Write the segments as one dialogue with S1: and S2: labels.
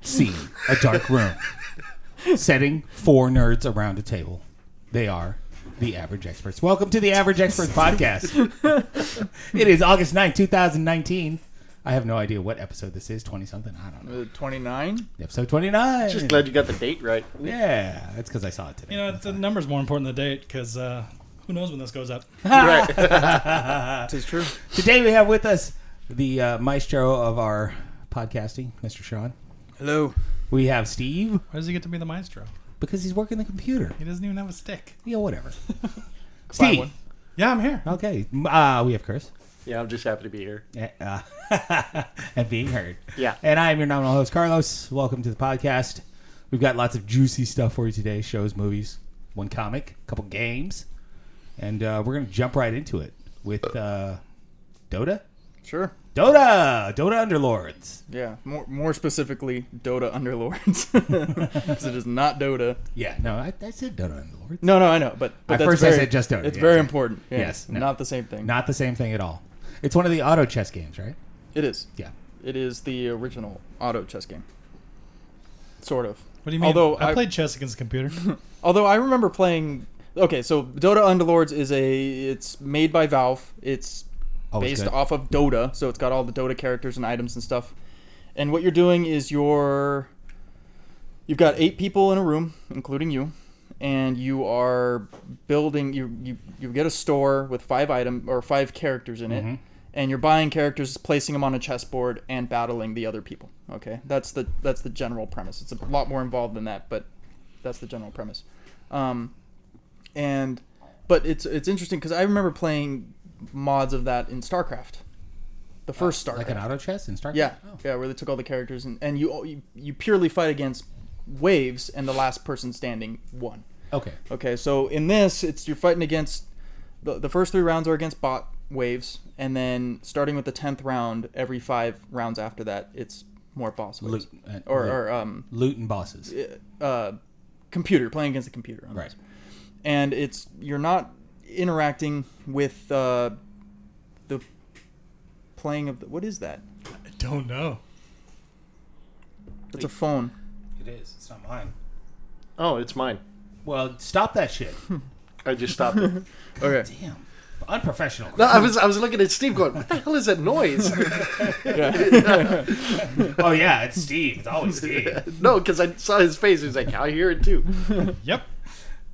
S1: scene, a dark room. Setting four nerds around a table. They are the average experts. Welcome to the Average Experts podcast. it is August 9th, 2019. I have no idea what episode this is, 20 something. I don't know.
S2: Uh, 29?
S1: Episode 29.
S3: Just glad you got the date right.
S1: yeah, that's because I saw it today.
S4: You know, the number's more important than the date because uh, who knows when this goes up.
S3: right.
S2: That is true.
S1: Today we have with us the uh, maestro of our podcasting, Mr. Sean.
S2: Hello.
S1: We have Steve
S4: Why does he get to be the maestro?
S1: because he's working the computer.
S4: He doesn't even have a stick.
S1: Yeah, whatever.
S2: Buy
S1: Steve.
S2: one.
S4: Yeah, I'm here.
S1: Okay. m- Uh, we have Chris.
S3: Yeah, I'm just happy to be here.
S1: Eh, Uh, and being heard.
S3: Yeah.
S1: And I am your nominal host, Carlos. Welcome to the podcast. We've got lots of juicy stuff for you today shows, movies, one comic, a couple games. And uh, we're going to jump right into it with uh, Dota.
S2: Sure.
S1: Dota! Dota Underlords.
S2: Yeah. More more specifically, Dota Underlords. 'Cause it is not Dota.
S1: Yeah, no, I, I said Dota Underlords.
S2: No, no, I know. But, but
S1: At
S2: that's
S1: first I
S2: very,
S1: said just Dota,
S2: It's
S1: yeah,
S2: very
S1: yeah.
S2: important. Yeah.
S1: Yes, no.
S2: Not the same thing.
S1: Not the same thing at all. It's one of the auto chess games, right?
S2: It is.
S1: Yeah.
S2: It is the original auto chess game. Sort of.
S4: What do you mean?
S2: Although
S4: I,
S2: I-
S4: played chess against a computer.
S2: Although I remember playing. Okay, so Dota Underlords is a. It's made by Valve. It's
S1: Oh, it's
S2: based
S1: good.
S2: off of Dota, so it's got all the Dota characters and items and stuff. And what you're doing is you're. You've got eight people in a room, including you, and you are building. You you, you get a store with five item or five characters in it,
S1: Mm-hmm.
S2: and you're buying characters, placing them on a chessboard, and battling the other people. Okay, that's the that's the general premise. It's a lot more involved than that, but that's the general premise. Um, and but it's it's interesting because I remember playing mods of that in StarCraft, the first StarCraft.
S1: Oh, Like an auto chess in StarCraft?
S2: Yeah,
S1: Oh.
S2: yeah, where they took all the characters and, and you, you you purely fight against waves, and the last person standing won.
S1: Oh, Okay.
S2: Okay, so in this, it's you're fighting against the the first three rounds are against bot waves, and then starting with the tenth round, every five rounds after that, it's more boss waves.
S1: Loot, uh,
S2: or,
S1: loot.
S2: or um
S1: Loot and bosses.
S2: uh, computer, playing against the computer. on
S1: Right.
S2: this. And it's you're not interacting with uh, the playing of the, what is that?
S4: I don't know.
S2: That's a phone.
S1: It is. It's not mine.
S3: Oh, it's mine.
S1: Well, stop that shit.
S3: I just stopped it.
S2: Okay.
S1: Damn. Unprofessional.
S3: No, I was I was looking at Steve going, What the hell is that noise?
S1: Oh, yeah, it's Steve. It's always Steve.
S3: no, because I saw his face. He was like, I hear it too.
S4: Yep.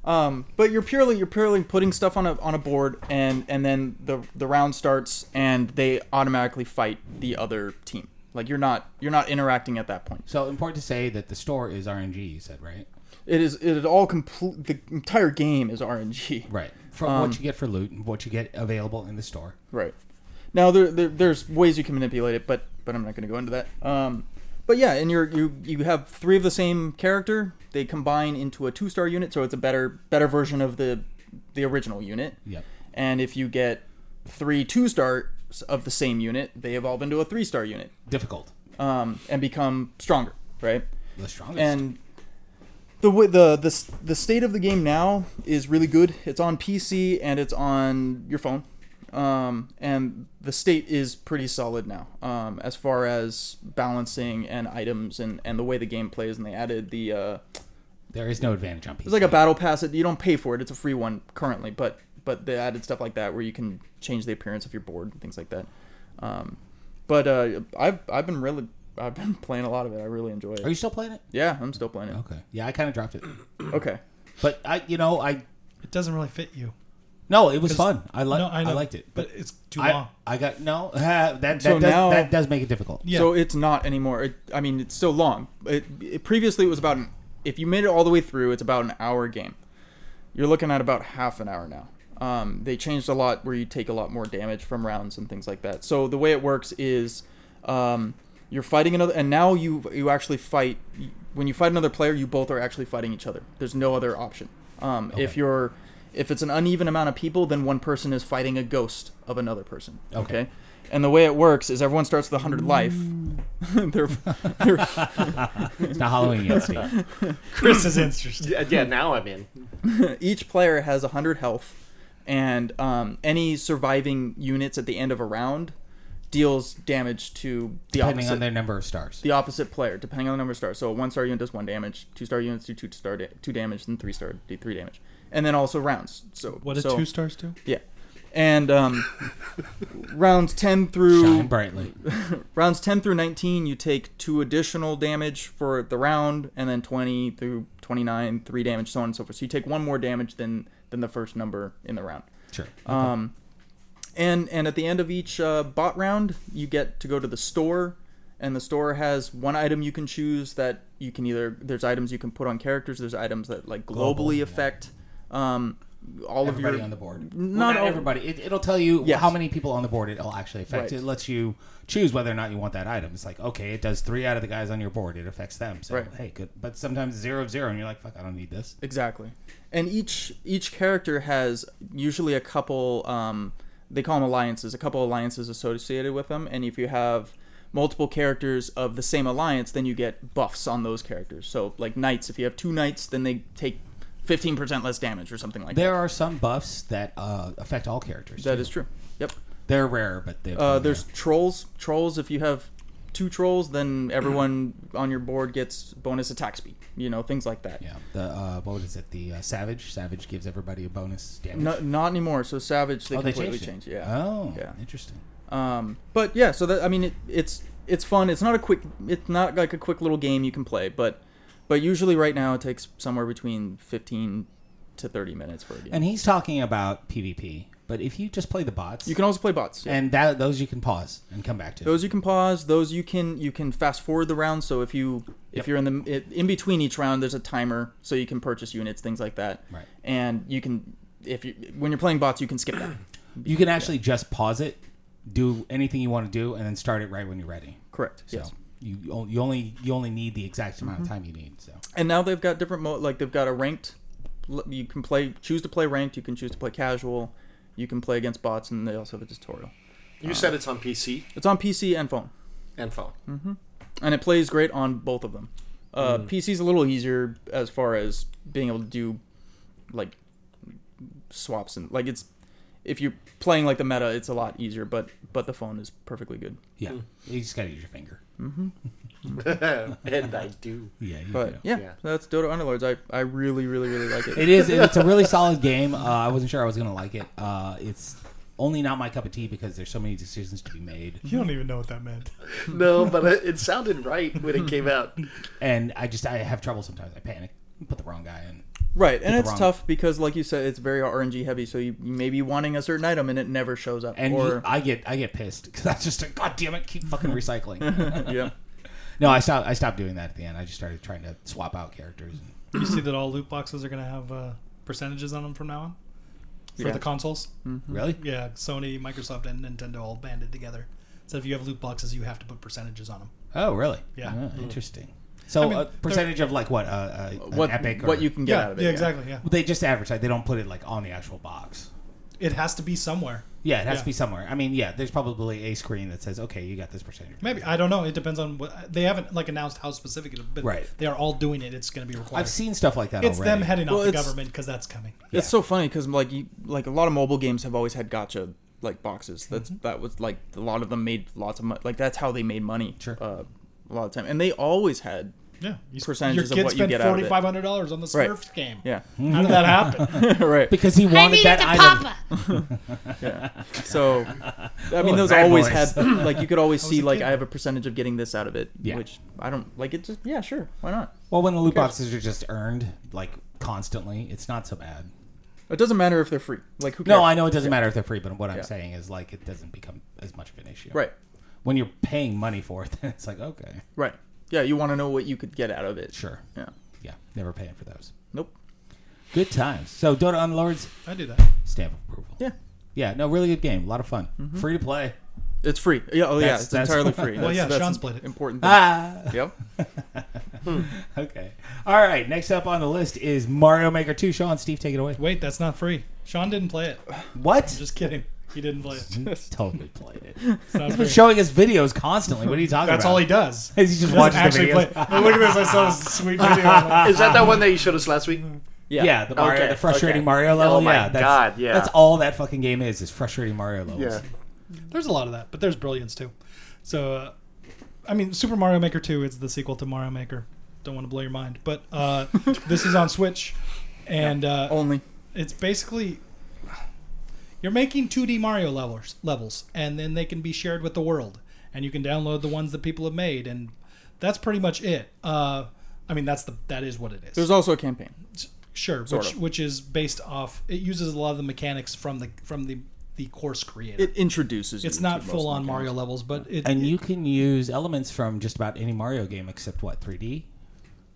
S2: Um, but you're purely you're purely putting stuff on a on a board, and and then the the round starts, and they automatically fight the other team. Like you're not you're not interacting at that point.
S1: so, important to say that the store is RNG, you said, right?
S2: It is it is all complete. The entire game is RNG.
S1: Right. From what you get for loot and what you get available in the store.
S2: Right. Now there, there there's ways you can manipulate it, but but I'm not going to go into that. Um, but yeah, and you're you you have three of the same character. They combine into a two star unit, so it's a better better version of the the original unit.
S1: Yep.
S2: And if you get three two stars of the same unit, they evolve into a three star unit
S1: Difficult.
S2: um, and become stronger. Right.
S1: The strongest.
S2: And the wa- the the s- the state of the game now is really good. It's on PC and it's on your phone, um, and the state is pretty solid now um, as far as balancing and items and, and the way the game plays. And they added the uh,
S1: there is no advantage on PC.
S2: it's like a battle pass. That you don't pay for it. It's a free one currently, but but they added stuff like that where you can change the appearance of your board and things like that. Um, but uh, I've I've been really I've been playing a lot of it. I really enjoy
S1: Are
S2: it.
S1: you still playing it?
S2: Yeah, I'm still playing it.
S1: Okay. Yeah, I kind of dropped it.
S2: Okay.
S1: But, I, you know, I.
S4: It doesn't really fit you.
S1: No, it was fun. I, li-
S4: no,
S1: I,
S4: I know,
S1: liked it.
S4: but it's too
S1: I,
S4: long.
S1: I got. No. that, that,
S2: So
S1: does,
S2: now-
S1: that does make it difficult.
S4: Yeah.
S2: So it's not anymore. It, I mean, it's still long. It, it previously it was about an, if you made it all the way through, it's about an hour game. You're looking at about half an hour now. Um, they changed a lot where you take a lot more damage from rounds and things like that. So the way it works is um, you're fighting another, and now you you actually fight when you fight another player. You both are actually fighting each other. There's no other option. Um, If
S1: Okay.
S2: you're if it's an uneven amount of people, then one person is fighting a ghost of another person.
S1: Okay.
S2: Okay. And the way it works is everyone starts with 100 life. they're, they're,
S1: It's not Halloween yet, Steve.
S4: Chris is interested.
S3: Yeah, yeah, now I'm in.
S2: each player has 100 health, and um, any surviving units at the end of a round deals damage to the
S1: depending
S2: opposite
S1: on their number of stars.
S2: the opposite player, depending on the number of stars. So a one star unit does one damage, two star units do two star da- two damage, and three star do three damage, and then also rounds. So
S4: What did
S2: so,
S4: two stars do?
S2: Yeah, and um, rounds ten through
S1: Shine brightly.
S2: rounds ten through nineteen, you take two additional damage for the round, and then twenty through twenty nine, three damage, so on and so forth. So you take one more damage than than the first number in the round.
S1: Sure.
S2: Um, and and at the end of each uh, bot round, you get to go to the store, and the store has one item you can choose that you can either there's items you can put on characters, there's items that like globally
S1: Global, yeah.
S2: affect um, all
S1: everybody
S2: of your
S1: on the board.
S2: not
S1: not
S2: all-
S1: everybody. It, it'll tell you
S2: Yes.
S1: how many people on the board it'll actually affect.
S2: Right.
S1: It lets you choose whether or not you want that item. It's like, okay, it does three out of the guys on your board. It affects them. So,
S2: Right.
S1: hey, good. But sometimes zero of zero, and you're like, fuck, I don't need this.
S2: Exactly. And each each character has usually a couple. Um, they call them alliances. A couple alliances associated with them. And if you have multiple characters of the same alliance, then you get buffs on those characters. So like knights, if you have two knights, then they take fifteen percent less damage or something like that.
S1: There are some buffs that uh, affect all characters.
S2: That
S1: too.
S2: is true. Yep.
S1: They're rare, but they're
S2: Uh, there's trolls. Trolls. If you have two trolls, then everyone on your board gets bonus attack speed. You know things like that.
S1: yeah. The uh, what is it? The uh, savage. Savage gives everybody a bonus damage.
S2: No, not anymore. So savage, they
S1: oh, they
S2: completely
S1: changed. it.
S2: changed. Yeah.
S1: Oh,
S2: Yeah.
S1: interesting.
S2: Um, but yeah, so that I mean, it, it's it's fun. It's not a quick. It's not like a quick little game you can play, but but usually right now it takes somewhere between fifteen to thirty minutes for a game.
S1: And he's talking about PvP, but if you just play the bots,
S2: you can also play bots.
S1: and that those you can pause and come back to.
S2: Those you can pause. Those you can you can fast forward the round. So if you if
S1: Yep.
S2: you're in the it, in between each round, there's a timer, so you can purchase units, things like that.
S1: Right.
S2: And you can if you when you're playing bots, you can skip that.
S1: You can actually just pause it, do anything you want to do, and then start it right when you're ready.
S2: Correct.
S1: So
S2: Yes.
S1: you o- you only you only need the exact amount of time you need. So
S2: and now they've got different mode like they've got a ranked l- you can play choose to play ranked you can choose to play casual you can play against bots and they also have a tutorial
S3: You said it's on PC
S2: it's on pc and phone
S3: and phone.
S2: and it plays great on both of them uh, pc's a little easier as far as being able to do like swaps and like it's if you're playing like the meta it's a lot easier but but the phone is perfectly good
S1: yeah, you just gotta use your finger.
S3: and I do.
S1: Hmm. Yeah, you
S2: but
S1: do.
S2: yeah,
S3: Yeah.
S2: that's dota underlords i i really really really like it
S1: It is. It's a really solid game. Uh, I wasn't sure I was gonna like it. Uh, it's only not my cup of tea because there's so many decisions to be made,
S4: You don't even know what that meant.
S3: No, but it, it sounded right when it came out.
S1: and I just I have trouble sometimes. I panic, put the wrong guy in.
S2: Right, and
S1: the
S2: it's
S1: wrong-
S2: tough because, like you said, it's very RNG heavy. So you, you may be wanting a certain item and it never shows up.
S1: And you-
S2: or
S1: I get I get pissed because I just like, God damn it, keep fucking recycling.
S2: yeah,
S1: no, I stopped I stopped doing that at the end. I just started trying to swap out characters. And,
S4: You see that all loot boxes are going to have uh, percentages on them from now on for
S2: Yeah.
S4: the consoles.
S1: Really?
S4: Yeah, Sony, Microsoft, and Nintendo all banded together. So if you have loot boxes, you have to put percentages on them.
S1: Oh, really?
S4: Yeah. Mm-hmm.
S1: Oh, interesting. So
S4: I mean,
S1: a percentage of like what? Uh, uh, an
S2: what
S1: Epic? Or,
S2: what you can get out of it?
S4: yeah, exactly. Yeah,
S1: They just advertise. They don't put it like on the actual box.
S4: it has to be somewhere.
S1: Yeah, it has to
S4: Yeah.
S1: be somewhere. I mean, yeah, there's probably a screen that says, "Okay, you got this percentage."
S4: Maybe I don't know. It depends on what they haven't like announced how specific it is, but
S1: Right.
S4: they are all doing it. It's going to be required.
S1: I've seen stuff like that.
S4: it's
S1: already.
S4: them heading
S2: Well,
S4: off the
S2: it's-
S4: government because that's coming.
S2: It's so funny because like you, like a lot of mobile games have always had gotcha like boxes.
S1: Mm-hmm.
S2: That's that was like a lot of them made lots of money. Like that's how they made money.
S1: Sure.
S2: uh, a lot of time, and they always had
S4: Yeah, you, s-
S2: Percentages of
S4: your kid
S2: what you
S4: spent
S2: get out of it.
S4: forty five hundred dollars on the
S2: Right.
S4: Smurfs game.
S2: yeah
S4: how did that happen?
S1: Hmm.
S2: right.
S1: because he
S5: I
S1: wanted
S5: need
S1: that
S5: it to
S1: item.
S5: Papa.
S2: So, I mean,
S1: Oh,
S2: those
S1: bad
S2: always
S1: boys.
S2: had like you could always
S4: was
S2: see
S4: a
S2: like
S4: kid.
S2: I have a percentage of getting this out of it,
S1: Yeah.
S2: which I don't like. It just yeah, sure, why not?
S1: Well, when the loot boxes are just earned like constantly, it's not so bad.
S2: It doesn't matter if they're free. Like who cares?
S1: No, I know it doesn't matter if they're free, but what I'm
S2: Yeah.
S1: saying is like it doesn't become as much of an issue.
S2: right.
S1: When you're paying money for it, then it's like, okay,
S2: Right. Yeah, you want to know what you could get out of it.
S1: sure.
S2: Yeah.
S1: Yeah, never paying for those.
S2: Nope.
S1: Good times. So Dota Unlords
S4: I do that.
S1: stamp of approval.
S2: Yeah.
S1: Yeah, no, really good game. A lot of fun.
S3: Mm-hmm.
S1: Free to play.
S2: It's free. Yeah. Oh, yeah.
S1: That's-
S2: It's
S1: that's-
S2: entirely free.
S4: Well,
S2: That's-
S4: yeah,
S2: that's
S4: Sean's
S2: an
S4: played it.
S2: Important. Thing.
S1: Ah.
S2: Yep.
S1: Okay. All right. Next up on the list is Mario Maker 2. Sean, Steve, take it away.
S4: Wait, that's not free. Sean didn't play it.
S1: What?
S4: Just kidding. He didn't play it.
S1: totally played it.
S4: It's not
S1: He's
S4: free.
S1: been showing us videos constantly. What are you talking
S4: That's all
S1: about?
S4: he does.
S1: Is he just
S4: doesn't
S1: watches the
S4: actually
S1: videos?
S4: play- Oh, Look at this! I saw this sweet video. I'm like,
S3: Is that that one that you showed us last week?
S1: Yeah, the, Mario,
S3: Okay,
S1: the frustrating
S3: okay.
S1: Mario level.
S3: Oh my
S1: yeah, that's,
S3: God, yeah.
S1: That's all that fucking game is, is frustrating Mario levels.
S3: Yeah.
S4: There's a lot of that, but there's brilliance too. So, uh, I mean, Super Mario Maker 2 is the sequel to Mario Maker. Don't want to blow your mind, but uh, this is on Switch, and uh,
S2: Only.
S4: it's basically you're making 2D Mario levels, levels, and then they can be shared with the world, and you can download the ones that people have made, and that's pretty much it. Uh, I mean, that's the that is what it is.
S2: There's also a campaign.
S4: sure,
S2: sort
S4: which
S2: of.
S4: which is based off. It uses a lot of the mechanics from the from the the course created.
S2: It introduces.
S4: it's
S2: you
S4: not
S2: to most
S4: full on
S2: mechanics.
S4: Mario levels, but it,
S1: And
S4: it-
S1: you can use elements from just about any Mario game except what 3D.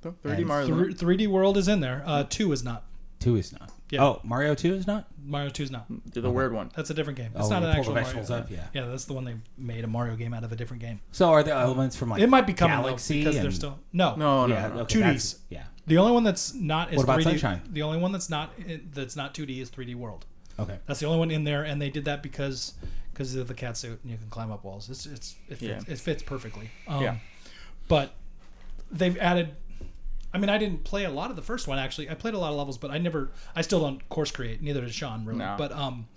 S2: So, 3D
S1: And
S2: Mario.
S4: thr- 3D World is in there. Uh, two is not.
S1: Two is not.
S4: Yeah.
S1: Oh, Mario Two is not.
S4: Mario Two is not.
S2: the, the weird one.
S4: That's a different game. It's
S1: oh,
S4: not
S1: they
S4: an
S1: pull
S4: actual
S1: the
S4: Mario.
S1: vegetables up. Yeah.
S4: Yeah, that's the one they made a Mario game out of a different game.
S1: So are there elements from like
S4: It might be coming though,
S1: Galaxy
S4: because they're
S1: and- Oh,
S4: still Oh, no.
S2: No, no.
S1: yeah,
S2: no.
S1: okay, that's-
S4: 2Ds.
S1: Yeah.
S4: The only one that's not is
S1: What about
S4: 3D.
S1: Sunshine?
S4: The only one that's not that's not 2D is 3D World.
S1: Okay.
S4: That's the only one in there, and they did that because because of the cat suit, and you can climb up walls. It's it's it fits,
S2: Yeah.
S4: it fits perfectly. Um,
S2: Yeah.
S4: But they've added. I mean, I didn't play a lot of the first one actually. I played a lot of levels, but I never. I still don't course create. Neither does Sean really.
S2: No.
S4: But um,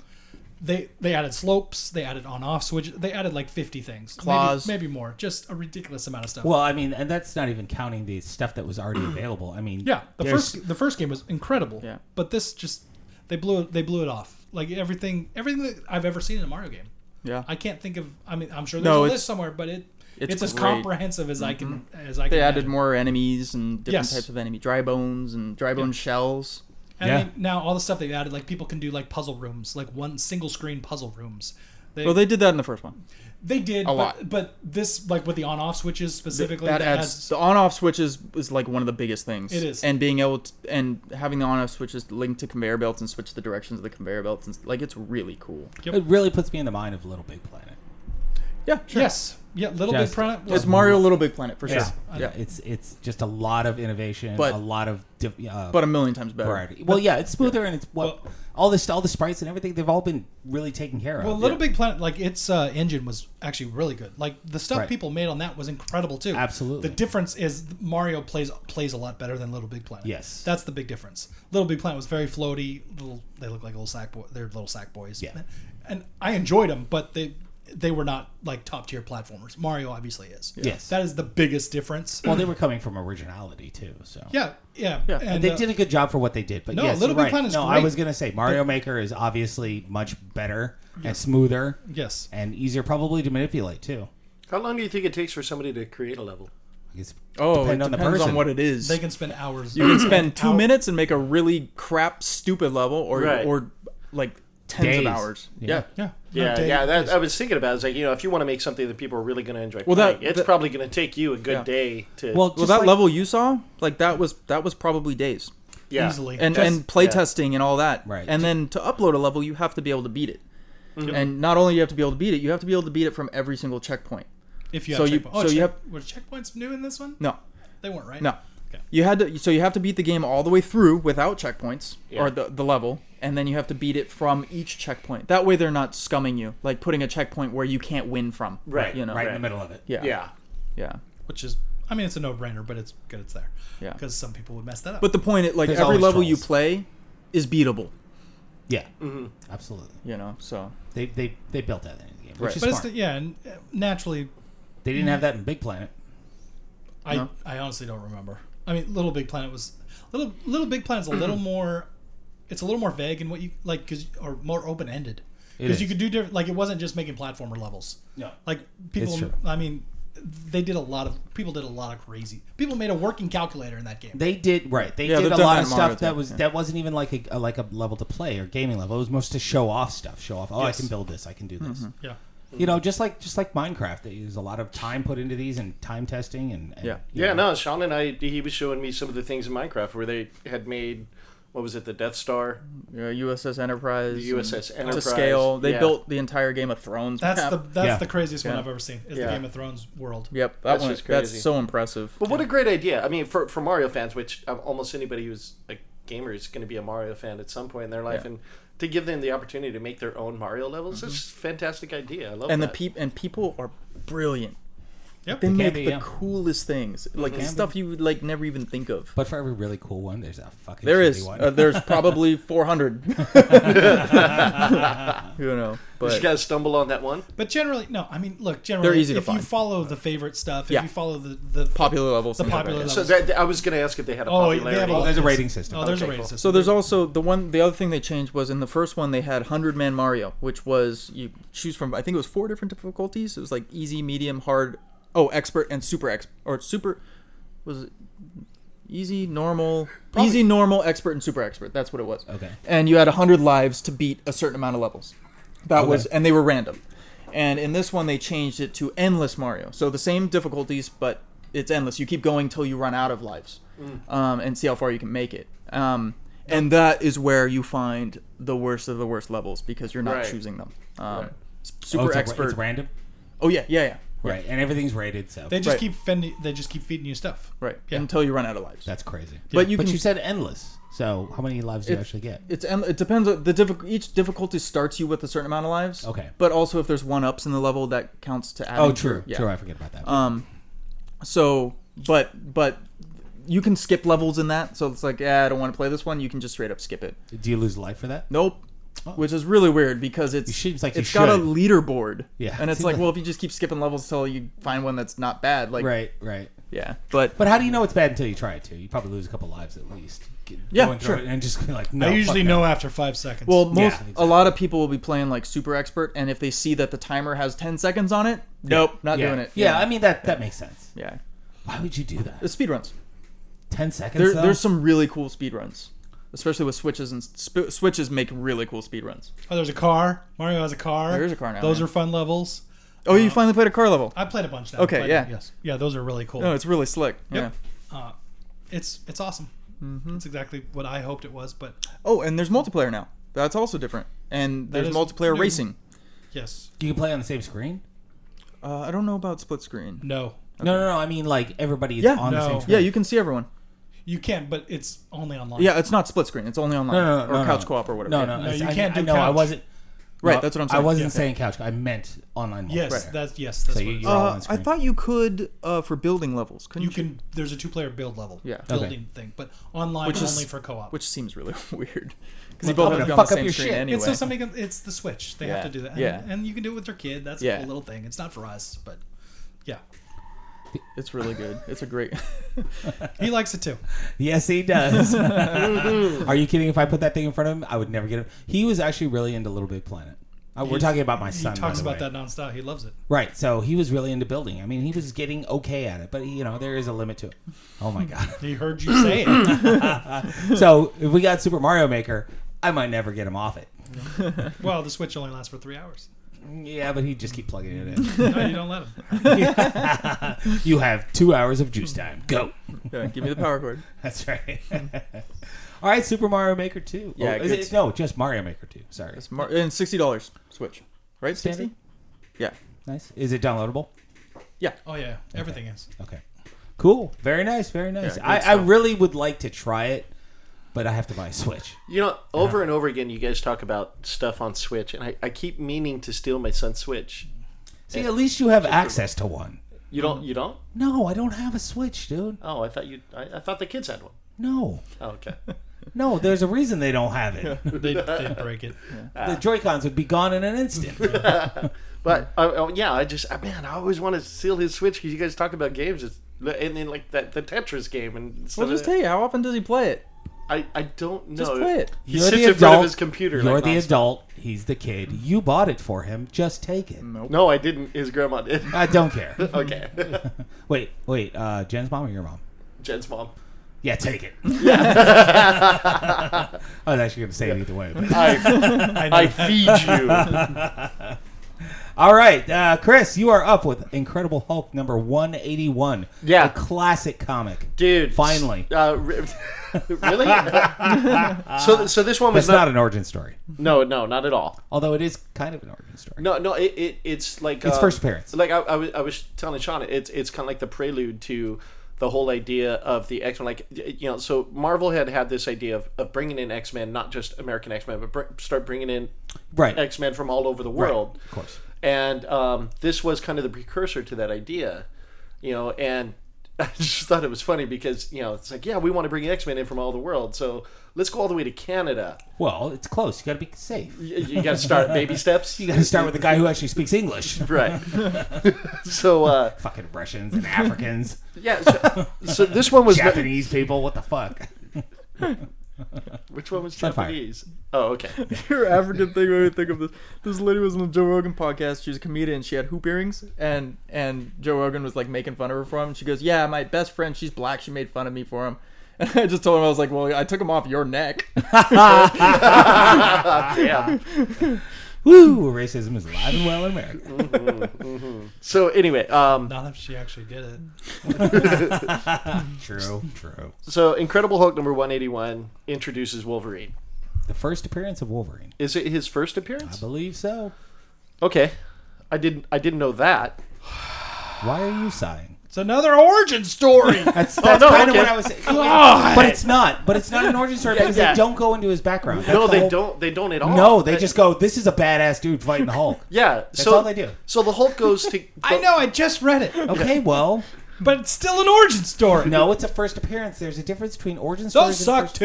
S4: they they added slopes. They added on off switch. They added like 50 things. Maybe-
S2: Claws.
S4: Maybe, more. Just a ridiculous amount of stuff.
S1: Well, I mean, and that's not even counting the stuff that was already available. I mean,
S4: Yeah, the
S1: there's-
S4: first the first game was incredible.
S2: Yeah.
S4: But this just they blew it they blew it off. Like everything everything that I've ever seen in a Mario game.
S2: Yeah.
S4: I can't think of I mean I'm sure there's
S2: No,
S4: a
S2: it's-
S4: list somewhere, but it it's,
S2: it's
S4: as
S2: great. Mm-hmm.
S4: comprehensive as I can as I can
S2: they added
S4: imagine.
S2: more enemies and different
S4: Yes.
S2: types of enemy, dry bones and dry bone shells.
S4: And
S1: Yeah.
S4: they- now all the stuff they've added, like people can do like puzzle rooms, like one single screen puzzle rooms. They,
S2: Well,
S4: they,
S2: they did that in the first one.
S4: did,
S2: a
S4: but,
S2: lot.
S4: but this like with the on-off switches specifically,
S2: that, adds,
S4: adds
S2: the on-off switches is like one of the biggest things.
S4: It is.
S2: and being able to, and having the on-off switches linked to conveyor belts and switch the directions of the conveyor belts and s- like it's really cool.
S1: It really puts me in the mind of Little Big Planet.
S2: Yeah, sure.
S4: yes, yeah, little
S1: Just-
S4: big planet.
S2: it's Mario Little Big Planet for
S1: Yeah.
S2: sure. Yeah,
S1: uh, It's it's just a lot of innovation,
S2: But-
S1: a lot of div- uh,
S2: but a million times better.
S1: variety. Well, yeah, it's smoother and it's what
S4: Well-
S1: all this all the sprites and everything they've all been really taken care of.
S4: Well, Little Big Planet, like its uh, engine was actually really good. Like the stuff
S1: Right.
S4: people made on that was incredible too.
S1: Absolutely.
S4: The difference is Mario plays plays a lot better than Little Big Planet.
S1: Yes.
S4: that's the big difference. Little Big Planet was very floaty. Little, they look like little sack boy. They're little sack boys.
S1: Yeah.
S4: and I enjoyed them, but they they were not like top tier platformers. Mario obviously is.
S1: Yes.
S4: that is the biggest difference.
S1: well, they were coming from originality too, so
S4: yeah, yeah,
S2: Yeah.
S1: And they
S4: uh,
S1: did a good job for what they did, but
S4: No,
S1: yes,
S4: Little
S1: you're
S4: Big
S1: right.
S4: Planet's
S1: no, I
S4: great.
S1: was gonna say Mario Maker is obviously much better and smoother
S4: Yes,
S1: and easier, probably to manipulate too.
S3: How long do you think it takes for somebody to create a level?
S1: I guess
S2: Oh,
S1: depend
S2: it
S1: on the
S2: depends
S1: person.
S2: on what it is.
S4: they can spend hours.
S2: you can spend two
S4: hours-
S2: minutes and make a really crap, stupid level, or
S3: Right.
S2: or like tens
S1: Days.
S2: of hours.
S1: Yeah.
S2: Yeah.
S4: Yeah,
S3: Yeah,
S4: No, day-
S3: yeah. That I was thinking about. It's like you know, if you want to make something that people are really going to enjoy,
S2: Well, that-
S3: playing, it's
S2: that-
S3: probably going to take you a good
S2: Yeah.
S3: day to.
S1: Well,
S2: Well,
S1: just
S2: that
S1: like-
S2: level you saw, like that was that was probably days.
S3: yeah.
S4: easily
S2: and
S3: Just-
S2: and play
S3: yeah.
S2: testing and all that.
S1: Right.
S2: And then to upload a level, you have to be able to beat it.
S3: Mm-hmm.
S2: And not only do you have to be able to beat it, you have to be able to beat it from every single checkpoint.
S4: if you
S2: so
S4: have
S2: you-
S4: checkpoints. Oh,
S2: so you
S4: check- were checkpoints new in this one?
S2: No,
S4: They weren't, right?
S2: no.
S4: Okay.
S2: You had to, so you have to beat the game all the way through without checkpoints
S3: Yeah.
S2: or the, the level, and then you have to beat it from each checkpoint. That way, they're not scumming you, like putting a checkpoint where you can't win from.
S3: Right,
S2: You know.
S1: right in the
S3: Right.
S1: middle of it.
S2: Yeah.
S3: yeah.
S2: Yeah.
S4: which is I mean it's a no-brainer, but it's good it's there.
S2: Yeah.
S4: Because some people would mess that up.
S2: But the point, it, like
S1: There's
S2: every
S1: always
S2: level you
S1: trolls.
S2: play, is beatable.
S1: Yeah, absolutely.
S2: You know. So
S1: They they they built that into the game, which
S2: Right.
S1: is
S4: but it's
S1: smart.
S4: the, yeah, and uh, naturally,
S1: they didn't have that in Big Planet.
S4: I
S2: No.
S4: I honestly don't remember. I mean, Little Big Planet was little Little Big Planet's a little more. It's a little more vague in what you like, cause or more open-ended,
S1: It
S4: because you
S1: is.
S4: could do different. Like it wasn't just making platformer levels.
S1: No.
S4: Like people,
S1: It's true.
S4: I mean, they did a lot of people did a lot of crazy. People made a working calculator in that game.
S1: They did right. They
S2: Yeah,
S1: did
S2: they've
S1: a
S2: done
S1: lot
S2: that
S1: of
S2: in Mario
S1: stuff that
S2: too,
S1: was
S2: yeah.
S1: that wasn't even like a, a- like a level to play or gaming level. It was most to show off stuff. Show off. Oh,
S4: Yes.
S1: I can build this. I can do this.
S4: yeah.
S1: You know, just like just like Minecraft, there's a lot of time put into these and time testing and, and
S2: Yeah.
S1: you
S3: Yeah,
S1: know.
S3: no, Sean and I, he was showing me some of the things in Minecraft where they had made, what was it, the Death Star?
S2: you know, USS Enterprise.
S3: The USS
S2: and-
S3: Enterprise,
S2: To scale, they
S3: yeah.
S2: built the entire Game of Thrones.
S4: That's
S2: map.
S4: the that's
S1: Yeah.
S4: the craziest one
S2: Yeah.
S4: I've ever seen. Is
S3: Yeah.
S4: the Game of Thrones world.
S2: Yep, that
S3: That's
S2: one.
S3: just crazy.
S2: That's so impressive.
S3: But what a great idea. I mean, for, for Mario fans, which um, almost anybody who's a gamer is going to be a Mario fan at some point in their life,
S2: Yeah.
S3: and to give them the opportunity to make their own Mario levels, it's just a fantastic idea. I love
S2: and the
S3: that.
S2: peop and people are brilliant.
S4: Yep.
S2: They
S4: They
S2: make
S1: be,
S2: the
S1: yeah.
S2: coolest things, like stuff you would like never even think of.
S1: But for every really cool one, there's a fucking
S2: There
S1: shitty
S2: is.
S1: one.
S2: Uh, there's probably 400. you know,
S3: Did you
S2: but
S3: guys stumble on that one?
S4: But generally, no. I mean, look, generally,
S2: easy to
S4: if you
S2: find.
S4: follow the favorite stuff, if
S2: Yeah.
S4: you follow the the
S2: popular levels.
S4: the
S2: and stuff like
S4: popular
S2: that.
S4: levels.
S3: So that, I was going to ask if they had a
S4: Oh,
S3: popularity.
S4: they have
S1: oh,
S4: all-
S1: there's a
S4: yes.
S1: rating system.
S4: Oh, there's a
S3: Okay,
S4: rating
S3: cool.
S4: system.
S2: So there's also the one. The other thing they changed was in the first one they had 100 Man Mario, which was you choose from. I think it was four different difficulties. It was like easy, medium, hard, oh, expert, and super expert or super. Was it easy, normal, easy, normal, expert, and super expert? That's what it was.
S1: Okay.
S2: And you had 100 lives to beat a certain amount of levels. That was,
S1: Okay.
S2: and they were random. And in this one they changed it to endless Mario. So the same difficulties, but it's endless. You keep going till you run out of lives,
S3: Mm.
S2: um, and see how far you can make it. Um, and that is where you find the worst of the worst levels because you're not
S3: Right.
S2: choosing them. Um,
S3: Right.
S2: s-
S1: Oh,
S2: Super
S1: it's a-
S2: expert.
S1: it's random,
S2: oh yeah, yeah, yeah.
S1: right? And everything's rated, so
S4: they just
S2: Right. Oh,
S4: keep fendi- they just keep feeding you stuff.
S2: Right.
S4: Yeah.
S2: Until you run out of lives.
S1: that's crazy.
S2: But you
S1: but
S2: can-
S1: you said endless. So how many lives do you
S2: It-
S1: actually get?
S2: It's end- it depends on the diffic- each difficulty starts you with a certain amount of lives.
S1: Okay.
S2: But also if there's one ups in the level that counts to add.
S1: Oh, true.
S2: Yeah.
S1: True. I forget about that.
S2: Um, so, but but you can skip levels in that. So it's like, yeah, I don't want to play this one. You can just straight up skip it.
S1: do you lose life for that?
S2: Nope. Which is really weird because it's
S1: It seems like you
S2: it's got a
S1: should.
S2: leaderboard.
S1: Yeah.
S2: And it's
S1: Seems
S2: like,
S1: like-
S2: well, if you just keep skipping levels till you find one that's not bad, like
S1: Right. Right.
S2: yeah. But
S1: But how do you know it's bad until you try it too? You probably lose a couple lives at least. Get-
S2: Yeah,
S1: going through
S2: sure.
S1: it And just be like, no.
S4: I
S1: fuck
S4: usually
S1: no.
S4: know after five seconds.
S2: well, most
S1: Yeah,
S2: a
S1: exactly.
S2: lot of people will be playing like super expert, and if they see that the timer has ten seconds on it, nope, not
S1: yeah.
S2: doing it.
S1: Yeah, I mean that that makes sense.
S2: yeah.
S1: Why would you do that?
S2: The speedruns.
S1: Ten seconds.
S2: There,
S1: though?
S2: there's some really cool speedruns, especially with switches and sp- switches make really cool speedruns.
S4: oh, there's a car. Mario has a car.
S2: There is a car now,
S4: Those
S2: yeah.
S4: are fun levels.
S2: Oh, you finally played a car level.
S4: I played a bunch now.
S2: Okay,
S4: But,
S2: yeah.
S4: Yes. Yeah, those are really cool.
S2: No, it's really slick.
S4: Yep.
S2: Yeah.
S4: uh, it's it's awesome.
S2: Mm-hmm.
S4: It's exactly what I hoped it was, but
S2: Oh, and there's multiplayer now. That's also different. And
S4: That
S2: there's
S4: is
S2: multiplayer
S4: new.
S2: racing.
S4: yes,
S1: you can play on the same screen.
S2: Uh, I don't know about split screen.
S4: no,
S1: No, no, no. I mean like everybody is
S2: Yeah.
S1: on the
S4: No.
S1: same screen.
S2: Yeah, you can see everyone.
S4: you can, but it's only online.
S2: Yeah, it's not split screen. It's only online
S1: No, no, no,
S2: or
S1: no,
S2: couch
S1: no.
S2: co-op or whatever.
S1: No,
S2: Yeah.
S1: no,
S4: No,
S1: I-
S4: you
S1: I-
S4: can't
S1: I,
S4: do
S1: No, I
S4: couch.
S1: wasn't.
S2: Right,
S1: no,
S2: that's what I'm
S1: I
S2: saying.
S1: wasn't
S2: Yeah.
S1: saying couch. I meant online.
S4: Yes,
S1: multiplayer.
S4: that's yes, that's
S1: So
S4: what
S1: you-
S4: it is.
S1: you're all on
S2: Uh, I
S1: screen.
S2: thought you could uh, for building levels. Couldn't
S4: you can. There's a two-player build level.
S2: Yeah. Okay.
S4: building thing, but online
S2: Which is-
S4: only for co-op.
S2: Which seems really weird. Because
S1: Well, I'm
S2: you both have to
S1: gonna
S2: be on the
S1: fuck up
S2: same
S1: your
S2: screen
S1: shit.
S2: anyway.
S4: it's so something. It's the Switch. They
S2: Yeah.
S4: have to do that. And,
S2: Yeah.
S4: and you can do it with your kid. That's
S2: Yeah.
S4: a cool little thing. It's not for us, but yeah,
S2: It's really good. It's a great.
S4: he likes it too.
S1: Yes, he does. Are you kidding? If I put that thing in front of him, I would never get him. He was actually really into Little Big Planet. Uh, we're
S4: He-
S1: talking about my son.
S4: He
S1: by
S4: talks
S1: the
S4: about
S1: way.
S4: that nonstop. He loves it.
S1: Right. So he was really into building. I mean, he was getting okay at it, but you know, there is a limit to it. Oh my god.
S4: He heard you say it.
S1: so if we got Super Mario Maker, I might never get him off it.
S4: Well, the Switch only lasts for three hours.
S1: Yeah, but he'd just keep plugging it in.
S4: No, you don't let him.
S1: you have two hours of juice time. Go.
S2: Yeah, give me the power cord.
S1: That's right. All right, Super Mario Maker Two.
S2: Yeah,
S1: Oh, is
S2: good
S1: it-
S2: stuff.
S1: no, just Mario Maker Two. Sorry.
S2: It's mar- and sixty dollars Switch, right?
S1: Standard?
S2: Sixty. Yeah.
S1: Nice. Is it downloadable?
S4: Oh yeah, everything is.
S1: Okay. Cool. Very nice. Very nice.
S2: good
S1: I, I
S2: stuff.
S1: really would like to try it, but I have to buy a Switch.
S3: You know, over and over again, you guys talk about stuff on Switch, and I, I keep meaning to steal my son's Switch.
S1: See, at least you have access to one.
S3: You don't? You don't?
S1: No, I don't have a Switch, dude.
S3: Oh, I thought you. I, I thought the kids had one.
S1: No.
S3: Oh, okay.
S1: No, there's a reason they don't have it.
S4: They they break it.
S1: The Joy Cons would be gone in an instant.
S3: But uh, oh, yeah, I just uh, man, I always want to steal his Switch because you guys talk about games, it's, and then like that the Tetris game, and
S2: Well,
S3: stuff.
S2: just tell you how often does he play it?
S3: I I don't know.
S2: Just play it.
S3: He
S1: You're
S3: sits
S1: the
S3: in front of
S1: adult.
S3: his computer.
S1: You're
S3: like,
S1: the
S3: nonstop.
S1: adult. He's the kid. You bought it for him. Just take it.
S3: No, I didn't. His grandma did.
S1: I don't care.
S3: Mm. okay,
S1: Wait, wait. Uh, Jen's mom or your mom?
S3: Jen's mom.
S1: Yeah, take it. I was actually going to say it either way. But.
S3: I
S4: I know.
S3: I feed you.
S1: All right, uh, Chris, you are up with Incredible Hulk number 181.
S3: Yeah.
S1: A classic comic.
S3: dude.
S1: Finally.
S3: Uh, re- really? so, so this one was
S1: That's not an origin story,
S3: no, no, not at all.
S1: although it is kind of an origin story.
S3: No, no, it, it it's like
S1: It's
S3: um,
S1: first appearance.
S3: Like I, I, was, I was telling Sean, it's it's kind of like the prelude to the whole idea of the X Men. Like you know, so Marvel had had this idea of, of bringing in X Men, not just American X Men, but br- start bringing in
S1: Right.
S3: X Men from all over the world.
S1: Of course.
S3: And um, this was kind of the precursor to that idea. you know, and I just thought it was funny because you know it's like yeah we want to bring X Men in from all the world, so let's go all the way to Canada.
S1: Well, it's close. You got to be safe.
S3: You, you got to start baby steps.
S1: You got to start with the guy who actually speaks English.
S3: right. so uh,
S1: Fucking Russians and Africans,
S3: yeah, so, so this one was
S1: Japanese people. What the fuck?
S3: which one was
S1: Sunfire.
S3: Japanese? Oh okay.
S2: Your African thing made me think of this. This lady was on the Joe Rogan podcast. She was a comedian. She had hoop earrings, and and Joe Rogan was like making fun of her for them. And she goes, "Yeah, my best friend, she's black. She made fun of me for him." And I just told him I was like, "Well, I took him off your neck."
S3: yeah.
S1: Woo! Racism is alive and well in America.
S3: So anyway, um,
S4: Not if she actually did it.
S1: True, true.
S3: so Incredible Hulk number one eighty one introduces Wolverine.
S1: The first appearance of Wolverine,
S3: Is it his first
S1: I
S3: appearance?
S1: believe so.
S3: Okay, I didn't I didn't know that.
S1: Why are you sighing? Oh,
S4: It's another origin story.
S1: That's, that's
S3: no,
S1: kind of
S3: okay.
S1: what I was saying. But it's not. But it's not an origin story because
S3: yeah.
S1: they don't go into his background. That's
S3: no,
S1: the
S3: they
S1: whole-
S3: don't. They don't at all.
S1: No, they
S3: That-
S1: just go. This is a badass dude fighting the Hulk.
S3: yeah. That's so
S1: all they do.
S3: So the Hulk goes to.
S4: I know. I just read it,
S1: Okay, well,
S4: but it's still an origin story.
S1: no, it's a first appearance. There's a difference between origin stories.
S4: Those
S1: and
S4: suck
S1: first-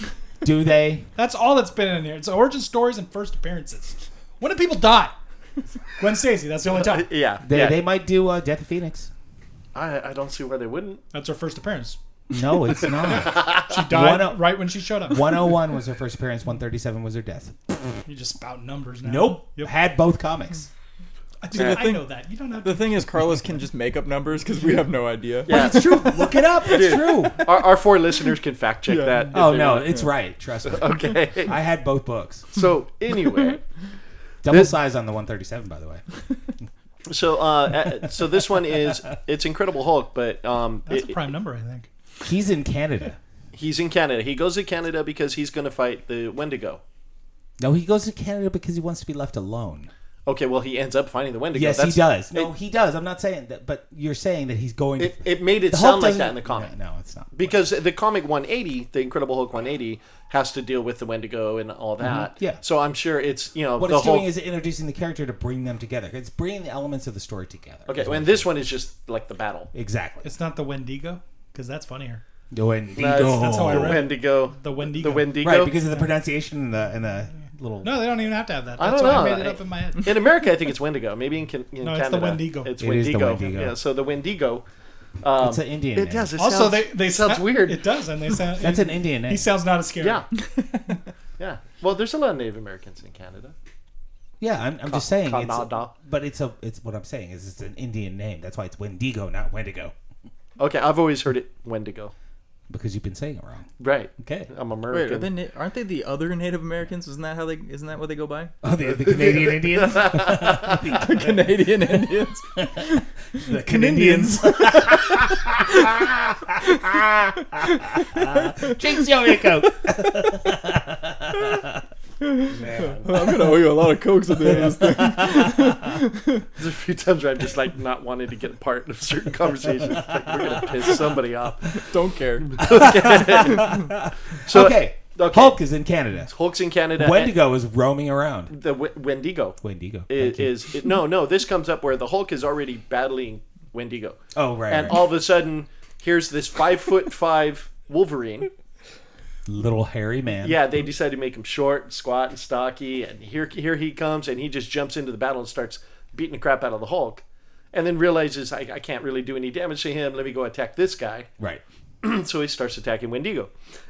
S4: too.
S1: Do they?
S4: That's all that's been in here. It's origin stories and first appearances. When did people die? Gwen Stacy. That's the only time.
S3: Yeah,
S1: They,
S3: yeah.
S1: they might do uh, Death of Phoenix.
S3: I, I don't see why they wouldn't.
S4: That's her first appearance.
S1: No, it's not.
S4: She died
S1: One o-
S4: right when she showed up.
S1: 101 was her first appearance. 137 was her death.
S4: You just spout numbers now.
S1: Nope.
S4: Yep.
S1: Had both comics.
S4: Dude,
S2: the
S4: I
S2: thing-
S4: know that. You don't have
S2: the
S4: to.
S2: thing is, Carlos can just make up numbers because we have no idea.
S3: Yeah.
S1: It's true. Look it up. It's true.
S3: our, our four listeners can fact check that. if
S1: Oh
S3: they
S1: no,
S3: want.
S1: it's right. Trust me.
S3: okay.
S1: I had both books.
S3: So anyway,
S1: Double size on the 137, by the way.
S3: so uh, uh, so this one is it's Incredible Hulk, but um,
S4: That's
S3: it-
S4: a prime number, I think.
S1: He's in Canada.
S3: he's in Canada. He goes to Canada because he's going to fight the Wendigo.
S1: No, he goes to Canada because he wants to be left alone.
S3: Okay, well he ends up finding the Wendigo.
S1: Yes, he
S3: That's-
S1: does. No, he does. I'm not saying that, but you're saying that he's going.
S3: It,
S1: to,
S3: it made it
S1: The Hulk
S3: sound like
S1: doesn't-
S3: that in the comic.
S1: No, no, it's not.
S3: because the comic 180 the incredible hulk 180 has to deal with the wendigo and all that
S1: Mm-hmm. Yeah.
S3: so i'm sure it's you know
S1: what
S3: the
S1: it's
S3: whole
S1: doing is introducing the character to bring them together. It's bringing the elements of the story together.
S3: okay
S1: Is what
S3: and
S1: it-
S3: this one is just like the battle
S1: exactly.
S4: It's not the Wendigo, because that's funnier.
S1: Doing
S4: that's how I
S3: the
S4: read it.
S3: wendigo
S4: The Wendigo.
S3: the wendigo
S1: right because of the pronunciation and the and the little.
S4: No, they don't even have to have that. That's
S3: I don't
S4: why
S3: know.
S4: I made it up in my head.
S3: in america i think it's wendigo maybe in, Can- in
S4: No,
S3: canada
S4: it's the Wendigo.
S3: it's
S1: It is the
S3: wendigo
S1: Wendigo.
S3: yeah so the wendigo um,
S1: It's an Indian.
S3: it
S1: name.
S3: does it
S4: Also,
S3: sounds-
S4: they they
S3: sounds
S4: sound-
S3: weird
S4: It does, and they sound.
S1: That's an Indian name.
S4: He sounds not as scary.
S3: yeah yeah well there's a lot of native americans in canada
S1: Yeah, I'm, I'm just saying. It's,
S3: Kannada.
S1: but it's a it's what I'm saying is it's an Indian name. That's why it's Wendigo, not Wendigo,
S3: okay i've always heard it wendigo
S1: because you've been saying it wrong.
S3: right
S1: Okay.
S3: i'm
S2: Wait, are
S3: american
S2: they, na- aren't they the other Native Americans? Isn't that how they? Isn't that what they go by?
S1: Oh, the, the Canadian Indians,
S2: Canadian Indians.
S1: the Canadians. Jinx yo yo.
S2: I'm gonna owe you a lot of cokes at the end of this thing.
S3: There's a few times where I'm just like not wanting to get part of certain conversations. Like we're gonna piss somebody off.
S2: Don't care.
S3: So
S1: okay.
S3: okay.
S1: Hulk is in Canada.
S3: Hulk's in Canada.
S1: Wendigo is roaming around.
S3: and The w- Wendigo
S1: Wendigo.
S3: i-
S1: Thank you.
S3: is, it- no, no. This comes up where the Hulk is already battling Wendigo,
S1: oh right,
S3: and
S1: right.
S3: all of a sudden, here's this five foot five Wolverine.
S1: little hairy man.
S3: Yeah, they decide to make him short, squat, and stocky, and here here he comes, and he just jumps into the battle and starts beating the crap out of the Hulk, and then realizes I, I can't really do any damage to him. Let me go attack this guy.
S1: Right.
S3: so he starts attacking Wendigo,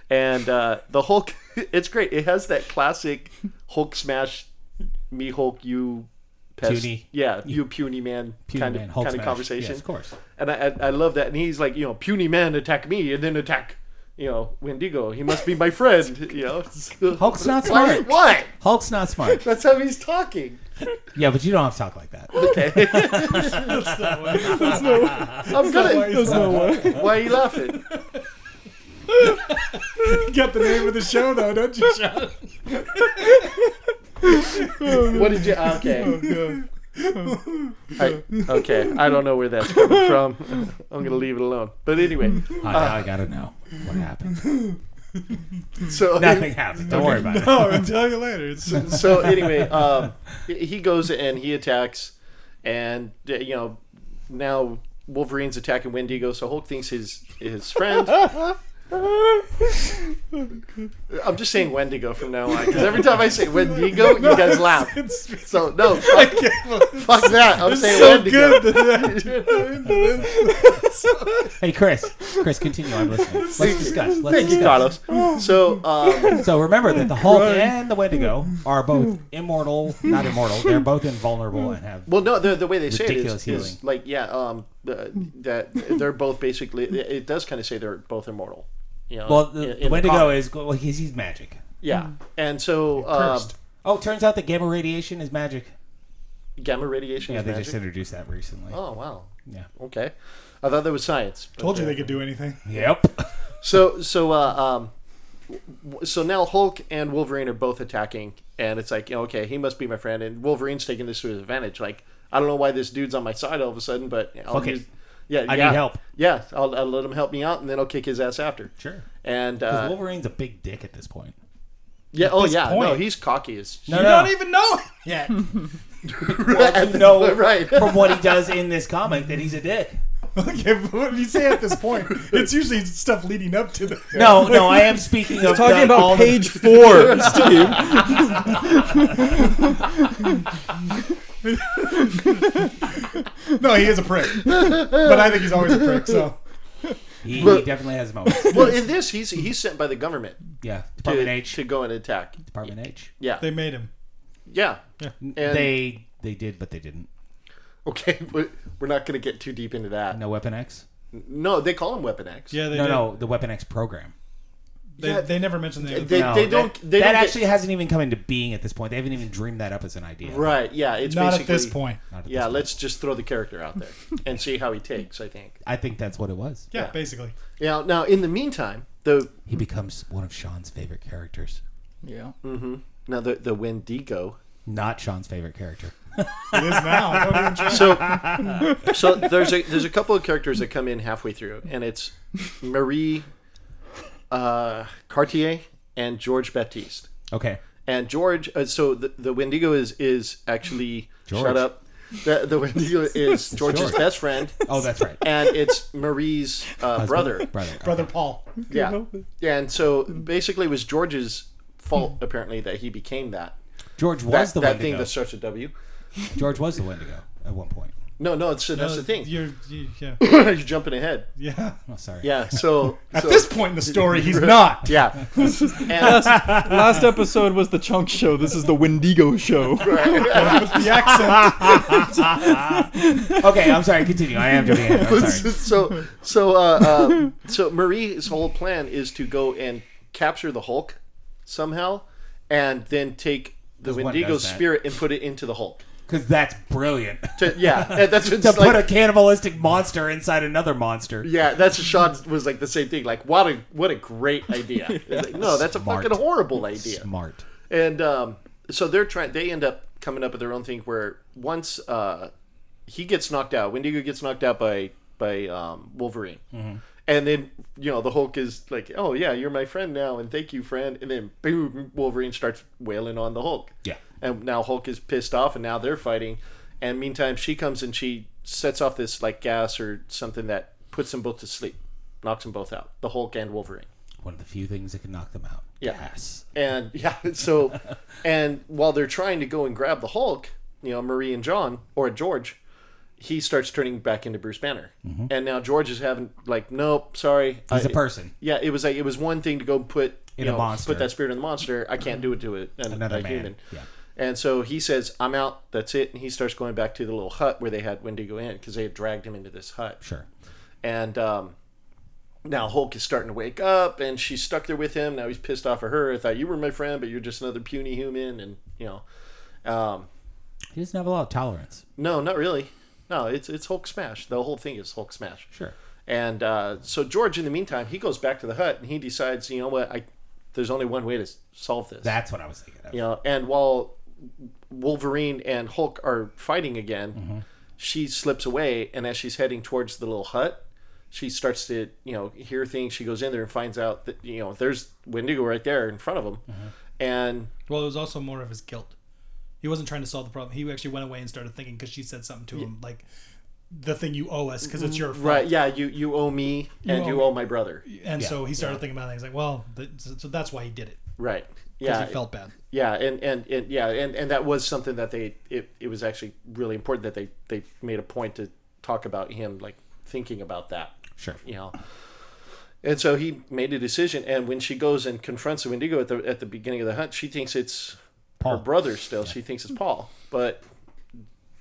S3: and uh, the Hulk. It's great. It has that classic Hulk smash, me Hulk, you pest,
S1: Puny.
S3: yeah, you puny man
S1: Puny
S3: kind
S1: man,
S3: of
S1: Hulk
S3: kind of
S1: smash.
S3: conversation.
S1: Yes, of course.
S3: And I, I I love that. And he's like, you know, puny man, attack me, and then attack. You know, Wendigo. He must be my friend. You know, So-
S1: Hulk's not
S3: Why-
S1: smart.
S3: Why?
S1: Hulk's not smart.
S3: That's how he's talking.
S1: Yeah, but you don't have to talk like that.
S3: Okay, I'm gonna.
S4: There's no way.
S3: Why are you laughing?
S4: You got the name of the show though, don't you, Sean?
S3: What did you? ah, Okay. I, okay, I don't know where that's coming from. I'm gonna leave it alone. But anyway,
S1: Oh, now I gotta know what happened.
S3: so
S1: Nothing happened. Don't worry about it.
S4: Oh, I'll tell you later. It's,
S3: so anyway, um, he goes and he attacks, and uh, you know now Wolverine's attacking Wendigo, so Hulk thinks his his friend. I'm just saying Wendigo from now on because every time I say Wendigo, you guys laugh. So no, fuck, fuck that. I'm saying Wendigo.
S1: Hey, Chris. Chris, continue. I'm listening. Let's discuss. Let's
S3: Thank you,
S1: discuss.
S3: Carlos. So um,
S1: So remember that the Hulk and the Wendigo are both immortal, not immortal. They're both invulnerable and have.
S3: Well, no, the, the way they say it
S1: Ridiculous
S3: is,
S1: healing.
S3: is like yeah, um, the, that they're both basically. It it does kind of say they're both immortal. You know,
S1: Well,
S3: in-
S1: the,
S3: in
S1: the Wendigo
S3: comic.
S1: is well, he's, he's magic.
S3: yeah, and so um,
S4: Cursed.
S1: Oh, turns out that gamma radiation is magic.
S3: gamma radiation.
S1: Yeah,
S3: is
S1: they
S3: magic.
S1: just introduced that recently.
S3: Oh wow.
S1: Yeah.
S3: Okay, I thought that was science. but-
S4: Told you they could do anything.
S1: Yep.
S3: So so uh, um, w- so now Hulk and Wolverine are both attacking, and it's like you know, okay, he must be my friend, and Wolverine's taking this to his advantage. Like I don't know why this dude's on my side all of a sudden, but I'll
S1: Fuck it.
S3: use- yeah,
S1: I need
S3: yeah,
S1: help.
S3: Yeah, I'll, I'll let him help me out, and then I'll kick his ass after.
S1: Sure.
S3: And
S1: Because
S3: uh,
S1: Wolverine's a big dick at this point.
S3: yeah, oh
S4: this
S3: yeah, no,
S4: point-
S3: he's cocky as
S1: No,
S4: You
S1: no.
S4: don't even know it.
S1: yeah.
S3: At the-
S1: no.
S3: right.
S1: From what he does in this comic, that he's a dick.
S4: Okay, but what do you say at this point? It's usually stuff leading up to the.
S1: No, no, I am speaking of
S2: Talking
S1: the- all
S2: about
S1: the-
S2: page four, Steve.
S4: No, he is a prick. but I think he's always a prick, so.
S1: he, he
S3: Look.
S1: definitely has moments.
S3: well, in this, he's he's sent by the government
S1: Yeah, Department
S3: to,
S1: H.
S3: to go and attack.
S1: Department H.
S3: Yeah,
S4: They made him.
S3: yeah. And,
S1: they they did, but they didn't.
S3: okay, but we're not going to get too deep into that. No.
S1: No Weapon X.
S3: they call him Weapon X.
S4: Yeah, they
S1: No,
S4: did.
S1: no, the Weapon X program.
S4: They,
S3: Yeah.
S4: they never mentioned the other
S3: They-
S1: No, That,
S3: don't- they
S1: that
S3: don't get-
S1: actually hasn't even come into being at this point. They haven't even dreamed that up as an idea.
S3: right. Yeah, it's
S4: Not at
S3: basically,
S4: this point.
S1: Not at
S3: Yeah,
S1: this point.
S3: let's just throw the character out there and see how he takes. I think.
S1: I think that's what it was.
S4: Yeah,
S3: Yeah.
S4: basically.
S3: Now, now in the meantime, the
S1: He becomes one of Sean's favorite characters.
S2: Yeah.
S3: now the the Wendigo.
S1: Not Sean's favorite character.
S4: It is now. Don't even try.
S3: So, so there's a there's a couple of characters that come in halfway through, and it's Marie uh, Cartier and George Baptiste.
S1: Okay.
S3: and George. Uh, so the, the Wendigo is is actually
S1: George.
S3: shut up. The, the Wendigo is George's
S1: George.
S3: best friend,
S1: Oh, that's right.
S3: and it's Marie's uh,
S1: Husband?
S3: brother.
S1: Brother.
S4: Brother
S1: okay.
S4: Paul.
S3: Yeah, yeah. And so
S4: Mm-hmm.
S3: basically, it was George's fault
S4: Hmm.
S3: apparently that he became that
S1: George was the
S3: that, that thing
S1: Wendigo.
S3: that starts with W.
S1: George was the Wendigo at one point.
S3: No, no. It's, that's
S4: No,
S3: the thing.
S4: You're, you, yeah.
S3: You're jumping ahead.
S4: yeah.
S1: Oh, sorry.
S3: Yeah. So
S4: At
S3: so-
S4: this point in the story, he's not.
S3: yeah. And,
S2: Last episode was the Chunk Show. This is the Wendigo Show.
S4: But the accent.
S1: Okay, I'm sorry. Continue. I am jumping in. I'm sorry.
S3: so so uh, um, so Marie's whole plan is to go and capture the Hulk somehow, and then take the
S1: Because one
S3: Wendigo
S1: does that.
S3: spirit and put it into the Hulk.
S1: Because that's brilliant.
S3: To- yeah, and that's it's
S1: to
S3: like.
S1: put a cannibalistic monster inside another monster.
S3: yeah, that's shot was like the same thing. Like, what a what a great idea! It's like, no, that's
S1: Smart.
S3: a fucking horrible idea.
S1: Smart.
S3: And um, so they're trying. They end up coming up with their own thing where once uh, he gets knocked out, Wendigo gets knocked out by by um, Wolverine, and then you know the Hulk is like, "Oh yeah, you're my friend now, and thank you, friend." And then boom, Wolverine starts wailing on the Hulk.
S1: Yeah.
S3: and now Hulk is pissed off, and now they're fighting. And meantime, she comes and she sets off this like gas or something that puts them both to sleep, knocks them both out, the Hulk and Wolverine.
S1: One of the few things that can knock them out.
S3: Yeah.
S1: Yes.
S3: And yeah, so and while they're trying to go and grab the Hulk, you know, Marie and John or George, he starts turning back into Bruce Banner. And now George is having like, nope, sorry.
S1: Mm-hmm. He's
S3: I-
S1: a person.
S3: Yeah, it was like it was one thing to go put you
S1: In a
S3: know,
S1: monster.
S3: put that spirit in the monster. I can't do it to a, an,
S1: Another
S3: a
S1: man.
S3: human.
S1: Yeah.
S3: And so he says, "I'm out. That's it." And he starts going back to the little hut where they had Wendigo in because they had dragged him into this hut
S1: Sure.
S3: and um, now Hulk is starting to wake up, and she's stuck there with him. Now he's pissed off at her. I thought you were my friend, but you're just another puny human, and you know, um,
S1: He doesn't have a lot of tolerance.
S3: no, not really. No, it's it's Hulk smash. The whole thing is Hulk smash.
S1: Sure.
S3: And uh, so George, in the meantime, he goes back to the hut, and he decides, you know what, I there's only one way to s- solve this.
S1: That's what I was thinking of.
S3: you know, and while Wolverine and Hulk are fighting again,
S4: Mm-hmm.
S3: she slips away, and as she's heading towards the little hut, she starts to you know hear things. She goes in there and finds out that you know there's Wendigo right there in front of them,
S4: Mm-hmm.
S3: and
S4: Well, it was also more of his guilt. He wasn't trying to solve the problem. He actually went away and started thinking because she said something to him like, the thing you owe us because it's your fault.
S3: Mm-hmm. Right? Yeah, you you owe me, and
S4: owe
S3: you
S4: me.
S3: owe my brother.
S4: And so he started thinking about it. He's like, well, th- so that's why he did it.
S3: Right?
S4: 'cause
S3: Yeah,
S4: he felt bad.
S3: yeah, and, and and yeah, and and that was something that they it, it was actually really important that they they made a point to talk about him like thinking about that.
S1: Sure.
S3: you know. And so he made a decision, and when she goes and confronts the Wendigo at the at the beginning of the hunt, she thinks it's
S1: Paul.
S3: her brother still. She thinks it's Paul, but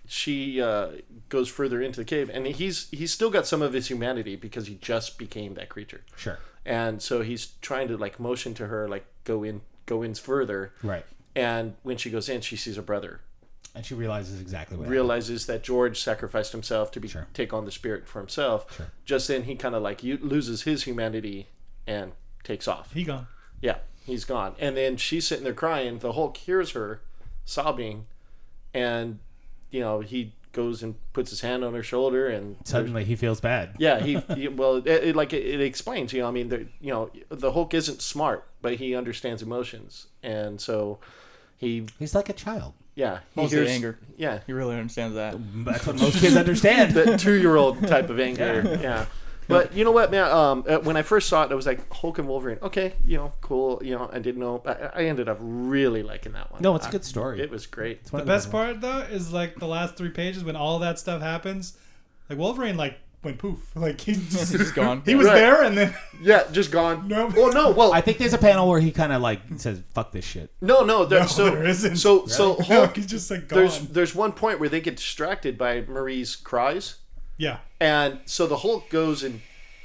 S3: she uh, goes further into the cave, and he's he's still got some of his humanity because he just became that creature,
S1: Sure.
S3: and so he's trying to like motion to her like go in go in further,
S1: Right.
S3: And when she goes in, she sees her brother,
S1: And she realizes exactly what
S3: realizes that George sacrificed himself to be
S1: Sure.
S3: take on the spirit for himself. Just then, he kind of like u- loses his humanity and takes off.
S4: He gone.
S3: yeah, he's gone. And then she's sitting there crying. The Hulk hears her sobbing, and you know he goes and puts his hand on her shoulder and
S1: Suddenly he feels bad.
S3: yeah, he, he well, it, it, like it, it explains. You know, I mean, the, you know, the Hulk isn't smart, but he understands emotions, and so he,
S1: He's like a child.
S3: yeah, he
S2: Mostly anger.
S3: Yeah,
S2: He really understands that.
S1: That's what most kids understand.
S3: that two-year-old type of anger. Yeah. But you know what, man? Um, uh, when I first saw it, I was like Hulk and Wolverine. Okay, you know, cool. You know, I didn't know. I, I ended up really liking that one.
S1: No, it's a
S3: I-
S1: good story.
S3: It was great.
S1: It's one
S4: The
S1: of
S4: best part though is like the last three pages when all that stuff happens. Like Wolverine, like went poof. Like he just
S2: He's gone.
S4: He was
S3: Right.
S4: there, and then
S3: Yeah, just gone.
S4: No.
S3: Well, no. Well,
S1: I think there's a panel where he kind of like says, "Fuck this shit."
S3: no, no. There,
S4: No,
S3: so,
S4: there isn't.
S3: So, so Hulk.
S4: he's just like gone.
S3: There's there's one point where they get distracted by Marie's cries,
S4: yeah,
S3: and so the Hulk goes and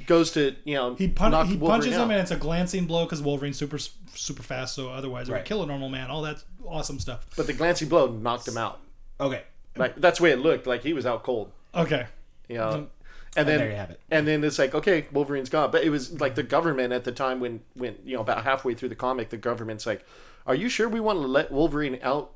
S3: goes to you know
S4: he, pun-
S3: knock
S4: he
S3: Wolverine
S4: punches
S3: out.
S4: him, and it's a glancing blow because Wolverine's super super fast. So otherwise, it
S1: Right.
S4: would kill a normal man. All that awesome stuff.
S3: but the glancing blow knocked him out.
S1: Okay.
S3: Like that's the way it looked. Like he was out cold.
S4: Okay,
S3: You
S1: Mm-hmm.
S3: know. And then
S1: there you have it.
S3: And then it's like, okay, Wolverine's gone. But it was like the government at the time when, when you know, about halfway through the comic, the government's like, are you sure we want to let Wolverine out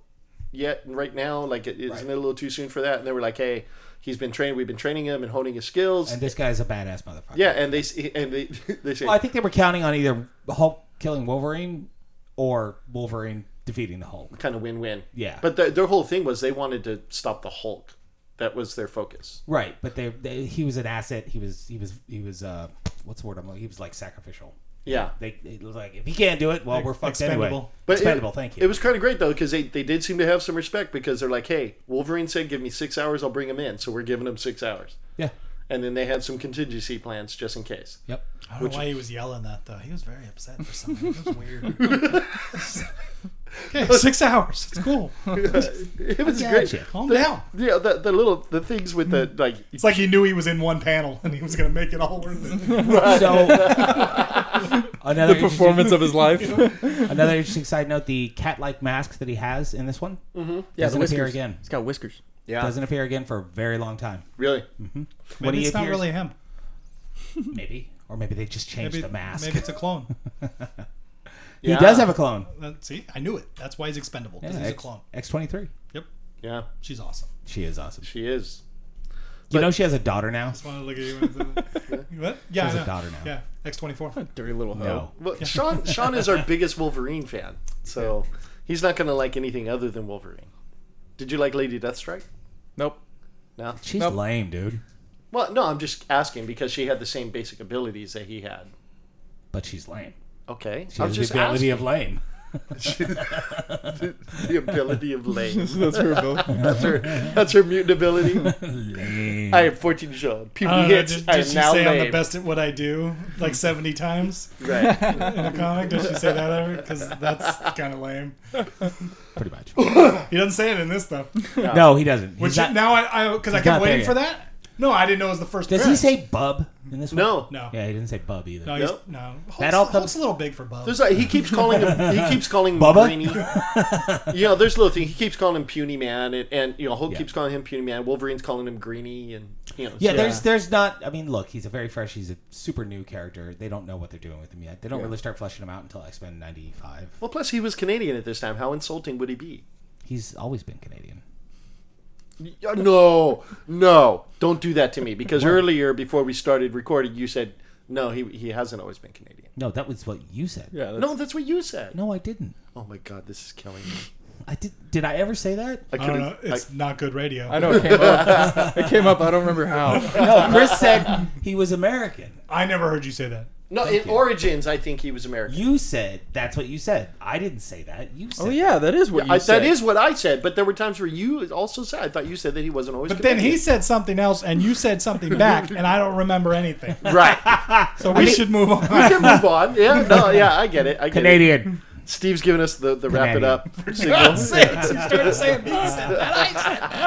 S3: yet right now? Like, it, isn't it a little too soon for that? And they were like, hey, he's been trained. We've been training him and honing his skills.
S1: And this guy's a badass motherfucker.
S3: yeah, and they s- and they they say
S1: Well, I think they were counting on either Hulk killing Wolverine or Wolverine defeating the Hulk.
S3: kind of win-win.
S1: Yeah.
S3: But the, their whole thing was they wanted to stop the Hulk. That was their focus.
S1: Right, but they, they he was an asset. He was he was he was uh what's the word I'm like he was like sacrificial.
S3: Yeah.
S1: They, they was like if he can't do it, well we're fucked anyway.
S4: expendable.
S3: But it-
S1: expendable, thank you.
S3: It was kind of great though because they, they did seem to have some respect because they're like, hey, Wolverine said, give me six hours, I'll bring him in. So we're giving him six hours.
S1: yeah.
S3: and then they had some contingency plans just in case.
S1: Yep.
S4: I don't know why he was yelling that though. He was very upset for something. It was weird. okay, six hours. It's cool.
S3: It was great.
S1: Gotcha.
S4: Calm down. Hmm.
S3: Yeah, the, the little the things with the like.
S4: It's like he knew he was in one panel and he was gonna make it all worth it.
S1: So another
S2: The performance of his life.
S1: Interesting, another interesting side note: the cat-like mask that he has in this one
S4: Mm-hmm.
S2: Yeah,
S1: doesn't appear again.
S2: He's got whiskers.
S3: Yeah,
S1: Doesn't appear again for a very long time.
S3: really.
S4: Hmm.
S1: When
S4: Maybe
S1: he
S4: it's not
S1: appears-
S4: really him.
S1: Maybe, or maybe they just changed
S4: Maybe,
S1: the mask.
S4: maybe it's a clone.
S1: He does have a clone.
S4: That- see, I knew it. That's why he's expendable. Because he's a clone.
S1: X twenty three.
S4: Yep.
S3: Yeah,
S4: She's awesome.
S1: She is awesome.
S3: she is.
S1: you know she has a daughter now.
S4: Just wanted to look at you. and say- what? Yeah,
S1: She has
S4: I
S1: a
S4: know.
S1: daughter now.
S4: Yeah, X twenty four.
S2: Dirty little hoe.
S1: No.
S3: Well, Sean Sean is our biggest Wolverine fan, so he's not gonna like anything other than Wolverine. Did you like Lady Deathstrike?
S2: Nope.
S3: No.
S1: She's
S2: Nope.
S1: lame, dude.
S3: Well, no, I'm just asking because she had the same basic abilities that he had.
S1: But she's lame.
S3: Okay,
S1: She
S3: I
S1: has
S3: was
S1: the
S3: just
S1: ability of lame.
S3: asking. the ability of lame.
S2: That's her ability.
S3: That's her. That's her mutant ability.
S1: lame.
S3: I am 14 years old. Puberty
S4: Uh, did
S3: hits.
S4: did
S3: I am
S4: she
S3: now
S4: say
S3: lame.
S4: I'm the best at what I do like 70 times
S3: Right.
S4: in a comic? Does she say that ever? Because that's kind of lame.
S1: Pretty much.
S4: He doesn't say it in this though.
S1: no, he doesn't. He's
S4: Which
S1: not-
S4: now I because I,
S1: not
S4: kept
S1: there
S4: waiting
S1: yet.
S4: for that. No, I didn't know it was the first.
S1: does he
S4: appearance.
S1: say bub in this one?
S3: No.
S4: no?
S1: Yeah, he didn't say bub either.
S4: No, he's,
S3: Nope.
S4: no. Hulk's,
S1: That all comes-
S4: Hulk's a little big for Bub.
S3: There's like he keeps calling him he keeps calling him
S1: Bubba?
S3: Greeny. you know, there's little thing. He keeps calling him puny man, and, and you know, Hulk
S1: Yeah.
S3: keeps calling him puny man. Wolverine's calling him Greeny, and you know,
S1: Yeah,
S3: so-
S1: there's there's not. I mean, look, he's a very fresh. He's a super new character. They don't know what they're doing with him yet. They don't really start fleshing him out until X Men '95.
S3: Well, plus he was Canadian at this time. How insulting would he be?
S1: He's always been Canadian.
S3: Yeah, uh, No, no, don't do that to me. Because earlier, before we started recording, you said no. He he hasn't always been Canadian.
S1: No, that was what you said.
S2: Yeah. That's,
S3: No, that's what you said.
S1: No, I didn't.
S3: Oh my God, this is killing me.
S1: I did. Did I ever say that?
S3: I
S4: I don't
S3: couldn't.
S4: know. It's not good radio.
S2: I know it came up. It came up. I don't remember how.
S1: No, Chris said he was American.
S4: I never heard you say that.
S3: no, in Origins, I think he was American.
S1: You said that's what you said. I didn't say that. You said.
S2: Oh yeah, that is what you
S3: I,
S2: said.
S3: that is what I said, but there were times where you also said. I thought you said that he wasn't always.
S4: But then he
S3: Canadian.
S4: said something else, and you said something back, and I don't remember anything.
S3: right.
S4: So we should move on.
S3: We can move on. Yeah, no, yeah, I get it. I get It.
S1: Canadian.
S3: Steve's giving us the, the wrap it
S1: Canadian.
S3: up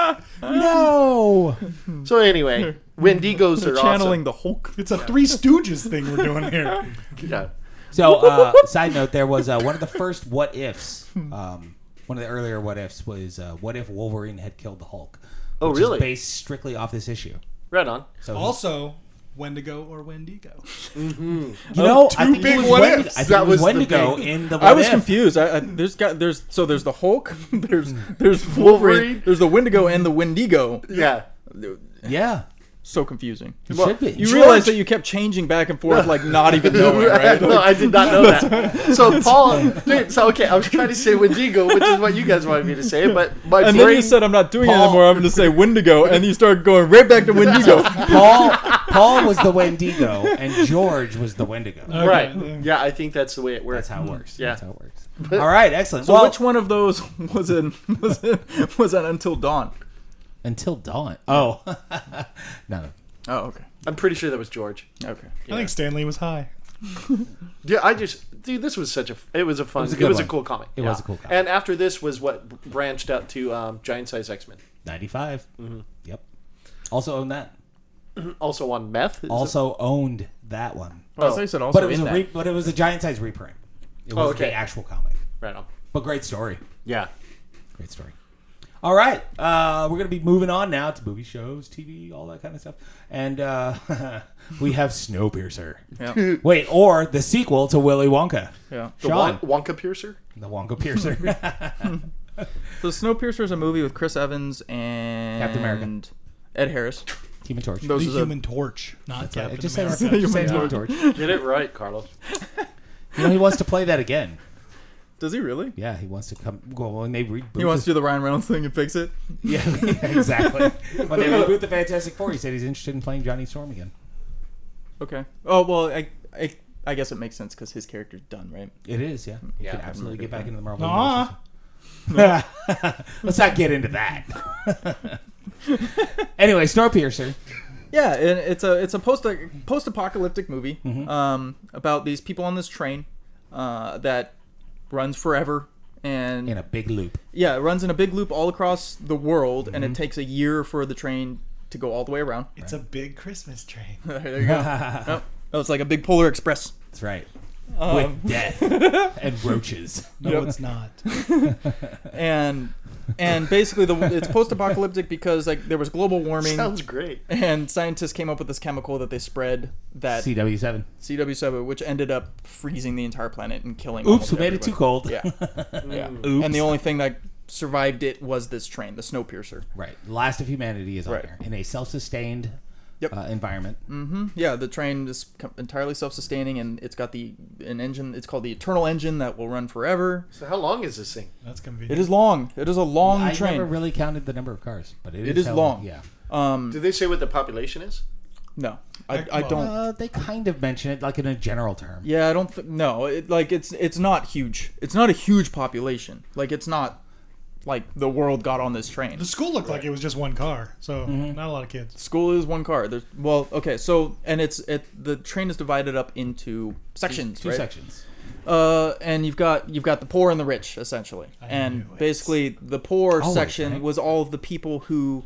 S3: signal.
S1: No.
S3: So anyway, Wendigos are
S2: channeling
S3: awesome.
S2: the Hulk.
S4: It's a Three Stooges thing we're doing here.
S3: Yeah.
S1: So, uh, side note, there was uh, one of the first what ifs. Um, one of the earlier what ifs was uh, what if Wolverine had killed the Hulk?
S3: Oh,
S1: which
S3: really?
S1: Is based strictly off this issue.
S3: Right on.
S1: So,
S4: Also, Wendigo or Wendigo?
S1: you know,
S4: two
S1: I think
S4: big
S1: it was
S4: what
S1: Wendigo,
S4: ifs.
S1: I think it
S3: That was
S1: was
S3: the
S1: Wendigo
S3: big-
S1: in the what
S2: I was
S1: if.
S2: confused. I, I there's got there's so there's the Hulk, there's
S1: Hmm.
S2: there's Wolverine,
S3: Wolverine.
S2: there's the Wendigo and the Wendigo.
S3: Yeah.
S1: Yeah,
S2: So confusing.
S1: it
S3: Well,
S1: should be.
S2: You realize that you kept changing back and forth, like not even knowing, right?
S3: no, I did not know that. So Paul, dude, so okay, I was trying to say Wendigo, which is what you guys wanted me to say, but my
S2: And then
S3: brain
S2: you said, "I'm not doing it
S1: Paul-
S2: anymore. I'm going to say Wendigo," and you start going right back to Wendigo.
S1: Paul, Paul was the Wendigo, and George was the Wendigo.
S2: Uh,
S3: right.
S4: Okay.
S3: Yeah, I think that's the way it works.
S1: That's how it works.
S3: Yeah.
S1: That's how it works. All right, excellent.
S2: So
S1: well,
S2: which one of those was in was in, was on Until Dawn?
S1: until dawn. Oh, no.
S2: Oh, okay,
S3: I'm pretty sure that was George.
S2: okay.
S4: I think Stanley was high.
S3: Yeah, I just dude, this was such a it was a fun it was
S1: a
S3: a,
S1: good one.
S3: cool comic.
S1: It
S3: Yeah.
S1: was a cool comic.
S3: And after this was what branched out to um, Giant Size X Men.
S1: 95.
S3: Mm-hmm.
S1: Yep. Also owned that.
S3: Also on meth. is
S1: Also owned that one.
S2: Well,
S3: Oh.
S2: so you said also
S1: But it was
S2: in
S1: a
S2: that. Oh,
S1: re- but it was a giant size reprint. It was
S3: okay.
S1: the actual comic.
S3: it? Oh, right on.
S1: But great story.
S3: Yeah.
S1: Great story. All right, uh, we're gonna be moving on now to movie shows, TV, all that kind of stuff, and uh, we have Snowpiercer.
S2: Yeah.
S1: Wait, or the sequel to Willy Wonka,
S2: yeah.
S3: The
S1: Sean,
S3: Won- Wonka Piercer?
S1: the Wonka Piercer.
S2: So Snowpiercer is a movie with Chris Evans and
S1: Captain America.
S2: Ed Harris.
S1: Human Torch.
S4: The
S2: Those are the,
S4: Human Torch, not
S1: It
S4: Captain
S1: just says,
S4: America.
S1: just says Human Torch. You
S3: Get it right, Carlos.
S1: know, he wants to play that again.
S2: does he really?
S1: Yeah, he wants to come. Well, when they reboot,
S2: He wants to
S1: the,
S2: do the Ryan Reynolds thing and fix it.
S1: yeah, exactly. When they reboot the Fantastic Four, he said he's interested in playing Johnny Storm again.
S2: Okay. Oh well, I I, I guess it makes sense because his character's done, right?
S1: It is, yeah. You
S3: Yeah,
S1: can
S3: I'm
S1: absolutely
S2: gonna
S1: get back
S2: do that.
S1: into the Marvel
S4: Nuh-uh.
S1: universe. Let's not get into that. anyway, Snowpiercer.
S2: Yeah, and it's a it's a post post apocalyptic movie
S1: Mm-hmm.
S2: um, about these people on this train uh, that runs forever and
S1: in a big loop.
S2: yeah, it runs in a big loop all across the world, and
S1: Mm-hmm.
S2: it takes a year for the train to go all the way around.
S4: It's a big Christmas train.
S2: there you go.
S1: That's
S2: oh, oh, it's like a big polar express.
S1: right. With death and roaches.
S4: No,
S2: Yep.
S4: it's not.
S2: and and basically the it's post-apocalyptic because like there was global warming
S3: Sounds great.
S2: and scientists came up with this chemical that they spread that
S1: CW7.
S2: CW7 which ended up freezing the entire planet and killing
S1: Oops,
S2: almost
S1: we made it too
S2: everybody.
S1: cold.
S2: yeah yeah
S1: Oops.
S2: and the only thing that survived it was this train the snowpiercer
S1: Right. Last of Humanity is on
S2: Right.
S1: there in a self sustained
S2: Yep.
S1: uh, environment.
S2: yeah the train is com- entirely self-sustaining and it's got the an engine it's called the eternal engine that will run forever
S3: So how long is this thing?
S4: That's
S2: it
S4: convenient.
S2: is long it is a long
S1: I
S2: train
S1: never really counted the number of cars, but it,
S2: It is
S1: hell-
S2: long.
S1: Yeah.
S2: um
S3: Do they say what the population is?
S2: no I, I
S4: Well,
S2: don't
S1: Uh, they kind of mention it like in a general term.
S2: Yeah, I don't think no. It, like it's it's not huge. It's not a huge population. Like it's not like the world got on this train.
S4: The school looked like it was just one car, so not a lot of kids.
S2: School is one car. There's well, okay. So and it's it the train is divided up into sections,
S1: Two
S2: right?
S1: sections.
S2: Uh, and you've got you've got the poor and the rich essentially.
S4: knew
S2: and
S4: it.
S2: basically, the poor
S1: Always,
S2: section
S1: right?
S2: was all of the people who.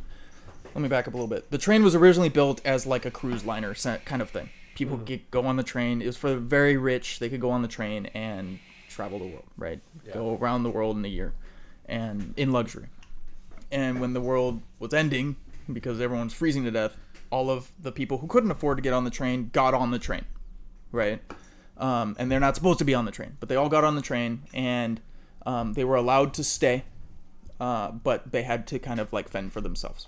S2: Let me back up a little bit. The train was originally built as like a cruise liner se- kind of thing.
S1: Hmm.
S2: People get, go on the train. It was for the very rich. They could go on the train and travel the world, right? Go around the world in a year, and in luxury. And when the world was ending, because everyone's freezing to death, all of the people who couldn't afford to get on the train got on the train, right? Um, and they're not supposed to be on the train, but they all got on the train and um, they were allowed to stay, uh, but they had to kind of like fend for themselves.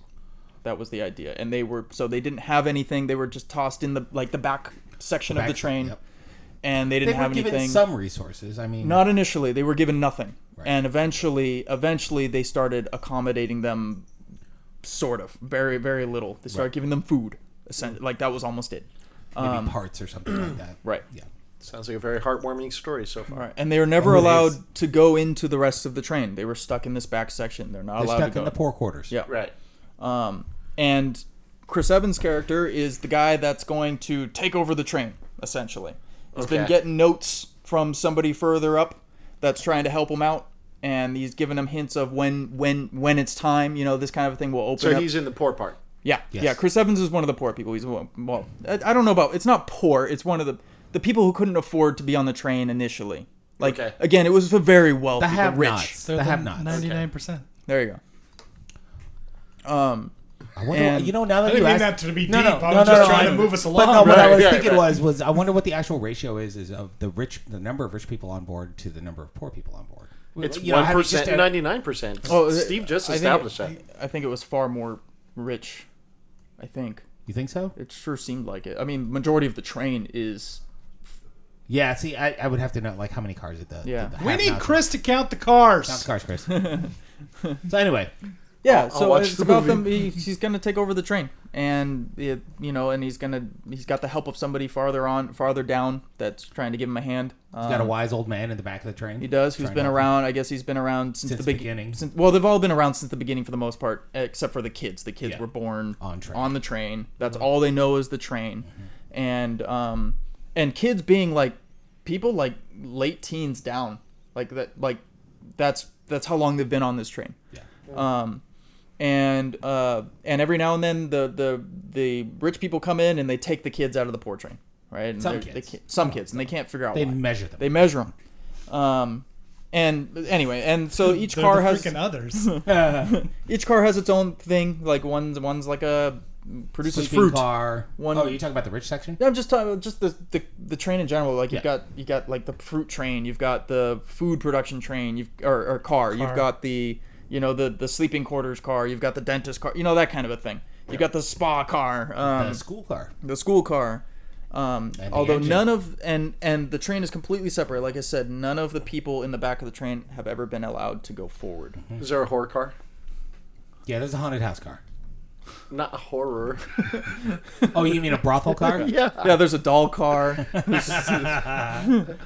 S2: That was the idea, and they were so they didn't have anything. They were just tossed in the like the back section of
S1: Back-
S2: the train,
S1: yep.
S2: and they
S1: They
S2: didn't
S1: were
S2: have
S1: given
S2: anything.
S1: some resources. I mean,
S2: Not initially. They were given nothing, and eventually, eventually, they started accommodating them, sort of, very, very little. They started giving them food, essen- like that was almost it.
S1: maybe parts or something like that.
S2: um, Right.
S1: Yeah.
S3: Sounds like a very heartwarming story so far.
S2: All right. And they were never
S1: Always.
S2: allowed to go into the rest of the train. They were stuck in this back section. They're not
S1: They're
S2: allowed
S1: stuck
S2: to go.
S1: in the poor quarters.
S2: Yeah.
S3: Right.
S2: Um, and Chris Evans' character is the guy that's going to take over the train, essentially. He's been
S3: Okay.
S2: getting notes from somebody further up that's trying to help him out, and he's giving him hints of when, when, when it's time. You know, this kind of thing will open.
S3: So
S2: up.
S3: he's in the poor part.
S2: yeah,
S1: Yes.
S2: yeah. Chris Evans is one of the poor people. He's one- well, I, I don't know about. It's not poor. It's one of the the people who couldn't afford to be on the train initially. Like
S3: Okay.
S2: again, it was the very wealthy,
S1: The
S2: the
S1: have
S2: rich.
S1: nots.
S4: They're
S1: The have
S4: the
S1: nots.
S4: ninety-nine percent.
S2: There you go. Um,
S1: I wonder. What,
S2: And-
S1: you know, now
S6: I
S1: that
S6: didn't
S1: you
S6: mean
S1: asked,
S6: that to be
S1: no, no,
S6: deep. I
S1: no,
S6: was
S1: no,
S6: just
S1: no,
S6: trying
S1: I-
S6: to move us
S1: but
S6: along.
S1: no, what I
S3: Right,
S1: was
S3: right,
S1: thinking
S3: right.
S1: was, was I wonder what the actual ratio is, is of the rich, the number of rich people on board to the number of poor people on board.
S3: It's
S1: You know,
S3: one
S1: how do you just-
S3: percent, ninety nine percent.
S2: Oh,
S3: Steve just
S2: I think-
S3: established that.
S2: I think it was far more rich. I think
S1: You think so?
S2: it sure seemed like it. I mean, majority of the train is
S1: Yeah. See, I, I would have to know like how many cars at the.
S2: Yeah.
S1: the- the
S4: We need
S1: have-nots-
S4: Chris to count the cars.
S1: Not cars, Chris. so anyway,
S2: yeah.
S3: I'll
S2: so
S3: watch
S2: it's
S3: the
S2: about them. He, he's going to take over the train, and it, you know, and he's going to he's got the help of somebody farther on, farther down that's trying to give him a hand.
S1: you got a
S2: Um,
S1: wise old man in the back of the train.
S2: He does. Who's
S1: Trying
S2: been
S1: to-
S2: around? I guess he's been around since,
S1: Since
S2: the
S1: the
S2: beg-
S1: beginning.
S2: Since, well, they've all been around since the beginning for the most part, except for the kids. The kids
S1: Yeah.
S2: were born
S1: On train. Mm-hmm.
S2: the train. That's all they know is the train, and um, and kids being like people like late teens down, like that, like that's that's how long they've been on this train.
S1: Yeah.
S2: Um, and uh, and every now and then the the the rich people come in and they take the kids out of the poor train, right? And
S1: Some
S2: they're- they
S1: kids.
S2: can't- some kids, and they can't figure out
S1: They
S2: why.
S1: measure them.
S2: They measure them. Um, and but anyway, and so each
S4: They're
S2: car
S4: the
S2: has
S4: freaking others.
S2: each car has its own thing. Like one's one's like a produces
S1: Sleeping
S2: fruit.
S1: car.
S2: One-
S1: Oh, you talking about the rich section?
S2: Yeah, I'm just talking about just the, the the train in general. Like you've
S1: Yeah.
S2: got you got like the fruit train, you've got the food production train, you've or, or car, you've got the you know the the sleeping quarters car, you've got the dentist car, you know that kind of a thing. You've got the spa car. Um,
S1: the school car.
S2: the school car. Um,
S1: And the
S2: although
S1: engine.
S2: none of and and the train is completely separate. Like I said, none of the people in the back of the train have ever been allowed to go forward.
S3: Is there a horror car?
S1: Yeah, there's a haunted house car.
S3: Not a horror.
S1: Oh, you mean a brothel car?
S3: yeah.
S2: Yeah, there's a doll car. um, but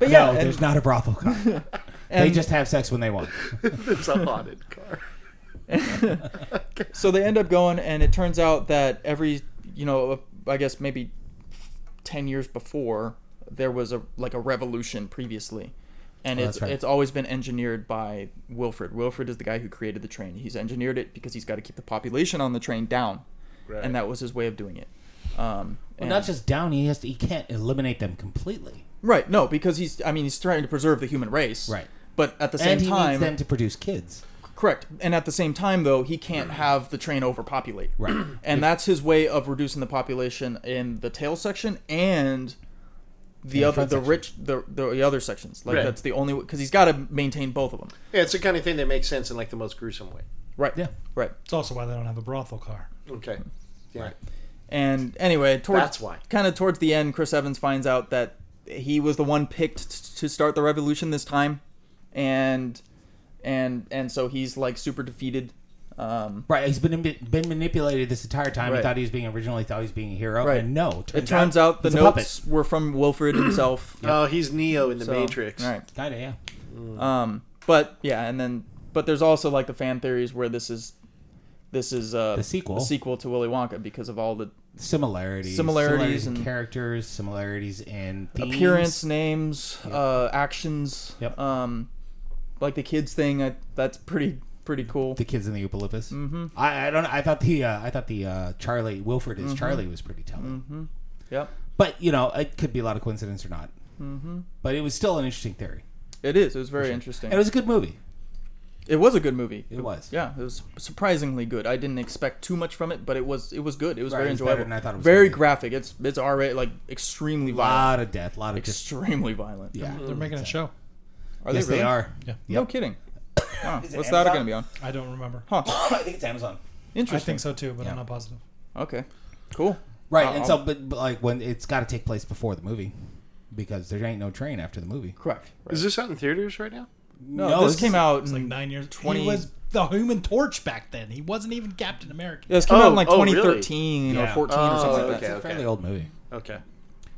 S2: yeah,
S1: No,
S2: and-
S1: there's not a brothel car. they just have sex when they want.
S3: It's a haunted car.
S2: so they end up going, and it turns out that every you know, uh, I guess maybe ten years before there was a like a revolution previously. And
S1: Oh,
S2: it's
S1: that's right.
S2: it's always been engineered by Wilfred. Wilfred is the guy who created the train. He's engineered it because he's got to keep the population on the train down,
S3: Right.
S2: and that was his way of doing it. Um,
S1: Well,
S2: and-
S1: not just down. He has to. He can't eliminate them completely.
S2: right, no, because he's I mean he's trying to preserve the human race,
S1: Right.
S2: But at the same
S1: And he
S2: time,
S1: needs them to produce kids.
S2: Correct. And at the same time, though, he can't have the train overpopulate.
S1: Right.
S2: And that's his way of reducing the population in the tail section and the
S1: the
S2: other,
S1: front
S2: the
S1: section.
S2: rich, the, the the other sections. Like
S3: Right.
S2: that's the only because he's got to maintain both of them.
S3: Yeah, it's the kind of thing that makes sense in like the most gruesome way.
S2: Right.
S1: Yeah.
S2: Right.
S4: It's also why they don't have a brothel car.
S3: Okay. Yeah.
S2: And anyway, towards,
S3: That's why.
S2: Kind of towards the end, Chris Evans finds out that he was the one picked t- to start the revolution this time, and and and so he's like super defeated. Um,
S1: Right. He's been been manipulated this entire time.
S2: Right.
S1: He thought he was being originally thought he was being a hero.
S2: Right.
S1: And no,
S2: it turns out, the
S1: he's a puppet.
S2: notes were from Wilfred himself.
S3: Oh, he's Neo in the
S2: So,
S3: Matrix.
S2: Right.
S1: Kinda. Yeah.
S2: Um, but yeah, and then but there's also like the fan theories where this is this is uh,
S1: The sequel.
S2: the sequel to Willy Wonka because of all the
S1: Similarities.
S2: Similarities
S1: in
S2: and-
S1: characters. Similarities in themes.
S2: appearance, names, uh, actions.
S1: Yep.
S2: Um, like the kids thing. I, that's pretty pretty cool.
S1: The kids in the Olympus. Mm-hmm. I, I don't. I thought the uh, I thought the uh, Charlie Wilford is Charlie was pretty telling.
S2: Yep.
S1: But you know, it could be a lot of coincidence or not. Mm-hmm. But it was still an interesting theory.
S2: It is. It was very interesting.
S1: And it was a good movie.
S2: It was a good movie.
S1: It was.
S2: Yeah, it was surprisingly good. I didn't expect too much from it, but it was it was good. It was
S1: Right,
S2: very
S1: it was better
S2: enjoyable.
S1: than I thought it was gonna
S2: very
S1: be.
S2: graphic. It's it's already like extremely
S1: A
S2: violent.
S1: lot of death. A lot of just.
S2: Extremely violent.
S1: Yeah.
S4: They're making a show.
S2: Are
S1: Yes,
S2: they, really?
S1: they are.
S4: Yeah.
S2: No kidding. Wow.
S1: it
S2: What's
S1: Amazon?
S2: that going to be on?
S4: I don't remember.
S1: I think it's Amazon.
S4: I
S2: Interesting.
S4: think so too, but
S1: Yeah.
S4: I'm not positive.
S2: Okay. Cool.
S1: Right,
S2: Uh,
S1: and so, but, but like when it's got to take place before the movie. because there ain't no train after the movie.
S2: Correct. Right.
S3: Is this out in theaters right now?
S2: No, this, came out.
S4: It's
S2: in-
S4: like nine years.
S2: 20
S4: He was the Human Torch back then. He wasn't even Captain America.
S2: Yeah, this came
S3: Oh,
S2: out in like
S3: oh, really?
S2: 2013
S1: Yeah.
S2: or 14 or
S3: Oh,
S2: something like
S1: It's
S3: okay.
S2: that.
S1: a fairly old movie.
S3: Okay.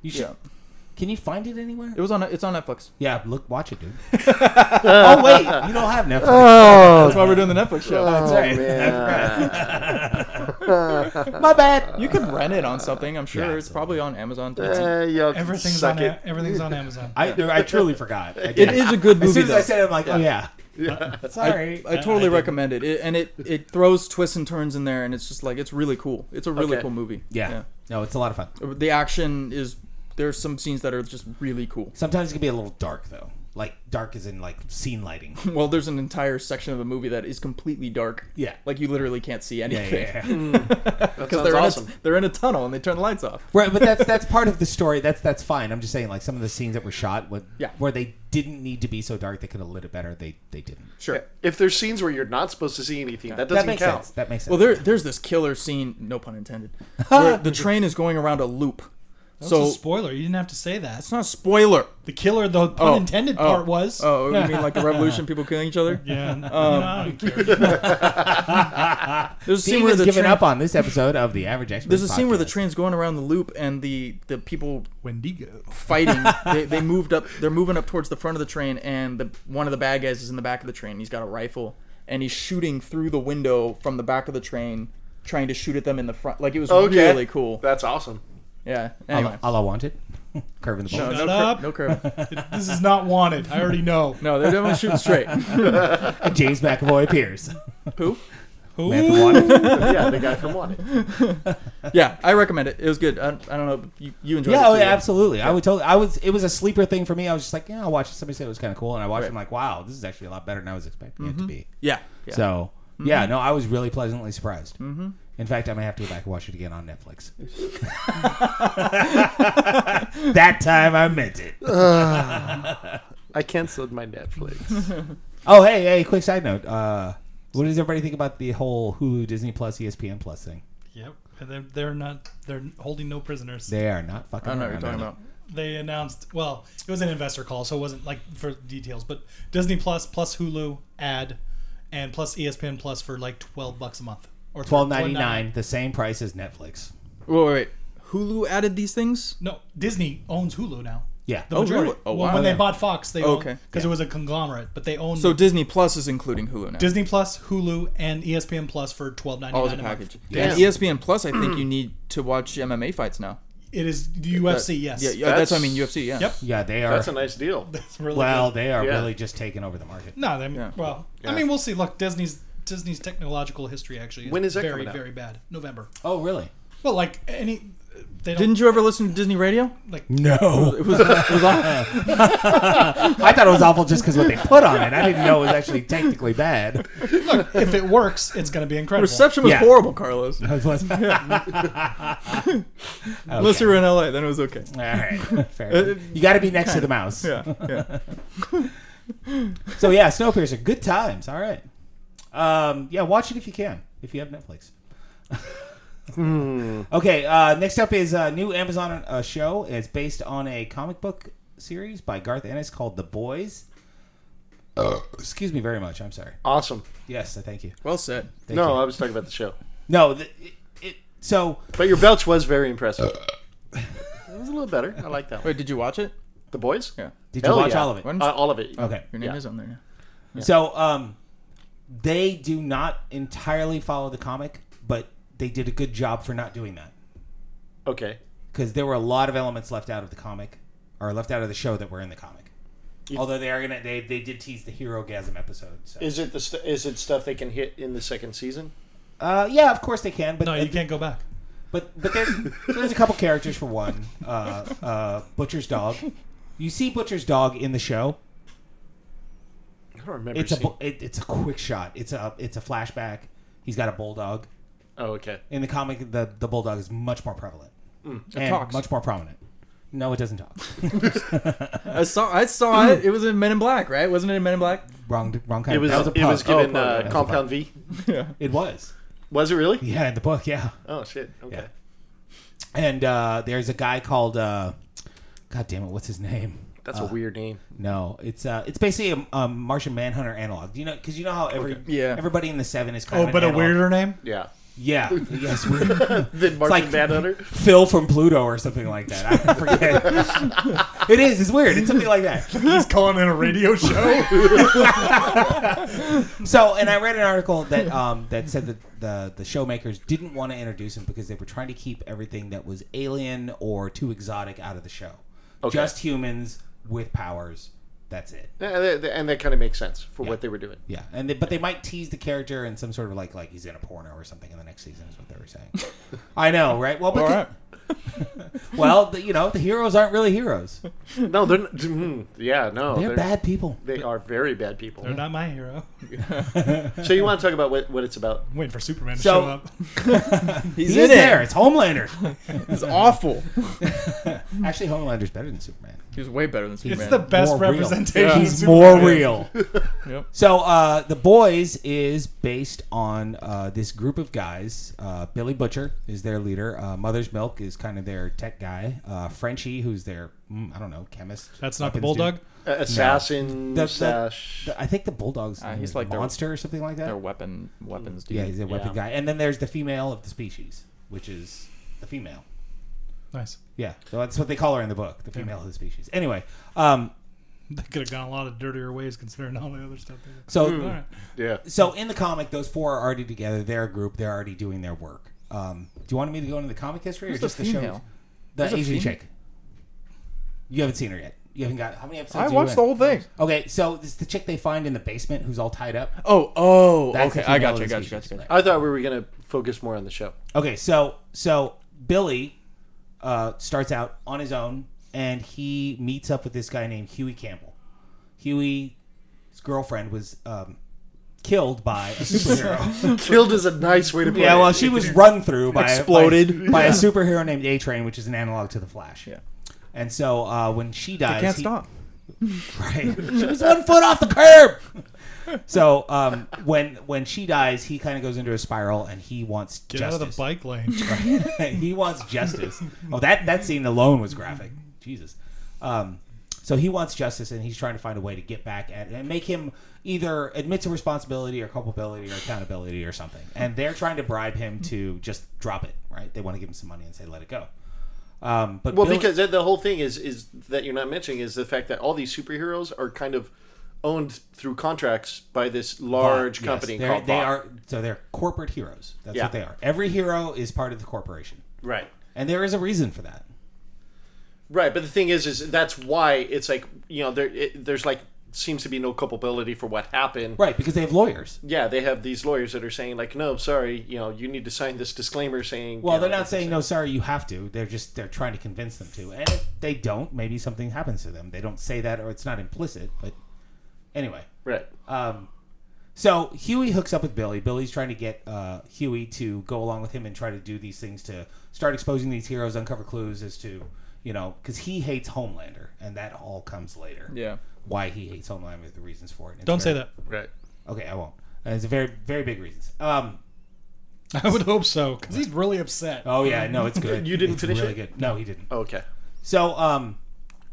S1: You should.
S2: Yeah,
S1: Can you find it anywhere?
S2: it was on. It's on Netflix.
S1: Yeah, look, watch it, dude. oh wait, you don't have Netflix.
S2: That's why we're doing the Netflix show.
S1: That's right.
S3: man.
S2: My bad. You could rent it on something. I'm sure
S1: Yeah,
S2: it's probably on Amazon.
S3: Eh, yeah,
S4: Everything's
S3: suck
S4: on
S3: it.
S4: a- everything's on Amazon.
S1: I, I truly forgot. I
S2: It
S1: did.
S2: is a good movie.
S1: As soon as
S2: though.
S1: I said it, I'm like, oh yeah.
S3: Yeah.
S1: Sorry.
S2: I totally
S1: did.
S2: recommend it. it, and it it throws twists and turns in there, and it's just like it's really cool. It's a really
S3: Okay.
S2: cool movie.
S1: Yeah. No, it's a lot of fun.
S2: Yeah. The action is there's some scenes that are just really cool.
S1: Sometimes it can be a little dark though. Like dark is in like scene lighting.
S2: Well, there's an entire section of the movie that is completely dark.
S1: Yeah.
S2: like you literally can't see
S1: Yeah,
S2: anything
S1: yeah, yeah.
S3: That
S2: because
S3: sounds
S2: they're
S3: awesome.
S2: in a, they're in a tunnel and they turn the lights off.
S1: right, but that's that's part of the story. That's that's fine. I'm just saying, like some of the scenes that were shot, with,
S2: Yeah.
S1: where they didn't need to be so dark, they could have lit it better. They they didn't.
S2: Sure.
S3: If there's scenes where you're not supposed to see anything, that
S1: that
S3: doesn't
S1: makes
S3: count.
S1: sense. That makes sense.
S2: Well, there, there's this killer scene, no pun intended, where the train is going around a loop.
S4: so
S2: So
S4: a spoiler. You didn't have to say that.
S2: it's not a spoiler.
S4: The killer, the pun intended
S2: oh,
S4: part was.
S2: Oh, you mean like the revolution, people killing each other?
S4: Yeah. no, I don't care.
S2: There's a
S1: Dean
S2: scene where
S1: has
S2: the
S1: given
S2: train,
S1: up on this episode of the average expert.
S2: There's a scene where the
S1: Podcast.
S2: train's going around the loop and the the people
S4: Wendigo.
S2: fighting. they, they moved up. They're moving up towards the front of the train, and the one of the bad guys is in the back of the train. He's got a rifle, and he's shooting through the window from the back of the train, trying to shoot at them in the front. Like it was
S3: Okay.
S2: really cool.
S3: That's awesome.
S2: Yeah.
S1: All,
S2: Anyway.
S1: all I wanted, curving the ball.
S2: no,
S4: Shut
S2: no,
S4: up.
S2: cur- no curve.
S4: This is not wanted. I already know.
S2: No, they're definitely shooting straight.
S1: James McAvoy appears.
S2: Who?
S1: Man from Wanted.
S3: yeah, the guy from Wanted.
S2: Yeah, I recommend it. It was good. I, I don't know. You, you enjoyed
S1: Yeah,
S2: it.
S1: oh,
S2: too,
S1: yeah, absolutely. I would totally. I was. It was a sleeper thing for me. I was just like, yeah, I watched it. Somebody said it was kind of cool, and I watched. it. I'm like, wow, this is actually a lot better than I was expecting it to be.
S2: Yeah. Mm-hmm. yeah. Mm-hmm.
S1: So yeah, no, I was really pleasantly surprised. Mm-hmm. In fact, I may have to go back and watch it again on Netflix. that time I meant it.
S3: I canceled my Netflix.
S1: Oh, hey, hey, quick side note. Uh, what does everybody think about the whole Hulu, Disney Plus, E ESPN Plus thing?
S4: Yep. And They're, they're not. They're holding no prisoners.
S1: They are not
S2: I
S1: fucking.
S2: don't know what you're
S1: around on
S2: talking
S1: it.
S2: about.
S4: they announced well it was an investor call so it wasn't like for details but disney plus plus hulu ad and plus E espn plus for like 12 bucks a month or
S1: Twelve ninety nine, the same price as Netflix.
S2: Wait, wait, wait. Hulu added these things?
S4: no disney owns hulu now
S1: Yeah.
S4: the
S2: Oh,
S4: majority
S2: really? Oh,
S4: Well,
S2: wow.
S4: when they
S2: Yeah.
S4: bought fox they
S2: Okay.
S4: okay because it was a conglomerate but they own
S2: So Disney Plus is including Hulu now.
S4: disney plus hulu and E espn plus for 12.99
S2: All as Oh, a
S4: a month
S2: package.
S1: Yeah.
S2: And E ESPN Plus, I think you need to watch MMA fights now.
S4: it is ufc yes
S2: Yeah, yeah that's, what I
S3: That's-
S2: mean. UFC. Yeah.
S4: Yep.
S1: Yeah, they are.
S3: That's a nice deal.
S4: It's really
S1: well,
S4: good.
S1: they are
S3: Yeah.
S1: really just taking over the market.
S4: no they well i
S3: Yeah.
S4: mean we'll see look disney's disney's technological history actually is
S3: When is that
S4: very
S3: coming out?
S4: very bad november
S1: Oh, really?
S4: Well, like any, they don't
S2: Didn't you ever listen to Disney Radio?
S4: like.
S1: No,
S2: It was, it was on.
S1: I thought it was awful just because what they put on it. I didn't know it was actually technically bad.
S4: Look, if it works, it's going to be incredible.
S2: Reception was
S1: Yeah.
S2: horrible, Carlos. Unless
S1: Okay.
S2: you were in LA, then it was okay.
S1: All right, fair. enough. You got to be next to the mouse.
S2: Uh, Yeah. yeah.
S1: So yeah, Snowpiercer, good times. All right. Um, yeah, watch it if you can, if you have Netflix. Okay. Uh, next up is a new Amazon uh, show. It's based on a comic book series by Garth Ennis called The Boys. Excuse me very much. I'm sorry.
S3: Awesome.
S1: Yes, I thank you.
S2: Well said.
S1: Thank
S3: no,
S1: you.
S3: I was talking about the show.
S1: no. The, it, it, so
S3: But your belch was very impressive. it was a little better. I like that one.
S2: Wait, did you watch it?
S3: The boys?
S2: Yeah.
S1: did you
S3: Hell
S1: watch
S3: yeah.
S1: all of it?
S2: When-
S3: Uh, all of it.
S1: Okay.
S2: Your name
S3: Yeah.
S2: is on there now.
S1: So um, they do not entirely follow the comic, but they did a good job for not doing that
S3: Okay.
S1: because there were a lot of elements left out of the comic or left out of the show that were in the comic. Although they are gonna, they they did tease the hero gasm episode. So.
S3: Is it the st- is it stuff they can hit in the second season?
S1: Uh, yeah, of course they can, but uh,
S4: No, you can't go back.
S1: But but there's so there's a couple characters for one. Uh, uh, Butcher's dog. You see Butcher's dog in the show.
S3: I don't remember.
S1: It's a
S3: seeing-
S1: bu- it, it's a quick shot. It's a it's a flashback. He's got a bulldog.
S3: oh, okay.
S1: in the comic the the bulldog is much more prevalent
S3: Hmm.
S1: and
S2: talks.
S1: much more prominent no it doesn't talk
S2: I saw. I saw it. It was in Men in Black, right? Wasn't it in Men in Black?
S1: wrong wrong kind
S3: It was,
S1: that was a
S3: it
S1: pun.
S3: was given
S1: Oh,
S3: uh,
S1: that was a pun.
S3: Compound V.
S1: it was
S3: Was it really?
S1: yeah in the book yeah
S3: Oh shit. Okay.
S1: Yeah. and uh there's a guy called uh God damn it, what's his name?
S3: That's a weird name.
S1: No, it's uh, it's basically a, a Martian Manhunter analog. Do you know? Because you know how every
S2: Yeah.
S1: everybody in the seven is kind
S4: Oh,
S1: of
S4: but
S1: an
S4: a
S1: analog.
S4: weirder name.
S3: Yeah.
S1: Yeah, yes, weird.
S3: Then Martian
S1: like-
S3: Manhunter.
S1: Phil from Pluto or something like that. I forget. it is. It's weird. It's something like that.
S4: He's calling in a radio show.
S1: So, and I read an article that um, that said that the the showmakers didn't want to introduce him because they were trying to keep everything that was alien or too exotic out of the show.
S3: Okay.
S1: Just humans with powers. That's it.
S3: Yeah, and that- and that kind of makes sense for what they were doing.
S1: Yeah, and they, but they might tease the character in some sort of like like he's in a porno or something in the next season is what they were saying. I know, right? Well, but
S2: All
S1: the-
S2: right.
S1: well, the, you know, the heroes aren't really heroes.
S3: No, they're not, mm, yeah, no,
S1: They're bad people.
S3: They are very bad people.
S4: They're not my hero.
S3: So you want to talk about what, what it's about?
S4: I'm waiting for Superman to
S1: So-
S4: show up.
S2: He's,
S1: He's
S2: in
S1: there.
S2: it.
S1: It's Homelander.
S2: It's awful.
S1: Actually, Homelander's better than Superman.
S2: He's way better than Superman.
S4: It's the best
S1: More real.
S4: representation.
S2: Yeah.
S4: of
S1: He's
S4: Superman.
S1: more real.
S2: Yep.
S1: So, uh, The Boys is based on uh, this group of guys. Uh, Billy Butcher is their leader. Uh, Mother's Milk is kind of their tech guy. Uh, Frenchie, who's their, mm, I don't know, chemist.
S4: That's not the
S1: Weapons dude.
S4: bulldog.
S3: Uh, assassin
S1: That's the-
S3: sash.
S1: The- I think the Bulldog's
S2: Uh,
S1: name
S2: he's
S1: is
S2: like their-
S1: Monster or something like that.
S2: Their weapon weapons dude.
S1: Yeah, he's a weapon guy. And then there's the female of the species, which is the female.
S4: Nice.
S1: Yeah, so that's what they call her in the book, the female of the species. Anyway, um,
S4: They could have gone a lot of dirtier ways considering all the other stuff. they did.
S1: so
S4: All right.
S3: yeah.
S1: so in the comic, those four are already together. They're a group. They're already doing their work. Um, do you want me to go into the comic history or
S2: Who's the
S1: just the, show?
S2: female?
S1: The
S2: There's a
S1: Asian
S2: fem-
S1: chick. You haven't seen her yet. You haven't got how many episodes?
S2: I
S1: are you
S2: watched
S1: in?
S2: the whole thing.
S1: Okay, so this is the chick they find in the basement who's all tied up.
S2: Oh, oh,
S1: That's
S2: okay.
S1: the
S2: I
S1: female
S2: got
S1: of
S2: you. I
S1: the
S2: got you. Got
S1: species.
S2: you. Got you.
S3: I thought we were gonna focus more on the show.
S1: Okay, so so Billy uh, starts out on his own, and he meets up with this guy named Huey Campbell. Huey's girlfriend was um, killed by a superhero.
S3: Killed is a nice way to put
S1: yeah,
S3: it.
S1: well, she was run through by
S2: Exploded.
S1: by, by a superhero named A Train, which is an analog to the Flash.
S2: Yeah.
S1: And so uh, when she dies,
S2: Can't
S1: he-
S2: stop.
S1: Right. she was one foot off the curb. So um, when when she dies, he kind of goes into a spiral, and he wants
S4: Get
S1: justice.
S4: out of the bike lane.
S1: he wants justice. Oh, that that scene alone was graphic. Jesus. Um, so he wants justice, and he's trying to find a way to get back at and make him either admit to responsibility or culpability or accountability or something. And they're trying to bribe him to just drop it. Right? They want to give him some money and say let it go. Um, but
S3: Well,
S1: Billy-
S3: because the- the whole thing is is that you're not mentioning is the fact that all these superheroes are kind of owned through contracts by this large
S1: Yes,
S3: company
S1: they're-
S3: called
S1: they
S3: Vought.
S1: are so they're corporate heroes. That's
S3: Yeah.
S1: what they are. Every hero is part of the corporation,
S3: right.
S1: and there is a reason for that.
S3: Right, but the thing is, is that's why it's like you know there it, there's like seems to be no culpability for what happened.
S1: Right? Because they have lawyers.
S3: Yeah, they have these lawyers that are saying like, no, sorry, you know, you need to sign this disclaimer saying.
S1: Well,
S3: you know,
S1: they're not saying no. Sorry, you have to. They're just they're trying to convince them to, and if they don't, maybe something happens to them. They don't say that, or it's not implicit. But anyway,
S3: Right.
S1: um, so Huey hooks up with Billy. Billy's trying to get uh, Huey to go along with him and try to do these things to start exposing these heroes, uncover clues as to you know because he hates Homelander, and that all comes later.
S2: Yeah.
S1: why he hates Homelander, the reasons for it. and it's
S4: Don't say
S1: very-
S4: that.
S3: Right.
S1: Okay, I won't. And it's a very very big reasons. Um.
S4: I would hope so because he's really upset.
S1: Oh yeah, no, it's good.
S3: You didn't
S1: It's
S3: finish
S1: really
S3: it?
S1: Good. No, he didn't.
S3: Okay.
S1: So um,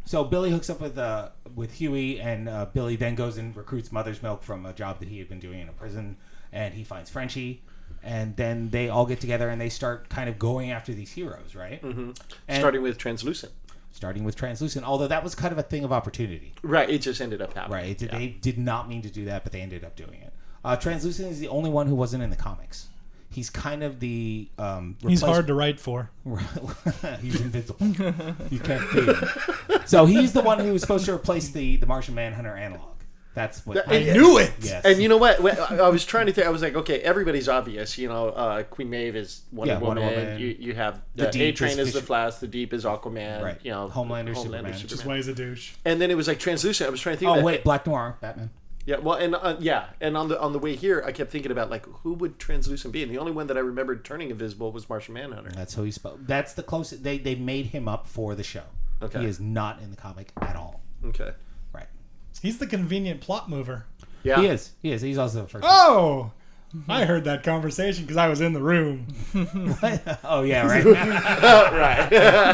S1: so Billy hooks up with uh with Huey, and uh, Billy then goes and recruits Mother's Milk from a job that he had been doing in a prison, and he finds Frenchie, and then they all get together and they start kind of going after these heroes, right? Mm-hmm. And starting
S3: Starting with translucent.
S1: with Translucent, although that was kind of a thing of opportunity,
S3: Right. It just ended up happening.
S1: right? It did, They did not mean to do that, but they ended up doing it. Uh, Translucent is the only one who wasn't in the comics. He's kind of the um,
S4: He's
S1: replace-
S4: hard to write for.
S1: he's invisible. you can't see him. So he's the one who was supposed to replace the, the Martian Manhunter analog. That's what
S3: I
S1: I
S3: knew
S4: it.
S1: Yes.
S3: And you know what? When- I I was trying to think. I was like, okay, everybody's obvious. You know, uh, Queen Maeve is Wonder,
S1: Yeah, Wonder
S3: Woman.
S1: Woman.
S3: You, you have
S1: The
S3: the
S1: Deep
S3: A Train
S1: is
S3: is, the
S1: Fish-
S3: Flash. The Deep is Aquaman.
S1: Right.
S3: You know,
S1: Homelander, Superman. Just
S4: That's why he's a douche.
S3: And then it was like translucent. I was trying to think.
S1: oh
S3: about
S1: wait, Black Noir, Batman.
S3: Yeah. Well, and uh, yeah, and on the on the way here, I kept thinking about like who would translucent be, and the only one that I remembered turning invisible was Martian Manhunter.
S1: That's how he spoke. That's the closest they they made him up for the show.
S3: Okay.
S1: He is not in the comic at all.
S3: Okay.
S1: Right.
S4: He's the convenient plot mover.
S3: Yeah. Ah.
S1: He is. He is. He's also the first.
S4: Oh, I heard that conversation because I was in the room.
S1: Oh yeah, right.
S3: Oh, right,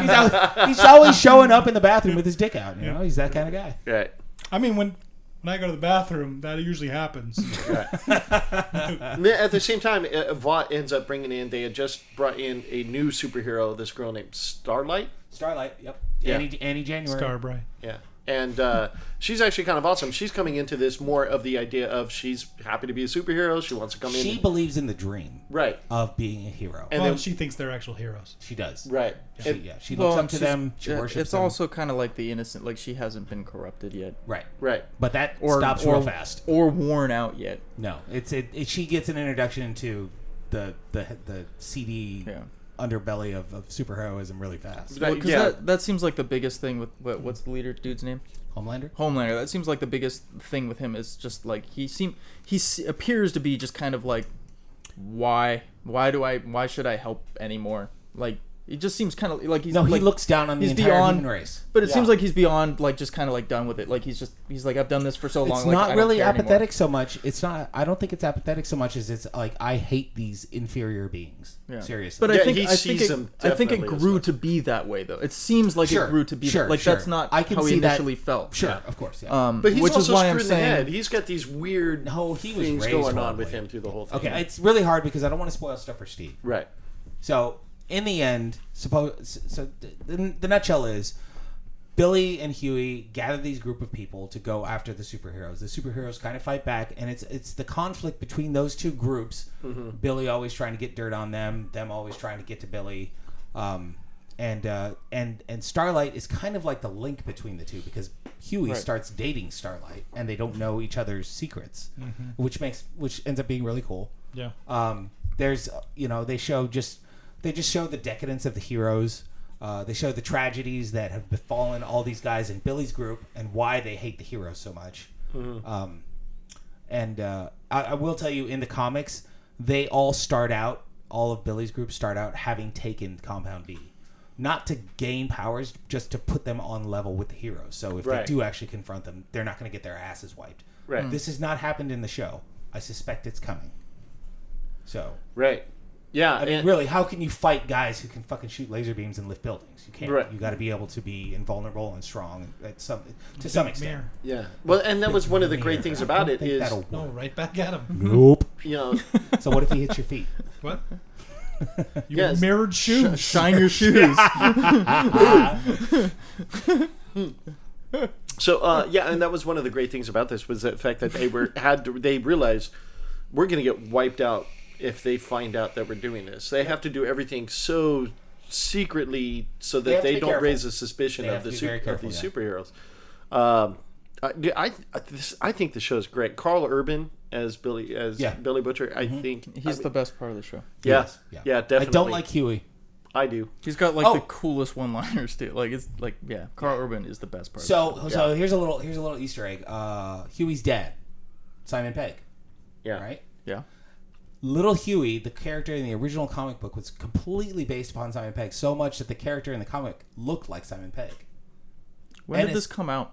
S1: he's, always, he's always showing up in the bathroom with his dick out. You know, he's that kind of guy.
S3: right.
S4: I mean, when when I go to the bathroom, that usually happens.
S3: And then at the same time, uh, Vought ends up bringing in. They had just brought in a new superhero. This girl named Starlight.
S1: Starlight. Yep.
S3: Yeah.
S1: Annie, Annie January.
S4: Starbright.
S3: Yeah. And uh, she's actually kind of awesome. She's coming into this more of the idea of she's happy to be a superhero. She wants to come
S1: She
S3: in.
S1: believes in the dream
S3: Right.
S1: of being a hero.
S3: And
S4: Well,
S3: then
S4: she thinks they're actual heroes.
S1: she does.
S3: right.
S1: She,
S3: And-
S1: yeah. She
S2: Well,
S1: looks up to
S2: she's-
S1: them. She
S2: yeah,
S1: worships
S2: Uh, It's
S1: them.
S2: also kind of like the innocent, like she hasn't been corrupted yet,
S1: right.
S3: Right.
S1: But that
S2: or
S1: stops
S2: or,
S1: real fast.
S2: or worn out yet.
S1: No, it's it, it. She gets an introduction to the the the CD
S2: Yeah.
S1: underbelly of, of superheroism really fast.
S3: That-
S2: Well, 'cause
S3: yeah.
S2: that, that seems like the biggest thing with what, what's the leader dude's name?
S1: Homelander.
S2: Homelander. That seems like the biggest thing with him is just like he seem he se- appears to be just kind of like why why do I why should I help anymore? Like it just seems kind of like he's
S1: No, he
S2: like-
S1: looks down on the
S2: he's
S1: entire
S2: beyond-
S1: human race.
S2: But it
S3: Yeah.
S2: seems like he's beyond like just kind of like done with it. Like he's just he's like I've done this for so long.
S1: It's
S2: like, I
S1: not
S2: don't
S1: really
S2: care
S1: apathetic
S2: anymore."
S1: so much. It's not. I don't think it's apathetic so much as it's like I hate these inferior beings.
S2: Yeah.
S1: Seriously,
S2: But
S3: Yeah,
S2: I think
S3: he
S2: I think,
S3: sees
S2: it,
S3: him
S2: I think it
S3: definitely as
S2: grew
S3: much.
S2: to be that way though. It seems like
S1: Sure,
S2: it grew to be
S1: sure,
S2: that. like
S1: sure.
S2: that's not
S1: I can
S2: how he
S1: see that-
S2: initially felt.
S1: sure,
S2: Yeah.
S1: of course, yeah.
S2: Um,
S3: But he's
S2: which is
S3: also
S2: why I'm
S3: screwed in the head.
S2: saying
S3: He's got these weird
S1: No, he was
S3: things
S1: raised
S3: going on
S1: horribly.
S3: with him through the whole thing.
S1: okay, it's really hard because I don't want to spoil stuff for Steve.
S3: Right.
S1: So in the end, suppose so. The, the nutshell is Billy and Huey gather these group of people to go after the superheroes. The superheroes kind of fight back, and it's it's the conflict between those two groups. Billy always trying to get dirt on them, them always trying to get to Billy, um, and uh, and and Starlight is kind of like the link between the two because Huey starts dating Starlight, and they don't know each other's secrets, which makes which ends up being really cool
S4: Yeah.
S1: um, there's uh, you know they show just they just show the decadence of the heroes uh, they show the tragedies that have befallen all these guys in billy's group and why they hate the heroes so much um, and uh, I, I will tell you in the comics they all start out all of billy's group start out having taken compound b not to gain powers just to put them on level with the heroes so if
S3: Right.
S1: they do actually confront them they're not going to get their asses wiped
S3: Right.
S1: this has not happened in the show i suspect it's coming so
S3: Right. Yeah.
S1: I mean,
S3: and-
S1: really, how can you fight guys who can fucking shoot laser beams and lift buildings? You can't.
S3: Right.
S1: You got to be able to be invulnerable and strong at some to some extent.
S4: Mirror.
S3: Yeah. Well, and that was one of the great things
S1: I
S3: about
S1: don't
S3: it
S1: think
S3: is,
S1: that'll
S4: No,
S1: work.
S4: right back at him.
S1: Nope.
S3: you know,
S1: so what if he hits your feet?
S4: What? You
S3: Yes.
S4: mirrored shoes.
S2: shine your shoes.
S3: so uh, yeah, and that was one of the great things about this was the fact that they were had to, they realized we're going to get wiped out if they find out that we're doing this. They have to do everything so secretly so
S1: have
S3: that
S1: to
S3: they,
S1: be
S3: don't
S1: careful.
S3: raise a suspicion
S1: They
S3: of
S1: have
S3: the
S1: to be
S3: super,
S1: very careful,
S3: of these
S1: yeah.
S3: superheroes. Um, I, I, I, this, I think the show's great. Carl Urban as Billy as
S1: Yeah. Mm-hmm.
S3: Billy Butcher, I think I
S2: He's the
S3: mean,
S2: best part of the show.
S3: yeah,
S1: Yes.
S3: yeah
S1: I
S3: definitely.
S1: don't like Huey.
S3: I do
S2: He's got like
S1: Oh.
S2: the coolest one-liners too. Like it's like yeah, Carl Urban is the best part. of
S1: So
S2: the show.
S1: so here's a little here's a little Easter egg. Uh, Huey's dad, Simon Pegg.
S3: yeah
S1: Right.
S2: yeah,
S1: Little Huey, the character in the original comic book, was completely based upon Simon Pegg so much that the character in the comic looked like Simon Pegg.
S2: when
S1: And
S2: did this
S1: it's-
S2: come out?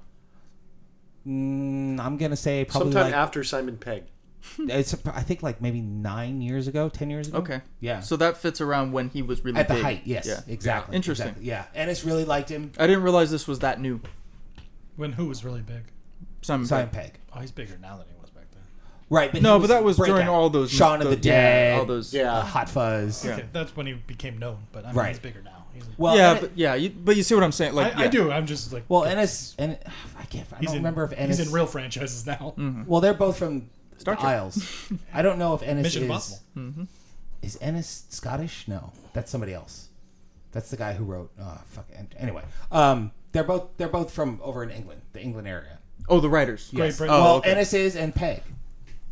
S1: Mm, I'm gonna say probably
S3: sometime
S1: like
S3: after Simon Pegg.
S1: It's I think like maybe nine years ago, ten years ago.
S2: Okay,
S1: Yeah.
S2: So that fits around when he was really
S1: At the
S2: big.
S1: height, yes,
S2: Yeah.
S1: exactly.
S2: Interesting.
S1: exactly, Yeah, Ennis really liked him.
S2: I didn't realize this was that new.
S4: When who was really big?
S2: Simon.
S1: Simon
S2: Pegg.
S1: Pegg.
S4: Oh, he's bigger now than he was back then.
S1: Right, but
S2: No,
S1: he
S2: but that was during
S1: breakout.
S2: all those
S1: Shaun of the
S2: those- yeah,
S1: Dead,
S2: all those.
S1: uh,
S3: Yeah,
S1: Hot Fuzz.
S2: Yeah.
S4: Okay, that's when he became known. But I mean,
S1: Right.
S4: he's bigger now. He's,
S1: Well,
S2: yeah,
S1: Ennis-
S2: but yeah, you, but you see what I'm saying? Like
S4: I, I
S2: yeah.
S4: do. I'm just like.
S1: well, Ennis and I can't. I
S4: he's
S1: don't
S4: in,
S1: remember if Ennis.
S4: He's in real franchises now.
S1: Well, they're both from
S2: Star
S1: the
S2: Trek.
S1: Isles. I don't know if Ennis
S4: Mission
S1: is.
S4: Impossible.
S1: Is Ennis Scottish? No, that's somebody else. That's the guy who wrote. Uh, fuck. an- Anyway, um, they're both they're both from over in England, the England area.
S2: Oh, the writers.
S4: Great
S1: Yes.
S4: Britain.
S2: Oh,
S1: well,
S2: okay.
S1: Ennis is and Peg.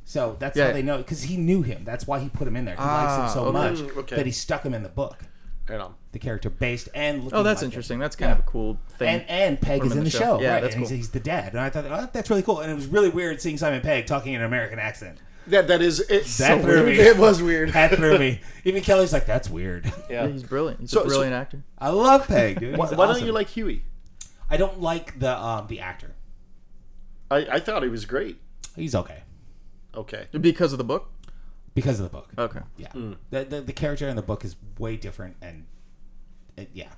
S1: So that's
S2: Yeah.
S1: how they know because he knew him. That's why he put him in there. He likes
S2: Ah,
S1: him so
S2: okay.
S1: much
S3: Mm, okay.
S1: that he stuck him in the book.
S3: right on.
S1: The character based and looking
S2: Oh, that's
S1: like him.
S2: interesting. That's kind of a cool thing.
S1: And and Peg
S2: Put
S1: is
S2: him
S1: in the, show.
S2: Yeah,
S1: right?
S2: that's
S1: and
S2: cool.
S1: he's, he's the dad. And I thought oh, that's really cool. And it was really weird seeing Simon Pegg talking in an American accent.
S3: That that is it.
S1: That
S3: so
S1: threw
S3: weird.
S1: me.
S3: It was weird.
S1: That threw me. Even Kelly's like, that's weird.
S2: Yeah,
S3: Yeah.
S2: he's brilliant. He's
S3: So-
S2: a
S3: so-
S2: brilliant actor.
S1: I love Peg, dude.
S3: Why,
S1: He's
S3: why don't
S1: awesome.
S3: you like Huey?
S1: I don't like the um, the actor.
S3: I, I thought he was great.
S1: He's okay.
S3: Okay.
S2: Because of the book.
S1: because of the book.
S2: Okay.
S1: Yeah, the, the the character in the book is way different, and uh, yeah,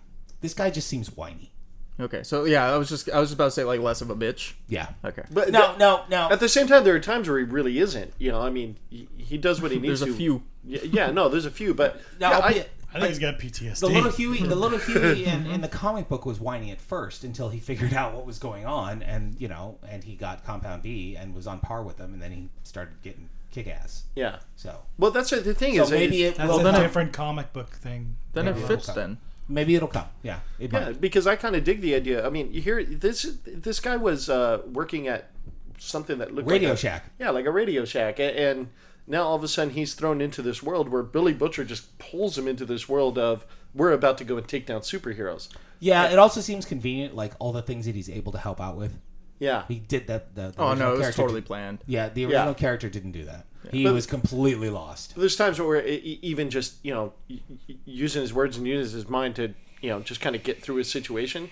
S1: this guy just seems whiny.
S2: Okay. So yeah, I was just I was just about to say like less of a bitch.
S1: Yeah.
S2: Okay.
S3: But
S1: No,
S3: th-
S1: no, no.
S3: At the same time, there are times where he really isn't. You know, I mean, he, he does what he needs
S2: There's
S3: to.
S2: a few.
S3: Yeah, yeah, no, there's a few, but
S1: Now,
S3: yeah,
S1: albeit-
S4: I think he's got PTSD.
S1: the little Huey, the little Huey in, in the comic book was whiny at first until he figured out what was going on, and you know, and he got Compound B and was on par with them, and then he started getting kick ass.
S3: yeah.
S1: So,
S3: Well, that's the the thing
S1: so
S3: is that
S1: maybe
S3: it's-
S1: it
S4: That's
S1: will.
S4: a
S2: then I-
S4: different comic book thing.
S2: Then it
S1: Yeah.
S2: fits
S1: Okay.
S2: then.
S1: Maybe it'll come. Yeah, it
S3: Yeah,
S1: might.
S3: because I kind of dig the idea. I mean, you hear this this guy was uh, working at something that looked
S1: Radio
S3: like a,
S1: Shack.
S3: Yeah, like a Radio Shack, a- and now all of a sudden he's thrown into this world where Billy Butcher just pulls him into this world of we're about to go and take down superheroes.
S1: Yeah, it also seems convenient, like all the things that he's able to help out with.
S3: Yeah,
S1: He did that. The, the
S2: Oh
S1: original
S2: no, it was
S1: character
S2: totally
S1: did-
S2: planned.
S1: yeah, the original character didn't do that. He
S3: But-
S1: was completely lost.
S3: there's times where e- e- even just you know y- y- using his words and using his mind to you know just kind of get through a situation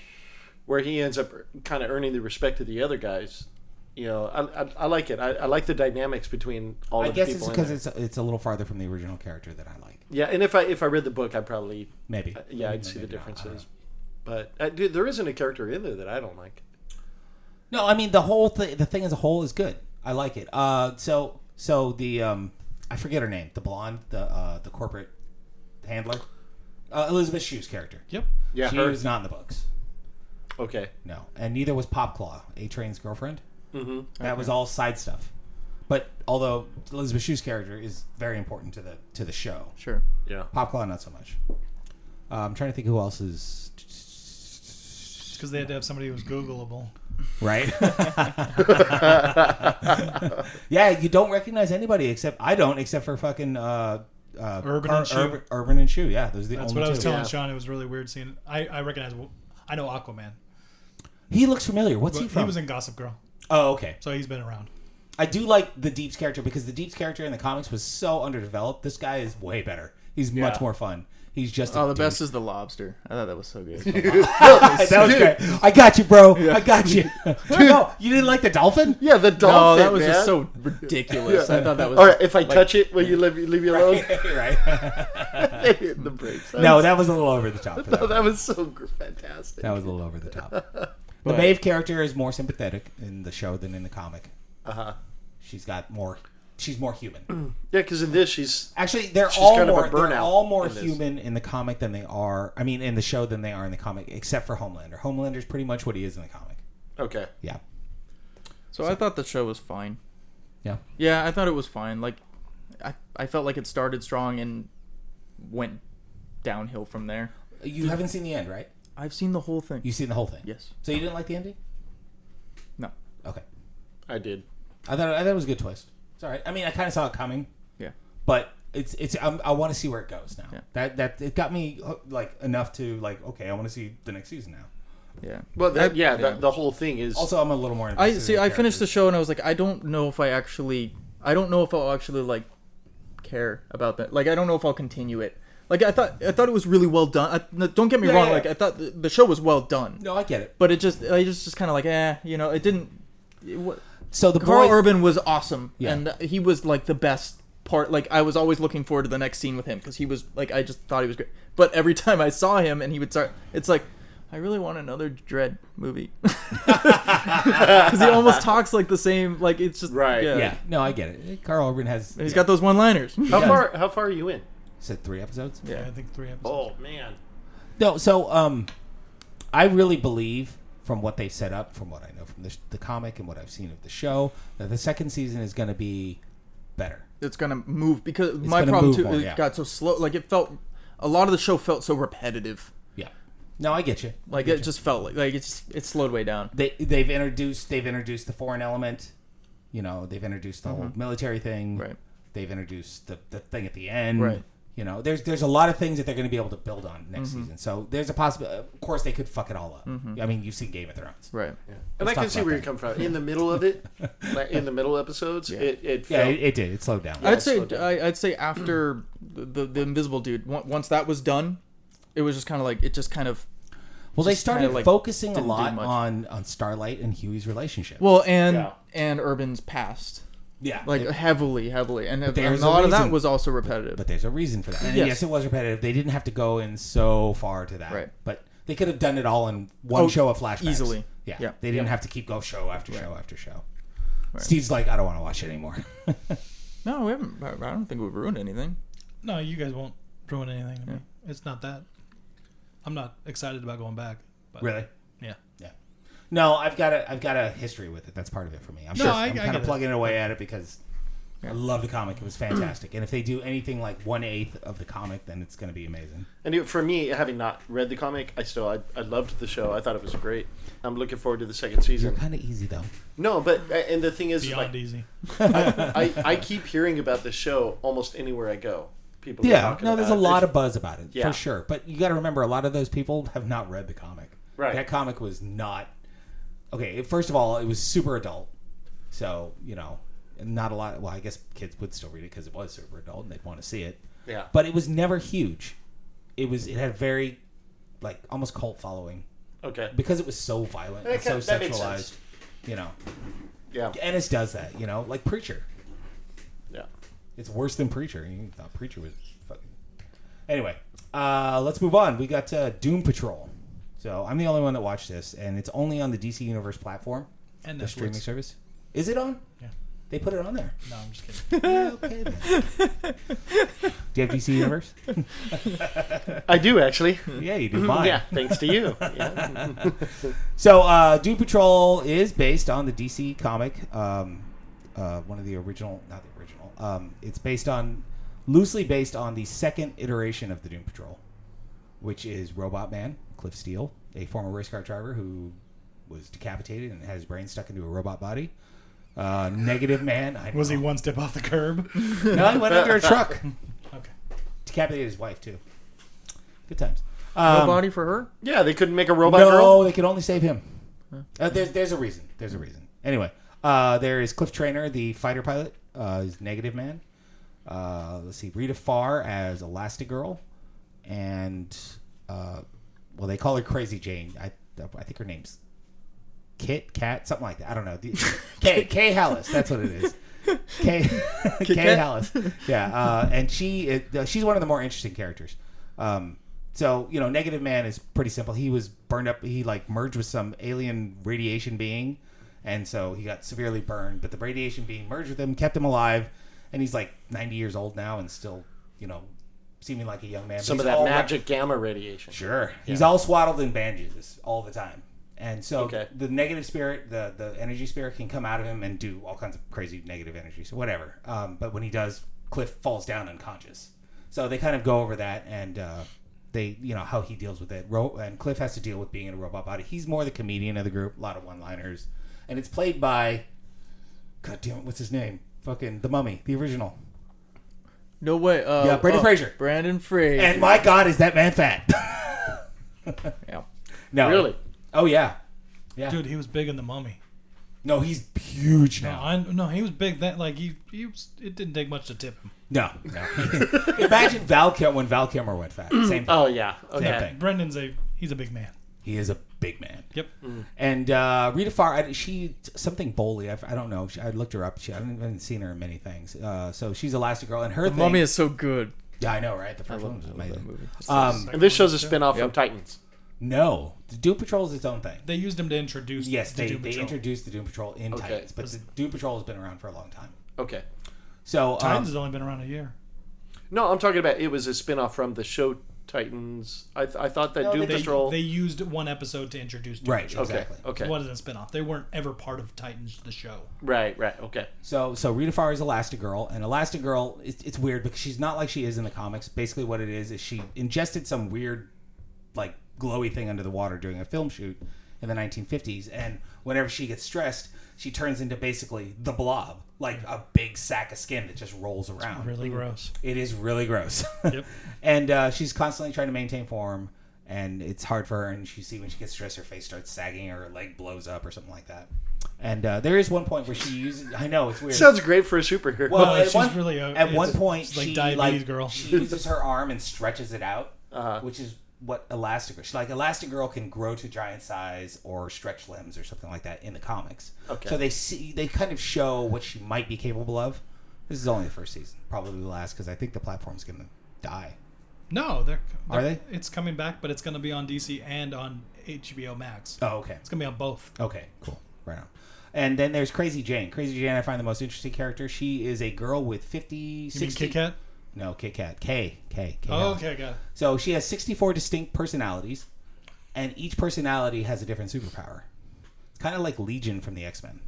S3: where he ends up kind of earning the respect of the other guys. You know, I, I, I like it. I, I like the dynamics between all
S1: I
S3: the
S1: guess it's
S3: people. in
S1: because
S3: there.
S1: it's it's a little farther from the original character that I like.
S3: Yeah, and if I if I read the book, I'd probably uh,
S1: Maybe.
S3: yeah
S1: Maybe
S3: I'd see
S1: not. I
S3: the
S1: don't know.
S3: differences. But uh, dude, there isn't a character in there that I don't like.
S1: No, I mean the whole thing. The thing as a whole is good. I like it. Uh, so so the um, I forget her name. The blonde, the uh, the corporate handler, uh, Elizabeth Shue's character.
S4: Yep.
S3: Yeah,
S1: she
S3: her.
S1: was not in the books.
S3: Okay,
S1: No, and neither was Popclaw, A Train's girlfriend. Mm-hmm. That was all side stuff. But although Elizabeth Shue's character is very important to the to the show,
S2: Sure.
S3: yeah,
S1: Popclaw not so much. Uh, I'm trying to think who else is
S4: Because they had to have somebody who was Googleable.
S1: right? yeah, you don't recognize anybody except I don't, except for fucking uh, uh,
S4: Urban
S1: Car-
S4: and Shoe.
S1: Urban, Urban and Shoe. Yeah, those are the
S4: That's
S1: only
S4: what I was
S1: two.
S4: telling
S3: Yeah.
S4: Sean. It was really weird seeing. I I recognize. I know Aquaman.
S1: He looks familiar. What's
S4: But
S1: he from?
S4: he was in Gossip Girl,
S1: oh, okay.
S4: so he's been around.
S1: I do like the Deep's character because the Deep's character in the comics was so underdeveloped. This guy is way better. He's much more fun. He's just
S2: Oh,
S1: a
S2: the
S1: dude.
S2: best is the lobster. I thought that was so good.
S1: that was great. I got you, bro. I got you. no, you didn't like the dolphin?
S3: yeah. The
S2: oh,
S3: dolphin.
S2: that was
S3: man.
S2: just so ridiculous. I thought that was.
S3: All right, if I
S2: like,
S3: touch it, will you leave leave me alone?
S1: right.
S3: They hit the brakes. That
S1: No,
S3: was-
S1: that was a little over the top. For that.
S3: no, that was so gr- fantastic.
S1: That was a little over the top. the Maeve character is more sympathetic in the show than in the comic.
S3: Uh huh.
S1: She's got more. She's more human.
S3: Yeah, because in this she's
S1: Actually, they're all
S3: kind of a
S1: more. they're
S3: burnout
S1: all more
S3: in this.
S1: human in the comic than they are. I mean, in the show than they are in the comic, except for Homelander. Homelander's pretty much what he is in the comic.
S3: okay.
S1: Yeah.
S2: So I thought the show was fine.
S1: Yeah.
S2: Yeah, I thought it was fine. Like, I I felt like it started strong and went downhill from there.
S1: You haven't seen the end, right?
S2: I've seen the whole thing.
S1: You've seen the whole thing.
S2: yes.
S1: So you didn't like the ending?
S2: No.
S1: Okay.
S3: I did.
S1: I thought I thought it was a good twist. It's all right. I mean, I kind of saw it coming,
S2: Yeah.
S1: but it's it's i I want to see where it goes now.
S2: Yeah.
S1: That that it got me uh, like enough to like okay, I want to see the next season now.
S2: Yeah.
S3: Well, that, yeah,
S2: yeah.
S3: The, the whole thing is.
S1: Also, I'm a little more.
S2: I
S1: invested in
S2: see. I finished the
S1: characters.
S2: show and I was like, I don't know if I actually, I don't know if I'll actually like care about that. Like, I don't know if I'll continue it. Like, I thought, I thought it was really well done. I, no, don't get me
S1: Yeah,
S2: wrong.
S1: yeah,
S2: Like,
S1: yeah.
S2: I thought the, the show was well done,
S1: No, I get it.
S2: but it just, I just, just kind of like, eh, you know, it didn't. It, wa-
S1: So the
S2: Carl
S1: boys,
S2: Urban was awesome,
S1: Yeah.
S2: and he was like the best part. Like, I was always looking forward to the next scene with him because he was like, I just thought he was great. But every time I saw him and he would start, it's like. I really want another Dread movie. because he almost talks like the same. Like it's just
S3: Right.
S2: Yeah,
S1: yeah, no, I get it. Carl Urban has
S2: And he's
S1: yeah,
S2: got those one-liners.
S3: how
S1: Yeah.
S3: far? How far are you in?
S1: said three episodes.
S2: Yeah.
S4: I think three episodes.
S3: Oh man.
S1: No, so um, I really believe from what they set up, from what I know from the, the comic and what I've seen of the show, that the second season is going to be better.
S2: It's gonna move because my
S1: gonna
S2: problem
S1: move
S2: too.
S1: more,
S2: it
S1: yeah.
S2: got so slow. Like it felt a lot of the show felt so repetitive.
S1: Yeah. No, I get you.
S2: Like it just felt like like it's it slowed way down.
S1: they they've introduced they've introduced the foreign element. You know, they've introduced the whole military thing.
S2: Mm-hmm. Right.
S1: They've introduced the, the thing at the end.
S2: Right. Mm-hmm.
S1: You know, there's there's a lot of things that they're going to be able to build on next season. So there's a possibility. Of course, they could fuck it all up. I mean, you've seen Game of Thrones.
S2: Right.
S3: And I
S1: Let's
S3: can
S1: talk
S3: see
S1: about
S3: where you
S1: that.
S3: come from. In the middle of it, like in the middle episodes, it it
S1: Yeah,
S3: felt,
S1: it, it did. It slowed down.
S2: I'd
S3: slow
S2: say
S3: down.
S2: I, I'd say after the, the the Invisible Dude. on- Once that was done, it was just kind of like it just kind of
S1: well, they
S2: just kinda,
S1: started
S2: like,
S1: focusing a
S2: didn't do
S1: lot
S2: much.
S1: on on Starlight and Huey's relationship.
S2: well and
S3: Yeah.
S2: and Urban's past.
S1: Yeah.
S2: like
S1: It-
S2: heavily, heavily, and a, a
S1: there's a
S2: lot of that
S1: reason.
S2: was also repetitive.
S1: but there's a reason for that. And yes.
S2: Yes.
S1: it was repetitive. They didn't have to go in so far to that.
S2: Right.
S1: But they could have done it all in one
S2: Oh,
S1: show of flashbacks.
S2: easily.
S1: Yeah.
S2: Yeah.
S1: They didn't have to keep go show after show after show. Steve's like, I don't want to watch it anymore.
S2: no, we haven't. I I don't think we've ruined anything.
S4: No, you guys won't ruin anything to me. It's not that. I'm not excited about going back. But
S1: really?
S4: Yeah.
S1: Yeah. No, I've got a I've got a history with it. That's part of it for me. I'm,
S4: No,
S1: just,
S4: I-
S1: I'm
S4: I
S1: kind
S4: get
S1: of
S4: it.
S1: plugging it away at it because
S2: Yeah.
S1: I love the comic. It was fantastic. and if they do anything like one eighth of the comic, then it's going to be amazing.
S3: And it, for me, having not read the comic, I still I, I loved the show. I thought it was great. I'm looking forward to the second
S1: You're
S3: season.
S1: kind of easy though.
S3: No, but uh, and the thing is, is
S4: Beyond
S3: like,
S4: easy.
S3: I, I keep hearing about this show almost anywhere I go. People, are
S1: Yeah,
S3: talking
S1: no, there's a
S3: about it.
S1: lot of buzz about it
S3: Yeah.
S1: for sure. But you got to remember, a lot of those people have not read the comic.
S3: Right.
S1: That comic was not okay. it- First of all, it was super adult, so you know, not a lot. Well, I guess kids would still read it because it was super adult and they'd want to see it.
S3: Yeah.
S1: But it was never huge. It was. It had a very, like, almost cult following
S3: okay,
S1: because it was so violent and
S3: Okay,
S1: so
S3: that makes
S1: sexualized.
S3: sense.
S1: You know,
S3: yeah,
S1: Ennis does that. You know, like Preacher.
S3: yeah.
S1: It's worse than Preacher. You thought Preacher was fucking. Anyway, uh, let's move on. We got uh, Doom Patrol. So I'm the only one that watched this, and it's only on the DC Universe platform,
S4: And
S1: the
S4: Netflix.
S1: streaming service. Is it on?
S4: Yeah.
S1: They put it on there.
S4: No, I'm just kidding.
S1: Yeah, okay then. Do you have DC Universe?
S3: I do actually.
S1: yeah, you do mine.
S3: Mm, Yeah, thanks to you. Yeah.
S1: So uh, Doom Patrol is based on the DC comic, um, uh, one of the original, not the original. Um, it's based on, loosely based on the second iteration of the Doom Patrol, which is Robot Man, Cliff Steele, a former race car driver who was decapitated and had his brain stuck into a robot body. Uh, negative Man. I
S4: Was he
S1: know.
S4: one step off the curb?
S1: No, he went under a truck.
S4: Okay.
S1: Decapitated his wife too. Good times. Um,
S2: Body for her.
S3: yeah, they couldn't make a robot
S1: no,
S3: girl.
S1: they could only save him. Uh, there's there's a reason. There's a reason. Anyway, uh, there is Cliff Trainer, the fighter pilot, uh, is Negative Man. Uh, let's see, Rita Farr as Elastigirl, and uh, well, they call her Crazy Jane. I I think her name's Kit Cat, something like that. I don't know. The- Kay Kay Hallis, that's what it is. Kay Kay
S2: Kat?
S1: Hallis, yeah. Uh, and she is, uh, she's one of the more interesting characters. Um, so you know, Negative Man is pretty simple. He was burned up. He like merged with some alien radiation being, and so he got severely burned. But the radiation being merged with him, kept him alive, and he's like 90 years old now and still you know seeming like a young man. but
S3: Some of
S1: he's
S3: that
S1: all wrapped
S3: magic gamma radiation.
S1: Sure. He's all swaddled in bandages all the time. And so
S3: Okay.
S1: the negative spirit, the, the energy spirit can come out of him and do all kinds of crazy negative energy, so whatever. Um, but when he does, Cliff falls down unconscious. So they kind of go over that and uh, they, you know, how he deals with it. Ro- and Cliff has to deal with being in a robot body. He's more the comedian of the group, a lot of one liners. And it's played by, God damn it, what's his name? Fucking The Mummy, the original.
S2: No way. Uh,
S1: Yeah, Brandon
S2: oh,
S1: Fraser.
S2: Brandon Fraser.
S1: And my God, is that man fat?
S2: yeah.
S1: no.
S3: Really?
S1: Oh, yeah. Yeah.
S4: Dude, he was big in the mummy.
S1: No, he's huge
S4: No,
S1: now.
S4: I, no, he was big. That like he, he was, it didn't take much to tip him.
S1: No, no. Imagine Val Kilmer when Val Kilmer went fat. Same thing.
S3: Oh yeah. Okay.
S1: Same thing.
S4: Brendan's a he's a big man.
S1: He is a big man.
S4: Yep.
S1: And uh, Rita Farr, I, she something Bowley. I, I don't know. She, I looked her up. She, I haven't I haven't seen her in many things. Uh, so she's Elastigirl, and her thing.
S2: Mummy is so good.
S1: yeah, I know, right? The first one was amazing.
S2: movie.
S1: Um,
S3: And this show's a spin-off from Titans.
S1: no, the Doom Patrol is its own thing.
S4: They used him to introduce.
S1: Yes,
S4: the
S1: they,
S4: Doom
S1: they
S4: Patrol.
S1: introduced the Doom Patrol in
S3: Okay.
S1: Titans, but the Doom Patrol has been around for a long time.
S3: Okay.
S1: So um,
S4: Titans has only been around a year.
S3: No, I'm talking about it was a spin-off from the show Titans. I, th- I thought that
S1: No,
S3: Doom
S1: they-
S3: Patrol.
S4: They used one episode to introduce. Doom
S1: right,
S4: Patrol.
S3: okay.
S1: exactly.
S3: Okay.
S4: It wasn't a spinoff. They weren't ever part of Titans the show.
S3: Right. Right. Okay.
S1: So so Rita Farr is Elastigirl, and Elastigirl it's, it's weird because she's not like she is in the comics. Basically, what it is is she ingested some weird, like glowy thing under the water during a film shoot in the 1950s, and whenever she gets stressed, she turns into basically the Blob, like a big sack of skin that just rolls around.
S4: Really gross.
S1: It is really gross.
S4: Yep.
S1: and uh, she's constantly trying to maintain form, and it's hard for her. And she see when she gets stressed, her face starts sagging, or her leg blows up, or something like that. And uh, there is one point where she uses. I know it's weird.
S3: Sounds great for a superhero.
S1: Well,
S4: No,
S1: at
S4: she's
S1: one,
S4: really a-
S1: at
S4: it's
S1: one
S4: a-
S1: point
S4: it's like
S1: she
S4: diabetes
S1: like
S4: girl.
S1: she uses her arm and stretches it out, which is what Elastigirl. Like Elastigirl can grow to giant size or stretch limbs or something like that in the comics.
S3: Okay.
S1: So they see they kind of show what she might be capable of. This is only the first season, probably the last, because I think the platform's gonna die.
S4: No, they're, they're
S1: Are they?
S4: It's coming back, but it's going to be on DC and on HBO Max.
S1: Oh, okay.
S4: It's going to be on both.
S1: Okay, cool. Right on. And then there's Crazy Jane. Crazy Jane, I find the most interesting character. She is a girl with 50,
S4: You mean
S1: 60
S4: Kit Kat?
S1: No, Kit Kat. K. K. K.
S4: Oh, okay, I got it.
S1: So she has 64 distinct personalities, and each personality has a different superpower. It's kind of like Legion from the X Men.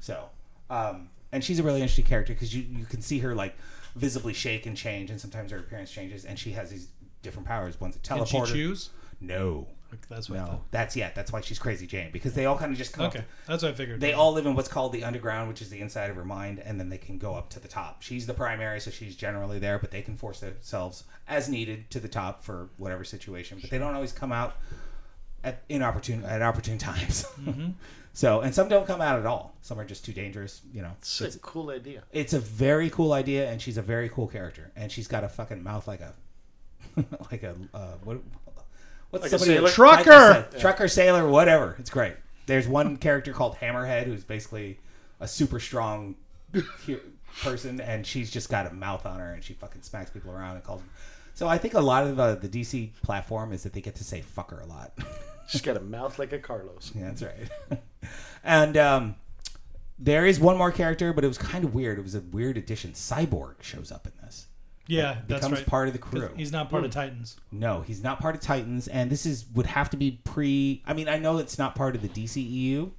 S1: So, um, and she's a really interesting character because you, you can see her like visibly shake and change, and sometimes her appearance changes, and she has these different powers. One's a
S4: Did she
S1: teleporter.
S4: choose?
S1: No.
S4: Like, That's what I
S1: No,
S4: thought.
S1: that's yeah. That's why she's crazy, Jane, because they all kind of just come.
S4: Okay,
S1: Up,
S4: that's what I figured.
S1: they all live in what's called the underground, which is the inside of her mind, and then they can go up to the top. She's the primary, so she's generally there, but they can force themselves as needed to the top for whatever situation. But they don't always come out at inopportune at opportune times. so, and some don't come out at all. Some are just too dangerous, you know.
S3: It's a cool idea.
S1: It's a very cool idea, and she's a very cool character, and she's got a fucking mouth like a like a uh, what. What's
S3: Like a
S1: somebody
S3: sailor?
S1: like I
S4: Trucker!
S1: said, trucker, sailor, whatever. It's great. There's one character called Hammerhead who's basically a super strong he- person, and she's just got a mouth on her, and she fucking smacks people around and calls them. So I think a lot of uh, the DC platform is that they get to say fucker a lot.
S3: She's got a mouth like a Carlos.
S1: Yeah, that's right. and um, there is one more character, but it was kind of weird. It was a weird addition. Cyborg shows up in this.
S4: yeah, that's
S1: becomes
S4: right.
S1: part of the crew.
S4: He's not part of Titans.
S1: No, he's not part of Titans, and this is would have to be pre. I mean, I know it's not part of the DCEU,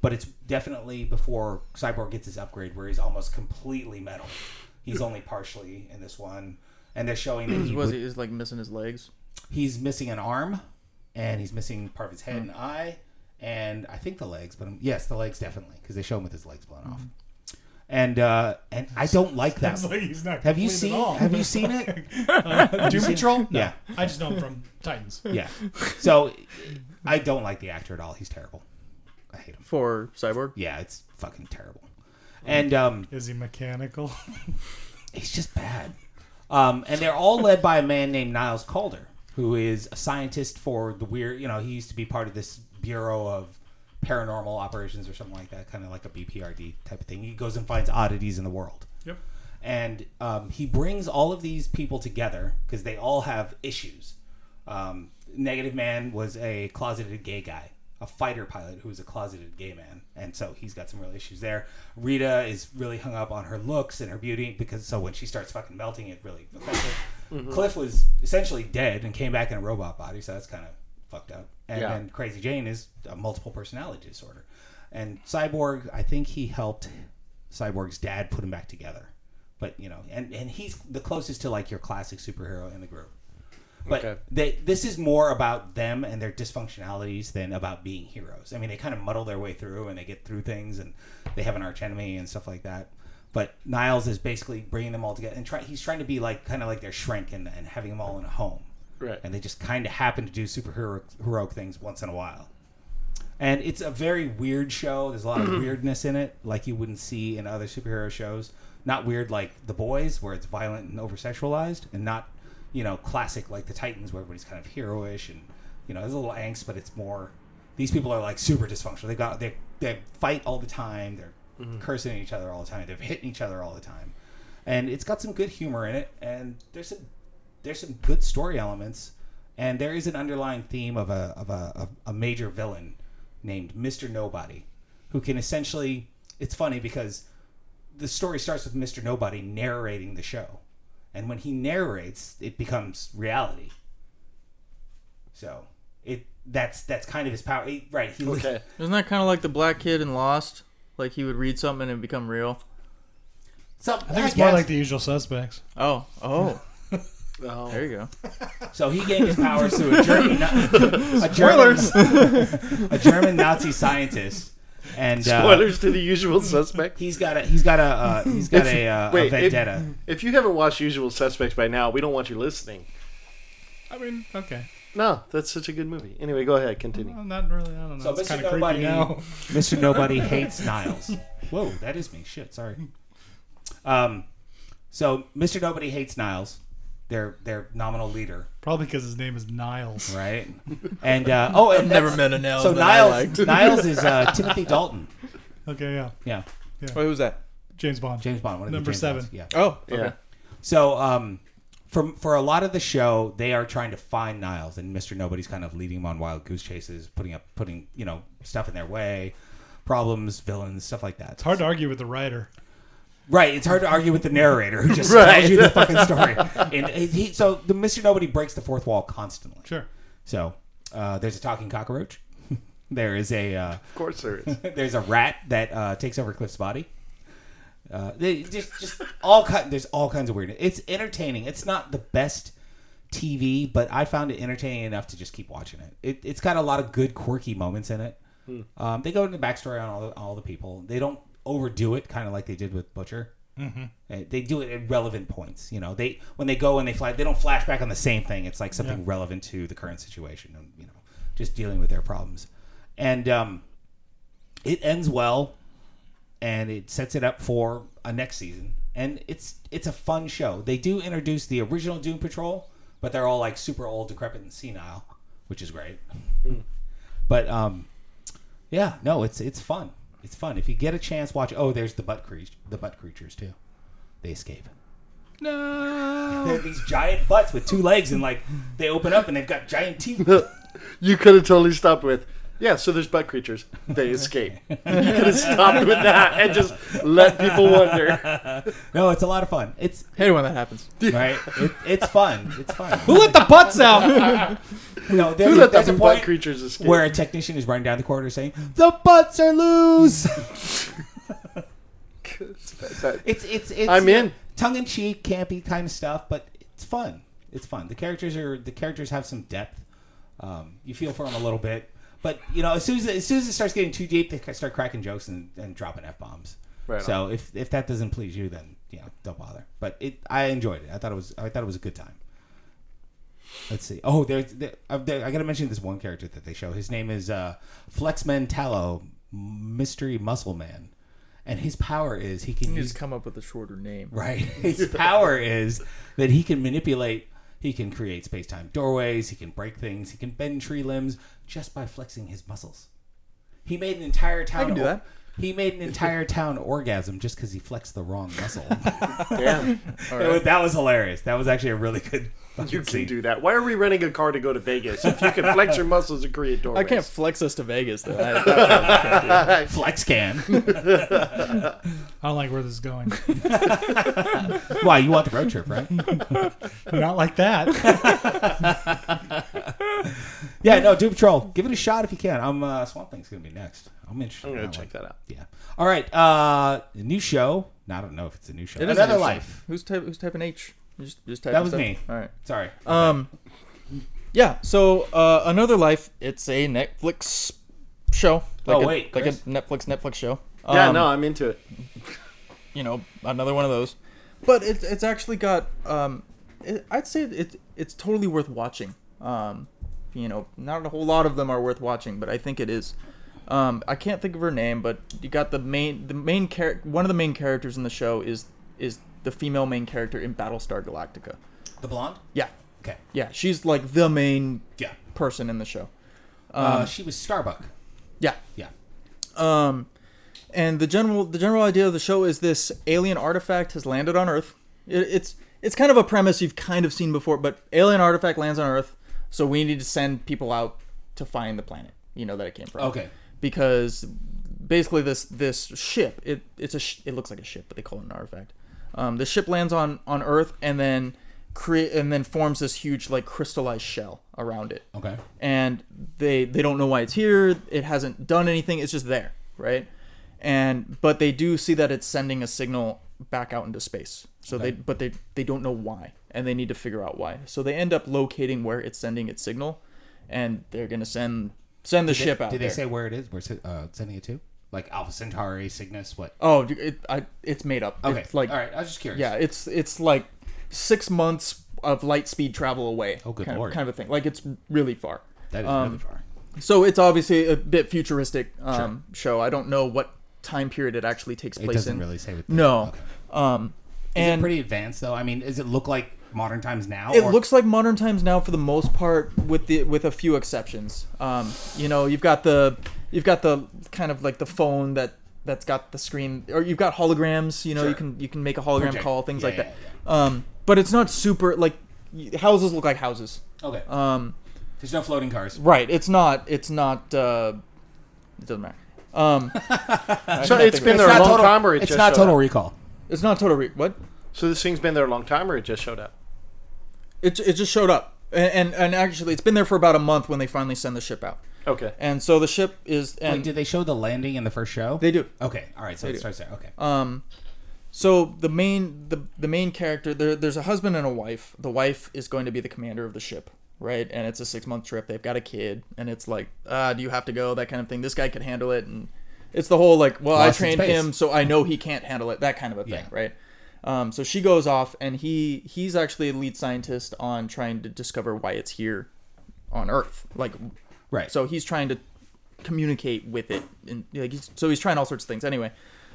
S1: but it's definitely before Cyborg gets his upgrade, where he's almost completely metal. He's only partially in this one, and they're showing that he
S2: Was
S1: would-
S2: he is like missing his legs?
S1: he's missing an arm, and he's missing part of his head and eye, and I think the legs. But um, yes, the legs definitely, because they show him with his legs blown off. And uh, and I don't like that.
S4: It's like he's not
S1: Have you
S4: complete
S1: seen?
S4: at all.
S1: Have you seen it?
S4: Doom Patrol? No,
S1: Yeah.
S4: I just know him from Titans.
S1: Yeah. So I don't like the actor at all. He's terrible. I hate him.
S2: For Cyborg?
S1: Yeah, it's fucking terrible. And um,
S4: Is he mechanical?
S1: he's just bad. Um, and they're all led by a man named Niles Calder, who is a scientist for the weird. You know, he used to be part of this bureau of paranormal operations or something like that, kind of like a BPRD type of thing. He goes and finds oddities in the world.
S4: Yep.
S1: and um, he brings all of these people together because they all have issues. Um, Negative Man was a closeted gay guy, a fighter pilot who was a closeted gay man, and so he's got some real issues there. Rita is really hung up on her looks and her beauty because so when she starts fucking melting, it really affects her. Cliff was essentially dead and came back in a robot body, so that's kind of fucked up. And
S3: Yeah.
S1: then Crazy Jane is a multiple personality disorder, and Cyborg, I think he helped Cyborg's dad put him back together but you know, and and he's the closest to like your classic superhero in the group. But
S3: Okay.
S1: they, this is more about them and their dysfunctionalities than about being heroes. I mean, they kind of muddle their way through and they get through things and they have an arch enemy and stuff like that. But Niles is basically bringing them all together and try, he's trying to be like kind of like their shrink and, and having them all in a home.
S3: Right.
S1: And they just kind of happen to do superhero heroic things once in a while. And it's a very weird show. There's a lot of weirdness in it, like you wouldn't see in other superhero shows. Not weird like The Boys, where it's violent and over sexualized, and not, you know, classic like The Titans, where everybody's kind of heroish and, you know, there's a little angst, but it's more. These people are like super dysfunctional. They got they they fight all the time. They're cursing at each other all the time. They're hitting each other all the time, and it's got some good humor in it. And there's some there's some good story elements, and there is an underlying theme of a of a of a major villain named Mister Nobody, who can essentially. It's funny because the story starts with Mister Nobody narrating the show, and when he narrates, it becomes reality. So it that's that's kind of his power, He- right? He
S3: Okay.
S2: Isn't that kind of like the black kid in Lost? Like he would read something and it'd become real.
S1: So,
S4: I think it's
S1: guess-
S4: more like the usual suspects.
S2: Oh, oh,
S3: Oh.
S2: there you go.
S1: So he gained his powers through a German, a German, a German Nazi scientist, and uh,
S3: Spoilers to the usual suspect.
S1: he's got a he's got a uh, he's got a, uh, a
S3: wait, if-
S1: vendetta.
S3: If you haven't watched Usual Suspects by now, we don't want you listening.
S4: I mean, okay.
S3: No, that's such a good movie. Anyway, go ahead, continue.
S1: Oh,
S4: I'm not really. I don't know.
S1: So Mr.
S4: it's kind of creepy
S1: Nobody,
S4: now.
S1: Mr. Nobody hates Niles. Whoa, that is me. Shit, sorry. Um, so Mr. Nobody hates Niles. their their nominal leader,
S4: Probably because his name is Niles.
S1: right? And uh, oh, and
S7: Never
S1: that's-
S7: met a Niles.
S1: So
S7: that I
S1: Niles,
S7: liked.
S1: Niles is uh, Timothy Dalton.
S4: Okay, yeah.
S1: Yeah,
S2: Oh, who's that?
S4: James Bond.
S1: James Bond. One of the
S4: Number
S1: James
S4: seven.
S1: Bonds, Yeah.
S2: Oh, okay.
S3: Yeah.
S1: So um, for for a lot of the show, they are trying to find Niles, and Mister Nobody's kind of leading them on wild goose chases, putting up putting you know stuff in their way, problems, villains, stuff like that.
S4: It's hard to argue with the writer.
S1: Right, it's hard to argue with the narrator who just tells you the fucking story. and he, so the Mister Nobody breaks the fourth wall constantly.
S4: Sure.
S1: So uh, there's a talking cockroach. there is a uh,
S3: Of course there is.
S1: there's a rat that uh, takes over Cliff's body. Uh, they just just all kind. There's all kinds of weirdness. It's entertaining. It's not the best TV, but I found it entertaining enough to just keep watching it. it it's got a lot of good quirky moments in it. Um, they go into the backstory on all the, all the people. They don't overdo it, kind of like they did with Butcher. Uh, They do it at relevant points. You know, they when they go and they fly, they don't flash back on the same thing. It's like something relevant to the current situation, and you know, just dealing with their problems. And um, it ends well and it sets it up for a next season and it's it's a fun show they do introduce the original doom patrol but they're all like super old decrepit and senile which is great but um yeah no it's it's fun it's fun if you get a chance watch oh there's the butt creature the butt creatures too they escape no they're these giant butts with two legs and like they open up and they've got giant teeth
S3: you could have totally stopped with, yeah, so there's butt creatures. They escape. you could have stopped with that and just let people wonder.
S1: no it's a lot of fun it's
S2: Hate when that happens.
S1: right it, it's fun it's fun
S4: Who let the butts out?
S1: no
S3: Who
S1: there's,
S3: let
S1: there's
S3: the
S1: a
S3: butt
S1: point
S3: creatures escape?
S1: where a technician is running down the corridor saying, "The butts are loose." it's it's it's.
S3: I'm in.
S1: Tongue in cheek, campy kind of stuff, but it's fun. It's fun. The characters are the characters have some depth. Um, you feel for them a little bit, but you know as soon as as soon as it starts getting too deep, they start cracking jokes and, and dropping f bombs.
S3: Right
S1: so if if that doesn't please you, then you know don't bother. But it I enjoyed it. I thought it was I thought it was a good time. Let's see. Oh, there's there, uh, there, I gotta mention this one character that they show. His name is uh, Flexman Tallow, Mystery Muscle Man, and his power is he can
S7: You
S1: use
S7: just come up with a shorter name.
S1: Right. His power is that he can manipulate, he can create space time doorways, he can break things, he can bend tree limbs just by flexing his muscles. He made an entire town.
S2: do that.
S1: He made an entire town orgasm just because he flexed the wrong muscle.
S3: Damn,
S1: It was- that was hilarious. That was actually a really good fucking
S3: you can
S1: scene.
S3: do that. Why are we renting a car to go to Vegas if you can flex your muscles and create doorways?
S2: I can't flex us to Vegas though. I-
S1: Flex can.
S4: I don't like where this is going.
S1: Why you want the road trip, right?
S4: Not like that.
S1: Yeah, no, Doom Patrol. Give it a shot if you can. I'm uh, Swamp Thing's gonna be next. I'm interested.
S3: I'm
S1: in
S3: gonna
S1: that
S3: check
S1: one.
S3: that out.
S1: Yeah. All right. Uh, new show. No, I don't know if it's a new show.
S2: It is
S1: Another
S2: an H.
S1: life.
S2: Who's type? Who's typing H? You Just, just type
S1: That was me.
S2: All right.
S1: Sorry.
S2: Um. Yeah. So uh, another life. It's a Netflix show. Like
S1: Oh,
S2: a,
S1: wait,
S2: like a
S1: Chris.
S2: Netflix Netflix show.
S3: Yeah,
S2: Um,
S3: no, I'm into it.
S2: You know, another one of those. But it's it's actually got. Um, it, I'd say it it's totally worth watching. Um, you know, not a whole lot of them are worth watching, but I think it is. Um, I can't think of her name, but you got the main the main character. One of the main characters in the show is is the female main character in Battlestar Galactica.
S1: The blonde.
S2: Yeah.
S1: Okay.
S2: Yeah, she's like the main
S1: Yeah.
S2: person in the show.
S1: uh, she was Starbuck.
S2: Yeah.
S1: Yeah.
S2: Um, and the general the general idea of the show is this alien artifact has landed on Earth. It, it's it's kind of a premise you've kind of seen before, but alien artifact lands on Earth, so we need to send people out to find the planet. You know that it came from.
S1: Okay.
S2: Because basically this this ship it it's a sh- it looks like a ship, but they call it an artifact. Um, the ship lands on on Earth and then create and then forms this huge like crystallized shell around it
S1: Okay.
S2: and they they don't know why it's here. It hasn't done anything. It's just there, right? And but they do see that it's sending a signal back out into space. So they but they they don't know why, and they need to figure out why. So they end up locating where it's sending its signal, and they're gonna send send the ship out.
S1: Did
S2: there.
S1: they say where it is? Where it's uh, sending it to? Like Alpha Centauri, Cygnus, what?
S2: Oh, it, I, it's made up.
S1: Okay.
S2: It's like
S1: all right. I was just curious.
S2: yeah, it's it's like six months of light speed travel away.
S1: Oh, good
S2: kind
S1: lord.
S2: Of, kind of a thing. Like it's really far. Um,
S1: That is really far.
S2: So it's obviously a bit futuristic um, show. I don't know what time period it actually takes
S1: It
S2: place
S1: doesn't
S2: in.
S1: really say. What the,
S2: no. Um,
S1: Is it
S2: and
S1: pretty advanced though? I mean, does it look like modern times now?
S2: It
S1: or-
S2: looks like modern times now for the most part, with the with a few exceptions. Um, you know, you've got the you've got the kind of like the phone that that's got the screen, or you've got holograms. You know, you
S1: Sure.
S2: can you can make a hologram
S1: Project.
S2: call, things
S1: Yeah,
S2: like
S1: yeah,
S2: that. Um, but it's not super like y- houses look like houses.
S1: okay.
S2: Um,
S1: There's no floating cars.
S2: right? It's not. It's not. Uh, it doesn't matter. Um,
S3: So it's been there
S1: It's
S3: a
S1: not
S3: long
S1: total-
S3: time, or it
S1: it's
S3: just
S1: not
S3: showed
S1: Total
S3: up?
S1: Recall.
S2: it's not total. Re- what?
S3: So this thing's been there a long time, or it just showed up.
S2: It it just showed up, and, and and actually, it's been there for about a month when they finally send the ship out.
S3: Okay.
S2: And so the ship is and
S1: Wait, did they show the landing in the first show?
S2: they do.
S1: Okay, all right. So it
S2: do.
S1: starts there. Okay.
S2: Um, so the main the the main character there there's a husband and a wife. The wife is going to be the commander of the ship, right? And it's a six month trip. They've got a kid, and it's like, ah, do you have to go? That kind of thing. This guy could handle it, and it's the whole like, well,
S1: Lost
S2: I
S1: in
S2: trained
S1: space.
S2: him, so I know he can't handle it. That kind of a thing,
S1: Yeah.
S2: right? Um, so she goes off, and he he's actually a lead scientist on trying to discover why it's here on Earth, like
S1: Right.
S2: so he's trying to communicate with it, and like he's, so he's trying all sorts of things. Anyway,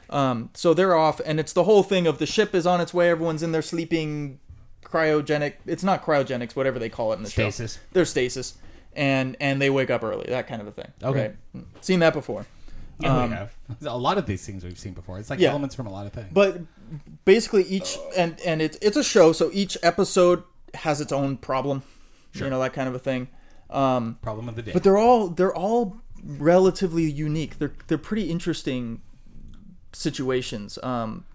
S2: um, so they're off, and it's the whole thing of the ship is on its way. Everyone's in there sleeping, cryogenic. It's not cryogenics, whatever they call it in the
S1: Stasis.
S2: show. They're stasis, and and they wake up early. That kind of a thing.
S1: Okay.
S2: right? Mm. seen that before.
S1: yeah,
S2: um,
S1: we have a lot of these things we've seen before. It's like
S2: Yeah.
S1: elements from a lot of things.
S2: but basically each and and it's it's a show so each episode has its own problem you know that kind of a thing um
S1: Problem of the day.
S2: but they're all they're all relatively unique they're they're pretty interesting situations um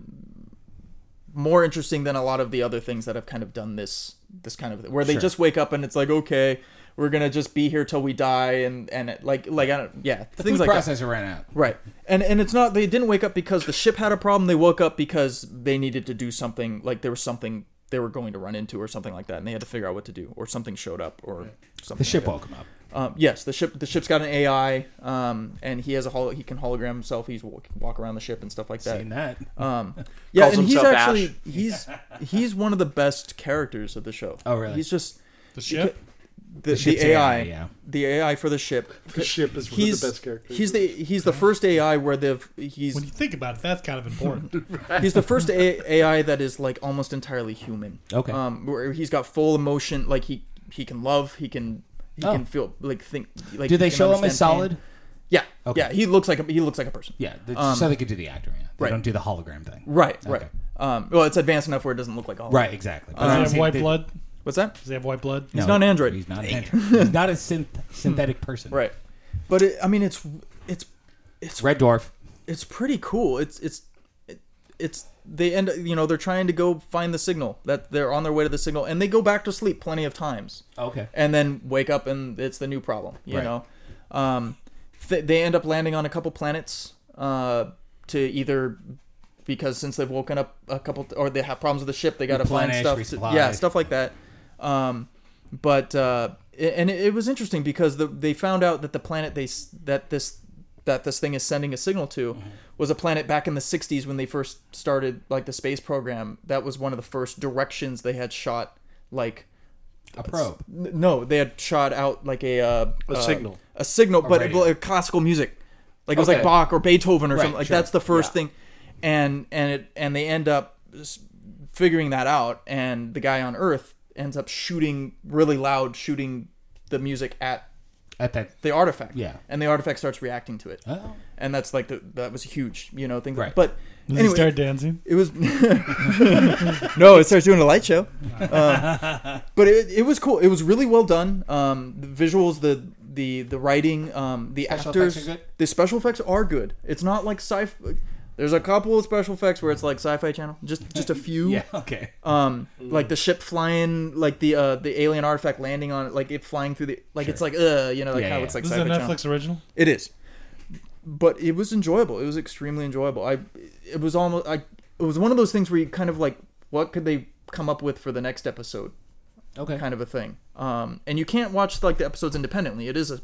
S2: more interesting than a lot of the other things that have kind of done this this kind of where they just wake up and it's like okay we're gonna just be here till we die and and it, like like i don't yeah things
S1: Food
S2: like that
S1: processor ran out.
S2: Right. And and it's not they didn't wake up because the ship had a problem. They woke up because they needed to do something like there was something they were going to run into or something like that and they had to figure out what to do or something showed up or something.
S1: The ship woke him up.
S2: Um, yes, the ship the ship's got an AI um, and he has a hol- he can hologram himself. He's walk, walk around the ship and stuff like that.
S1: Seen that?
S2: Yeah,
S3: Calls
S2: and he's
S3: himself
S2: actually
S3: Ash.
S2: he's he's one of the best characters of the show.
S1: Oh, really?
S2: He's just
S4: The ship.
S2: the, the,
S1: ship's
S2: AI,
S1: AI, yeah.
S2: the AI for the ship.
S3: The ship is one of the best characters.
S2: He's the he's the first AI where they've he's
S4: When you think about it, that's kind of important.
S2: he's the first a- AI that is like almost entirely human.
S1: Okay.
S2: Um, where he's got full emotion, like he he can love, he can he
S1: Oh.
S2: can feel like think like.
S1: Do
S2: he
S1: they
S2: can
S1: show him as
S2: understand
S1: solid?
S2: pain. Yeah.
S1: Okay.
S2: Yeah, he looks like a, he looks like a person.
S1: Yeah, the, so they could do the actor. Yeah. They
S2: right.
S1: don't do the hologram thing.
S2: Right. Right.
S1: Okay.
S2: Um, well, it's advanced enough where it doesn't look like all.
S1: Right, exactly. But
S4: Does
S1: I'm
S4: he have
S1: saying
S4: white
S1: they-
S4: blood?
S2: What's that?
S4: Does he have white blood?
S2: He's not an android.
S1: He's not. An android. he's not a synth, synthetic person.
S2: Right. But it, I mean, it's it's
S1: Red Dwarf.
S2: it's pretty cool. It's it's it, it's they end you know they're trying to go find the signal that they're on their way to the signal and they go back to sleep plenty of times.
S1: Okay.
S2: And then wake up and it's the new problem. You
S1: Right.
S2: know, um, th- they end up landing on a couple planets uh, to either because since they've woken up a couple or they have problems with the ship, they got to find stuff.
S1: Replenish,
S2: To,
S1: resupply.
S2: yeah, stuff like that. Um, but uh, it, and it, it was interesting because the, they found out that the planet they s- that this that this thing is sending a signal to
S1: Mm-hmm.
S2: was a planet back in the 60s when they first started like the space program that was one of the first directions they had shot like
S1: A probe.
S2: n- no they had shot out like a uh, a
S3: signal.
S2: a signal but it,
S1: radio.
S2: like, classical music like it was like
S3: Okay.
S2: Bach or Beethoven or something like
S1: sure.
S2: that's the first thing and and it and they end up s- figuring that out and the guy on earth ends up shooting really loud shooting the music at
S1: At that.
S2: the artifact.
S1: Yeah.
S2: And the artifact starts reacting to it.
S1: Oh.
S2: And that's like the, that was huge, you know, thing.
S1: Right.
S2: But
S4: Does
S2: anyway,
S4: he start dancing?
S2: it was no, it starts doing a light show. Um, but it, it was cool. It was really well done. Um, the visuals, the the the writing, um, the
S1: Special effects
S2: actors,
S1: are good?
S2: the special effects are good. It's not like sci. There's a couple of special effects where it's like Sci-Fi Channel, just just a few.
S1: Yeah. Okay.
S2: Um, like the ship flying, like the uh, the alien artifact landing on it, like it flying through the, like it's like uh, you know,
S1: Yeah,
S2: that kind of
S1: yeah.
S2: looks like
S4: This is a
S2: Sci-Fi Channel.
S4: Netflix original.
S2: It is. But it was enjoyable. It was extremely enjoyable. I it was almost I it was one of those things where you kind of like what could they come up with for the next episode
S1: Okay.
S2: kind of a thing. Um and you can't watch like the episodes independently. It is a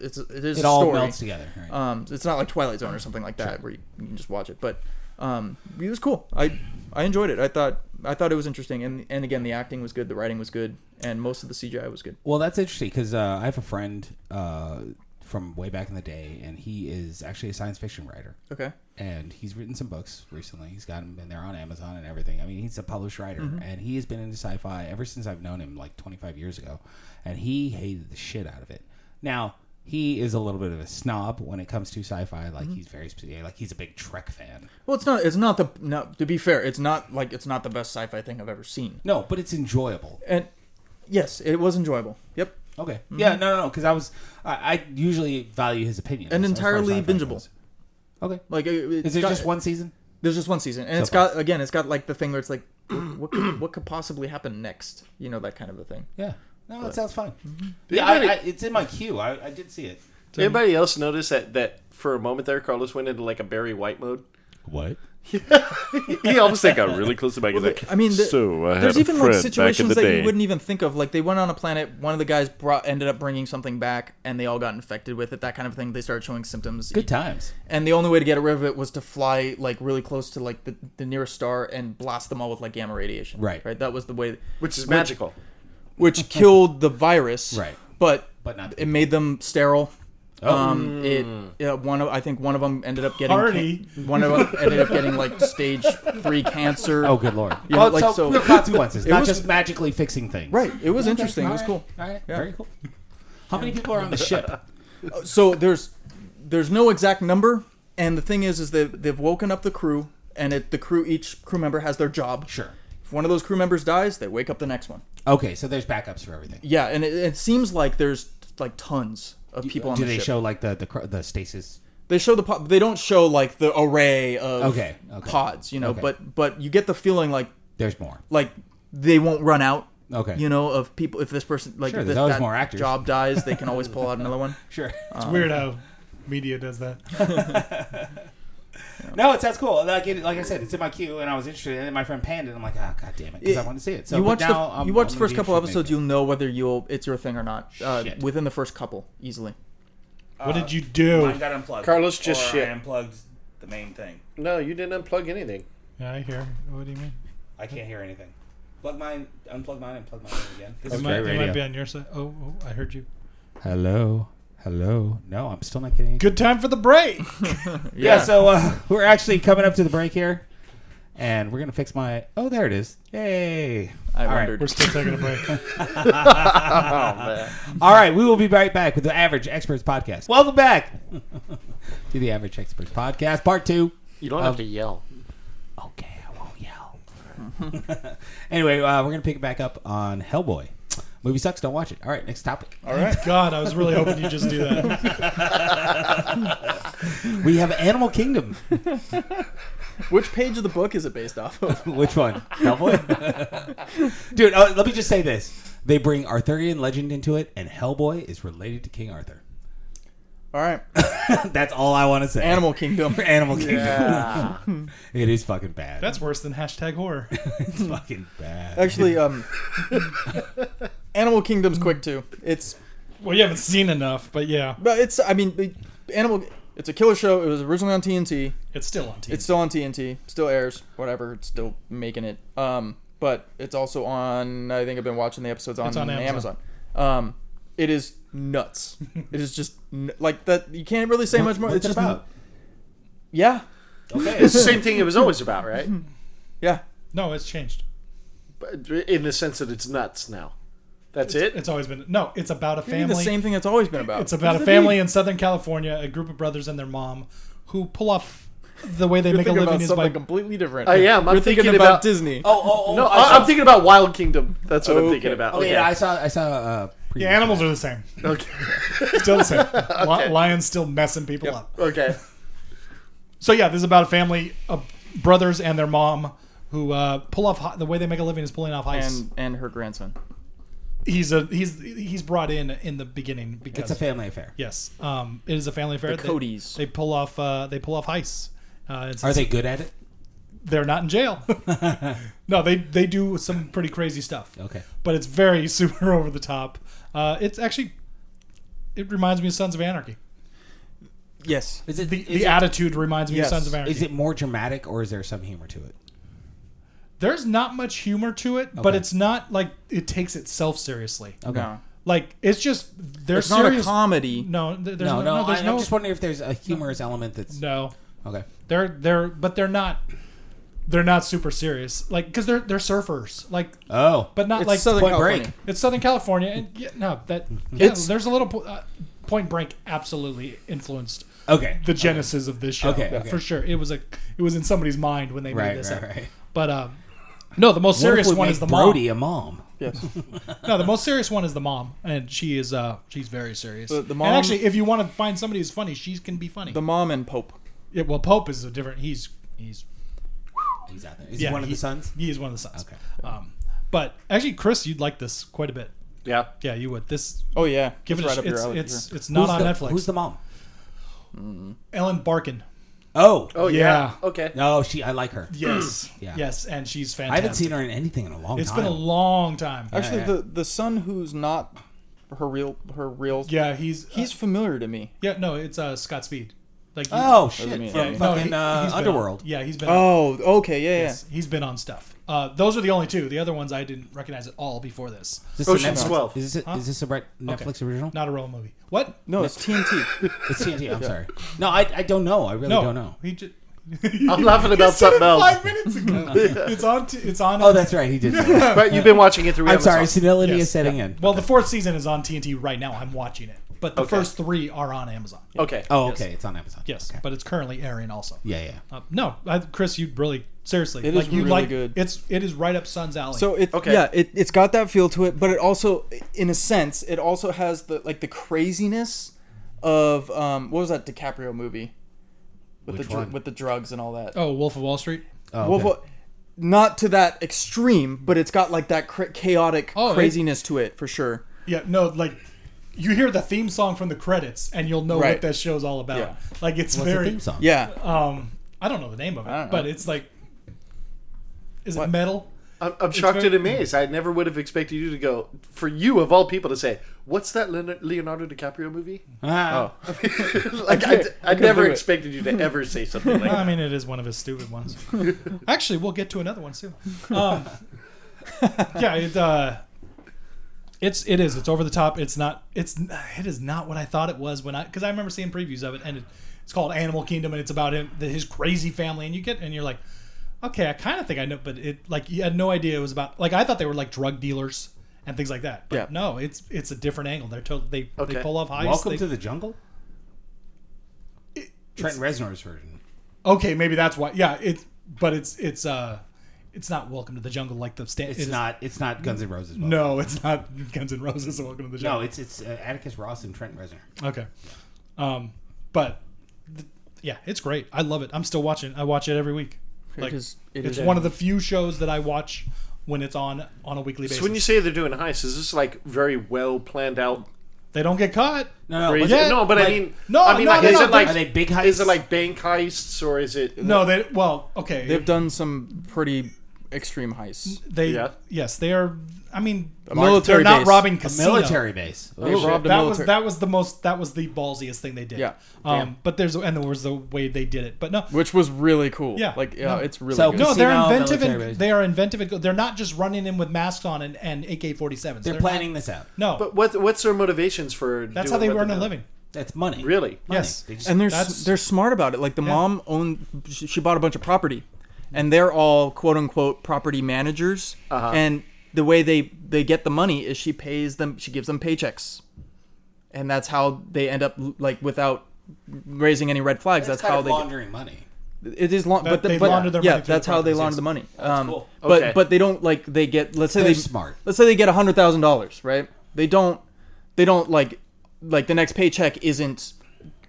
S2: it's a, it is
S1: it
S2: a
S1: all
S2: story.
S1: melts together. Right.
S2: Um it's not like Twilight Zone or something like that where you, you can just watch it, but um it was cool. I I enjoyed it. I thought I thought it was interesting and and again the acting was good, the writing was good, and most of the CGI was good.
S1: Well, that's interesting because uh, I have a friend uh, from way back in the day, and he is actually a science fiction writer.
S2: Okay.
S1: And he's written some books recently. He's got them, and they're on Amazon and everything. I mean, he's a published writer,
S2: Mm-hmm.
S1: and he has been into sci-fi ever since I've known him, like 25 years ago. And he hated the shit out of it. Now he is a little bit of a snob when it comes to sci-fi.
S2: Mm-hmm.
S1: Like he's very specific. Like he's a big Trek fan.
S2: Well, it's not. It's not the. No, to be fair, it's not like it's not the best sci-fi thing I've ever seen.
S1: No, but it's enjoyable.
S2: And yes, it was enjoyable. Yep.
S1: Okay.
S2: Mm-hmm.
S1: Yeah. No. No. No. Because I was, I, I usually value his opinion
S2: And
S1: as- as far as
S2: entirely
S1: sci-fi
S2: bingeable.
S1: goes. Okay.
S2: Like it,
S1: Is there just one season?
S2: There's just one season, and it's
S1: far.
S2: got again. It's got like the thing where it's like, what, what, could, what could possibly happen next? You know that kind of a thing.
S1: Yeah. No, that sounds fine.
S2: Mm-hmm.
S1: Yeah, I, I, it's in my queue. I, I did see it.
S3: Did anybody else notice that that for a moment there, Carlos went into like a Barry White mode?
S1: What?
S3: He almost like got really close to my well,
S2: I mean, the-
S8: So, I had
S2: there's
S8: a
S2: even like
S8: friend back in
S2: situations
S8: the
S2: that you
S8: day.
S2: wouldn't even think of. Like they went on a planet, one of the guys brought ended up bringing something back, and they all got infected with it. That kind of thing. They started showing symptoms.
S1: Good times.
S2: and the only way to get rid of it was to fly like really close to like the, the nearest star and blast them all with like gamma radiation.
S1: Right.
S2: Right. That was the way,
S3: which is magical.
S2: which killed the virus.
S1: Right.
S2: But
S1: But not the Oh.
S2: it made them sterile. Um, it yeah, one of I think one of them ended up getting
S4: Party.
S2: can- one of them ended up getting like stage three cancer.
S1: Oh, good lord.
S2: Yeah,
S1: oh,
S2: like,
S1: so,
S2: so-
S1: real consequences, not
S2: was-
S1: just magically fixing things.
S2: Right, it was
S1: Okay,
S2: interesting. It was
S1: alright,
S2: cool.
S1: alright,
S2: Yeah.
S1: Very cool. How many people are on the ship?
S2: So there's there's no exact number, and the thing is, is they they've woken up the crew, and it, the crew each crew member has their job.
S1: Sure.
S2: If one of those crew members dies, they wake up the next one.
S1: Okay, so there's backups for everything.
S2: Yeah, and it, it seems like there's like tons of people on
S1: Do
S2: the
S1: they
S2: ship.
S1: show like the the cr- the stasis?
S2: they show the po- they don't show like the array of
S1: Okay, okay.
S2: pods, you know,
S1: Okay.
S2: but but you get the feeling like
S1: There's more.
S2: like they won't run out.
S1: Okay.
S2: You know, of people if this person like
S1: Sure,
S2: if
S1: there's
S2: this,
S1: always
S2: that
S1: more actors.
S2: job dies, they can always pull out another one.
S1: Sure.
S2: Um,
S4: It's weird how media does that.
S1: Uh, No, it sounds cool. Like, it, like I said, it's in my queue, and I was interested. And then my friend panned it. And I'm like, ah, god damn it, because I
S2: It-
S1: want to see it. So
S2: you
S1: but
S2: watch the
S1: now I'm-
S2: you watch
S1: I'm
S2: the
S1: gonna
S2: first
S1: be
S2: couple
S1: interested in
S2: episodes, you'll know whether you'll it's your thing or not uh,
S1: Shit.
S2: within the first couple easily.
S4: What did you
S9: Mine
S4: do?
S9: got unplugged.
S3: Carlos just
S9: or
S3: shit.
S9: I unplugged the main thing.
S3: No, you didn't unplug anything.
S4: Yeah, I hear. What do you mean?
S9: I can't hear anything. Plug mine, unplug mine, and plug mine in again. This
S4: It
S9: is
S4: might,
S1: great
S4: it might
S1: radio.
S4: be on your side. Oh, oh, I heard you.
S1: making- Hello, hello. No, I'm still not getting.
S4: Good time for the break.
S1: Yeah. so uh, we're actually coming up to the break here, and we're gonna fix my. Oh, there it is. Yay!
S2: I
S1: All right. Oh,
S2: wondered.
S4: We're still taking a break.
S1: All right, we will be right back with the Average Experts Podcast. Welcome back to the Average Experts Podcast, Part Two.
S3: You don't have to yell.
S1: Okay, I won't yell. anyway, uh, we're gonna pick it back up on Hellboy. Movie sucks. Don't watch it. All right, next topic.
S4: All right. God, I was really hoping you'd just do that.
S1: We have Animal Kingdom.
S2: Which page of the book is it based off of?
S1: Which one? Hellboy? Dude, uh, let me just say this. They bring Arthurian legend into it, and Hellboy is related to King Arthur.
S2: All right,
S1: That's all I want to say.
S2: Animal Kingdom.
S1: Animal Kingdom. it is fucking bad.
S4: That's worse than hashtag horror.
S1: it's fucking bad.
S2: Actually, um, Animal Kingdom's quick too. It's
S4: Well, you haven't seen enough, but yeah,
S2: but it's I mean, the Animal. It's a killer show. It was originally on TNT.
S4: it's still on TV.
S2: It's still on TNT. Still airs. Whatever. It's still making it. Um, but it's also on. I think I've been watching the episodes on,
S4: It's on
S2: Amazon.
S4: Amazon.
S2: Um, it is nuts. it is just n- like that. You can't really say much more.
S1: What's
S2: it's
S1: it
S2: just
S1: about?
S2: yeah,
S3: It's the same thing it was always about, right?
S2: yeah.
S4: no, it's changed.
S3: But in the sense that it's nuts now. That's it.
S4: It's always been no. It's about a
S2: I think
S4: family.
S2: The same thing it's always been about.
S4: It's about a family in Southern California, a group of brothers and their mom, who pull off the way they make a
S2: thinking
S4: living
S2: about
S4: is
S2: something
S4: by
S2: completely different.
S3: I am. I'm
S2: You're thinking,
S3: thinking
S2: about,
S3: about-
S2: Disney.
S1: Oh, oh, oh.
S3: no,
S1: I
S3: I,
S1: saw-
S3: I'm thinking about Wild Kingdom. That's what I'm
S2: Okay.
S3: thinking about.
S1: Oh, yeah, I saw. I saw. Uh,
S4: the animals are the same.
S3: Okay.
S4: Still the same. Li- Lions still messing people up.
S3: okay.
S4: So yeah, this is about a family of brothers and their mom who uh, pull off hei- the way they make a living is pulling off heists.
S2: and and her grandson.
S4: he's a he's he's brought in in the beginning because
S1: It's a family affair.
S4: yes, um, it is a family affair.
S2: The
S4: They-
S2: Codys.
S4: They, pull off uh, they pull off heists. Uh, it's,
S1: Are they good at it?
S4: They're not in jail. no, they they do some pretty crazy stuff.
S1: Okay.
S4: but it's very super over the top. Uh, it's actually it reminds me of Sons of Anarchy.
S2: Yes.
S1: Is it?
S4: The,
S1: is
S4: the
S1: it-
S4: attitude reminds me
S2: Yes.
S4: of Sons of Anarchy.
S1: is it more dramatic or is there some humor to it?
S4: There's not much humor to it, but
S1: Okay.
S4: it's not like it takes itself seriously.
S1: Okay.
S2: No.
S4: Like it's just there's
S2: It's not
S4: serious.
S2: a comedy.
S4: No, th- there's
S1: No,
S4: no,
S1: no, I,
S4: there's
S1: am
S4: no,
S1: just wondering if there's a humorous element that's
S4: no.
S1: okay.
S4: They're they're but they're not. They're not super serious, like because they're they're surfers, like
S1: Oh,
S4: but not
S2: It's
S4: like
S2: Southern
S1: Point
S2: California.
S1: Break.
S4: It's Southern California, and yeah, no, that yeah,
S2: It's-
S4: there's a little po- uh, Point Break absolutely influenced
S1: okay.
S4: the genesis of this show
S1: Okay, okay.
S4: for sure. It was a it was in somebody's mind when they
S1: Right,
S4: made this
S1: right,
S4: up.
S1: right.
S4: But um, no, the most serious
S1: What if we
S4: one
S1: make
S4: is the
S1: Brody a mom.
S2: Yes.
S4: mom. No, the most serious one is the mom, and she is uh she's very serious.
S2: The- the
S4: And
S2: mom-
S4: actually, if you want to find somebody who's funny, she can be funny.
S2: The mom and Pope.
S4: yeah, well, Pope is a different. He's he's
S1: He's out there. Is
S4: yeah,
S1: he one of
S4: he-
S1: the sons?
S4: He is one of the sons.
S1: Okay.
S4: Um, but actually, Chris, you'd like this quite a bit.
S3: Yeah.
S4: Yeah, you would. This
S2: Oh yeah.
S4: give
S2: It's
S4: it a,
S2: right
S4: sh-
S2: up your
S4: it's,
S2: alley.
S4: it's,
S2: sure.
S4: it's not
S1: Who's
S4: on
S1: the-
S4: Netflix.
S1: Who's the mom?
S4: Ellen Barkin.
S1: Oh,
S3: Oh yeah.
S4: Yeah.
S3: Okay.
S1: no, she. I like her.
S4: Yes.
S1: Yeah.
S4: Yes, and she's
S1: I
S4: fantastic.
S1: haven't seen her in anything in a long
S4: It's
S1: time.
S4: been a long time.
S2: Actually,
S1: yeah.
S2: the the son who's not her real her real.
S4: yeah, he's uh,
S2: He's familiar to me.
S4: yeah. No, it's uh, Scott Speed. Like he-
S1: oh
S2: Doesn't mean
S1: shit!
S2: anything.
S1: From
S4: no,
S1: fucking
S4: he-
S1: uh,
S4: he's been on-
S1: Underworld.
S4: yeah, he's been.
S2: Oh, okay, yeah, yeah.
S4: yes, he's been on stuff. Uh, those are the only two. The other ones I didn't recognize at all before this.
S1: Is this a
S3: Ocean's
S1: Netflix-
S3: 12.
S1: Is this a, is this a Brett- Netflix original?
S4: Not a role movie. What?
S2: No, it's TNT.
S1: It's TNT. I'm sorry. No, I, I don't know. I really
S4: No,
S1: don't know.
S4: He just.
S3: I'm laughing about something else.
S4: Five minutes ago. It's on. T- it's on.
S1: Oh, that's right. He did. say that.
S3: But you've been watching it through.
S1: I'm
S3: Amazon.
S1: sorry. Senility
S4: Yes,
S1: is setting in.
S4: Well, the fourth season is on TNT right now. I'm watching it, but the
S3: Okay.
S4: first three are on Amazon.
S3: Okay.
S1: Oh, okay. It's on Amazon.
S4: Yes,
S1: Okay.
S4: but it's currently airing also.
S1: yeah, yeah.
S4: Uh, no, I, Chris, you really seriously.
S2: It
S4: like,
S2: is
S4: you
S2: really
S4: like,
S2: good.
S4: It's it is right up Sun's alley.
S2: So it
S3: Okay.
S2: yeah, it it's got that feel to it, but it also in a sense, it also has the like the craziness of um what was that DiCaprio movie? With
S1: Which
S2: the dr-
S1: one?
S2: with the drugs and all that.
S4: oh, Wolf of Wall Street.
S1: Oh, okay.
S2: Well, well, not to that extreme, but it's got like that cra- chaotic
S4: Oh, it-
S2: craziness to it for sure.
S4: Yeah, no, like you hear the theme song from the credits, and you'll know what
S2: Right.
S4: that show's all about.
S2: Yeah.
S4: Like it's
S1: What's the
S4: very.
S1: theme song?
S2: Yeah.
S4: Um, I don't know the name of
S2: I
S4: it,
S2: don't
S4: but
S2: know.
S4: it's like, is it
S2: What?
S4: metal?
S3: I'm, I'm shocked
S4: very-
S3: and amazed. I never would have expected you to go for you of all people to say, "What's that Leonardo- Leonardo DiCaprio movie?"
S1: Ah,
S3: like I,
S2: can't-
S3: I,
S2: I couldn't
S3: never
S2: do it.
S3: expected you to ever say something like
S4: I
S3: that.
S4: mean, it is one of his stupid ones. Actually, we'll get to another one soon. Um, yeah, it, uh, it's it is. It's over the top. It's not. It's it is not what I thought it was when I because I remember seeing previews of it and it, it's called Animal Kingdom and it's about him the, his crazy family and you get and you're like, okay, I kind of think I know, but it like you had no idea it was about. Like I thought they were like drug dealers and things like that. But
S2: Yeah.
S4: No, it's it's a different angle. They're to, they they
S3: Okay.
S4: pull off heist.
S1: Welcome
S4: they-
S1: to the Jungle. Trent Reznor's version.
S4: Okay, maybe that's why. Yeah, it. But it's it's uh, it's not Welcome to the Jungle like the stand.
S1: It's
S4: it is-
S1: not. It's not Guns N' Roses. Welcome.
S4: No, it's not Guns N' Roses. Welcome to the
S1: No,
S4: Jungle.
S1: it's it's uh, Atticus Ross and Trent Reznor.
S4: okay. Um, but th- yeah, it's great. I love it. I'm still watching. I watch it every week. Like
S2: is- it
S4: it's
S2: is-
S4: one of the few shows that I watch when it's on on a weekly basis.
S3: So when you say they're doing heists, is this like very well planned out?
S4: they don't get caught.
S1: No, no.
S3: Crazy?
S1: what's-
S4: yeah,
S3: no, but I
S1: like-
S3: mean,
S4: No,
S3: I mean,
S4: no,
S3: like,
S4: no,
S3: is
S4: no,
S3: it like
S1: are they big heists?
S3: is it like bank heists or is it
S4: No, they well, okay.
S2: They've done some pretty extreme heists.
S4: they
S3: Yeah.
S4: yes, they are. I mean,
S2: military
S4: they're not
S2: base.
S4: robbing
S1: a
S4: casino.
S1: military base.
S2: They
S1: Oh,
S2: robbed a
S4: that was
S2: military-
S4: that was the most that was the ballsiest thing they did.
S2: Yeah.
S4: Um, but there's and there was the way they did it. But no,
S2: which was really cool.
S4: Yeah.
S2: Like yeah,
S4: No.
S2: it's really
S1: So-
S2: good.
S4: no, they're
S1: Casino,
S4: inventive
S1: military
S4: and
S1: base.
S4: they are inventive and go- they're not just running in with masks on and, and AK-47s.
S1: They're planning this out.
S4: No,
S3: But what what's their motivations for?
S4: that's
S3: doing
S4: how they
S3: what
S4: earn
S3: they're
S4: a
S3: doing?
S4: living.
S1: That's money.
S3: Really?
S1: Money.
S4: Yes.
S1: They just-
S2: and they're
S4: That's-
S2: s they're smart about it. Like the
S4: Yeah.
S2: mom owned, she she bought a bunch of property, and they're all quote unquote property managers.
S3: Uh-huh.
S2: And the way they they get the money is she pays them, she gives them paychecks, and that's how they end up like without raising any red flags. That's,
S1: kind
S2: how
S1: of
S2: they.
S1: laundering money.
S2: It is long, but, the,
S4: they
S2: but
S4: launder their
S2: yeah,
S4: money through
S2: that's
S4: the
S2: how they
S4: properties,
S2: launder
S4: yes.
S2: the money. Um,
S1: cool.
S2: But
S3: Okay.
S2: but they don't like they get. Let's say
S1: They're
S2: they
S1: smart.
S2: Let's say they get hundred thousand dollars, right? They don't. They don't like like the next paycheck isn't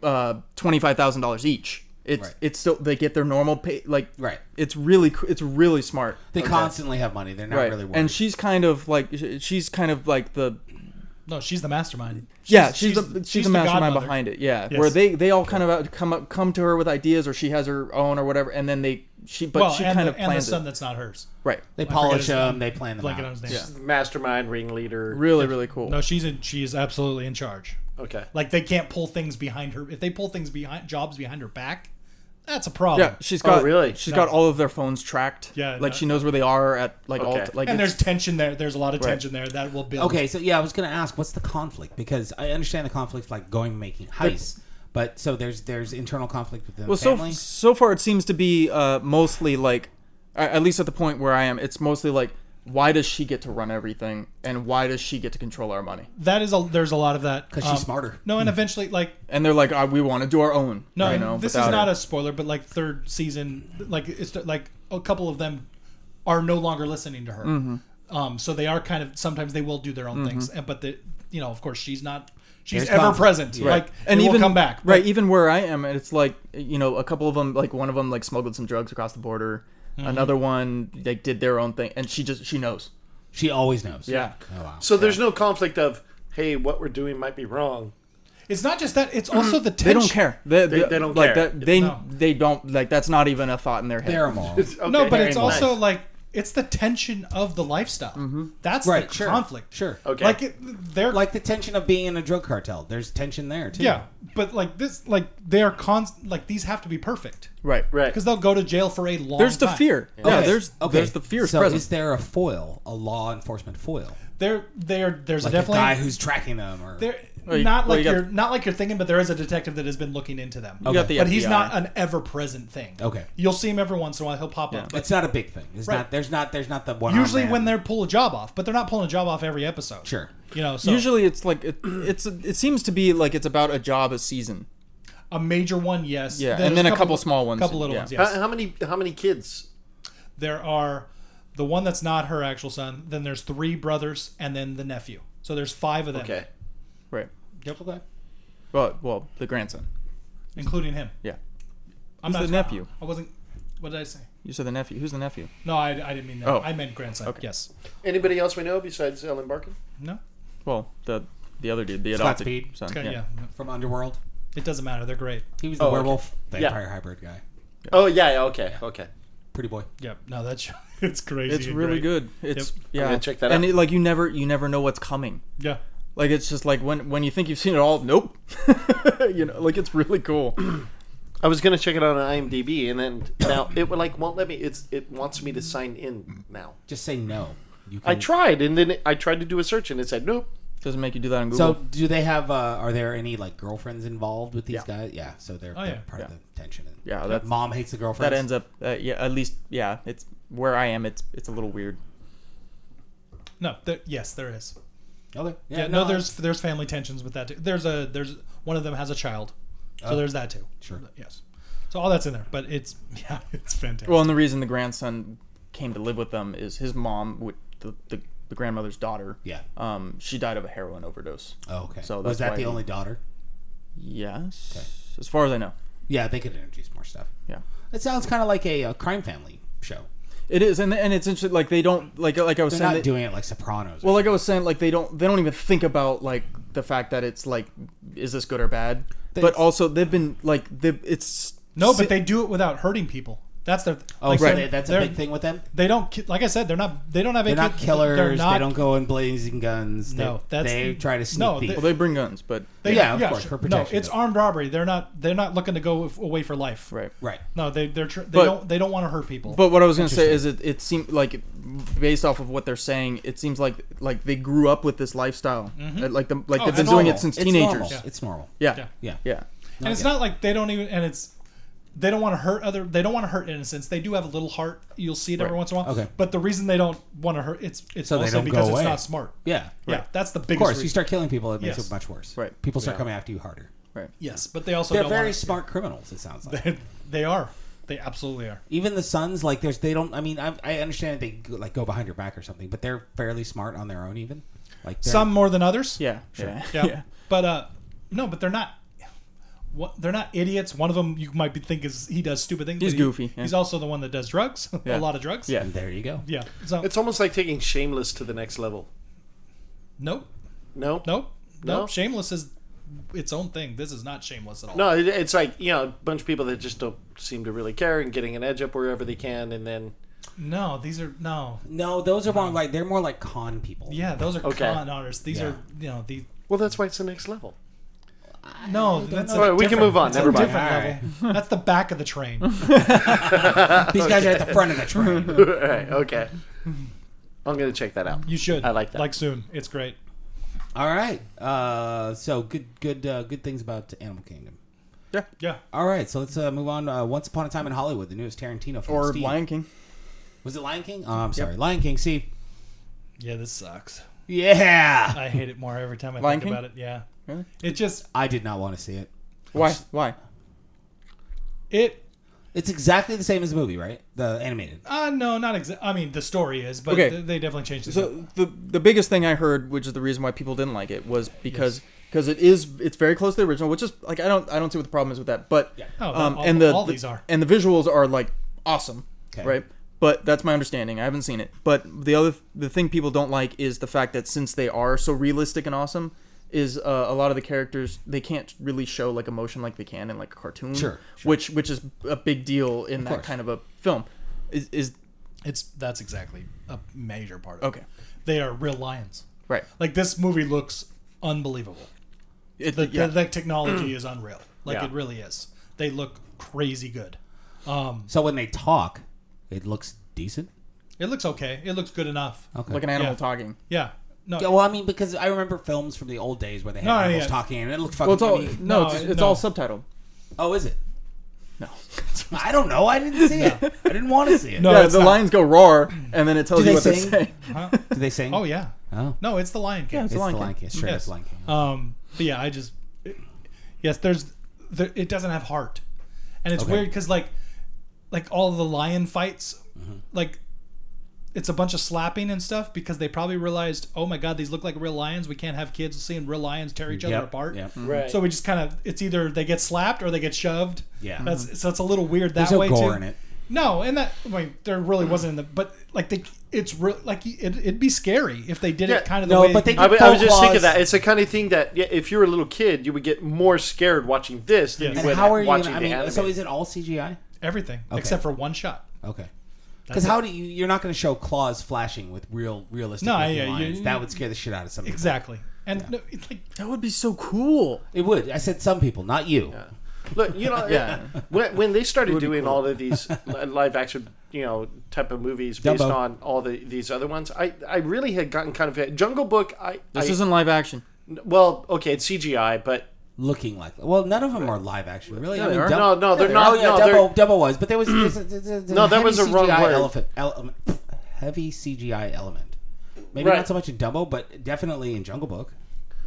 S2: uh, twenty five thousand dollars each. It's
S1: Right.
S2: it's still they get their normal pay like
S1: Right.
S2: It's really cr- it's really smart.
S1: They constantly have money. They're not
S2: right,
S1: really worried.
S2: and she's kind of like sh- she's kind of like the
S4: No, she's the mastermind.
S2: yeah she's, the she's, the mastermind
S4: godmother.
S2: behind it yeah
S4: Yes.
S2: where they they all kind of out- come up come to her with ideas or she has her own or whatever and then they she but
S4: Well,
S2: she
S4: and
S2: kind
S4: the,
S2: of
S4: and the
S2: plans
S4: son
S2: it
S4: that's not hers.
S2: right
S1: they
S4: forget
S1: polish
S4: his
S1: them.
S4: name.
S1: They plan them
S4: Blanking on
S1: out.
S4: his name.
S2: Yeah.
S3: Mastermind, ringleader.
S2: really really cool
S4: No, she's in, she is absolutely in charge.
S3: Okay.
S4: Like they can't pull things behind her. If they pull things behind jobs behind her back, That's a problem.
S2: Yeah, she's
S3: Oh,
S2: got
S3: really?
S2: She's got all of their phones tracked.
S4: Yeah,
S2: like
S4: no.
S2: she knows where they are at like all
S3: Okay.
S2: t- like
S4: And
S2: it's-
S4: there's tension there. There's a lot of tension there that will build.
S1: Okay, so yeah, I was gonna ask, what's the conflict? Because I understand the conflict, like going and making heists, but so there's there's internal conflict within
S2: well
S1: the
S2: so
S1: family.
S2: so far it seems to be uh, mostly like a- at least at the point where I am it's mostly like why does she get to run everything and why does she get to control our money
S4: That is a there's a lot of that um,
S1: 'Cause she's smarter. Hmm.
S4: No, and eventually like
S2: and they're like uh we want to do our own
S4: No,
S2: you
S4: and
S2: know,
S4: this is
S2: without
S4: not
S2: her.
S4: a spoiler, but like third season, like it's like a couple of them are no longer listening to her.
S1: Mm-hmm.
S4: Um, so they are kind of sometimes they will do their own things, and but the you know of course she's not she's
S1: There's
S4: ever
S1: conflict,
S4: present. Like and even will come back.
S2: right even where i am it's like you know a couple of them like one of them like smuggled some drugs across the border
S4: Mm-hmm.
S2: another one like did their own thing and she just she knows
S1: she always knows.
S2: yeah
S1: Oh wow.
S3: So there's no conflict of, hey, what we're doing might be wrong.
S4: It's not just that; it's also the tension.
S2: they don't care they,
S3: They- they don't
S2: like
S3: care.
S2: that, they
S4: No.
S2: they don't like that's not even a thought in their head
S1: They're a mall.
S3: Okay.
S4: No, but
S3: Very
S4: it's
S3: nice.
S4: also like it's the tension of the lifestyle. That's
S1: Mm-hmm. Right,
S4: the
S1: sure,
S4: conflict.
S1: sure.
S3: Okay.
S4: Like it, they're
S1: Like the tension of being in a drug cartel. There's tension there too.
S4: yeah, but like this, like they are const. Like these have to be perfect
S2: right
S3: right.
S4: because they'll go to jail for a long.
S2: there's the
S4: time.
S2: fear yeah,
S1: Okay,
S2: there's
S1: okay.
S2: there's the fear
S1: So
S2: present
S1: is there a foil, a law enforcement foil,
S4: There, there, there's
S1: like
S4: definitely
S1: a guy who's tracking them, or
S4: There,
S2: Well, Oh, you-
S4: not
S2: well,
S4: like
S2: you got-
S4: you're not like you're thinking, but there is a detective that has been looking into them.
S2: You got the
S4: but he's
S2: FBI.
S4: not an ever-present thing.
S1: Okay.
S4: you'll see him every once in a while. He'll pop up. But
S1: it's not a big thing. It's
S4: Right.
S1: not. There's not. There's not the one.
S4: usually when they pull a job off, but they're not pulling a job off every episode.
S1: Sure.
S4: you know, so
S2: usually
S4: usually
S2: it's like it, it's it seems to be like it's about a job a season
S4: a major one, yes.
S2: Yeah,
S4: There's
S2: and then a couple small ones,
S4: couple little
S2: yeah.
S4: ones.
S3: How,
S4: Yes,
S3: how many how many kids?
S4: there are the one that's not her actual son. Then there's three brothers, and then the nephew. So there's five of them.
S3: Okay.
S2: right
S4: Yep. Okay.
S2: well well the grandson
S4: Including him.
S2: yeah
S4: I'm
S2: Who's the nephew?
S4: I wasn't. What did I say?
S2: you said the nephew who's the nephew
S4: No, I, I didn't mean that.
S2: Oh.
S4: I meant grandson.
S2: Okay.
S4: Yes.
S3: Anybody else we know besides Ellen Barkin?
S4: No.
S2: well the the other dude the adopted
S1: Godspeed.
S2: son
S4: Okay,
S2: yeah.
S4: yeah.
S1: from Underworld,
S4: It doesn't matter. They're great.
S1: he was the
S2: Oh, okay.
S1: werewolf
S3: Yeah.
S1: vampire hybrid guy.
S3: Oh yeah, yeah, okay, okay.
S1: Pretty boy.
S4: Yep. No, that's it's crazy.
S2: it's
S4: and
S2: really
S4: great.
S2: good it's yeah
S3: gonna check that
S2: and
S3: out.
S2: it, like you never you never know what's coming
S4: Yeah.
S2: Like it's just like when when you think you've seen it all, nope. you know, like it's really cool.
S3: I was gonna check it out on IMDb, and then now it would like won't let me. It's it wants me to sign in now.
S1: Just say no. You
S3: I tried, and then it, I tried to do a search, and it said nope.
S2: Doesn't make you do that on
S1: So
S2: Google.
S1: do they have? Uh, are there any like girlfriends involved with these guys? Yeah. So they're,
S4: Oh,
S1: they're
S4: yeah.
S1: part of the tension. And
S2: Yeah, that's-
S1: mom hates the girlfriend.
S2: that ends up, uh, yeah, at least, yeah, it's where I am. It's it's a little weird.
S4: No. There, yes, there is.
S1: Okay.
S4: Yeah. no, there's there's family tensions with that too. There's a there's one of them has a child,
S2: Oh.
S4: so there's that too.
S1: Sure.
S4: Yes. So all that's in there, but it's yeah, it's fantastic.
S2: Well, and the reason the grandson came to live with them is his mom, with the the, the grandmother's daughter.
S1: Yeah.
S2: Um, she died of a heroin overdose.
S1: Oh, okay.
S2: So
S1: So
S2: that's
S1: was
S2: why
S1: that the
S2: he-
S1: only daughter?
S2: Yes. As far as I know.
S1: Yeah, they could introduce more stuff.
S2: Yeah.
S1: It sounds kind of like a, uh crime family show.
S2: It is, and and it's interesting. Like they don't like like I was
S1: They're
S2: saying.
S1: not
S2: that-
S1: doing it like Sopranos. Well,
S2: Well, like I was saying, like they don't they don't even think about like the fact that it's like, is this good or bad? but
S1: It's-
S2: also they've been like they it's
S4: no, but they do it without hurting people. That's their
S1: oh,
S4: like,
S1: so
S4: they're-
S1: they- that's a
S4: they're-
S1: big thing with them.
S4: They don't ki- like I said. They're not. They don't have.
S1: They're
S4: any,
S1: not killers.
S4: They're not,
S1: they don't go in blazing guns. They,
S4: No, that's-
S1: they try to sneak
S4: no,
S1: peek.
S2: well they bring guns, but
S4: They,
S1: yeah, of course,
S4: sure.
S1: for protection.
S4: No, it's armed robbery. They're not. They're not looking to go f- away for life.
S2: right.
S1: right.
S4: No, they they're tr- they
S2: But-
S4: don't they don't want to hurt people.
S2: But what I was gonna say is it it seemed like based off of what they're saying, it seems like like they grew up with this lifestyle, Uh, like the like
S4: Oh,
S2: they've been
S4: it's
S2: doing it
S1: normal.
S2: since
S1: It's
S2: teenagers.
S1: normal. It's normal.
S2: Yeah.
S4: Yeah.
S2: yeah,
S1: Yeah.
S4: and it's
S1: yeah.
S4: not like they don't even and it's they don't want to hurt other they don't want to hurt innocents they do have a little heart you'll see it every
S2: Right.
S4: once in a while
S1: Okay.
S4: but the reason they don't want to hurt it's it's
S1: So they
S4: also
S1: don't go
S4: because it's
S1: away.
S4: not smart
S1: Yeah.
S4: yeah that's the biggest
S1: Of course,
S4: reason.
S1: you start killing people, it makes
S4: Yes.
S1: it much worse.
S2: Right.
S1: People start
S4: Yeah.
S1: coming after you harder.
S2: right.
S4: yes but they also
S1: They're
S4: don't
S1: very
S4: wanna-
S1: smart criminals. It sounds like
S4: they are they absolutely are
S1: even the sons, like there's they don't. I mean, I, I understand they go, like go behind your back or something, but they're fairly smart on their own. Even like they're-
S4: some more than others
S2: Yeah,
S4: yeah.
S2: yeah, yeah.
S4: but uh no but they're not what, they're not idiots. One of them you might be think is he does stupid things.
S2: He's
S4: but he-
S2: goofy, yeah.
S4: He's also the one that does drugs.
S2: Yeah.
S4: a lot of drugs.
S2: Yeah.
S1: And there you go.
S4: yeah. So
S3: It's almost like taking Shameless to the next level.
S4: nope,
S3: No,
S4: nope,
S3: No?
S4: nope. Shameless is its own thing. This is not shameless at all.
S3: no. It, it's like you know a bunch of people that just don't seem to really care and getting an edge up wherever they can, and then
S4: No, these are no.
S1: No, those are more like they're more like con people.
S4: Yeah, those are
S3: Okay.
S4: con artists. These
S1: Yeah.
S4: are you know these.
S3: well, that's why it's the next level.
S4: No, that's
S3: All right,
S4: a,
S3: we can move on. Never mind.
S4: different level. That's the back of the train.
S1: These guys are at the front of the train.
S3: All right, okay. I'm gonna check that out.
S4: You should.
S3: I like that.
S4: Like soon. It's great.
S1: All right. Uh, so good, good, uh, good things about Animal Kingdom.
S4: Yeah.
S1: All right, so let's uh, move on. Uh, Once upon a time in Hollywood, the newest Tarantino film.
S2: Or
S1: Steve.
S2: Lion King.
S1: Was it Lion King? Oh, I'm sorry, Lion King. Steve.
S4: Yeah, this sucks.
S1: Yeah.
S4: I hate it more every time I
S2: Lion
S4: think
S2: King?
S4: about it. Yeah.
S2: Really?
S4: It just
S1: I did not want to see it.
S2: Why? Why?
S4: it
S1: It's exactly the same as the movie, right? The animated.
S4: uh no, not exactly. I mean, the story is, but
S2: Okay.
S4: th- they definitely changed it.
S2: So the the biggest thing I heard, which is the reason why people didn't like it, was because because it is it's very close to the original, which is like I don't I don't see what the problem is with that, but
S4: Oh,
S2: um,
S4: all-
S2: and the
S4: all these are.
S2: and the visuals are like awesome,
S1: Okay.
S2: right? But that's my understanding. I haven't seen it, but the other the thing people don't like is the fact that since they are so realistic and awesome, is uh, a lot of the characters they can't really show like emotion like they can in like a cartoon,
S1: Sure, sure.
S2: which which is a big deal in that
S1: course.
S2: kind of a film. Is, is
S4: It's that's exactly a major part of it.
S2: okay,
S4: They are real lions.
S2: right?
S4: Like this movie looks unbelievable.
S2: It,
S4: The,
S2: yeah. Mm.
S4: the, the technology is unreal. Like
S3: Yeah.
S4: it really is. They look crazy good. Um,
S1: So when they talk, it looks decent.
S4: it looks okay. It looks good enough.
S1: Okay.
S2: like an animal
S4: Yeah.
S2: talking.
S4: Yeah. No.
S1: Yeah, well, I mean, because I remember films from the old days where they had
S4: No,
S1: animals
S4: yeah.
S1: talking, and it looked fucking.
S2: Well, it's all
S1: I mean-
S2: no,
S4: No,
S2: it's,
S4: it-
S2: it's
S4: no.
S2: all subtitled.
S1: oh, is it?
S2: No,
S1: I don't know. I didn't see it. I didn't want to see it.
S4: No,
S2: yeah,
S4: it's
S2: the
S4: not.
S2: lions go roar, and then it tells
S1: Do
S2: you
S1: they
S2: what they
S1: sing?
S2: say.
S4: Huh?
S1: Do they sing?
S4: Oh yeah.
S1: Oh.
S4: No, it's the Lion King.
S2: Yeah,
S1: It's the Lion King. Straight
S4: Yes.
S1: up Lion King.
S4: Um, but yeah, I just it- yes, there's there, it doesn't have heart, and it's
S1: Okay.
S4: weird because like like all the lion fights,
S1: Mm-hmm.
S4: like it's a bunch of slapping and stuff because they probably realized, oh my god, these look like real lions. We can't have kids seeing real lions tear each
S1: Yep,
S4: other apart.
S1: yep.
S3: Right.
S4: So we just kind of it's either they get slapped or they get shoved.
S1: Yeah.
S3: Mm-hmm.
S4: That's so it's a little weird that
S1: There's no
S4: way
S1: gore
S4: too.
S1: in it.
S4: No, and that I mean, there really
S3: Mm-hmm.
S4: wasn't in the but like they it's real like it, it'd be scary if they did
S3: Yeah.
S4: it kind of the
S1: No,
S4: way
S1: but they
S3: I, w- I was just thinking
S1: Folklores.
S3: that it's the kind of thing that yeah, if you were a little kid, you would get more scared watching this than
S4: Yes.
S3: you
S1: And
S3: would
S1: how are you?
S3: watching
S1: Gonna, I
S3: the
S1: mean,
S3: anime.
S1: so is it all CGI?
S4: everything except for one shot.
S1: Okay. Because how do you? You're not going to show claws flashing with real, realistic
S4: No,
S1: looking
S4: yeah, you-
S1: lions. that would scare the shit out of some people.
S4: Exactly. And no, it's like
S2: That would be so cool.
S1: It would. I said some people, not you.
S3: Look, you know,
S2: Yeah.
S3: when, when they started
S2: be
S3: doing
S2: cool.
S3: all of these li- live action, you know, type of movies based
S1: Dumbo.
S3: on all the, these other ones, I, I really had gotten kind of Jungle Book. I,
S2: This
S3: I-
S2: isn't live action.
S3: well, okay, it's CGI, but
S1: Looking like well, none of them are live action, really.
S2: No,
S1: I mean,
S2: they are.
S1: Dum-
S3: no, no, they're
S1: they are.
S3: not. no,
S1: Oh, yeah,
S3: they're,
S1: Dumbo, Dumbo was, but there was there's a- there's a- there's a
S3: No, that
S1: heavy
S3: was the wrong
S1: CGI
S3: word.
S1: Elephant, ele- heavy CGI element. Maybe
S3: Right.
S1: not so much in Dumbo, but definitely in Jungle Book.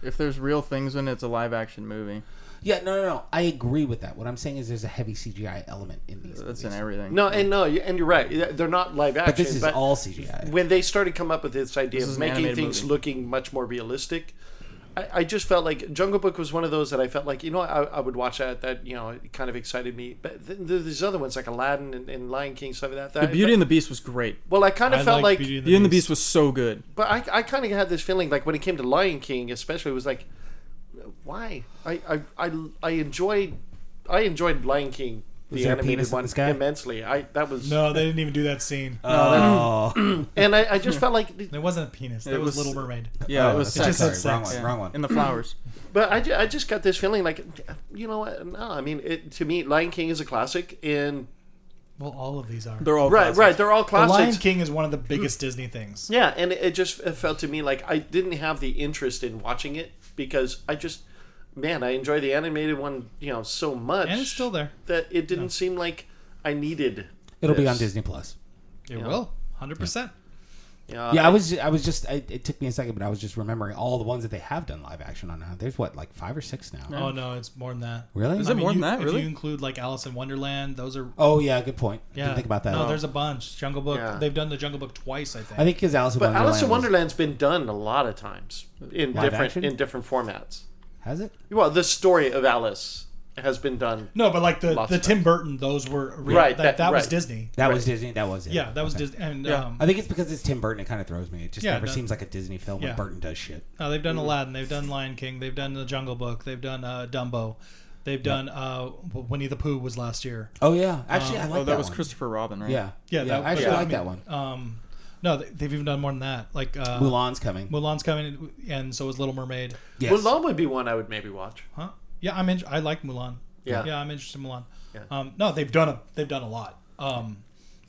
S2: If there's real things in it, it's a live action movie.
S1: Yeah, no, no, no. I agree with that. What I'm saying is there's a heavy CGI element in these. movies.
S2: That's in everything.
S3: no, and no, you- and you're right. They're not live action.
S1: But this is all CGI.
S3: when they started come up with this idea
S2: This is
S3: of
S2: an
S3: making
S2: animated
S3: things
S2: movie.
S3: looking much more realistic I, I just felt like jungle book was one of those that i felt like you know i, I would watch that that you know it kind of excited me but th- th- there's other ones like aladdin and, and lion king stuff like that, that
S2: The
S3: I
S2: Beauty
S3: felt-
S2: and the Beast was great.
S3: well i kind of
S4: I
S3: felt like
S4: Beauty
S2: Beauty and the Beast was so good.
S3: but i, I kind of had this feeling like when it came to lion king especially it was like why i i i, I enjoyed i enjoyed lion king the
S1: there a
S3: animated
S1: penis in
S3: one
S1: the sky?
S3: immensely i that was
S4: No, they didn't even do that scene.
S1: Oh,
S3: and I, I just felt like
S4: There wasn't a penis. That
S2: It
S4: was,
S2: was-
S4: Little Mermaid.
S2: Yeah,
S1: Oh,
S2: it was
S1: sorry,
S2: sex.
S4: just-
S1: sorry, wrong one,
S4: sex.
S2: Yeah.
S1: wrong one.
S2: And the flowers.
S3: But I, ju- I just got this feeling like, you know what? No, I mean, it, to me, Lion King is a classic. And
S4: Well, all of these are.
S2: They're all
S3: right,
S2: classics.
S3: right, they're all
S4: the
S3: classics.
S4: Lion King is one of the biggest Disney things.
S3: Yeah, and it, it just it felt to me like I didn't have the interest in watching it because I just, man, I enjoy the animated one, you know, so much.
S4: And it's still there.
S3: That it didn't seem like I needed.
S1: It'll be
S3: this.
S1: on Disney Plus.
S4: It will. 100%.
S3: Yeah,
S1: Yeah, I was. I was just. I, it took me a second, but I was just remembering all the ones that they have done live action on. Now. There's what, like five or six now.
S4: Oh, no, it's more than that.
S1: Really?
S2: Is it more
S4: you-
S2: than that,
S4: If
S2: really?
S4: you include like Alice in Wonderland, those are.
S1: Oh yeah, good point. Yeah.
S4: Yeah.
S1: Didn't think about that.
S4: No, there's a bunch. Jungle Book.
S3: Yeah.
S4: They've done the Jungle Book twice, I think.
S1: I think because Alice in
S3: but
S1: Wonderland.
S3: Alice in
S1: was-
S3: Wonderland's been done a lot of times in
S1: Live
S3: different
S1: action?
S3: in different formats.
S1: has it.
S3: Well, the story of Alice has been done.
S4: no, but like the,
S3: Lots
S4: the
S3: of
S4: Tim Burton, those were. Real,
S3: Right,
S4: That,
S3: that-
S4: that was
S3: right.
S4: Disney.
S1: That was Disney. That was it.
S4: Yeah, that was
S1: Okay.
S4: Disney. And
S2: Yeah.
S4: um,
S1: I think it's because it's Tim Burton. It kind of throws me. It just
S4: Yeah,
S1: never
S4: no-
S1: seems like a Disney film when
S4: Yeah.
S1: Burton does shit.
S4: No, they've done Aladdin. They've done Lion King. They've done The Jungle Book. They've done uh, Dumbo. They've done uh, Winnie the Pooh was last year.
S1: Oh yeah, actually I like
S2: Oh, that was
S1: one.
S2: Christopher Robin, right?
S1: Yeah,
S4: Uh, Yeah, that-
S1: I actually
S4: yeah.
S1: like that one.
S4: Um, no, they- they've even done more than that. Like uh,
S1: Mulan's coming.
S4: Mulan's coming, and so is Little Mermaid.
S1: Yes.
S3: Mulan would be one I would maybe watch.
S4: Huh? Yeah, I'm. In, I like Mulan.
S3: Yeah.
S4: yeah, I'm interested in Mulan. Um, no, they've done a they've done a lot. Um,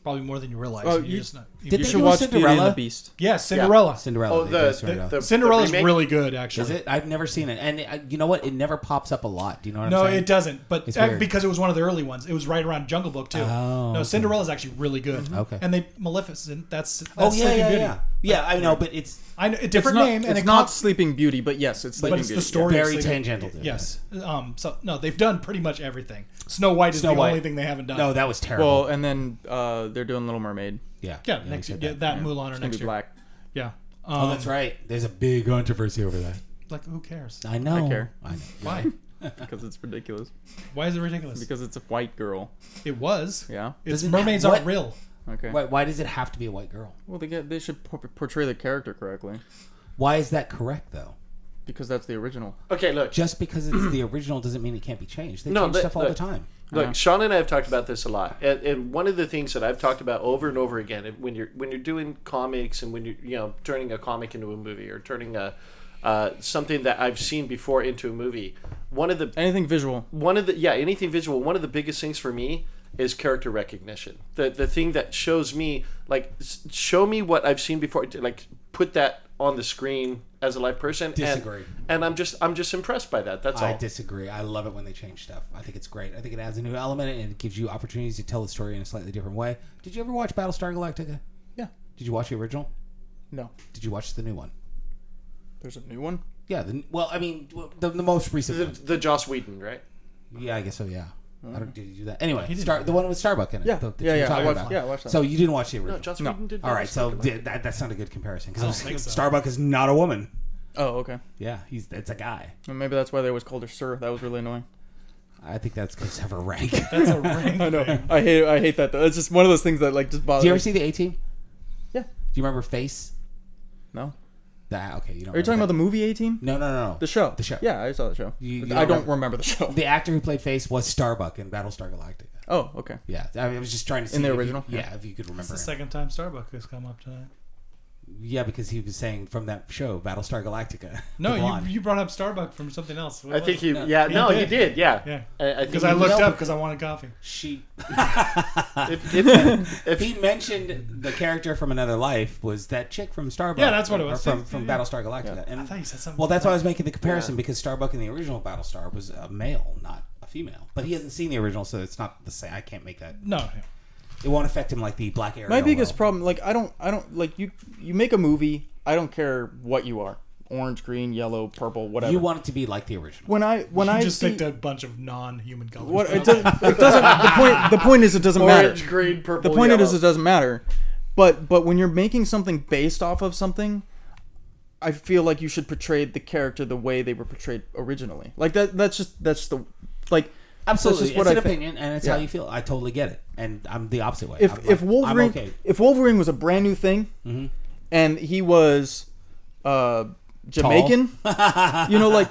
S4: probably more than you realize.
S2: Oh,
S4: and you
S2: you-
S4: just not,
S1: Did
S2: You
S1: they
S2: should
S1: do
S2: watch Beauty and
S1: Cinderella?
S2: the Beast.
S4: yeah, Cinderella.
S1: Cinderella.
S3: Oh,
S1: they
S3: the,
S1: do Cinderella.
S3: the, the
S4: Cinderella's
S3: the remake?
S4: really good, actually.
S1: Is it? I've never seen it, and uh, you know what? It never pops up a lot. Do you know what
S4: No,
S1: I'm saying?
S4: it doesn't. But
S1: It's
S4: uh,
S1: weird.
S4: because it was one of the early ones, it was right around Jungle Book too.
S1: Oh,
S4: no,
S1: okay.
S4: Cinderella's actually really good.
S1: Okay.
S4: And they Maleficent. That's, that's
S1: Oh yeah,
S4: Sleeping
S1: yeah,
S4: Beauty.
S1: yeah. Yeah, I know, but it's
S4: I know a
S2: It's
S4: different
S2: not,
S4: name, and
S2: it's
S4: it
S2: not
S4: cop-
S2: Sleeping Beauty, but yes, it's Sleeping
S4: but it's
S2: Beauty.
S4: the story.
S1: very
S4: of Sleeping-
S1: tangential to it.
S4: Yes. Um. So no, they've done pretty much everything. Snow White is
S1: Snow
S4: the
S1: White.
S4: only thing they haven't done.
S1: No, that was terrible.
S2: Well, and then uh, they're doing Little Mermaid.
S1: yeah,
S4: yeah,
S1: we
S4: next year.
S1: said
S4: Yeah,
S1: that.
S4: that Mulan or
S2: It's gonna
S4: next
S2: be
S4: year.
S2: black.
S4: Yeah.
S1: Oh,
S4: Um,
S1: that's right. There's a big controversy over that.
S4: Like who cares?
S1: I know.
S2: care.
S1: I know.
S4: Why?
S2: because it's ridiculous.
S4: Why is it ridiculous?
S2: Because it's a white girl.
S4: it was.
S2: Yeah.
S4: It's
S1: Does it-
S4: mermaids
S1: what-
S4: aren't real.
S2: Okay.
S1: Why, why does it have to be a white girl?
S2: Well, they get they should por- portray the character correctly
S1: Why is that correct though?
S2: because that's the original.
S3: Okay, look,
S1: Just because it's the original doesn't mean it can't be changed. They
S3: No,
S1: change
S3: but-
S1: stuff all the
S3: look.
S1: time.
S3: Look, Sean and I have talked about this a lot, and, and one of the things that I've talked about over and over again and when you're when you're doing comics and when you're you know turning a comic into a movie or turning a uh, something that I've seen before into a movie, one of the
S2: Anything visual.
S3: one of the yeah anything visual one of the biggest things for me is character recognition the the thing that shows me like s- show me what i've seen before to, like put that on the screen as a live person and-
S1: Disagree.
S3: and, i'm just i'm just impressed by that that's
S1: I
S3: all
S1: disagree. I love it when they change stuff. I think it's great. I think it adds a new element and it gives you opportunities to tell the story in a slightly different way. Did you ever watch Battlestar Galactica?
S2: Yeah.
S1: Did you watch the original?
S2: No.
S1: Did you watch the new one?
S2: There's a new one.
S1: Yeah. The, well, I mean, the, the most recent
S3: the,
S1: one.
S3: the joss whedon right
S1: Yeah, I guess so. Yeah. I
S2: Mm-hmm.
S1: don't, did you do that? Anyway, Star, the one with Starbuck in it.
S2: Yeah.
S1: the- that you
S2: Yeah,
S1: were
S2: yeah, I
S1: talking
S2: watched-
S1: about.
S2: yeah, I watched that
S1: So you didn't watch the original.
S3: no joss
S2: No.
S3: whedon did
S1: All right, so
S3: Battlestar Galactica.
S1: th- that, that's not a good comparison because
S4: think so.
S1: Starbuck is not a woman.
S2: Oh, okay.
S1: Yeah, he's it's a guy.
S2: Well, maybe that's why they always called her Sir. That was really annoying.
S1: I think that's because of her rank.
S4: That's a ring. I know.
S2: I hate I hate that though. It's just one of those things that like just bothers.
S1: Do you ever see the A Team?
S2: Yeah.
S1: Do you remember Face?
S2: No.
S1: That okay? You don't.
S2: Are you talking about the movie A Team?
S1: No, no, no, no.
S2: The show.
S1: The show.
S2: Yeah, I saw the show.
S1: You-
S2: But
S1: you
S2: I
S1: don't
S2: don't remember the show.
S1: The actor who played Face was Starbuck in Battlestar Galactica.
S2: Oh, okay.
S1: Yeah, I, mean, I was just trying to see
S2: the
S1: if you-
S2: original?
S1: yeah, if you could remember.
S4: The
S1: Him.
S4: second time Starbucks has come up tonight.
S1: Yeah, because he was saying from that show, Battlestar Galactica.
S4: No,
S1: the blonde.
S4: you, you brought up Starbucks from something else.
S3: I think he, yeah, no, he
S4: did.
S3: did, yeah.
S4: Yeah.
S3: I, I think
S4: because I
S3: he-
S4: looked
S1: No,
S4: up because I wanted coffee.
S1: she
S3: If, if, if,
S1: he mentioned the character from Another Life was that chick from Starbuck.
S4: Yeah, that's what it
S1: or
S4: was.
S1: from
S4: See,
S1: from
S4: yeah.
S1: Battlestar Galactica.
S4: I
S1: And
S4: thought you said something.
S1: well, that's why I was making the comparison because Starbuck in the original Battlestar was a male, not a female. But he hasn't seen the original, so it's not the same. I can't make that.
S4: no. no.
S1: It won't affect him like the Black Arrow.
S2: My biggest
S1: will.
S2: problem, like I don't I don't like you. You make a movie. I don't care what you are. Orange, green, yellow, purple, whatever.
S1: You want it to be like the original.
S2: when I when
S4: You
S2: I
S4: just
S2: see,
S4: picked a bunch of non-human colors.
S2: What it, does, not it doesn't. The point. The point is, it doesn't
S3: orange,
S2: matter.
S3: green, purple,
S2: The point it
S3: yellow.
S2: is, it doesn't matter. But but when you're making something based off of something, I feel like you should portray the character the way they were portrayed originally. Like that. That's just that's the like.
S1: Absolutely,
S2: That's just what
S1: it's
S2: I
S1: an
S2: think.
S1: opinion, and it's
S2: Yeah.
S1: how you feel. I totally get it, and I'm the opposite way.
S2: if
S1: I'm like,
S2: if Wolverine
S1: I'm okay. Mm-hmm.
S2: if Wolverine was a brand new thing, and he was uh, Jamaican, you know, like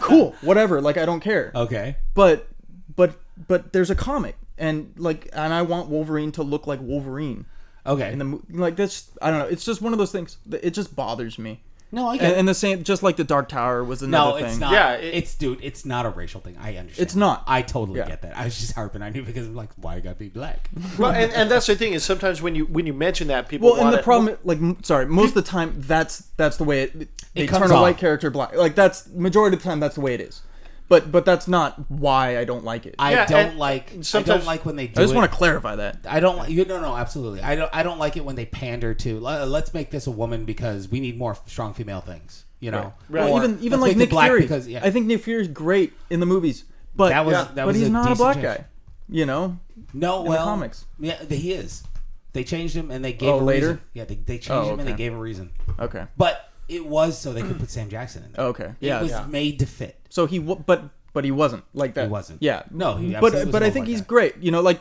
S2: cool, whatever. Like I don't care.
S1: okay,
S2: But but but there's a comic, and like, and I want Wolverine to look like Wolverine.
S1: okay,
S2: And the mo- like that's I don't know. It's just one of those things. that- It just bothers me.
S1: no, I get
S2: And,
S1: it.
S2: and the same, just like the Dark Tower was another
S1: No,
S2: thing.
S1: it's not.
S3: Yeah,
S1: Yeah,
S3: it-
S1: it's dude. It's not a racial thing. I understand.
S2: It's not.
S1: I totally
S2: Yeah.
S1: get that. I was just harping on you because I'm like, why you gotta be black?
S3: Well, and, and that's the thing is sometimes when you when you mention that people
S2: Well, and
S3: want
S2: the
S3: it-
S2: problem, like, m- sorry, most of the time, that's that's the way it. They
S1: It
S2: turn
S1: comes
S2: a
S1: off.
S2: white character black. Like that's majority of the time, that's the way it is. But but that's not why I don't like it. I,
S1: I
S3: Yeah,
S1: don't
S3: and
S1: like. I
S3: sometimes-
S1: don't like when they do
S2: just
S1: it.
S2: want to clarify that.
S1: I don't like you. No, no, absolutely. I don't. I don't like it when they pander to. "Le- Let's make this a woman because we need more strong female things. You know,
S2: Well,
S1: Or
S2: even even
S1: let's make
S2: like
S1: it
S2: Nick
S1: black
S2: Fury.
S1: because yeah,
S2: I think Nick Fury's great in the movies, but
S1: That was-
S2: yeah,
S1: that
S2: but
S1: was
S2: he's
S1: a
S2: not a
S1: decent
S2: black
S1: change.
S2: guy. You know,
S1: No,
S2: the
S1: well,
S2: comics.
S1: Yeah, th- he is. They changed him and they gave
S2: Oh,
S1: a
S2: later?
S1: Reason. Yeah, they, they changed
S2: Oh,
S1: him and they
S2: okay.
S1: gave a reason.
S2: okay,
S1: But it was so they could put Sam Jackson in. There.
S2: Oh, okay,
S1: it
S2: yeah,
S1: was
S2: yeah.
S1: made to fit.
S2: So he, wa- but but he wasn't like that.
S1: He wasn't.
S2: Yeah,
S1: No, he absolutely
S2: but
S1: was
S2: but
S1: an
S2: I
S1: old
S2: think
S1: white
S2: he's
S1: guy.
S2: great. You know, like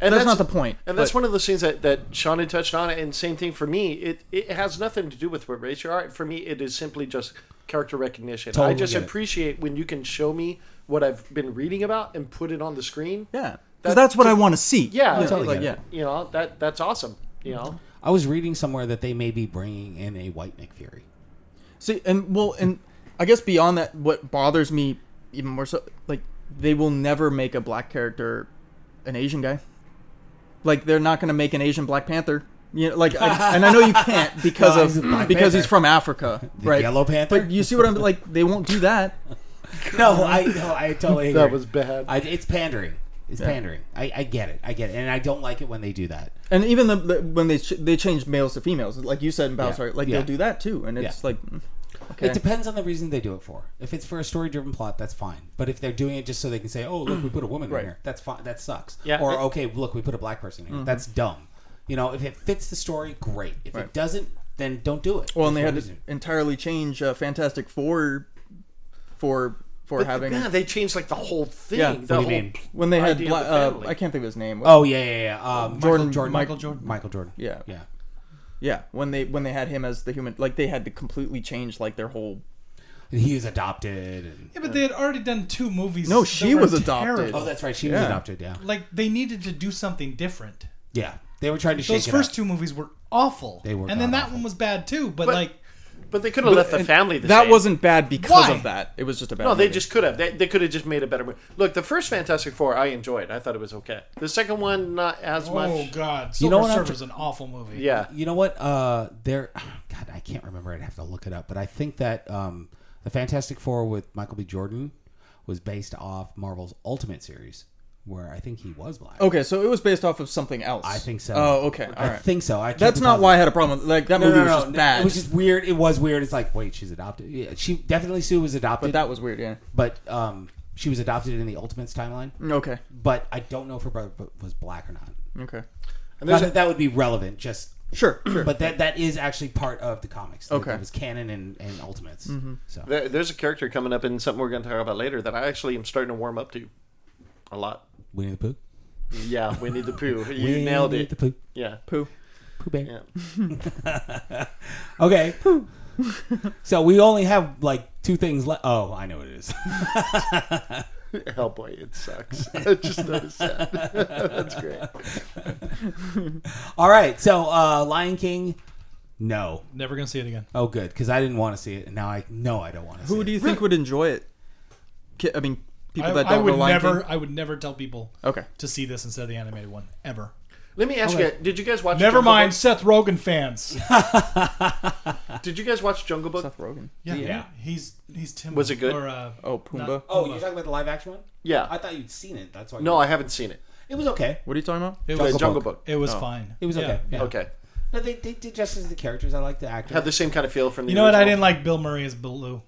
S3: And
S2: that's,
S3: that's-
S2: not the point.
S3: And that's
S2: but-
S3: one of those things that, that Sean had touched on, and same thing for me. It it has nothing to do with what race you are. For me, it is simply just character recognition. I
S1: Totally
S3: just
S1: get it.
S3: appreciate when you can show me what I've been reading about and put it on the screen.
S2: yeah,
S3: That-
S2: because that's what I want to see.
S3: yeah,
S2: You know,
S1: totally
S2: like,
S1: get
S2: yeah.
S1: it.
S3: you know that that's awesome. You know,
S1: I was reading somewhere that they may be bringing in a white Nick Fury.
S2: See, and well, and I guess beyond that, what bothers me even more so, like they will never make a black character an Asian guy. Like they're not going to make an Asian Black Panther. You know, like, I, and I know you can't because
S1: No,
S2: of
S1: he's a Black
S2: because he's
S1: Panther.
S2: from Africa, right?
S1: Yellow Panther?
S2: But you see what I'm like? They won't do that.
S1: No, I no, I totally
S3: That
S1: agree.
S3: was bad.
S1: I, it's pandering. It's pandering. I, I get it. I get it, and I don't like it when they do that.
S2: And even the, the when they ch- they changed males to females, like you said in Battlestar, like
S1: Yeah.
S2: they'll do that too, and it's
S1: Yeah.
S2: like, mm, okay,
S1: It depends on the reason they do it for. If it's for a story-driven plot, that's fine. But if they're doing it just so they can say, "Oh, look, we put a woman
S2: Right.
S1: in here," that's fine. That sucks.
S3: Yeah.
S1: Or okay, look, we put a black person in
S2: Mm-hmm.
S1: here. That's dumb. You know, if it fits the story, great. If
S2: Right.
S1: it doesn't, then don't do it.
S2: well, and they
S1: There's
S2: had
S1: no
S2: to
S1: reason.
S2: entirely change uh, Fantastic Four for for
S3: But
S2: having
S3: yeah, they changed like the whole thing.
S2: Yeah.
S3: the
S1: What do you
S3: whole,
S1: mean?
S2: when they had
S3: idea
S2: Bla-
S3: of the
S2: uh,
S3: family.
S2: I can't think of his name.
S1: Oh yeah, yeah, yeah. Um,
S2: Jordan-
S1: Jordan,
S2: Michael
S4: Jordan.
S1: Michael Jordan.
S2: Yeah.
S1: yeah.
S2: Yeah, when they when they had him as the human, like they had to completely change like their whole.
S1: He was adopted. And,
S4: Yeah, but they had already done two movies.
S2: No,
S4: that
S2: she
S4: were
S2: was adopted.
S4: terrible.
S1: oh, that's right. She was
S2: Yeah.
S1: adopted. Yeah,
S4: Like they needed to do something different.
S1: yeah. They were trying to
S4: Those
S1: shake
S4: first
S1: it up.
S4: two movies were awful.
S1: They were
S4: and then that
S1: god-awful.
S4: one was bad too. But,
S3: But-
S4: like,
S3: But they could have left the
S2: and
S3: family. The
S2: that
S3: same.
S2: wasn't bad because
S4: Why?
S2: of that. It was just a bad.
S3: No, they
S2: movie.
S3: just could have. They, they could have just made a better movie. Look, the first Fantastic Four, I enjoyed. I thought it was okay. The second one, not as
S4: oh
S3: much.
S4: god,
S1: You
S4: Silver
S1: know what I'm
S4: Surfer's an awful movie.
S3: Yeah,
S1: You know what? Uh, there. God, I can't remember. I'd have to look it up. But I think that um, the Fantastic Four with Michael B. Jordan was based off Marvel's Ultimate series, where I think he was black.
S2: Okay, so it was based off of something else.
S1: I think so.
S2: Oh, okay, all right.
S1: I think so. I can't
S2: That's
S1: be
S2: not
S1: positive.
S2: why I had a problem. with Like that
S1: No,
S2: movie
S1: no, no,
S2: was just
S1: no.
S2: bad.
S1: It was just weird. It was weird. It's like, wait, she's adopted. Yeah, she definitely Sue was adopted,
S2: but that was weird. Yeah.
S1: but um, she was adopted in the Ultimates timeline.
S2: Okay.
S1: But I don't know if her brother b- was black or not.
S2: Okay.
S3: and there's
S1: Not that that would be relevant. Just
S2: Sure. Sure.
S1: But that that is actually part of the comics. That-
S2: Okay.
S1: that was canon and, and Ultimates. So
S3: There, there's a character coming up in something we're going to talk about later that I actually am starting to warm up to a lot.
S1: Winnie the Pooh.
S3: Yeah, Winnie the Pooh. You nailed
S1: Winnie
S3: it.
S1: The Pooh.
S3: Yeah.
S2: Pooh.
S1: Pooh Bear.
S3: Yeah.
S1: Okay. so we only have like two things left. Oh, I know what it is.
S3: Hellboy, it sucks. I just noticed that. That's great.
S1: All right. So uh, Lion King. No.
S4: never gonna see it again.
S1: Oh, good. Because I didn't want to see it, and now I know I don't want to. see
S2: Who do you think would enjoy it? Ki- I mean, people
S4: I,
S2: that
S4: I
S2: don't
S4: would
S2: know Lion
S4: never.
S2: King?
S4: I would never tell people
S2: Okay.
S4: to see this instead of the animated one ever.
S3: Let me ask you: Did you guys watch?
S4: Never
S3: Jungle
S4: mind,
S3: Book?
S4: Seth Rogen fans.
S3: Did you guys watch Jungle Book?
S2: Seth Rogen.
S4: Yeah,
S1: Yeah.
S4: he's he's Tim.
S3: Was it good?
S4: Or, uh,
S2: Oh, Pumbaa.
S4: Not-
S1: Oh, you're talking about the live action one? I
S3: Yeah.
S1: thought you'd seen it. That's why.
S3: No, I haven't seen it.
S1: It was okay.
S2: What are you talking about?
S4: it
S3: The
S4: was
S1: Jungle
S3: Jungle
S1: Book.
S3: Book.
S4: it was
S2: Oh.
S4: fine.
S1: It was okay.
S4: Yeah.
S1: Yeah.
S3: Okay.
S1: No, they, they did justice to the characters. I like the actor.
S3: Had the same kind of feel from the.
S4: You know what? I
S3: original.
S4: didn't like Bill Murray as Baloo.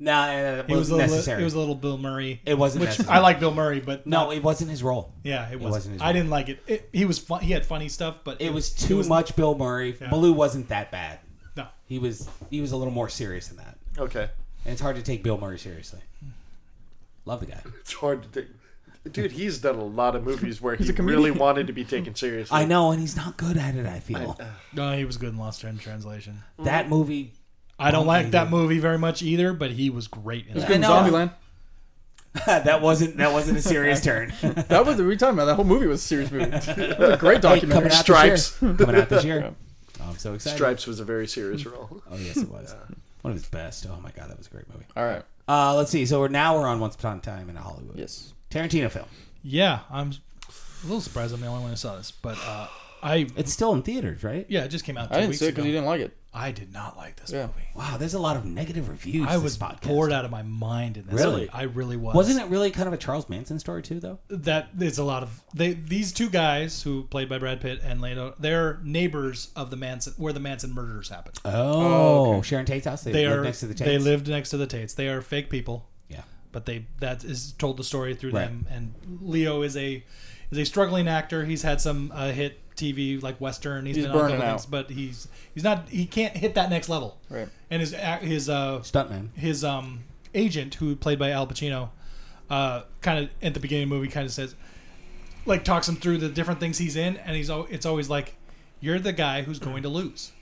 S1: Nah, nah, nah, it
S4: He was a
S1: wasn't
S4: little,
S1: necessary.
S4: it was a little Bill Murray.
S1: It wasn't
S4: which
S1: necessary.
S4: I like Bill Murray, but
S1: no, it wasn't his role.
S4: yeah, it wasn't.
S1: wasn't his
S4: I didn't like it. it he was fun, he had funny stuff, but
S1: It was too much Bill Murray.
S4: Yeah.
S1: Baloo wasn't that bad.
S4: No,
S1: He was he was a little more serious than that.
S3: Okay.
S1: And it's hard to take Bill Murray seriously. Love the guy.
S3: It's hard to take. Dude, he's done a lot of movies where he
S2: a comedian.
S3: really wanted to be taken seriously.
S1: I know, and he's not good at it. I feel
S4: no, he was good in Lost in Translation.
S1: that movie.
S4: I don't like that movie very much either, but he was great in
S2: Good
S4: that.
S2: in
S1: I know.
S2: Zombieland.
S1: that wasn't that wasn't a serious turn.
S2: That was what are we talking about. That whole movie was a serious movie. It was a great
S1: Hey, coming
S2: documentary.
S1: out
S3: Stripes.
S1: this year. Coming out this year. Oh, I'm so excited.
S3: Stripes was a very serious role.
S1: Oh yes, it was one of his best. Oh my god, that was a great movie.
S2: All right.
S1: Uh, let's see. So we're now we're on Once Upon a Time in Hollywood.
S2: Yes.
S1: Tarantino film.
S4: Yeah, I'm a little surprised I'm the only one who saw this, but uh, I
S1: It's still in theaters, right?
S4: yeah, it just came out two
S2: I didn't
S4: weeks
S2: see it
S4: ago.
S2: because you didn't like it.
S4: I did not like this
S2: Yeah.
S4: movie.
S1: Wow, there's a lot of negative reviews.
S4: I
S1: this
S4: was
S1: podcast.
S4: bored out of my mind in this.
S1: Really?
S4: I really was.
S1: Wasn't it really kind of a Charles Manson story too, though?
S4: that it's a lot of they these two guys who played by Brad Pitt and Leno they're neighbors of the Manson where the Manson murders happened.
S1: Oh, Sharon Tate's house. They,
S4: They
S1: live
S4: are
S1: next to the Tates.
S4: they lived next to the Tates. They are fake people,
S1: Yeah.
S4: but they that is told the story through
S1: Right.
S4: them. And Leo is a is a struggling actor. He's had some uh, hit TV like Western.
S2: He's
S4: been on a couple
S2: burning out.
S4: things, but he's he's not he can't hit that next level.
S2: Right.
S4: And his ac- his uh
S1: Stuntman.
S4: his um, agent, who played by Al Pacino, uh, kind of at the beginning of the movie, kind of says, like, talks him through the different things he's in, and he's al- it's always like, you're the guy who's going to lose,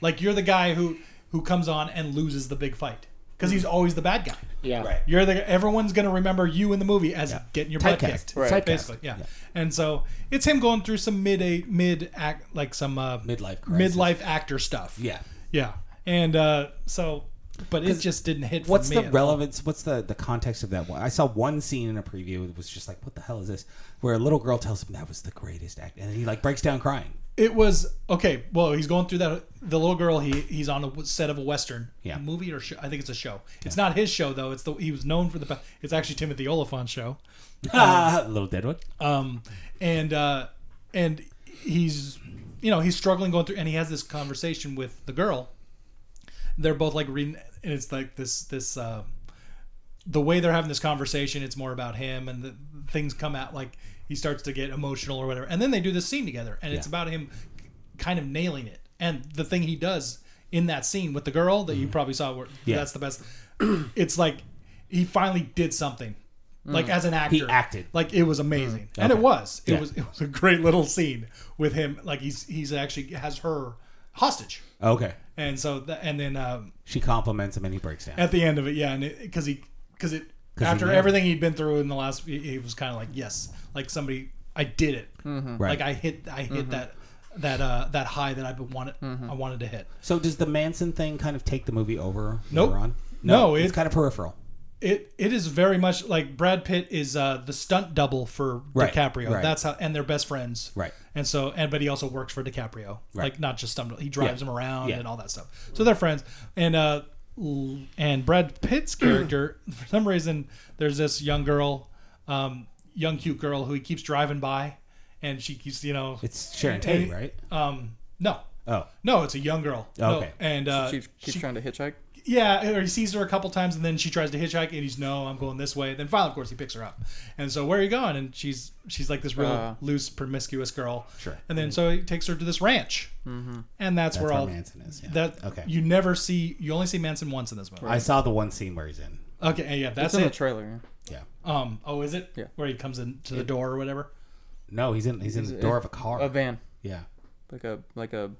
S4: like you're the guy who who comes on and loses the big fight because he's always the bad guy.
S3: Yeah.
S1: Right.
S4: You're the everyone's gonna remember you in the movie as getting your butt
S1: Typecast.
S4: kicked,
S1: It's Right. typecast.
S4: Basically, yeah. And so it's him going through some mid a mid act like some uh,
S1: Midlife crisis.
S4: midlife actor stuff.
S1: Yeah.
S4: yeah. And uh, so but it just didn't hit. For
S1: What's
S4: me
S1: the
S4: at all.
S1: relevance? What's the the context of that one? I saw one scene in a preview. It was just like, what the hell is this? Where a little girl tells him that was the greatest act, and then he like breaks down crying.
S4: It was okay. Well, he's going through that. The little girl. He he's on a set of a western
S1: Yeah.
S4: movie or show. I think it's a show. It's not his show though. It's the he was known for the. It's actually Timothy Oliphant's show.
S1: Ah, little Deadwood.
S4: um, and uh, and he's you know he's struggling going through and he has this conversation with the girl they're both like reading and it's like this this uh, the way they're having this conversation it's more about him and the things come out like he starts to get emotional or whatever and then they do this scene together and it's
S1: Yeah.
S4: about him kind of nailing it and the thing he does in that scene with the girl that you probably saw where
S1: Mm-hmm. Yeah.
S4: that's the best it's like he finally did something like as an actor
S1: Mm. acted.
S4: like it was amazing and it
S1: Mm. Okay.
S4: was it
S1: Yeah.
S4: was it was a great little scene with him like he's he's actually has her hostage
S1: Okay,
S4: and so th- and then um,
S1: she compliments him, and he breaks down.
S4: at the end of it yeah and because he because it
S1: 'Cause he
S4: after
S1: knew.
S4: everything he'd been through in the last he, he was kind of like yes like somebody i did it
S1: Mm-hmm. Right. Mm-hmm.
S4: like i hit i hit that that uh that high that i've been wanted i wanted to hit
S1: so does the Manson thing kind of take the movie over?
S4: Nope.
S1: later on?
S4: No,
S1: it's
S4: it-
S1: kind of peripheral.
S4: it it is very much like Brad Pitt is uh, the stunt double for
S1: Right,
S4: DiCaprio.
S1: right.
S4: That's how, and they're best friends.
S1: Right.
S4: And so, and but he also works for DiCaprio.
S1: Right.
S4: Like not just stunt. double. He drives
S1: Yeah,
S4: him around
S1: yeah.
S4: and all that stuff. So they're friends. And uh, l- and Brad Pitt's character, for some reason, there's this young girl, um, young cute girl who he keeps driving by, and she keeps you know,
S1: It's Sharon
S4: Hey.
S1: Tate, right?
S4: um, no.
S1: Oh,
S4: No, it's a young girl. No.
S1: Okay.
S4: And uh,
S2: She keeps trying to hitchhike.
S4: yeah, or he sees her a couple times, and then she tries to hitchhike, and he's no, I'm going this way. Then finally, of course, he picks her up, and so where are you going? And she's she's like this real
S2: Uh.
S4: loose, promiscuous girl.
S1: Sure.
S4: And
S2: Mm-hmm.
S4: then so he takes her to this ranch, and that's,
S1: that's
S4: where
S1: where
S4: all
S1: Manson is. Yeah.
S4: that
S1: okay.
S4: you never see. You only see Manson once in this movie.
S1: I saw the one scene where he's in.
S4: Okay, and yeah,
S2: That's
S4: that's
S2: in the
S4: it.
S2: trailer.
S1: Yeah.
S4: um, oh, is it?
S2: Yeah.
S4: Where he comes into the door or whatever.
S1: No, he's in. He's in
S2: He's
S1: the
S2: in
S1: door of a car.
S2: A van,
S1: yeah.
S2: like a like a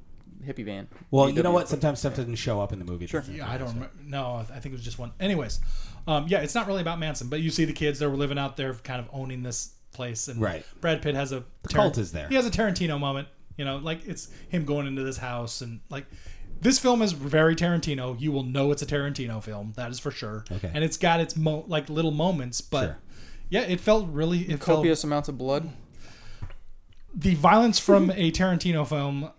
S2: hippie van.
S1: Well,
S2: VW.
S1: you know what? Sometimes stuff doesn't show up in the movie. Sure.
S4: Yeah, I don't remember. No, I think it was just one. Anyways, um, yeah, it's not really about Manson, but you see the kids they were living out there, kind of owning this place, and
S1: Right.
S4: Brad Pitt has a
S1: cult is there.
S4: He has a Tarantino moment, you know, like it's him going into this house and like this film is very Tarantino. You will know it's a Tarantino film, that is for sure.
S1: Okay.
S4: and it's got its mo- like little moments, but
S1: Sure.
S4: yeah, it felt really it felt
S2: Copious amounts of blood.
S4: the violence from a Tarantino film.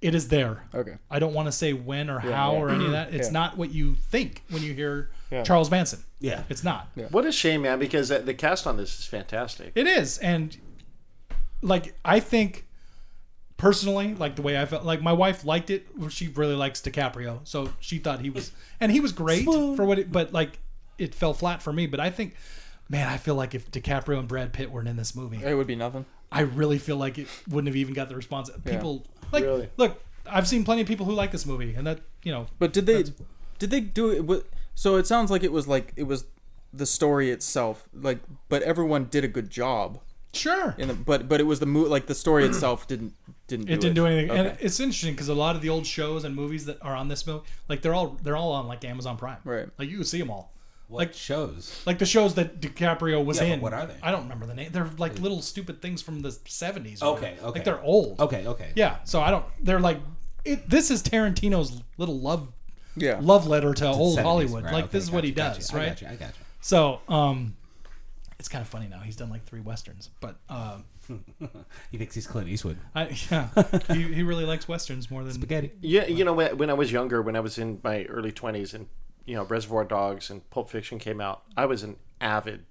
S4: It is there.
S2: Okay.
S4: I don't want to say when or how
S2: yeah.
S4: or any of that. It's
S2: Yeah.
S4: not what you think when you hear
S2: Yeah.
S4: Charles Manson.
S1: Yeah.
S4: It's not.
S3: What a shame, man, because the- the cast on this is fantastic.
S4: It is. And like I think personally, like the way I felt like my wife liked it, she really likes DiCaprio. So she thought he was and he was great for what it but like it fell flat for me. But I think man, I feel like if DiCaprio and Brad Pitt weren't in this movie,
S2: It would be nothing.
S4: I really feel like it wouldn't have even got the response. People like
S3: Really?
S4: look, I've seen plenty of people who like this movie and that you know
S2: But did they did they do it? wa- So it sounds like it was like it was the story itself. Like, but everyone did a good job.
S4: Sure.
S2: In the, but but it was the mo- like the story itself didn't didn't do
S4: it didn't do anything and
S2: Okay.
S4: it's interesting because a lot of the old shows and movies that are on this movie like they're all they're all on like amazon prime
S2: Right.
S4: like you can see them all
S1: Like shows.
S4: like the shows that DiCaprio was
S1: Yeah, but
S4: in.
S1: what are they?
S4: I don't remember the name. They're like little stupid things from the seventies.
S1: Okay, okay.
S4: Like they're old.
S1: Okay. Okay.
S4: Yeah. So I don't. They're like, it, this is Tarantino's little love
S2: Yeah.
S4: love letter to old
S1: 70s,
S4: Hollywood.
S1: right,
S4: Like
S1: okay,
S4: this is what
S1: gotcha,
S4: he
S1: gotcha,
S4: does,
S1: I
S4: right?
S1: gotcha, I gotcha.
S4: So um, it's kind of funny now. He's done like three westerns, but uh,
S1: He thinks he's Clint Eastwood.
S4: I, yeah, he, he really likes westerns more than
S1: Spaghetti.
S3: Yeah, you know, when when I was younger, when I was in my early 20s and, you know, Reservoir Dogs and Pulp Fiction came out, I was an avid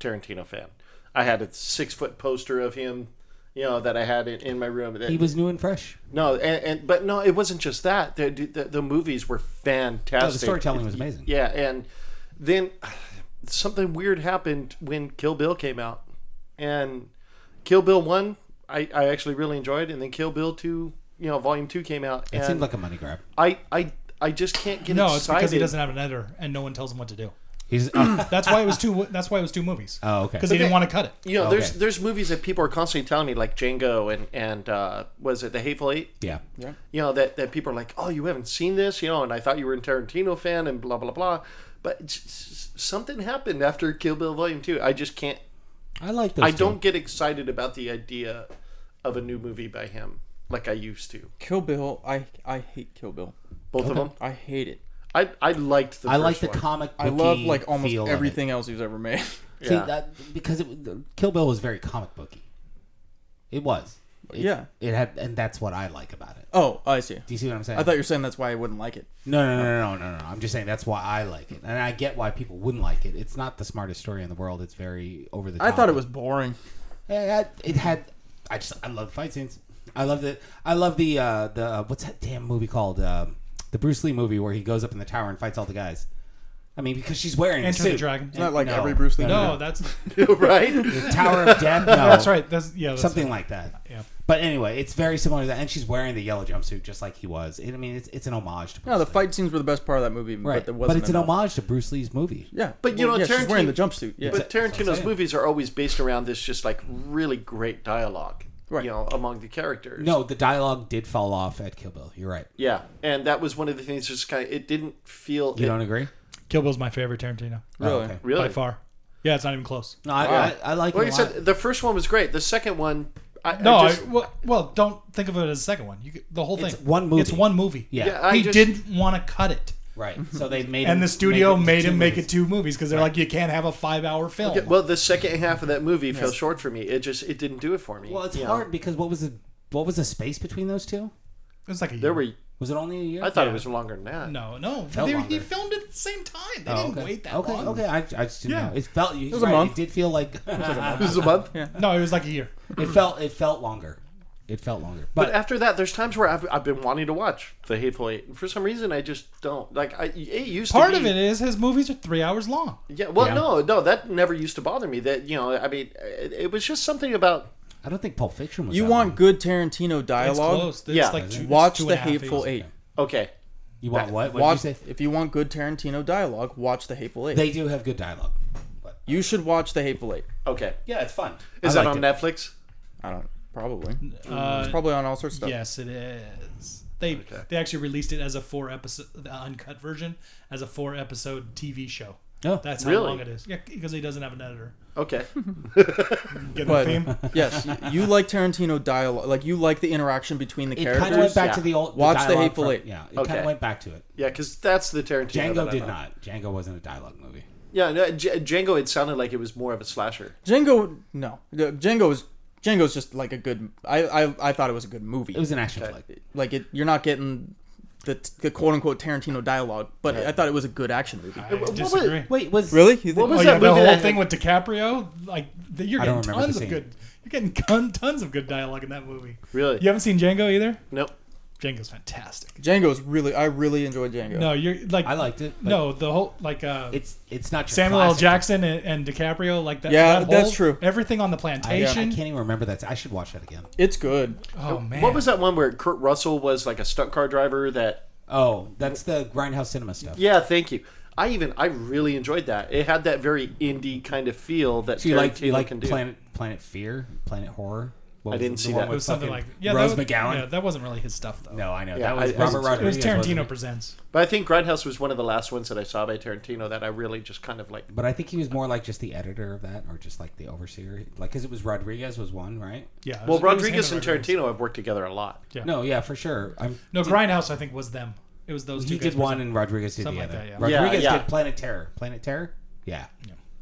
S3: Tarantino fan. I had a six foot poster of him, you know, that I had in, in my room. That,
S1: He was new and fresh.
S3: no, and, and but no, it wasn't just that. The, the, the movies were fantastic.
S1: No, the storytelling was amazing.
S3: Yeah, and then something weird happened when Kill Bill came out, and Kill Bill one I, I actually really enjoyed, and then Kill Bill two, you know, Volume two came out,
S1: It
S3: and
S1: seemed like a money grab.
S3: I I I just can't get
S4: No,
S3: excited.
S4: it's because he doesn't have an editor and no one tells him what to do.
S1: He's oh,
S4: That's why it was two. That's why it was two movies.
S1: oh, okay.
S4: Because he didn't want to cut it.
S3: You know, there's
S1: Okay.
S3: there's movies that people are constantly telling me like Django and and uh, was it The Hateful Eight?
S1: yeah.
S3: you know that, that people are like oh you haven't seen this you know and i thought you were a tarantino fan and blah blah blah but s- s- something happened after kill bill volume 2 i just can't
S1: I like those.
S3: i
S1: two.
S3: don't get excited about the idea of a new movie by him like i used to
S2: Kill Bill. I I hate Kill Bill.
S3: both of them
S2: I hate it.
S3: I I liked the.
S1: I
S3: first
S1: like the
S3: one.
S1: comic.
S2: I love
S1: booky
S2: like almost
S1: feel of it.
S2: everything else he's ever made.
S1: See,
S3: Yeah.
S1: that, because it, the- Kill Bill was very comic booky. It was. It-
S2: Yeah.
S1: It had, and that's what I like about it.
S2: Oh, I see.
S1: Do you see what I'm saying?
S2: I thought you were saying that's why I wouldn't like it.
S1: No, no, no, no, no, no, no. I'm just saying that's why I like it, and I get why people wouldn't like it. It's not the smartest story in the world. It's very over the.
S2: I
S1: top.
S2: thought it was boring.
S1: Yeah, I- It had. I just. I love fight scenes. I love the. I love the. Uh, the uh, what's that damn movie called? Um the Bruce Lee movie where he goes up in the tower and fights all the guys. I mean, because she's wearing
S4: Enter
S1: the
S4: the
S1: suit.
S4: Dragon.
S2: It's not like
S1: No.
S2: every Bruce Lee. movie.
S4: No, that's
S3: right.
S1: Tower of Death. No,
S4: that's right. That's yeah. That's
S1: Something like that.
S4: Yeah.
S1: But anyway, it's very similar to that, and she's wearing the yellow jumpsuit just like he was. It, I mean, it's it's an homage to Bruce
S2: No, the
S1: Lee.
S2: fight scenes were the best part of that movie,
S1: right?
S2: but there
S1: But,
S2: wasn't.
S1: it's an
S2: enough.
S1: homage to Bruce Lee's movie.
S2: Yeah,
S3: But, you
S2: Well,
S3: know,
S2: yeah, she's wearing the
S3: Tarantino-
S2: jumpsuit. Yeah,
S3: But
S1: what I'm
S3: Tarantino's
S1: saying.
S3: movies are always based around this just like really great dialogue,
S2: Right.
S3: you know, among the characters.
S1: No, the dialogue did fall off at Kill Bill. You're right.
S3: Yeah, and that was one of the things. Just kind of, it didn't feel.
S1: You
S3: it-
S1: don't agree?
S4: Kill Bill's my favorite Tarantino
S2: really.
S1: Oh, okay.
S3: really.
S4: by far. Yeah, it's not even close.
S1: No, I,
S3: Wow.
S1: I, I like
S3: Like
S1: it
S3: I
S1: a lot.
S3: said, the first one was great. The second one, I,
S4: No,
S3: I just,
S4: I, well, well, don't think of it as a second one. You could, the whole thing.
S1: It's one movie.
S4: It's one movie.
S1: Yeah.
S3: yeah, I
S4: he
S3: just,
S4: didn't want to cut it,
S1: Right. So they made
S4: and
S1: him
S4: the studio
S1: into
S4: made
S1: two
S4: him make
S1: movies.
S4: it two movies because they're like, you can't have a five-hour film.
S3: Yeah, well, the second half of that movie fell short for me. It just it didn't do it for me.
S1: Well, it's
S3: you know.
S1: hard because what was the what was the space between those two?
S4: it was like a
S3: There
S4: year.
S3: were.
S1: Was it only a year?
S3: I thought
S4: Yeah.
S3: it was longer than that.
S4: no, no.
S1: Felt
S4: They, he
S1: longer.
S4: filmed it at the same time. They
S1: Oh,
S4: didn't
S1: okay.
S4: wait that
S1: okay,
S4: long.
S1: Okay, I, I just didn't
S4: Yeah.
S1: know. It felt. It
S2: was a month.
S1: It did feel like
S3: This is a month.
S4: No, it was like a year.
S1: it felt. It felt longer. It felt longer.
S3: But
S1: But,
S3: after that, there's times where I've, I've been wanting to watch The Hateful Eight, and for some reason, I just don't like. I it used
S4: Part
S3: to
S4: of
S3: be-
S4: it is his movies are three hours long.
S3: Yeah. Well,
S1: Yeah.
S3: no, no, that never used to bother me. That you know, I mean, it, it was just something about.
S1: I don't think Pulp Fiction was.
S2: You
S1: that
S2: want
S1: long.
S2: good Tarantino
S4: It's
S2: dialogue?
S4: close. It's
S3: Yeah.
S4: like two,
S2: Watch
S4: two and
S2: The
S4: a half
S2: Hateful
S4: hours.
S2: Eight.
S3: Okay.
S1: You want what? What
S2: Watch
S1: did you say?
S2: if you want good Tarantino dialogue, watch The Hateful Eight.
S1: They do have good dialogue. But
S2: you should watch The Hateful Eight.
S3: Okay.
S1: yeah, it's fun.
S3: Is
S1: I
S3: that on
S1: liked it.
S3: Netflix?
S2: I don't probably.
S4: Uh,
S2: it's probably on all sorts of stuff.
S4: Yes, it is. They they actually released it as a four episode, the uncut version, as a four episode TV show.
S1: Oh,
S4: That's how
S3: Really?
S4: long it is. Yeah, because he doesn't have an editor.
S3: Okay.
S4: Get
S2: But-
S4: the theme?
S2: yes, y- you like Tarantino dialogue. Like you like the interaction between the
S1: it
S2: characters.
S1: kind of went back
S3: yeah.
S1: to the old. the
S2: Watch The
S1: dialogue
S2: Hateful
S1: from-
S2: Eight.
S1: Yeah, it kind
S3: Okay.
S1: of went back to it.
S3: Yeah, because that's the Tarantino. that
S1: Django
S3: I
S1: did
S3: know.
S1: not. Django wasn't a dialogue movie.
S3: Yeah, no, J- Django. It sounded like it was more of a slasher.
S2: Django, no, The- Django is Django's just like a good. I I, I thought it was a good movie.
S1: It was an action
S3: Okay.
S1: flick.
S2: like it. You're not getting the the quote unquote Tarantino dialogue, but I thought it was a good action movie.
S4: I
S3: what was-
S4: disagree.
S1: Wait, was
S2: Really? You think-
S3: What
S4: Oh
S3: was
S4: yeah,
S3: that
S4: the
S3: movie
S4: whole
S3: that-
S4: thing with DiCaprio, like the, you're
S1: I
S4: getting
S1: don't remember
S4: tons
S1: the scene.
S4: of good, you're getting con- tons of good dialogue in that movie.
S3: Really?
S4: You haven't seen Django either?
S3: Nope.
S4: Django's fantastic.
S2: Django's really. I really enjoyed Django.
S4: No, you're like
S1: I liked it. but
S4: no the whole like uh,
S1: it's it's not your
S4: Samuel L.
S1: classic.
S4: Jackson and, and DiCaprio like that.
S2: Yeah,
S4: that whole-
S2: that's true.
S4: Everything on
S1: I,
S4: the
S1: I
S4: plantation.
S1: can't even remember that. I should watch that again.
S2: It's good.
S4: oh man,
S3: What was that one where Kurt Russell was like a stunt car driver? That
S1: Oh, that's the Grindhouse Cinema stuff.
S3: yeah, thank you. I even I really enjoyed that. It had that very indie kind of feel that
S1: So you
S3: Tarantino
S1: like you like
S3: can do.
S1: Planet Planet Fear, Planet Horror? What
S3: I
S1: was
S3: didn't
S1: it? The
S3: see
S1: one
S3: that.
S1: with
S4: It was something like
S1: fucking
S4: yeah,
S1: Rose
S4: that was,
S1: McGowan.
S4: Yeah, that wasn't really his stuff though.
S1: No, I know
S3: Yeah,
S1: that was
S3: I- I-
S1: Robert
S3: it
S4: it was
S1: Rodriguez. wasn't
S4: Tarantino
S1: it?
S4: presents.
S3: But I think Grindhouse was one of the last ones that I saw by Tarantino that I really just kind of like.
S1: But I think he was more like just the editor of that, or just like the overseer. Like, because it was Rodriguez was one, right?
S4: Yeah. it was-
S3: Well,
S4: it was him
S3: Rodriguez and Tarantino have worked together a lot.
S4: Yeah.
S1: No, yeah, for sure. I'm,
S4: No, Grindhouse I think was them. It was those.
S1: he
S4: two guys
S1: did one,
S4: presenting.
S1: and Rodriguez did the
S4: Something
S1: other.
S4: like that, yeah.
S1: Rodriguez
S3: Yeah, yeah.
S1: did Planet Terror. Planet Terror. Yeah,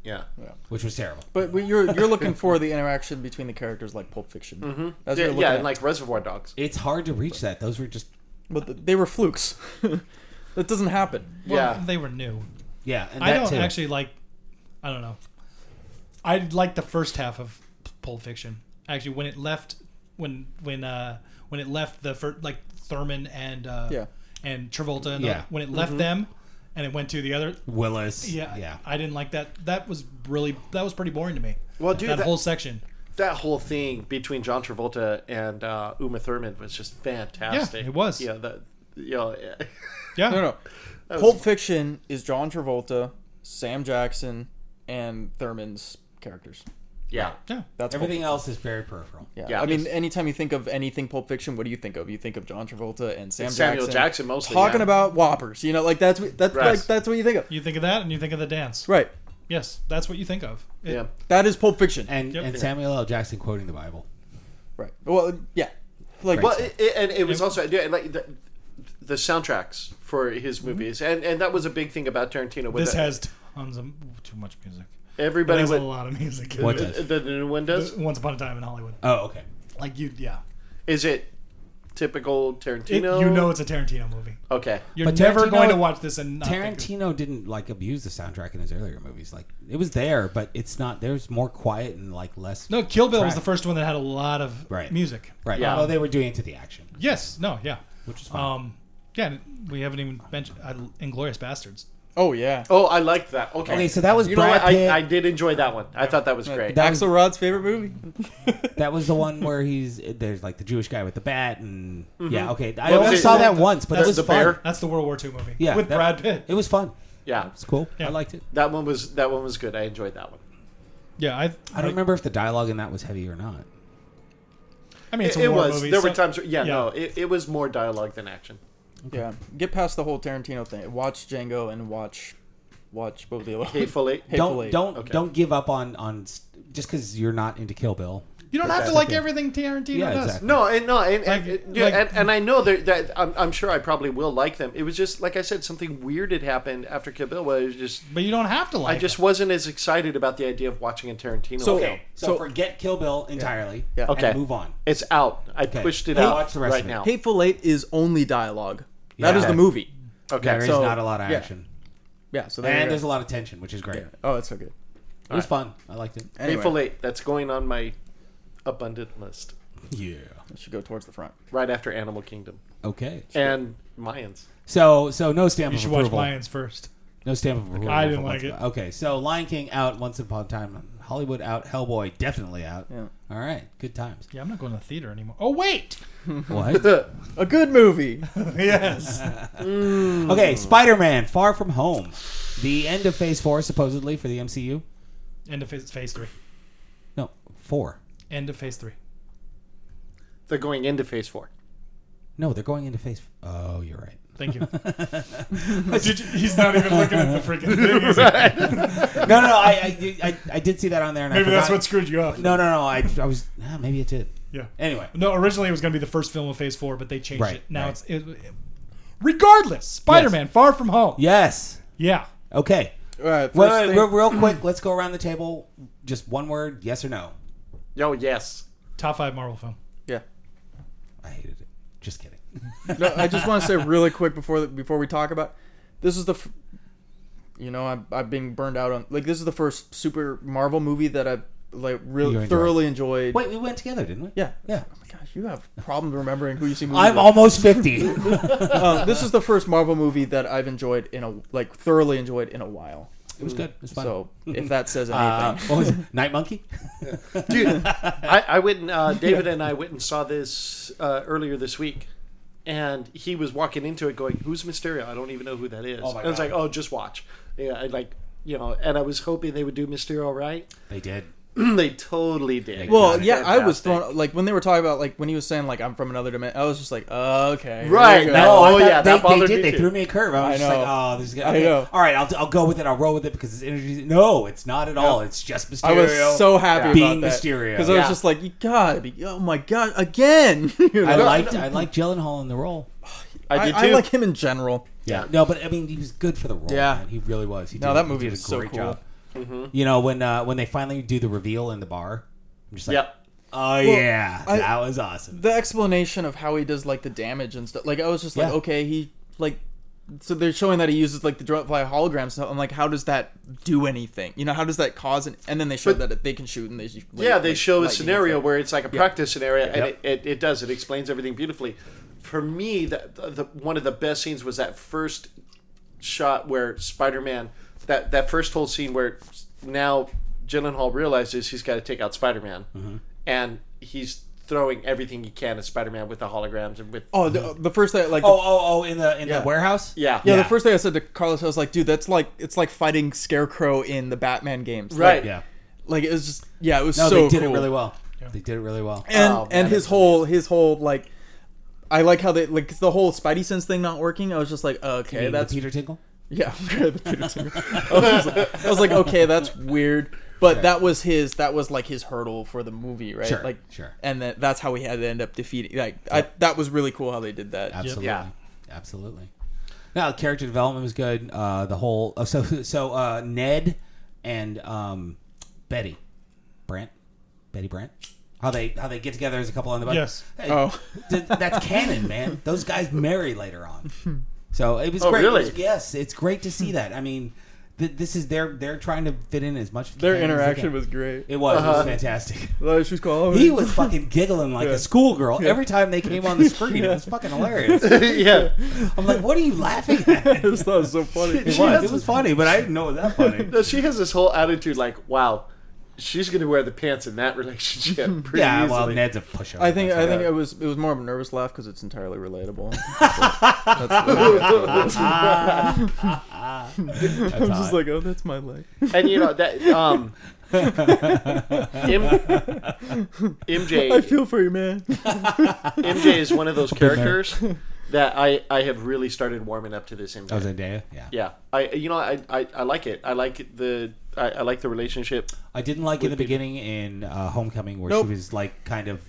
S3: Yeah.
S1: which was terrible.
S2: But we- you're you're looking for the interaction between the characters, like Pulp Fiction. Mm-hmm. That's what
S3: Yeah,
S2: you're looking
S3: yeah
S2: at.
S3: and like Reservoir Dogs.
S1: It's hard to reach that. Those were just
S2: but th- they were flukes. that doesn't happen.
S4: Well,
S3: yeah.
S4: they were new.
S1: yeah. And
S4: I
S1: that
S4: don't
S1: too.
S4: actually like. I don't know. I like the first half of P- Pulp Fiction. Actually, when it left, when when uh when it left the first like Thurman and uh,
S2: Yeah.
S4: and Travolta and
S1: Yeah.
S4: the, when it left them, and it went to the other.
S1: Willis.
S4: Yeah,
S1: yeah.
S4: I didn't like that. That was really that was pretty boring to me.
S3: Well, dude,
S4: that,
S3: that-
S4: whole section.
S3: that whole thing between John Travolta and uh, Uma Thurman was just fantastic.
S4: Yeah, it was.
S3: Yeah, that. You know, yeah.
S4: Yeah,
S2: No, no. Pulp Fiction is John Travolta, Sam Jackson, and Thurman's characters.
S3: yeah.
S4: yeah.
S2: That's Pulp
S1: Everything else is very peripheral.
S2: Yeah.
S3: Yeah.
S2: I mean, anytime you think of anything Pulp Fiction, what do you think of? You think of John Travolta and Sam
S3: Samuel
S2: Jackson,
S3: Jackson mostly,
S2: talking
S3: yeah.
S2: about whoppers. You know, like that's what- that's
S3: Right.
S2: like that's what you think of,
S4: You think of that, and you think of the dance.
S2: right?
S4: Yes, that's what you think of. It-
S3: Yeah.
S2: That is Pulp Fiction,
S1: And
S4: Yep.
S1: and Samuel L. Jackson quoting the Bible.
S2: right? Well, yeah, like
S3: Well, it, it- and it was also yeah, like the, the soundtracks for his movies, and and that was a big thing about Tarantino.
S4: Mm-hmm.
S3: With
S4: This
S3: that-
S4: has tons of too much music. It
S3: everybody
S4: has a
S3: would,
S4: lot of music.
S1: What does?
S3: the new one does.
S4: Once upon a time in Hollywood.
S1: Oh, okay.
S4: Like you, yeah.
S3: Is it typical
S4: It-
S3: Tarantino?
S4: you know it's a Tarantino movie.
S3: Okay.
S4: You're
S1: But
S4: never
S1: Tarantino-
S4: going to watch this and not think of-
S1: Tarantino didn't like abuse the soundtrack in his earlier movies. Like it was there, but it's not. There's more quiet and like less.
S4: No, Kill Bill was
S1: Right.
S4: the first one that had a lot of
S1: Right.
S4: music.
S1: Right.
S3: Yeah.
S1: Yeah. Although they were doing it to the action,
S4: Yes. No. Yeah.
S1: which is fine.
S4: Um. Yeah. and We haven't even mentioned uh, Inglorious Bastards.
S2: Oh yeah.
S3: Oh, I liked that. Okay.
S1: okay, so that was
S3: you know
S1: Brad
S3: what?
S1: Pitt.
S3: I, I did enjoy that one. I thought that was great.
S1: that was-
S2: Axel Rod's favorite movie.
S1: that was the one where he's there's like the Jewish guy with the bat and yeah. Okay, I
S3: Well,
S1: only
S3: that's-
S1: saw that
S3: that's-
S1: once, but Mm-hmm. it
S3: that's
S1: was
S3: the
S1: fun.
S3: bear.
S4: That's the World War II movie.
S1: Yeah,
S4: With
S1: that-
S4: Brad Pitt.
S1: It was fun.
S3: yeah,
S1: It's cool.
S4: Yeah.
S1: I liked it.
S3: that one was that one was good. I enjoyed that one.
S4: Yeah. I.
S1: I don't remember if the dialogue in that was heavy or not.
S4: I mean, it's
S3: It,
S4: a
S3: it
S4: war
S3: was.
S4: movie.
S3: there
S4: so-
S3: were times. Where, yeah,
S4: yeah.
S3: no, it, it was more dialogue than action.
S2: Yeah. Get past the whole Tarantino thing. Watch Django and watch, watch what was the other one?
S3: Hateful Eight.
S1: Don't
S2: Hateful Eight.
S1: don't
S3: Okay.
S1: don't give up on on st- just because you're not into Kill Bill.
S4: You don't
S3: But
S4: have to
S3: that's
S4: like
S1: okay.
S4: everything Tarantino
S1: Yeah,
S4: does.
S1: exactly.
S3: No, and no, and and,
S4: Like-
S3: yeah,
S4: like-
S3: and, and I know that, that I'm, I'm sure I probably will like them. It was just like I said, something weird had happened after Kill Bill. Where it was just
S4: But you don't have to like.
S3: I just wasn't as excited about the idea of watching a Tarantino.
S2: So-
S3: film.
S1: Okay, so,
S2: So-
S1: forget Kill Bill entirely.
S2: Yeah.
S1: and
S3: Okay.
S1: move on.
S3: it's out. I pushed it
S1: Hey,
S3: out
S1: watch the rest
S3: right
S1: of it.
S3: now.
S2: Hateful Eight is only dialogue. That
S1: Yeah.
S2: is the movie.
S3: okay,
S1: There is
S2: so-
S1: not a lot of
S2: yeah.
S1: action,
S2: Yeah. So
S1: and
S2: there.
S1: there's a lot of tension, which is great.
S2: Oh, it's so good.
S1: It was fun. I liked it.
S2: Anyway,
S3: Hateful Eight. That's going on my abundant list
S1: Yeah.
S2: it should go towards the front.
S3: right after Animal Kingdom
S1: Okay.
S3: and Mayans.
S1: So so no stamp
S4: You
S1: of
S4: should watch
S1: approval.
S4: Lions first.
S1: No stamp of approval.
S4: I didn't
S1: for
S4: like
S1: Once
S4: it.
S1: Upon- Okay, so Lion King out, Once Upon a Time, Hollywood out, Hellboy definitely out.
S2: Yeah.
S1: All right, good times.
S4: Yeah, I'm not going to the theater anymore. Oh wait.
S1: What?
S2: A good movie.
S4: yes.
S1: okay, Spider Man, Far From Home. The end of Phase 4, supposedly, for the MCU.
S4: End of phase, phase three.
S1: No, 4.
S4: End of phase three.
S3: They're going into Phase Four.
S1: No, they're going into Phase. Oh, you're right.
S4: Thank you. Did you- he's not even looking at the freaking thing. He's like,
S1: No, no, I, I, I, I did see that on there. And I
S4: Maybe that's
S1: forgot.
S4: what screwed you up.
S1: No, no, no. I, I was. ah, maybe it did.
S4: Yeah.
S1: Anyway.
S4: No, originally it was going to be the first film of Phase Four, but they changed
S1: Right,
S4: it. Now
S1: right.
S4: it's it, it- regardless. Spider-Man: Far From Home.
S1: Yes.
S4: Yeah.
S1: Okay.
S2: All right. First
S1: Wait, wait,
S2: thing-
S1: real, real quick, let's go around the table. Just one word yes or no.
S3: Oh yes.
S4: Top five Marvel film.
S2: yeah.
S1: I hated it. Just kidding.
S2: No, I just want to say really quick before the, before we talk about this is the. F- you know, I've, I've been burned out on like this is the first Super Marvel movie that I've like
S1: You
S2: really
S1: enjoyed.
S2: thoroughly enjoyed.
S1: Wait, we went together, didn't we?
S2: Yeah.
S1: Yeah.
S2: Oh my gosh, you have problems remembering who you see movies.
S1: I'm
S2: with.
S1: almost 50.
S2: Um, this is the first Marvel movie that I've enjoyed in a like thoroughly enjoyed in a while.
S1: It was good. It was fun.
S2: So if that says anything,
S1: uh, what was it? Night Monkey?
S3: Dude, I, I went. And, uh, David and I went and saw this uh, earlier this week, and he was walking into it going, "Who's Mysterio? I don't even know who that is."
S1: Oh my
S3: And I was
S1: God.
S3: like, "Oh, just watch." Yeah, I like you know, and I was hoping they would do Mysterio right.
S1: They did.
S3: they totally did.
S2: well,
S3: They
S2: yeah,
S3: did
S2: I was
S3: fantastic.
S2: thrown like when they were talking about like when he was saying like I'm from another dimension. I was just like, okay, here
S3: Right,
S2: we go.
S3: no, Oh,
S1: I thought
S3: yeah, that
S1: they,
S3: bothered
S1: they
S3: me
S1: did. They
S3: too.
S1: threw me a curve. I was
S2: I
S1: just like,
S2: know.
S1: oh, this is
S2: I
S1: gonna. Okay.
S2: know.
S1: All right, I'll, I'll go with it. I'll roll with it because it's energy. No, it's not at all. It's just Mysterio.
S2: I was so happy
S1: Being
S2: about that
S1: Mysterio.
S2: because I was
S3: Yeah.
S2: just like, you gotta be, oh my god, again. You know?
S1: I liked. I liked Gyllenhaal in the role.
S3: I
S2: I,
S3: did
S2: I
S3: too.
S2: like him in general.
S1: Yeah. No, but I mean, he was good for the role.
S2: Yeah.
S1: man. he really was. He
S2: No,
S1: did,
S2: that
S1: he
S2: movie
S1: did
S2: was
S1: a
S2: so
S1: great
S2: cool.
S1: job. You know when uh, when they finally do the reveal in the bar, I'm just like,
S3: Yep.
S1: oh yeah,
S2: I-
S1: that was awesome.
S2: The explanation of how he does like the damage and stuff. Like I was just like,
S1: Yeah.
S2: okay, he like. So they're showing that he uses like the drone fly holograms. So I'm like, how does that do anything? You know, how does that cause? An, and then they show
S3: But-
S2: that they can shoot and they shoot, like,
S3: Yeah, they
S2: like,
S3: show a
S2: lightning and
S3: scenario
S2: stuff.
S3: where it's like a practice scenario, and
S1: Yep.
S3: it, it, it does. It explains everything beautifully. For me, the, the, the one of the best scenes was that first shot where Spider-Man, that that first whole scene where now Gyllenhaal realizes he's got to take out Spider-Man,
S2: Mm-hmm.
S3: and he's throwing everything he can at Spider-Man with the holograms and with
S2: Oh, the, the first thing like
S1: Oh oh oh, in the in
S2: Yeah.
S1: the warehouse.
S3: yeah
S2: Yeah,
S1: Yeah.
S2: the first thing I said to Carlos, I was like, "Dude, that's like it's like fighting Scarecrow in the Batman games." Like-
S3: Right.
S1: yeah.
S2: Like, it was just yeah, it was
S1: No,
S2: so
S1: they did
S2: cool.
S1: it really well. They did it really well.
S2: And
S3: Oh, man,
S2: and his
S3: it's
S2: whole his whole like, I like how they like the whole Spidey sense thing not working. I was just like, okay,
S1: And
S2: that's
S1: the Peter Tinkle.
S2: yeah. the Peter Tinker. I, was like, I was like, okay, that's weird. But that was his that was like his hurdle for the movie, right?
S1: Sure,
S2: like
S1: sure.
S2: And that, that's how we had to end up defeating. Like I, that was really cool how they did that.
S1: Absolutely.
S3: Yeah.
S1: absolutely. No, character development was good. Uh, the whole oh, so so uh, Ned and um, Betty, Brant, Betty Brant. How they how they get together as a couple on the bus.
S4: Yes.
S1: Hey,
S2: Oh.
S1: th- that's canon, man. Those guys marry later on. So it was
S3: Oh,
S1: great.
S3: really?
S1: It was- yes, it's great to see that. I mean, th- this is they're they're trying to fit in as much.
S2: Their
S1: canon as they
S2: interaction
S1: can.
S2: was great.
S1: It was.
S3: Uh-huh.
S1: It was fantastic.
S2: Well, she's calling.
S1: He was fucking giggling like
S2: Yeah.
S1: a schoolgirl every time they came on the screen. It was fucking hilarious.
S3: yeah.
S1: I'm like, what are you laughing at?
S2: I just thought it was so funny.
S1: It
S3: She
S1: was.
S3: has
S1: It was funny, but I didn't know it was that funny.
S3: No, she has this whole attitude like, wow, she's going to wear the pants in that relationship. Pretty
S1: yeah,
S3: easily.
S1: well, Ned's a pushover.
S2: I think I
S1: That's
S2: think
S3: Yeah.
S2: it was it was more of a nervous laugh because it's entirely relatable.
S1: all.
S2: I'm just like, oh, that's my life.
S3: and you know that um, M- MJ.
S2: I feel for you, man.
S3: MJ is one of those characters that I, I have really started warming up to this MJ.
S1: Oh, Zendaya? Yeah.
S3: Yeah, I you know I, I, I like it. I like the I, I like the relationship.
S1: I didn't like in the beginning in uh, Homecoming where
S2: Nope.
S1: she was like kind of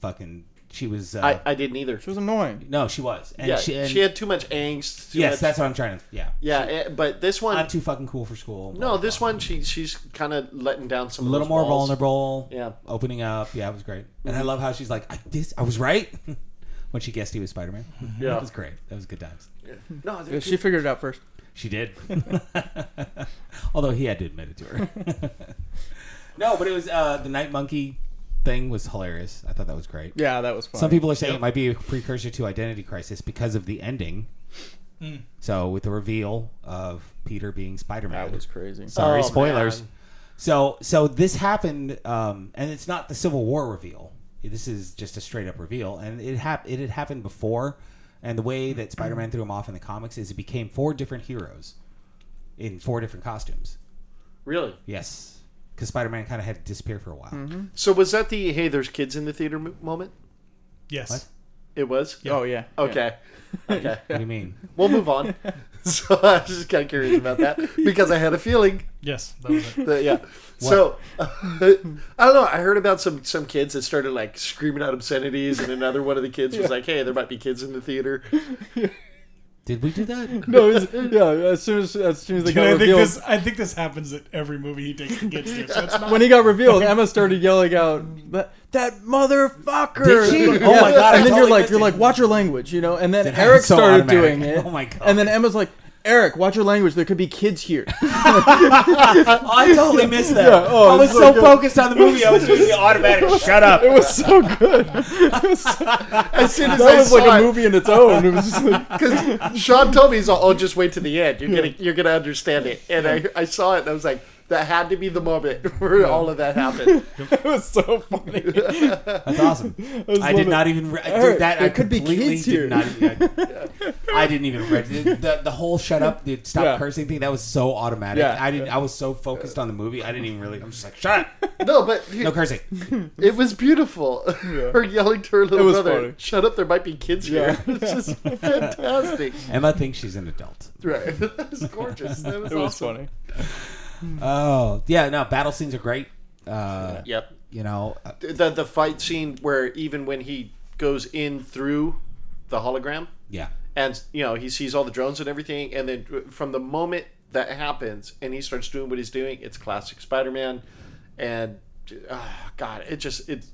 S1: fucking. She was. Uh,
S3: I, I didn't either.
S2: She was annoying.
S1: no, she was. And
S3: yeah,
S1: she, and,
S3: she had too much angst. Too
S1: yes,
S3: much-
S1: that's what I'm trying to. Yeah.
S3: yeah. eh, But this one,
S1: I'm too fucking cool for school.
S3: no, this one she she's kind of letting down some
S1: A little more vulnerable.
S3: Yeah. Mm-hmm.
S1: Opening up. Yeah, it was great. And I love how she's like, I, this, I was right when she guessed he was Spider Man.
S3: Yeah.
S1: That was great. That was good times.
S3: No,
S2: Yeah, she figured it out first.
S1: She did. Although he had to admit it to her. no, but it was uh, the night monkey thing was hilarious. I thought that was great.
S2: Yeah, that was fun.
S1: Some people are saying it might be a precursor to Identity Crisis because of the ending.
S2: Mm.
S1: So with the reveal of Peter being Spider Man.
S2: that was crazy.
S1: Sorry,
S3: Oh,
S1: spoilers.
S3: man.
S1: So so this happened, um, and it's not the Civil War reveal. This is just a straight up reveal, and it hap- it had happened before. And the way that Spider Man threw him off in the comics is it became four different heroes in four different costumes.
S3: really.
S1: Yes, because Spider Man kind of had to disappear for a while.
S2: Mm-hmm.
S3: So was that the hey, there's kids in the theater mo- moment?
S4: Yes.
S1: What?
S3: It was.
S2: Oh yeah.
S3: Okay. Okay.
S1: What do you mean?
S3: We'll move on. so I was just kind of curious about that because I had a feeling
S4: Yes. That was it.
S3: that yeah. So I don't know. I heard about some some kids that started like screaming out obscenities, and another one of the kids was like, "Hey, there might be kids in the theater."
S1: Did we do that?
S2: No, it's, yeah. As soon as as soon as they
S4: Dude, I
S2: got
S4: think
S2: revealed,
S4: this. I think this happens at every movie he takes the kids to. So it's not.
S2: when he got revealed, Emma started yelling out, "That, that motherfucker!"
S1: Did she? Oh my God, I
S2: And then you're
S1: totally
S2: like,
S1: missed
S2: you're
S1: it.
S2: like, watch your language, you know. And then
S1: That
S2: Eric
S1: was so
S2: started
S1: automatic.
S2: doing it.
S1: Oh my God.
S2: And then Emma's like, Eric, watch your language. There could be kids here.
S1: Oh, I totally missed that.
S2: oh,
S1: I was
S2: it's
S1: so
S2: so good.
S1: focused on the movie, I was just the automatic. Shut up.
S2: it was so good.
S3: As soon as
S2: That
S3: I
S2: was
S3: saw
S2: like a
S3: it,
S2: movie in its own. It was just like,
S3: because Sean told me, "He's all, oh, just wait to the end. You're gonna you're gonna understand it." And I I saw it, and I was like, "That had to be the moment where all of that happened."
S2: it was so funny.
S1: That's awesome. I, did
S2: loving-
S1: not even re-
S2: Eric,
S1: dude, that.
S2: there
S1: I
S2: could be
S1: completely
S2: kids
S1: did
S2: here.
S1: not. I, I didn't even read it. the the whole shut up, dude, stop
S2: Yeah.
S1: cursing thing. That was so automatic.
S2: Yeah.
S1: I didn't. I was so focused on the movie. I didn't even really. I'm just like shut up.
S3: No, but
S1: No cursing.
S3: it was beautiful. her yelling to her
S2: It
S3: little
S2: was
S3: brother,
S2: funny.
S3: "Shut up! There might be kids here." it's just fantastic.
S1: Emma thinks she's an adult.
S3: Right? That was gorgeous. That was,
S2: It was funny.
S3: awesome.
S1: Oh yeah, no battle scenes are great. Uh,
S3: Yep.
S1: You know, uh,
S3: the the fight scene where even when he goes in through the hologram
S1: yeah.
S3: and you know he sees all the drones and everything and then from the moment that happens and he starts doing what he's doing it's classic spider-man and ah, god it just it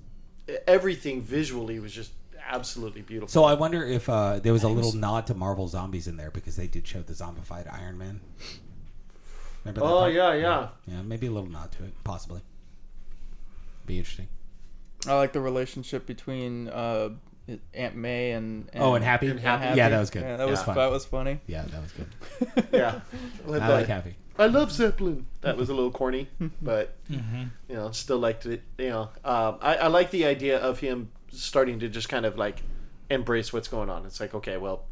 S3: everything visually was just absolutely beautiful
S1: So I wonder if uh, there was a little nod to Marvel Zombies in there because they did show the zombified Iron Man. Remember that
S3: oh
S1: part?
S3: yeah yeah
S1: Yeah, maybe a little nod to it, possibly. Be interesting.
S2: I like the relationship between uh, Aunt May and,
S1: Oh, and Happy?
S3: Happy.
S1: Yeah, that was good.
S2: Yeah, that was
S1: Yeah.
S2: that was funny.
S1: Yeah, that was good.
S3: yeah With
S1: I
S3: the-
S1: like Happy.
S3: I love Zeppelin. That was a little corny, but you know, still liked it. You know, um, I, I like the idea of him starting to just kind of like embrace what's going on. It's like, okay, well,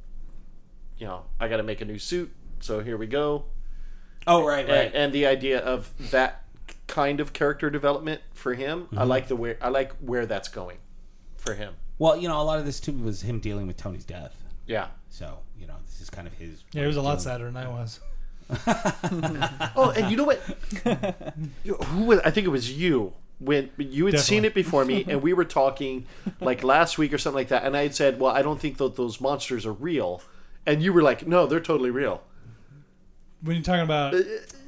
S3: you know, I got to make a new suit, so here we go.
S1: Oh right,
S3: And, and the idea of that kind of character development for him, I like the where I like where that's going for him.
S1: Well, you know, a lot of this too was him dealing with Tony's death.
S3: Yeah.
S1: So you know, this is kind of his.
S4: Yeah, it was a
S2: uh,
S4: lot sadder than I was.
S3: Oh, and you know what? You- Who was? I think it was you when you had seen
S4: Definitely.
S3: it before me, and we were talking like last week or something like that. And I had said, "Well, I don't think that those monsters are real." and you were like, "No, they're totally real."
S4: When you're talking about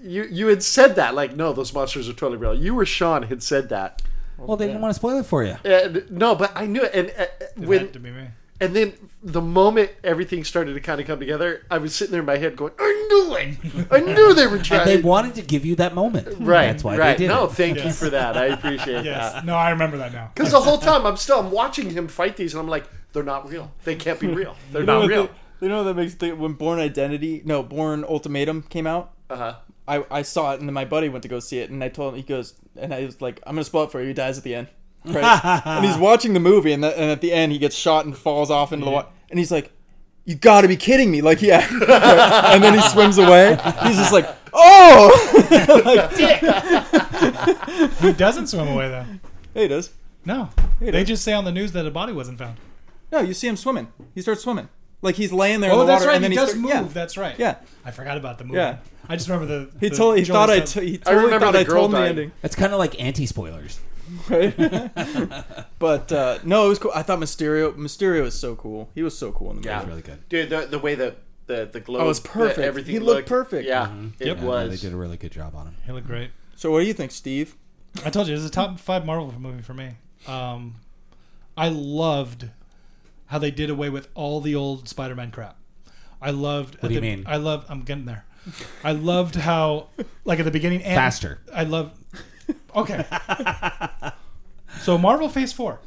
S3: You you had said that, like, "No, those monsters are totally real." You or Sean had said that.
S1: Well, they didn't want to spoil it for you.
S3: And, no, but I knew it. And uh, when
S4: that to be me.
S3: and then the moment everything started to kind of come together, I was sitting there in my head going, "I knew it! I knew they were trying."
S1: And they wanted to give you that moment.
S3: right,
S1: That's why
S3: right.
S1: they did
S3: no,
S1: it.
S3: thank you for that. I appreciate that.
S4: Yes. No, I remember that now.
S3: Because the whole time I'm still I'm watching him fight these, and I'm like, they're not real. They can't be real. They're not real.
S2: You know that makes think when Born Identity, no, Born Ultimatum came out.
S3: Uh huh.
S2: I, I saw it and then my buddy went to go see it and I told him he goes and I was like I'm gonna spoil it for you. He dies at the end, right? and he's watching the movie and, the, and at the end he gets shot and falls off into the water and he's like, "You got to be kidding me!" Like yeah, and then he swims away. He's just like, "Oh, like,
S4: He doesn't swim away though.
S2: hey, he does."
S4: No, they just say on the news that a body wasn't found.
S2: No, you see him swimming. He starts swimming. Like he's laying there in
S4: Oh,
S2: the
S4: that's
S2: water
S4: right.
S2: and then
S4: He does
S2: start-
S4: move.
S2: yeah.
S4: That's right.
S2: Yeah,
S4: I forgot about the movie.
S2: Yeah.
S4: I just remember the.
S2: he
S4: the
S2: totally he
S4: Joel
S2: thought I
S4: Sub-
S2: t- he totally
S3: remember
S2: thought
S3: the
S2: I
S3: girl
S2: told him the
S3: died.
S2: ending.
S1: That's kind of like anti spoilers.
S2: right? but uh, no, it was cool. I thought Mysterio Mysterio was so cool. He was so cool in the movie.
S3: Yeah.
S1: Really good.
S3: Dude, the, the way the the the glow.
S2: Oh, it's perfect.
S3: the- everything
S2: He looked
S3: looked
S2: perfect.
S3: Yeah,
S4: Yep. Yeah,
S3: it
S1: Yeah, no, they
S3: was.
S1: did a really good job on him.
S4: He looked great.
S2: So what do you think, Steve?
S4: I told you, it was a top five Marvel movie for me. Um, I loved how they did away with all the old Spider-Man crap. I loved. What
S1: do you mean?
S4: I love. I'm getting there. I loved how, like at the beginning, Ant-
S1: Faster.
S4: I love. Okay. so Marvel Phase Four.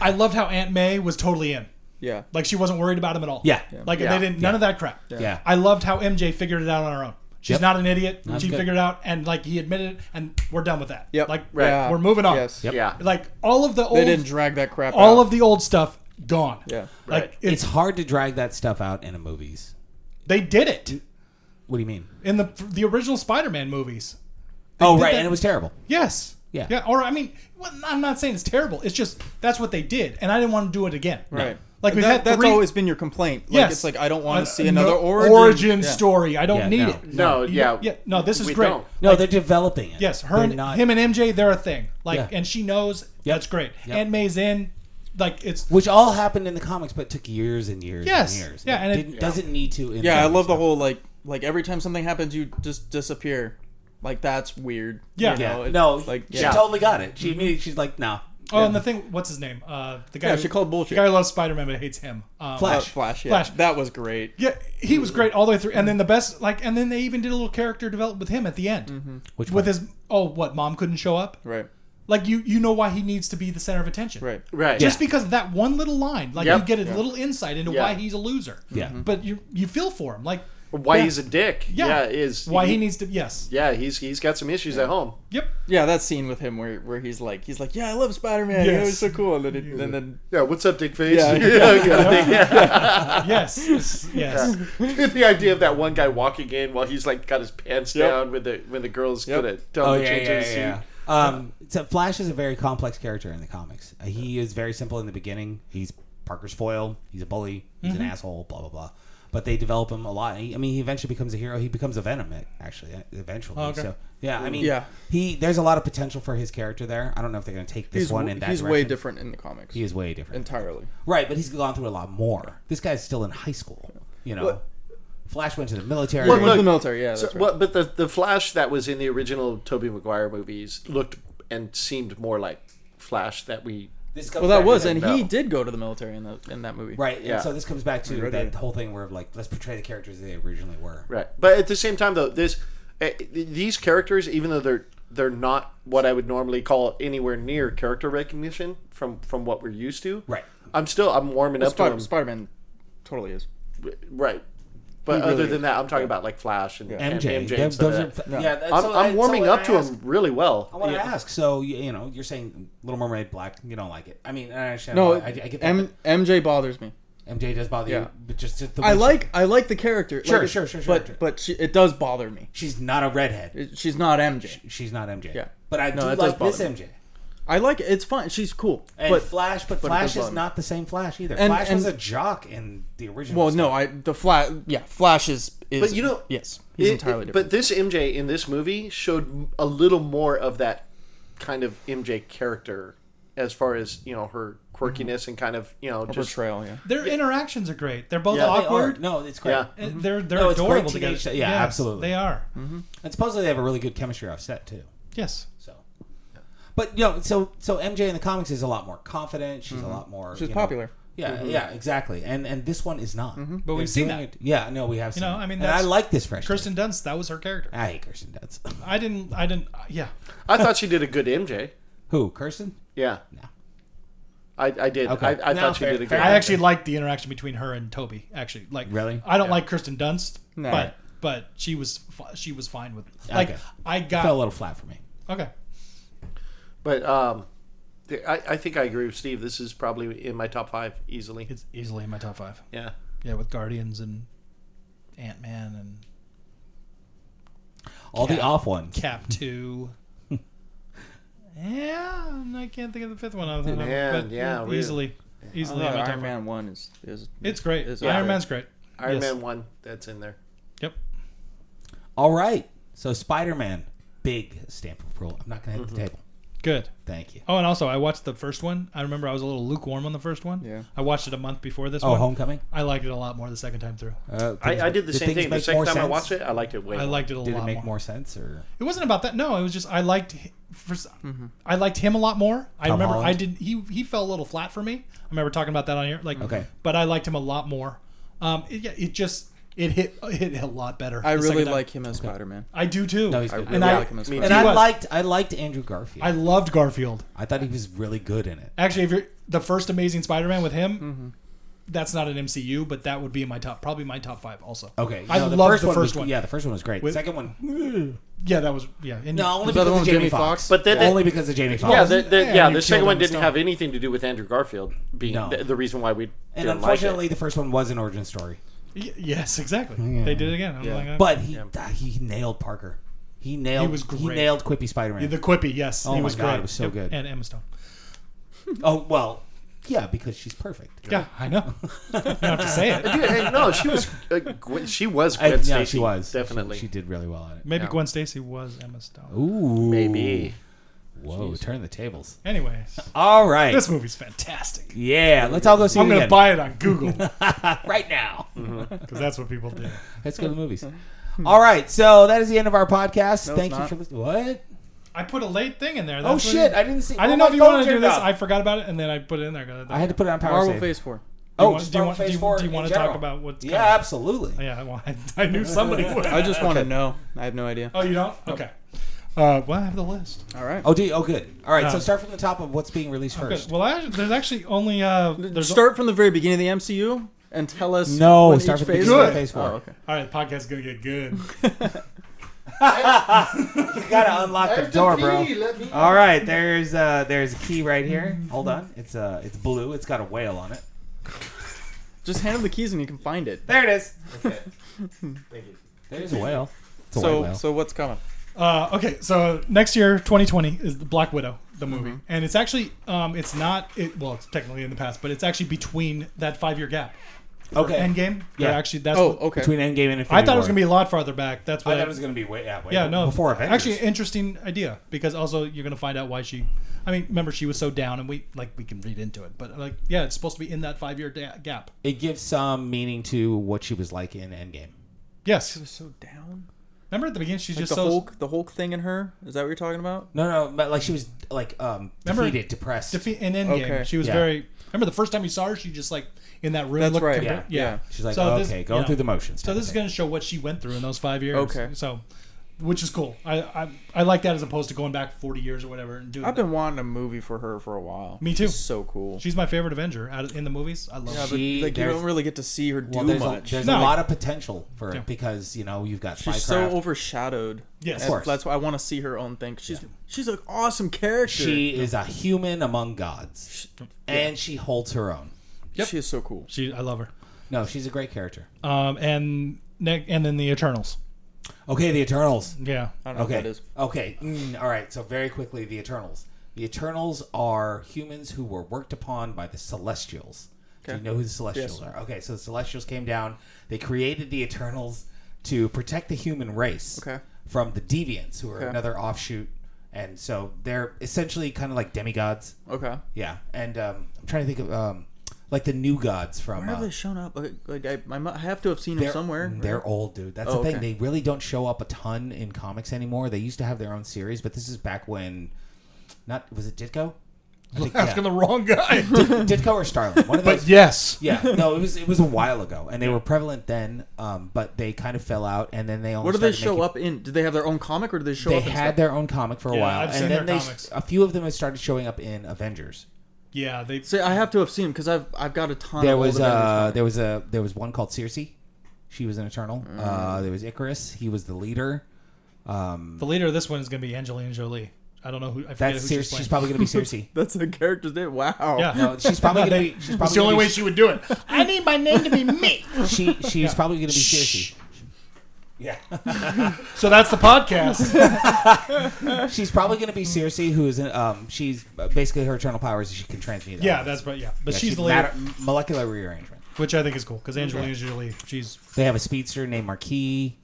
S4: I loved how Aunt May was totally in.
S2: Yeah.
S4: Like she wasn't worried about him at all.
S1: Yeah.
S4: Like
S3: Yeah.
S4: they didn't none of that crap.
S1: Yeah.
S4: I loved how MJ figured it out on her own. She's
S1: Yep.
S4: not an idiot. she
S1: good.
S4: figured it out, and like he admitted it, and we're done with that.
S2: Yep.
S4: Like
S2: Right.
S4: we're moving on.
S2: Yes.
S1: Yep.
S3: Yeah,
S4: Like all of the old,
S2: They didn't drag that crap.
S4: all
S2: out.
S4: of the old stuff gone.
S2: Yeah.
S4: Like
S3: Right.
S4: it's,
S1: It's hard to drag that stuff out in a movies.
S4: they did it
S1: What do you mean?
S4: in the the original Spider-Man movies.
S1: oh,
S4: did
S1: right.
S4: that-
S1: And it was terrible.
S4: Yes.
S1: Yeah.
S4: Yeah. Or I mean, well, I'm not saying it's terrible. It's just that's what they did, and I didn't want to do it again.
S2: right.
S4: Like we've
S2: that,
S4: had
S2: that's
S4: three-
S2: always been your complaint. Like,
S4: Yes.
S2: It's like I don't want
S4: Uh,
S2: to see
S4: no-
S2: another origin, Yeah.
S4: story. I don't
S1: Yeah,
S4: need
S1: no.
S4: it.
S3: No,
S4: You
S3: yeah.
S4: don't- yeah. No, this is
S3: We
S4: great.
S3: don't.
S1: No, they're developing it.
S4: Yes, her
S1: They're
S4: and
S1: not-
S4: him and MJ, they're a thing. Like,
S1: Yeah.
S4: and she knows that's great.
S1: Yep.
S4: Aunt May's in, like it's
S1: Which all happened in the comics, but took years and years
S4: Yes.
S1: and years.
S4: Yeah, and it-
S1: didn't- doesn't need to. In
S2: Yeah, I
S1: films.
S2: love the whole like like every time something happens, you just disappear. Like that's weird.
S4: Yeah.
S2: You
S1: Yeah.
S2: know? It-
S1: no,
S2: Like
S1: she
S2: yeah.
S1: totally got it. She immediately she's like, no.
S4: oh, and the thing. What's his name? Uh, the guy.
S2: Yeah,
S4: who-
S2: she called
S4: The
S2: bullshit.
S4: guy who loves Spider Man but hates him. Um,
S1: Flash.
S2: Uh, Flash. Yeah.
S4: Flash.
S2: That was great.
S4: Yeah, he was great all the way through, and then the best, like, and then they even did a little character development with him at the end,
S1: Mm-hmm. Which
S4: with
S1: one?
S4: his oh, what mom couldn't show up.
S2: Right.
S4: Like you, you know why he needs to be the center of attention,
S2: Right.
S3: right.
S4: Just because of that one little line, like
S3: Yep.
S4: you get a little insight into
S3: Yeah.
S4: why he's a loser.
S1: Yeah. Mhm.
S4: but you you feel for him, like
S3: why
S4: yeah.
S3: he's a dick. Yeah, is
S4: why he needs to yes,
S3: Yeah, he's he's got some issues at home.
S4: yep.
S2: Yeah, that scene with him where where he's like he's like yeah I love Spider Man. Yeah, it
S4: Yes.
S2: was so cool. And then, it, and then
S3: Yeah, what's up, dick face?
S2: Yeah.
S4: yes, yes.
S3: the idea of that one guy walking in while he's like got his pants
S2: Yep.
S3: down when the when the girl's
S2: Yep.
S3: gonna tell
S1: Oh
S3: him to
S1: yeah,
S3: change
S1: yeah,
S3: his
S1: yeah,
S3: suit.
S1: yeah. Um, so Flash is a very complex character in the comics. Uh, he is very simple in the beginning. He's Parker's foil. He's a bully. He's an asshole. Blah blah blah. But they develop him a lot. He, I mean, he eventually becomes a hero. He becomes a Venom, e- actually, uh, eventually.
S4: Oh, okay.
S1: So yeah, I mean,
S2: Yeah.
S1: he there's a lot of potential for his character there. I don't know if they're going to take this
S2: he's
S1: one
S2: w-
S1: in that.
S2: he's way
S1: direction.
S2: different in the comics.
S1: He is way different.
S2: entirely.
S1: Right, but he's gone through a lot more. This guy's still in high school. You know,
S3: What-
S1: Flash went to the military.
S3: Well,
S2: He went to
S3: look-
S2: the military. Yeah.
S3: So,
S2: That's right.
S3: well, but the the Flash that was in the original Tobey Maguire movies looked and seemed more like Flash that we.
S1: This comes
S2: Well, that
S1: back
S2: was,
S1: to-
S2: and
S3: No.
S2: he did go to the military in the in that movie.
S1: Right,
S3: Yeah.
S1: and so this comes back to
S2: Ready.
S1: that whole thing where like let's portray the characters they originally were.
S3: Right, but at the same time though, this eh, these characters, even though they're they're not what I would normally call anywhere near character recognition from from what we're used to.
S1: Right.
S3: I'm still I'm warming up to
S2: Spider
S3: them.
S2: Spider-Man totally is.
S3: Right. But
S2: really
S3: other
S2: is.
S3: than that, I'm talking about like Flash and and
S1: MJ,
S3: MJ.
S1: them-
S3: and stuff
S1: those
S3: like
S1: are-
S3: that.
S1: yeah. That's,
S3: I'm,
S1: so
S3: I'm
S1: that's
S3: warming
S1: all I
S3: up to
S1: ask.
S3: him really well.
S1: I want to
S3: Yeah.
S1: ask. So you, you know, you're saying Little Mermaid black. You don't like it. I mean, I understand.
S2: No,
S1: why. I, I get that.
S2: M- MJ bothers me.
S1: MJ does bother
S2: Yeah.
S1: you, but just, just the way
S2: I
S1: she-
S2: like I like the character.
S1: Sure,
S2: like,
S1: sure, sure, sure,
S2: But
S1: sure.
S2: but she, it does bother me.
S1: she's not a redhead.
S2: It- She's not MJ.
S1: She's not MJ.
S2: Yeah.
S1: but I do
S2: No, that
S1: like
S2: does
S1: this
S2: bother
S1: MJ.
S2: I like it. It's fine. She's cool.
S1: And
S2: but
S1: Flash, but,
S2: but it does
S1: Flash
S2: bother
S1: is
S2: me.
S1: not the same Flash either.
S2: And-
S1: Flash was
S2: and-
S1: a jock in the original.
S2: well, no, I the Flash. Yeah, Flash is is.
S3: But you know-
S2: yes, he's
S3: It-
S2: entirely
S3: it-
S2: different.
S3: But this MJ in this movie showed a little more of that kind of MJ character as far as, you know, her quirkiness and kind of you know just
S2: portrayal. Yeah.
S4: Their interactions are Mm-hmm. great. They're both
S3: Yeah, they
S1: They are.
S4: awkward.
S1: No, it's great.
S3: Yeah.
S4: and They're they're
S1: No, it's great
S4: adorable
S1: teenage
S4: together.
S1: show. Yeah,
S4: Yes,
S1: absolutely.
S4: They are.
S1: And supposedly they have a really good chemistry off set too.
S4: Yes.
S1: So, but you know, so so MJ in the comics is a lot more confident. She's
S3: Mm-hmm.
S1: a lot more.
S2: She's
S1: you know-
S2: popular.
S1: Yeah, yeah, exactly. And and this one is not.
S4: But
S3: Mm-hmm.
S1: They're
S4: we've seen
S1: doing
S4: that.
S1: it- yeah, no, we have. seen
S4: know,
S1: it.
S4: I mean,
S1: And
S4: that's-
S1: I like this fresh.
S4: Kirsten Dunst, that was her character.
S1: I hate Kirsten Dunst.
S4: I didn't I didn't yeah.
S3: I thought she did a good MJ.
S1: Who Kirsten?
S3: Yeah.
S1: No.
S3: I, I did.
S1: Okay.
S3: I, I
S1: No,
S3: thought she
S1: fair-
S3: did a good.
S1: fair.
S4: I actually liked the interaction between her and Toby. Actually, like
S1: Really?
S4: I don't like Kristen Dunst,
S2: Nah.
S4: but but she was fi- she was fine with like
S1: Okay.
S4: I got
S1: Fell a little flat for me.
S4: okay.
S3: But um, th- I, I think I agree with Steve. This is probably in my top five easily.
S4: It's easily in my top five.
S3: Yeah.
S4: Yeah, with Guardians and Ant Man and
S1: All the
S4: Cap.
S1: off ones.
S4: Cap Two. yeah, and I can't think of the fifth one. Other than
S3: Man,
S4: but
S3: yeah, we-
S4: easily, easily.
S1: Oh,
S4: in my top
S2: Iron
S4: five.
S2: Man One is is
S4: It's great.
S2: is
S4: Iron
S2: awesome.
S4: Man's great.
S3: Iron
S4: Yes.
S3: Man one. That's in there.
S4: Yep.
S1: All right. So Spider Man, big stamp of approval. I'm not gonna hit
S3: Mm-hmm.
S1: the table.
S4: Good.
S1: Thank you.
S4: Oh, and also I watched the first one. I remember I was a little lukewarm on the first one.
S2: Yeah.
S4: I watched it a month before this
S1: Oh,
S4: one.
S1: Homecoming.
S4: I liked it a lot more the second time through.
S1: Uh,
S3: I, I did the same
S1: things
S3: thing. The
S1: make
S3: second
S1: more
S3: time I
S1: sense?
S3: watched it, I liked it way.
S4: I
S3: more.
S4: liked it a
S1: Did
S4: lot
S1: it make
S4: more.
S1: more sense or?
S4: It wasn't about that. No, it was just I liked. hi- For, s
S2: Mm-hmm.
S4: I I liked him a lot more. I
S1: Tom
S4: remember I
S1: Holland?
S4: did. He he fell a little flat for me. I remember talking about that on here. Like
S1: Okay.
S4: but I liked him a lot more. Um, it, yeah, it just it hit it hit a lot better.
S2: I
S4: the
S2: really
S4: second time.
S2: like him as Spider Man.
S4: I do too.
S1: No, he's good.
S2: I
S1: And
S2: really
S4: I-
S2: like him as
S3: me
S2: Spider
S1: And
S4: He
S1: I
S4: was.
S1: liked I liked Andrew Garfield.
S4: I
S1: I,
S4: loved Garfield.
S1: thought he was really good in it.
S4: Actually, if you're the first Amazing Spider-Man with him,
S2: Mm-hmm.
S4: that's not an MCU, but that would be in my top, probably my top five also.
S1: Okay,
S4: I
S1: no,
S4: loved the
S1: was-
S4: first one.
S1: Yeah, the first one was great.
S4: With-
S1: Second one,
S4: Yeah, that was yeah. And
S1: no, only
S2: the
S1: because
S2: other
S1: of
S2: one with
S1: Jamie
S2: Jamie
S1: Fox.
S2: Fox?
S3: But then
S1: only
S3: it-
S1: because of Jamie Fox.
S3: yeah,
S4: Well,
S3: the, the,
S4: yeah,
S3: yeah,
S4: you
S3: the second
S4: killed
S3: one
S4: him with
S3: didn't
S4: Stone.
S3: have anything to do with Andrew Garfield being
S1: No.
S3: the, the reason why we
S1: and
S3: didn't
S1: unfortunately,
S3: like
S1: the first one was an origin story.
S4: y- yes, exactly. They did it again. I'm like, oh.
S1: But he ah, he nailed Parker. He nailed.
S4: He was great.
S1: nailed Quippy Spider Man.
S4: the Quippy, yes,
S1: Oh
S4: he
S1: my
S4: was
S1: God,
S4: great.
S1: it was so
S4: Yep,
S1: good.
S4: And Emma Stone.
S1: oh well, yeah, because she's perfect.
S4: Yeah, I know. you don't have to say it.
S3: it. Dude, hey, no, she was uh, Gwen, she was
S1: I,
S3: Gwen
S1: no,
S3: Stacy.
S1: she was
S3: definitely.
S1: She, she did really well on it.
S4: Maybe Gwen Stacy was Emma Stone.
S1: Ooh,
S3: Maybe.
S1: Whoa, turn the tables.
S4: Anyways,
S1: All right.
S4: this movie's fantastic.
S1: yeah, let's all go see
S4: I'm
S1: it
S4: gonna
S1: again.
S4: buy it on Google because
S1: right now.
S4: that's what people do.
S1: Let's go to the movies. All right, so that is the end of our podcast.
S2: No, it's
S1: Thank you
S2: not.
S1: for listening. What?
S4: I put a late thing in there.
S1: Oh
S4: That's what
S1: shit!
S4: it-
S1: I didn't see.
S4: I didn't
S1: oh,
S4: know if
S1: my
S4: you
S1: phone
S4: wanted to do
S1: turned
S4: this.
S1: off.
S4: I forgot about it, and then I put it in there.
S1: I had to put it on power
S2: Marvel
S1: save.
S2: Phase Four.
S1: Oh,
S4: want-
S1: just
S4: do you
S1: Marvel
S4: want- do
S1: Phase
S4: you-
S1: Four.
S4: do you
S1: in
S4: wanna talk
S1: general.
S4: about what's
S1: Yeah,
S4: coming?
S1: absolutely.
S4: Yeah, well, I, I knew somebody would.
S2: I just want to know. I have no idea.
S4: Oh, you don't? Okay. Uh, well, I have the list.
S2: All right.
S1: Oh, do you? Oh, good. All right, so
S4: Um,
S1: start from the top of what's being released
S4: Okay.
S1: first.
S4: Well, I, there's actually only uh, there's
S2: start from the very beginning of the MCU and tell us.
S1: No,
S2: when
S1: start
S2: each
S1: from the
S2: phase
S1: beginning of
S2: is.
S1: Phase Four.
S2: Oh, okay.
S4: all right. The podcast is gonna get good.
S1: You gotta unlock the door, bro. All right, there's uh, there's a key right here. Hold on, it's uh, it's blue. It's got a whale on it.
S2: Just hand him the keys and you can find it.
S1: There it is. There's a whale. It's a white
S2: So,
S1: whale.
S2: so what's coming?
S4: Uh, okay, so next year, 2020 is the Black Widow, the movie,
S1: Mm-hmm.
S4: and it's actually um, it's not it, well, it's technically in the past, but it's actually between that five year gap.
S1: okay.
S4: Endgame. Yeah.
S1: Yeah.
S4: Actually, that's.
S2: Oh,
S4: what-
S2: okay.
S1: Between Endgame and Infinity
S4: I thought it was
S1: War.
S4: gonna be a lot farther back. That's
S1: I
S4: what.
S1: thought it was gonna be way. Yeah, way
S4: yeah, no.
S1: Before Avengers.
S4: Actually, interesting idea because also you're gonna find out why she. I mean, remember she was so down, and we like we can read into it, but like yeah, it's supposed to be in that five year da- gap.
S1: it gives some meaning to what she was like in Endgame.
S4: Yes.
S2: So down.
S4: Remember at the beginning, she's just
S2: the
S4: so
S2: Hulk, the Hulk thing in her. Is that what you're talking about?
S1: No, no, but like she was like um
S4: Remember-
S1: defeated, depressed.
S4: defeat in Endgame.
S2: Okay.
S4: She was
S1: Yeah.
S4: very. Remember the first time you saw her, she just like in that room.
S2: That's
S4: looked
S2: right.
S4: compar-
S1: Yeah.
S4: yeah.
S1: She's like,
S4: So
S1: okay,
S4: this-
S1: going
S4: yeah.
S1: through the motions.
S4: So this is going to show what she went through in those five years.
S2: Okay.
S4: So, which is cool. I I, I like that as opposed to going back forty years or whatever and doing.
S2: I've
S4: that.
S2: been wanting a movie for her for a while.
S4: Me too.
S2: She's so cool.
S4: She's my favorite Avenger out of, in the movies. I
S2: yeah,
S4: love. her.
S2: but
S1: She-
S2: like you
S1: there's-
S2: don't really get to see her do
S1: well, there's,
S2: much.
S1: A, there's
S4: No.
S1: a lot of potential for it
S4: Yeah.
S1: because you know you've got
S2: She's so
S1: Spycraft.
S2: overshadowed.
S4: Yes. Of
S2: And
S1: course.
S2: That's why I want to see her own thing. She's she's an awesome character.
S1: she is a human among gods, and she holds her own.
S2: she is so cool.
S4: she I love her.
S1: No, she's a great character.
S4: Um and ne- and then the Eternals.
S1: Okay, the Eternals.
S4: Yeah.
S2: I don't know
S1: Okay,
S2: what that is.
S1: okay. Mm, all right. So very quickly, the Eternals. The Eternals are humans who were worked upon by the Celestials. Do you
S2: Okay.
S1: know who the Celestials are? Okay, so the Celestials came down. They created the Eternals to protect the human race
S2: Okay.
S1: from the Deviants, who are
S2: Okay.
S1: another offshoot and so they're essentially kind of like demigods.
S2: Okay.
S1: Yeah, and um, I'm trying to think of um, like the new gods from.
S2: Where
S1: uh,
S2: have they shown up? Like, like I, I mu- I have to have seen them
S1: they're,
S2: somewhere.
S1: They're old, dude. That's
S2: Mm-hmm. Oh,
S1: the thing.
S2: okay.
S1: They really don't show up a ton in comics anymore. They used to have their own series, but this is back when, not was it Ditko? I think-
S7: Asking
S1: yeah.
S7: the wrong guy.
S1: Ditko or Starlin. One of those.
S7: but yes.
S1: Yeah, no, it was it was a while ago, and they were prevalent then, um, but they kind of fell out, and then they only
S2: Where do they
S1: started
S2: show
S1: making-
S2: up in? Did they have their own comic or did they show
S1: They
S2: up? in
S1: had
S2: stuff?
S1: their own comic for a
S4: Yeah,
S1: while,
S4: I've
S1: and
S4: seen
S1: then
S4: their
S1: they
S4: comics.
S1: a few of them have started showing up in Avengers.
S4: Yeah, they.
S2: See, I have to have seen them because I've I've got a ton.
S1: There
S2: of
S1: was
S2: old Avengers
S1: uh,
S2: comics.
S1: there was a there was one called Circe. She was an Eternal.
S2: Mm.
S1: Uh, there was Icarus. He was the leader.
S4: The leader of this one is going to be Angelina Jolie. I don't know who. I forget
S1: That's Circe.
S4: who she's playing.
S1: She's probably gonna be Circe.
S2: That's the character's name. Wow.
S4: Yeah.
S1: No, she's probably gonna be. She's probably
S7: That's the only
S1: gonna
S7: way she would do it.
S4: I need my name to be me.
S1: be, she she's probably gonna be Circe.
S7: So that's the podcast.
S1: She's probably gonna be Circe, who is an- um she's basically her eternal powers. is She can transmute.
S4: Yeah,
S1: elements.
S4: that's right. Yeah, but
S1: Yeah,
S4: she's the leader,
S1: matter- molecular rearrangement.
S4: which I think is cool because Angelina Jolie. She's
S1: They have a speedster named Marquis.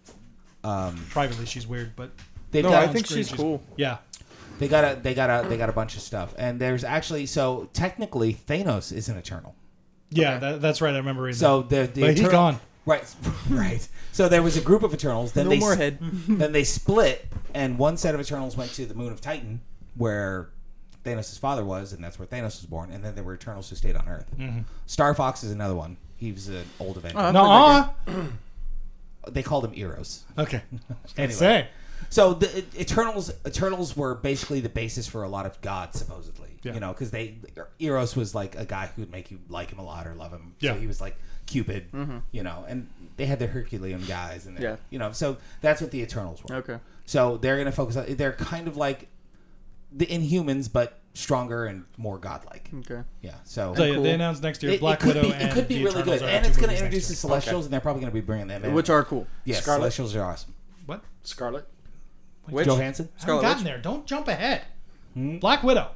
S1: Um,
S4: privately she's weird, but
S1: they've
S2: No,
S1: got
S2: I think she's cool.
S4: yeah,
S1: they got a they got a they got a bunch of stuff. And there's actually so technically Thanos is an eternal.
S4: yeah. That, that's right. I remember reading.
S1: So the, the
S4: But he's
S1: Eternal-
S4: gone.
S1: Right, right. So there was a group of Eternals. Then
S2: No
S1: they
S2: more
S1: s-
S2: head.
S1: then they split, and one set of Eternals went to the moon of Titan, where Thanos' father was, and that's where Thanos was born. And then there were Eternals who stayed on Earth.
S4: Mm-hmm.
S1: Star Fox is another one. He was an old Avenger.
S2: Oh, I
S4: that. Nuh-uh.
S1: they called him Eros.
S4: Okay.
S1: Anyway,
S4: Say.
S1: so the Eternals Eternals were basically the basis for a lot of gods, supposedly.
S4: Yeah.
S1: You know, because they Eros was like a guy who would make you like him a lot or love him.
S4: Yeah.
S1: So he was like Cupid. You know, and they had their Herculean guys, and their-
S2: Mm-hmm. Yeah.
S1: you know, so that's what the Eternals were.
S2: Okay.
S1: So they're gonna focus on. They're kind of like the Inhumans, but stronger and more godlike.
S2: Okay.
S1: Yeah. So.
S4: So yeah,
S2: cool.
S4: they announced next year
S1: it,
S4: Black
S1: it could
S4: Widow
S1: be,
S4: and
S1: it could be
S4: the
S1: really
S4: Eternals
S1: good,
S4: are
S1: and
S4: two
S1: it's going to
S4: movies next
S1: introduce the
S4: year.
S1: Celestials, and they're probably going to be bringing them in.
S2: Which are cool.
S1: yes,
S3: Scarlet-
S1: Celestials are awesome.
S4: What?
S3: Scarlet.
S2: Which?
S1: Johansson,
S4: I haven't
S2: Scarlet
S4: gotten
S2: Witch.
S4: there. Don't jump ahead. Hmm? Black Widow.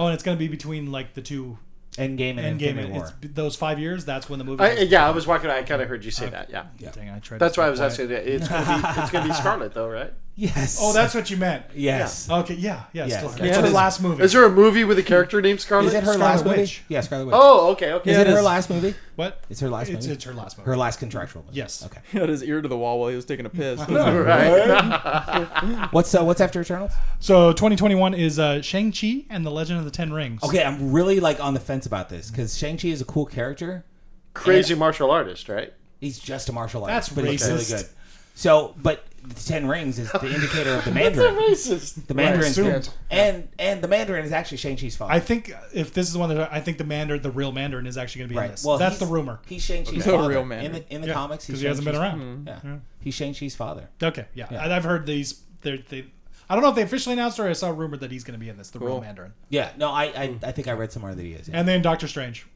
S4: Oh, and it's going to be between like the two
S1: Endgame, and
S4: Endgame.
S1: Infinity
S4: It,
S1: War.
S4: it's those five years. That's when the movie.
S3: I, Uh, yeah, I was walking. I kind of heard you say that. Yeah.
S4: Dang, I tried.
S3: That's
S4: to
S3: why I
S4: stay
S3: was
S4: quiet.
S3: asking. that. It's gonna be, it's gonna be Scarlet though, right?
S1: Yes.
S4: Oh, that's what you meant.
S1: yes.
S4: Okay. Yeah. Yeah.
S1: Yes.
S4: Still,
S1: Yeah,
S4: that's
S3: it
S4: her
S3: is.
S4: last movie.
S3: Is there a movie with a character named Scarlet?
S1: Is it her
S4: Scarlet
S1: last movie?
S4: Witch.
S1: Yeah, Scarlet Witch.
S3: Oh, okay, okay.
S1: is it,
S4: it
S1: her
S4: is.
S1: last movie?
S4: what?
S1: It's her last
S4: It's,
S1: movie.
S4: it's her last movie.
S1: Her last contractual movie.
S4: Yes.
S1: Okay.
S2: He had his ear to the wall while he was taking a piss.
S3: Right.
S1: What's uh, what's after Eternals?
S4: So 2021 is uh, Shang Chi and the Legend of the Ten Rings.
S1: Okay, I'm really like on the fence about this because Shang Chi is a cool character.
S3: Crazy martial artist, right?
S1: He's just a martial
S4: That's
S1: artist, but he's really
S4: racist.
S1: good. So, but the Ten Rings is the indicator of the Mandarin.
S3: Racist.
S1: The Mandarin's
S7: Right,
S1: good.
S7: assumed.
S2: Oh,
S1: and and the Mandarin is actually Shang Chi's father.
S4: I think if this is the one that I think the Mandarin, the real Mandarin, is actually going to be in
S1: right.
S4: this.
S1: Well,
S4: that's the
S1: he's-
S4: rumor.
S1: He's Shang Chi's
S2: The
S1: father.
S2: real
S1: in
S2: Mandarin.
S1: the in the comics, he's
S4: because he hasn't been
S1: Shang-Chi's- Mm-hmm.
S4: around.
S1: Yeah, he's Shang Chi's father.
S4: Okay, yeah. And I've heard these. They're, they, I don't know if they officially announced or I saw a rumor that he's going to be in this, the real
S2: Cool.
S4: Mandarin,
S1: Yeah, no, I I,
S4: Hmm.
S1: I think I read somewhere that he is. yeah.
S4: and then Doctor Strange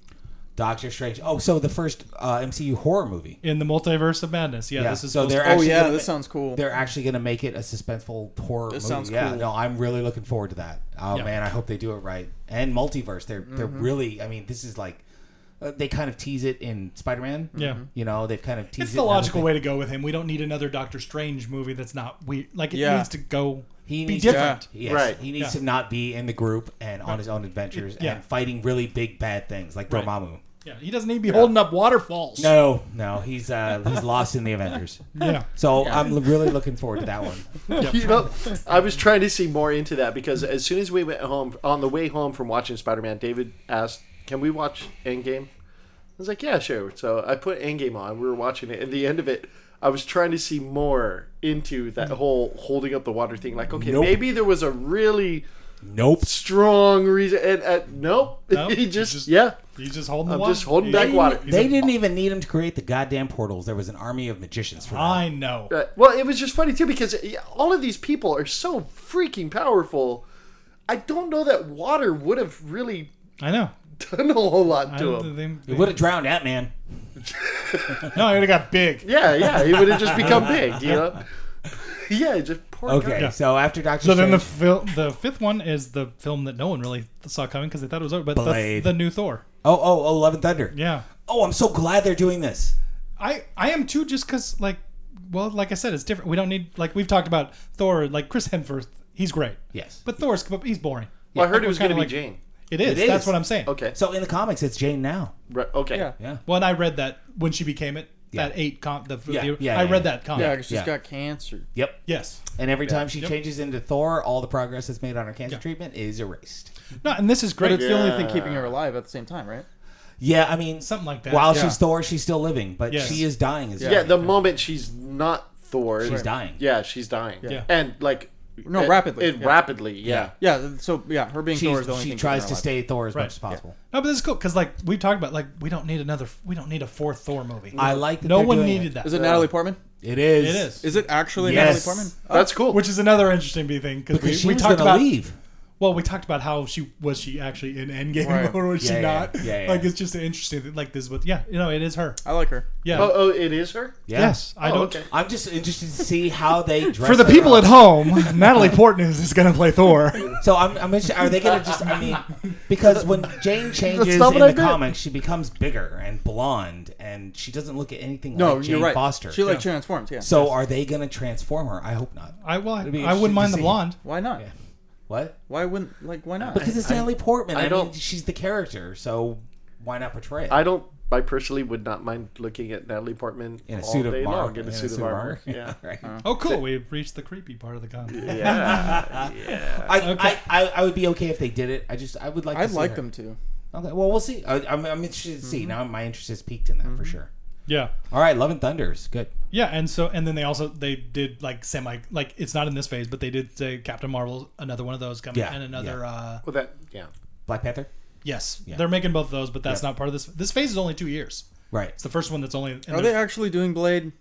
S1: Doctor Strange. Oh, so the first uh, MCU horror movie.
S4: in the Multiverse of Madness. Yeah,
S1: Yeah,
S4: this is
S1: so
S4: supposed
S1: they're
S4: to-
S2: oh
S1: actually
S2: yeah,
S1: gonna
S2: this
S1: ma-
S2: sounds cool.
S1: They're actually going to make it a suspenseful horror. movie.
S2: sounds
S1: yeah,
S2: cool.
S1: no, I'm really looking forward to that. Oh
S4: Yeah. Mm-hmm.
S1: man, I hope they do it right. And multiverse, they're they're really. I mean, this is like uh, they kind of tease it in Spider-Man.
S4: Yeah.
S1: you know they've kind of teased.
S4: it's
S1: it
S4: the
S1: in other
S4: logical
S1: things.
S4: way to go with him. We don't need another Doctor Strange movie that's not weird. Like it
S2: Yeah.
S4: needs to go
S1: He
S4: be
S1: needs
S4: different.
S1: To, yes,
S3: Right.
S1: He needs
S4: Yeah.
S1: to not be in the group and on his own adventures
S4: It- yeah.
S1: and fighting really big bad things like
S4: Right.
S1: Dormammu.
S4: Yeah, he doesn't need to be holding up waterfalls.
S1: No, no, he's uh, he's lost in the Avengers.
S4: Yeah.
S1: So I'm l- really looking forward to that one.
S3: You know, I was trying to see more into that because as soon as we went home on the way home from watching Spider Man, David asked, "Can we watch Endgame?" I was like, "Yeah, sure." So I put Endgame on. We were watching it. At the end of it, I was trying to see more into that whole holding up the water thing. Like, okay,
S1: Nope.
S3: maybe there was a really
S1: Nope.
S3: strong reason. And, and nope,
S4: Nope,
S3: he
S4: he
S3: just,
S4: just-
S3: yeah,
S4: He's just holding
S3: I'm
S4: the water.
S3: just holding
S4: He's-
S3: back water.
S4: He's
S1: They
S4: a-
S1: didn't even need him to create the goddamn portals. There was an army of magicians for that.
S4: I know.
S3: Right. Uh, Well, it was just funny too because yeah, all of these people are so freaking powerful. I don't know that water would have really
S4: I know.
S3: done a whole lot
S4: I,
S3: to
S4: they,
S3: him.
S1: It
S4: they,
S1: would have drowned that man.
S4: no, he would have got big.
S3: Yeah, yeah, he would have just become big, you know. yeah, just poor
S1: Okay,
S3: guy.
S1: so after Doctor
S4: So then
S1: Strange,
S4: the fil- the fifth one is the film that no one really saw coming because they thought it was over, but the,
S1: Blade.
S4: the new Thor.
S1: oh, oh, oh, Love and Thunder.
S4: Yeah,
S1: Oh, I'm so glad they're doing this.
S4: I I am too, just because like, well, like I said, it's different. We don't need like we've talked about Thor, like Chris Hemsworth. He's great.
S1: Yes.
S4: But Thor's he's boring.
S3: Well, I heard it
S4: We're
S3: was going to
S4: kinda
S3: be
S4: like-
S3: Jane.
S4: It is.
S1: It is.
S4: That's what I'm saying.
S3: Okay.
S1: So in the comics, it's Jane now.
S3: Right, okay.
S2: Yeah.
S1: Yeah.
S4: Well, and I read that when she became it.
S1: Yeah.
S4: That eight com. The,
S1: Yeah,
S4: the-
S1: yeah,
S4: I
S1: yeah,
S4: read
S1: yeah.
S4: that comic.
S2: Yeah, she's
S1: Yeah.
S2: got cancer.
S1: Yep.
S4: Yes.
S1: And every time she
S4: Yep.
S1: changes into Thor, all the progress that's made on her cancer
S4: Yeah.
S1: treatment is erased.
S4: No, and this is
S2: But
S4: great.
S2: it's the only thing
S3: Yeah.
S2: keeping her alive at the same time, right?
S1: Yeah, I mean,
S4: Something like that.
S1: While
S2: Yeah.
S1: she's Thor, she's still living, but
S4: Yes.
S1: she is dying. As
S2: Yeah.
S3: Yeah, the moment she's not Thor,
S1: she's dying.
S3: Yeah, she's dying.
S4: Yeah.
S3: And like
S2: No,
S3: it-
S2: rapidly,
S3: It
S2: yeah.
S3: rapidly, yeah.
S2: Yeah. th- So yeah, her being Thor is
S1: She's,
S2: the only
S1: she
S2: thing.
S1: tries
S2: keeping
S1: to
S2: her alive.
S1: stay Thor as
S4: Right.
S1: much as possible.
S4: No, but this is cool because like we talked about, like we don't need another. We don't need a fourth Thor movie.
S1: I like that
S4: no
S1: they're
S4: one
S1: doing
S4: needed
S1: it.
S4: that.
S2: Is it Natalie Portman?
S1: It is.
S4: It is.
S2: Is it actually
S1: Yes.
S2: Natalie Portman?
S3: That's cool.
S4: Which is another interesting big thing
S1: because
S4: because
S1: she
S4: we, we
S1: was
S4: talked
S1: gonna
S4: about.
S1: leave.
S4: Well, we talked about how she was she actually in Endgame
S2: Right.
S4: or was she
S1: Yeah, yeah,
S4: not?
S1: yeah, yeah, yeah.
S4: Like it's just an interesting. thing. Like this, but yeah, you know, it is her.
S2: I like her.
S4: Yeah.
S3: oh, oh, it is her?
S1: Yeah.
S4: Yes, I
S3: Oh,
S4: don't.
S3: okay.
S1: I'm just interested to see how they dress
S4: For the
S1: her
S4: people
S1: up.
S4: at home, Natalie Portman is going to play Thor.
S1: So I'm, I'm interested. Are they gonna just? I mean, because when Jane changes in
S3: not what
S1: the
S3: I meant.
S1: comics, she becomes bigger and blonde, and she doesn't look at anything
S2: No,
S1: like Jane
S2: you're right.
S1: Foster.
S2: She like transforms. Yeah.
S1: so are they gonna transform her? I hope not.
S4: I well, I,
S1: It'd be
S4: I wouldn't
S1: interesting to
S4: mind the
S1: see.
S4: blonde.
S2: why not?
S1: What?
S2: Why wouldn't like? Why not?
S1: Because it's Natalie Portman.
S3: I
S1: I,
S3: don't-
S1: mean, she's the character, so why not portray it?
S3: I don't I personally would not mind looking at Natalie Portman
S1: in a
S3: all
S1: suit of
S3: day
S1: armor.
S3: long in a suit of armor. Yeah.
S1: right.
S4: Oh, cool. We've reached the creepy part of the comic.
S3: Yeah.
S1: I, I, I, I would be okay if they did it. I just I would like.
S2: I'd
S1: to see
S2: like
S1: her.
S2: them to.
S1: Okay. Well, we'll see. I, I'm, I'm interested to see. Now my interest is peaked in that for sure.
S4: Yeah.
S1: All right, Love and Thunder is good.
S4: Yeah, and so and then they also they did like semi like it's not in this phase, but they did say Captain Marvel, another one of those coming,
S1: Yeah,
S4: and another. uh
S3: well that yeah.
S1: Black Panther.
S4: Yes, they're making both of those, but that's not part of this. This phase is only two years.
S1: Right.
S4: It's the first one that's only. and
S2: Are they
S4: they're-
S2: actually doing Blade?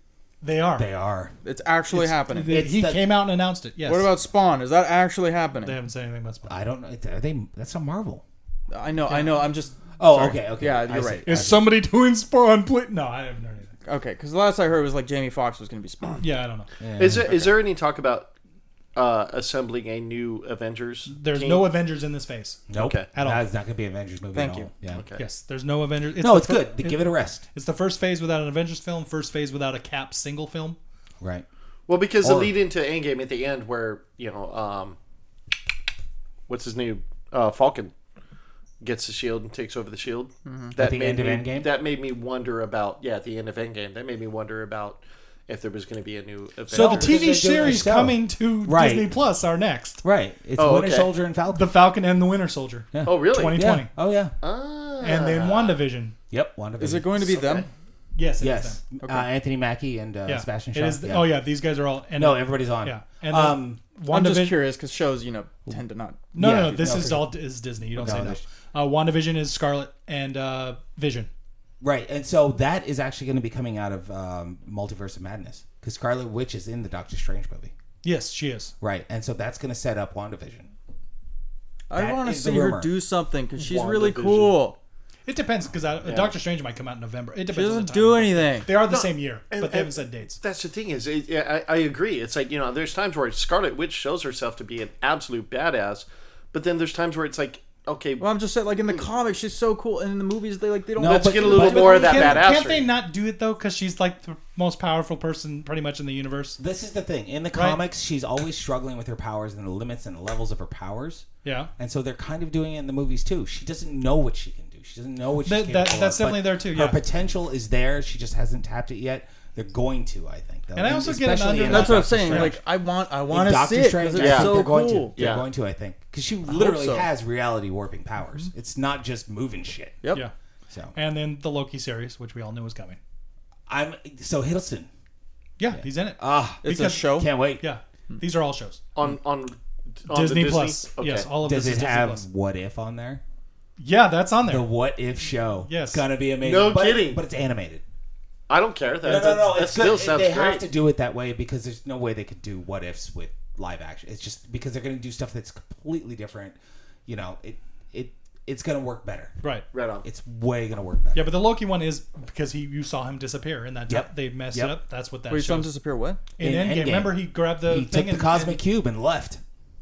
S4: They are.
S1: They are.
S2: It's actually happening.
S4: They-
S1: It's
S4: he
S1: the-
S4: came out and announced it. Yes.
S2: what about Spawn? Is that actually happening?
S4: They haven't said anything about Spawn.
S1: I don't know. Are they? That's a Marvel.
S2: I know. I know. I'm just.
S1: Oh,
S2: sorry.
S1: okay, okay.
S2: Yeah,
S1: I
S2: you're
S1: see.
S2: right.
S4: Is somebody doing Spawn? Please? No, I haven't heard anything.
S2: Okay, because last I heard was like Jamie Foxx was going to be Spawn.
S4: Yeah, I don't know.
S3: Is there is there any talk about uh, assembling a new Avengers?
S4: There's
S3: team?
S4: no Avengers in this phase.
S1: Nope.
S3: Okay.
S4: At all.
S1: That's not going to be an Avengers movie.
S2: Thank
S1: at
S2: you.
S1: all. Yeah.
S3: Okay.
S4: Yes, there's no Avengers.
S1: No,
S4: the
S1: it's
S4: fir-
S1: good. They give it a rest.
S4: It's the first phase without an Avengers film, first phase without a Cap single film.
S1: Right.
S3: Well, because the
S1: Or-
S3: lead into Endgame at the end, where you know, um, what's his name, uh, Falcon, gets the shield and takes over the shield. That
S1: Mm-hmm. the
S3: made
S1: end of
S3: me,
S1: Endgame?
S3: That made me wonder about yeah, at the end of Endgame. That made me wonder about if there was going to be a new. Avengers.
S4: So the
S1: because they're doing
S4: TV
S1: a
S4: series
S1: show.
S4: coming to
S1: Right.
S4: Disney Plus are next.
S1: Right. It's
S3: Oh,
S1: Winter
S3: okay.
S1: Soldier and Falcon.
S4: The Falcon and the Winter Soldier.
S1: Yeah.
S3: Oh really?
S4: 2020.
S1: Yeah. Oh yeah.
S3: Ah.
S4: And then WandaVision.
S1: Yep. WandaVision.
S2: Is it going to be them?
S4: Yes, it is
S1: Yes.
S4: them.
S1: Uh, Anthony Mackie and uh,
S4: Yeah.
S1: Sebastian
S4: It
S1: Shaw.
S4: is- Oh yeah, these guys are all and
S1: No, everybody's on.
S4: Yeah. And then
S1: um.
S2: I'm just
S4: WandaVision
S2: curious because shows, you know, tend to not.
S4: No,
S1: Yeah,
S4: no, no, this
S1: no,
S4: is all is Disney. You don't say
S1: No,
S4: that.
S1: this-
S4: Uh, WandaVision is Scarlet and uh, Vision.
S1: Right, and so that is actually going to be coming out of um, Multiverse of Madness because Scarlet Witch is in the Doctor Strange movie.
S4: Yes, she is.
S1: Right, and so that's going to set up WandaVision.
S2: I
S1: That
S2: want to
S1: is the
S2: see her
S1: rumor.
S2: do something because she's really cool.
S4: It depends because Doctor Strange might come out in November. It depends.
S2: She
S4: on the
S2: doesn't
S4: time.
S2: do anything.
S4: They are the same year,
S3: and-
S4: but they
S3: and-
S4: haven't said dates.
S3: That's the thing is, it, yeah, I, I agree. It's like you know, there's times where Scarlet Witch shows herself to be an absolute badass, but then there's times where it's like, okay,
S2: Well, I'm just saying, like in the comics, she's so cool, and in the movies, they like they don't.
S1: No,
S3: let's
S1: Oh, but-
S3: get a little
S1: but-
S3: more of that
S4: Can,
S3: badassery.
S4: can't they not do it though? Because she's like the most powerful person pretty much in the universe.
S1: This is the thing in the comics, she's always struggling with her powers and the limits and the levels of her powers,
S4: Yeah,
S1: and so they're kind of doing it in the movies too. She doesn't know what she can do. She doesn't know what she's
S4: That-
S1: capable
S4: that-
S1: of,
S4: that's
S1: but
S4: definitely there, too,
S1: Her
S4: yeah.
S1: potential is there. She just hasn't tapped it yet. They're going to, I think. Though.
S4: And I also get an
S1: especially in
S4: under-
S2: That's what I'm
S1: Doctor
S2: saying.
S1: Strange.
S2: Like I want, I
S1: in
S2: want to see it because it's
S1: I think
S2: so
S1: they're going
S2: cool.
S1: to. They're
S3: Yeah.
S1: going to, I Mm-hmm. think, because she literally
S2: so.
S1: has reality warping powers. It's not just moving shit.
S2: Yep.
S4: yeah.
S1: So
S4: And then the Loki series, which we all knew was coming.
S1: I'm so Hiddleston.
S4: Yeah, he's in it.
S1: Ah,
S2: It's
S4: Because-
S2: a show.
S1: can't wait.
S4: yeah, these are all shows.
S3: on on, on the
S4: Disney, Plus.
S3: Okay.
S4: Yes, all of
S1: Does
S4: this
S1: it
S4: is Disney
S1: have
S4: Plus.
S1: what if on there?
S4: Yeah, that's on there.
S1: The what if show.
S4: Yes.
S1: it's gonna be amazing.
S3: No
S1: But-
S3: kidding.
S1: But it's animated.
S3: I don't care. That,
S1: No, no, no.
S3: that
S1: it's
S3: still
S1: good.
S3: sounds
S1: they
S3: great.
S1: have to do it that way because there's no way they could do what ifs with live action. It's just because they're gonna do stuff that's completely different. You know, it it it's gonna work better.
S4: right.
S3: Right on.
S1: It's way gonna work better.
S4: Yeah, but the Loki one is because he you saw him disappear and that
S1: Yep.
S4: they messed
S1: Yep.
S4: it up. That's what that
S2: Wait, so I'm
S4: shows.
S2: disappear. What?
S4: in,
S1: In
S4: Endgame,
S1: Endgame.
S4: remember he grabbed the
S1: He
S4: thing
S1: took the
S4: and-
S1: cosmic
S4: and-
S1: cube and left.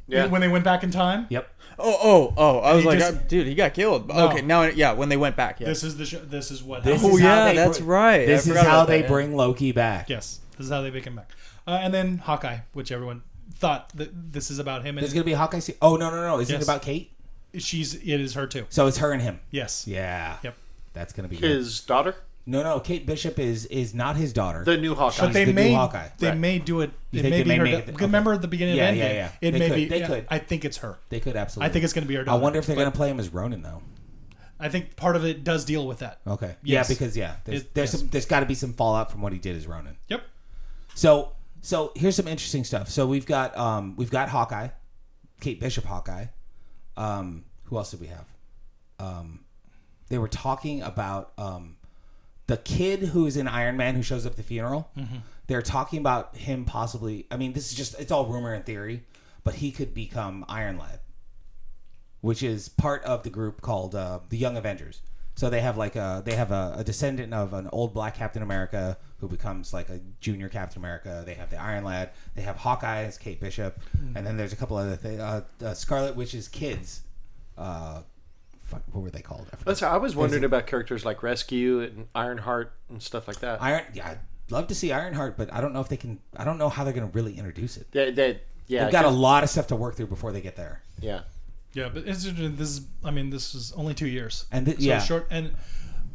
S3: Yeah.
S4: when they went back in time.
S1: Yep.
S2: Oh, oh, oh! I was
S4: he
S2: like,
S4: just-
S2: uh, dude, he got killed. Okay, now, yeah, when they went back, yeah.
S4: This is the show, this is what
S1: This
S4: happened.
S2: Oh,
S1: is how
S2: yeah,
S1: they
S2: that's
S1: br-
S2: right. I
S1: This is
S2: forgot
S1: how
S2: about
S1: they
S2: that, yeah.
S1: bring Loki back.
S4: yes, this is how they make him back. Uh, and then Hawkeye, which everyone thought that this is about him and
S1: There's gonna be a Hawkeye. Se- oh no, no, no! Is
S4: Yes.
S1: it about Kate?
S4: she's it is her too.
S1: So it's her and him.
S4: Yes.
S1: Yeah.
S4: Yep.
S1: That's gonna be good.
S3: His daughter,
S1: No, no. Kate Bishop is is not his daughter.
S3: the new Hawkeye.
S4: But they
S1: the new
S4: may
S1: Hawkeye.
S4: they
S1: Right.
S4: may do it.
S1: You
S4: it
S1: think
S4: may
S1: they
S4: be
S1: may
S4: her.
S1: make
S4: da-
S1: it- okay.
S4: Remember at the beginning
S1: Yeah,
S4: of Endgame.
S1: yeah, yeah.
S4: It
S1: They
S4: may
S1: could,
S4: be.
S1: they
S4: yeah,
S1: could.
S4: I think it's her.
S1: they could absolutely.
S4: I think it's going to be her
S1: I
S4: daughter.
S1: wonder if they're gonna play him as Ronan though.
S4: I think part of it does deal with that.
S1: Okay.
S4: Yes.
S1: Yeah, because yeah, there's
S4: It-
S1: there's
S4: yes.
S1: some there's got to be some fallout from what he did as Ronan.
S4: Yep.
S1: So so here's some interesting stuff. So we've got um we've got Hawkeye, Kate Bishop Hawkeye. Um who else did we have? Um they were talking about um the kid who is in Iron Man who shows up at the funeral. They're talking about him possibly. I mean, this is just it's all rumor and theory, but he could become Iron Lad, which is part of the group called uh, the Young Avengers. So they have like a they have a, a descendant of an old black Captain America who becomes like a junior Captain America. They have the Iron Lad. They have Hawkeye as Kate Bishop, and then there's a couple other things. Uh, uh, Scarlet Witch's kids. Uh, fuck, what were they called? I forgot.
S3: That's how I was wondering about characters like Rescue and Ironheart and stuff like that.
S1: Iron. Yeah, I'd love to see Ironheart, but I don't know if they can. I don't know how they're going to really introduce it.
S3: That, that- yeah,
S1: They've got a
S3: 'cause-
S1: lot of stuff to work through before they get there.
S3: yeah.
S4: Yeah, but it's, this is. I mean, this is only two years.
S1: And thi-
S4: so
S1: yeah.
S4: short and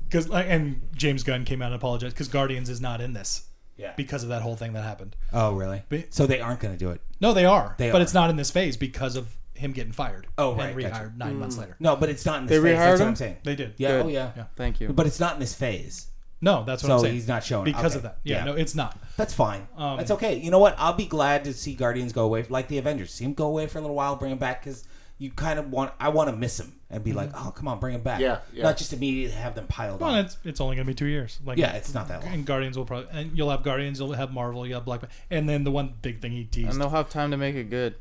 S4: because like and James Gunn came out and apologized because Guardians is not in this
S1: Yeah.
S4: because of that whole thing that happened.
S1: oh, really?
S4: But-
S1: so they aren't going to do it.
S4: No, they are.
S1: They
S4: but
S1: are.
S4: it's not in this phase because of him getting fired.
S1: Oh, right,
S4: And rehired
S1: gotcha.
S4: nine months later.
S1: No, but it's not in this
S2: They
S1: phase.
S2: rehired
S1: That's what
S2: him?
S1: I'm saying.
S4: They did.
S1: yeah.
S2: Good.
S1: Oh, yeah.
S4: Yeah.
S2: Thank you.
S1: But it's not in this phase.
S4: No, that's what
S1: So
S4: I'm saying.
S1: he's not showing up.
S4: because
S1: Okay.
S4: of that. Yeah,
S1: Yeah.
S4: No, it's not.
S1: That's fine.
S4: Um,
S1: That's okay. You know what? I'll be glad to see Guardians go away, like the Avengers. See him go away for a little while, bring him back because you kind of want. I want to miss him and be like, oh, come on, bring him back.
S3: Yeah, yeah.
S1: Not just immediately have them piled
S4: Mm-hmm. Well,
S1: on.
S4: it's it's only going to be two years. Like
S1: Yeah, it's not that long.
S4: And Guardians will probably and you'll have Guardians, you'll have Marvel, you'll have Black, Pan- and then the one big thing he teased.
S2: and they'll have time to make it good.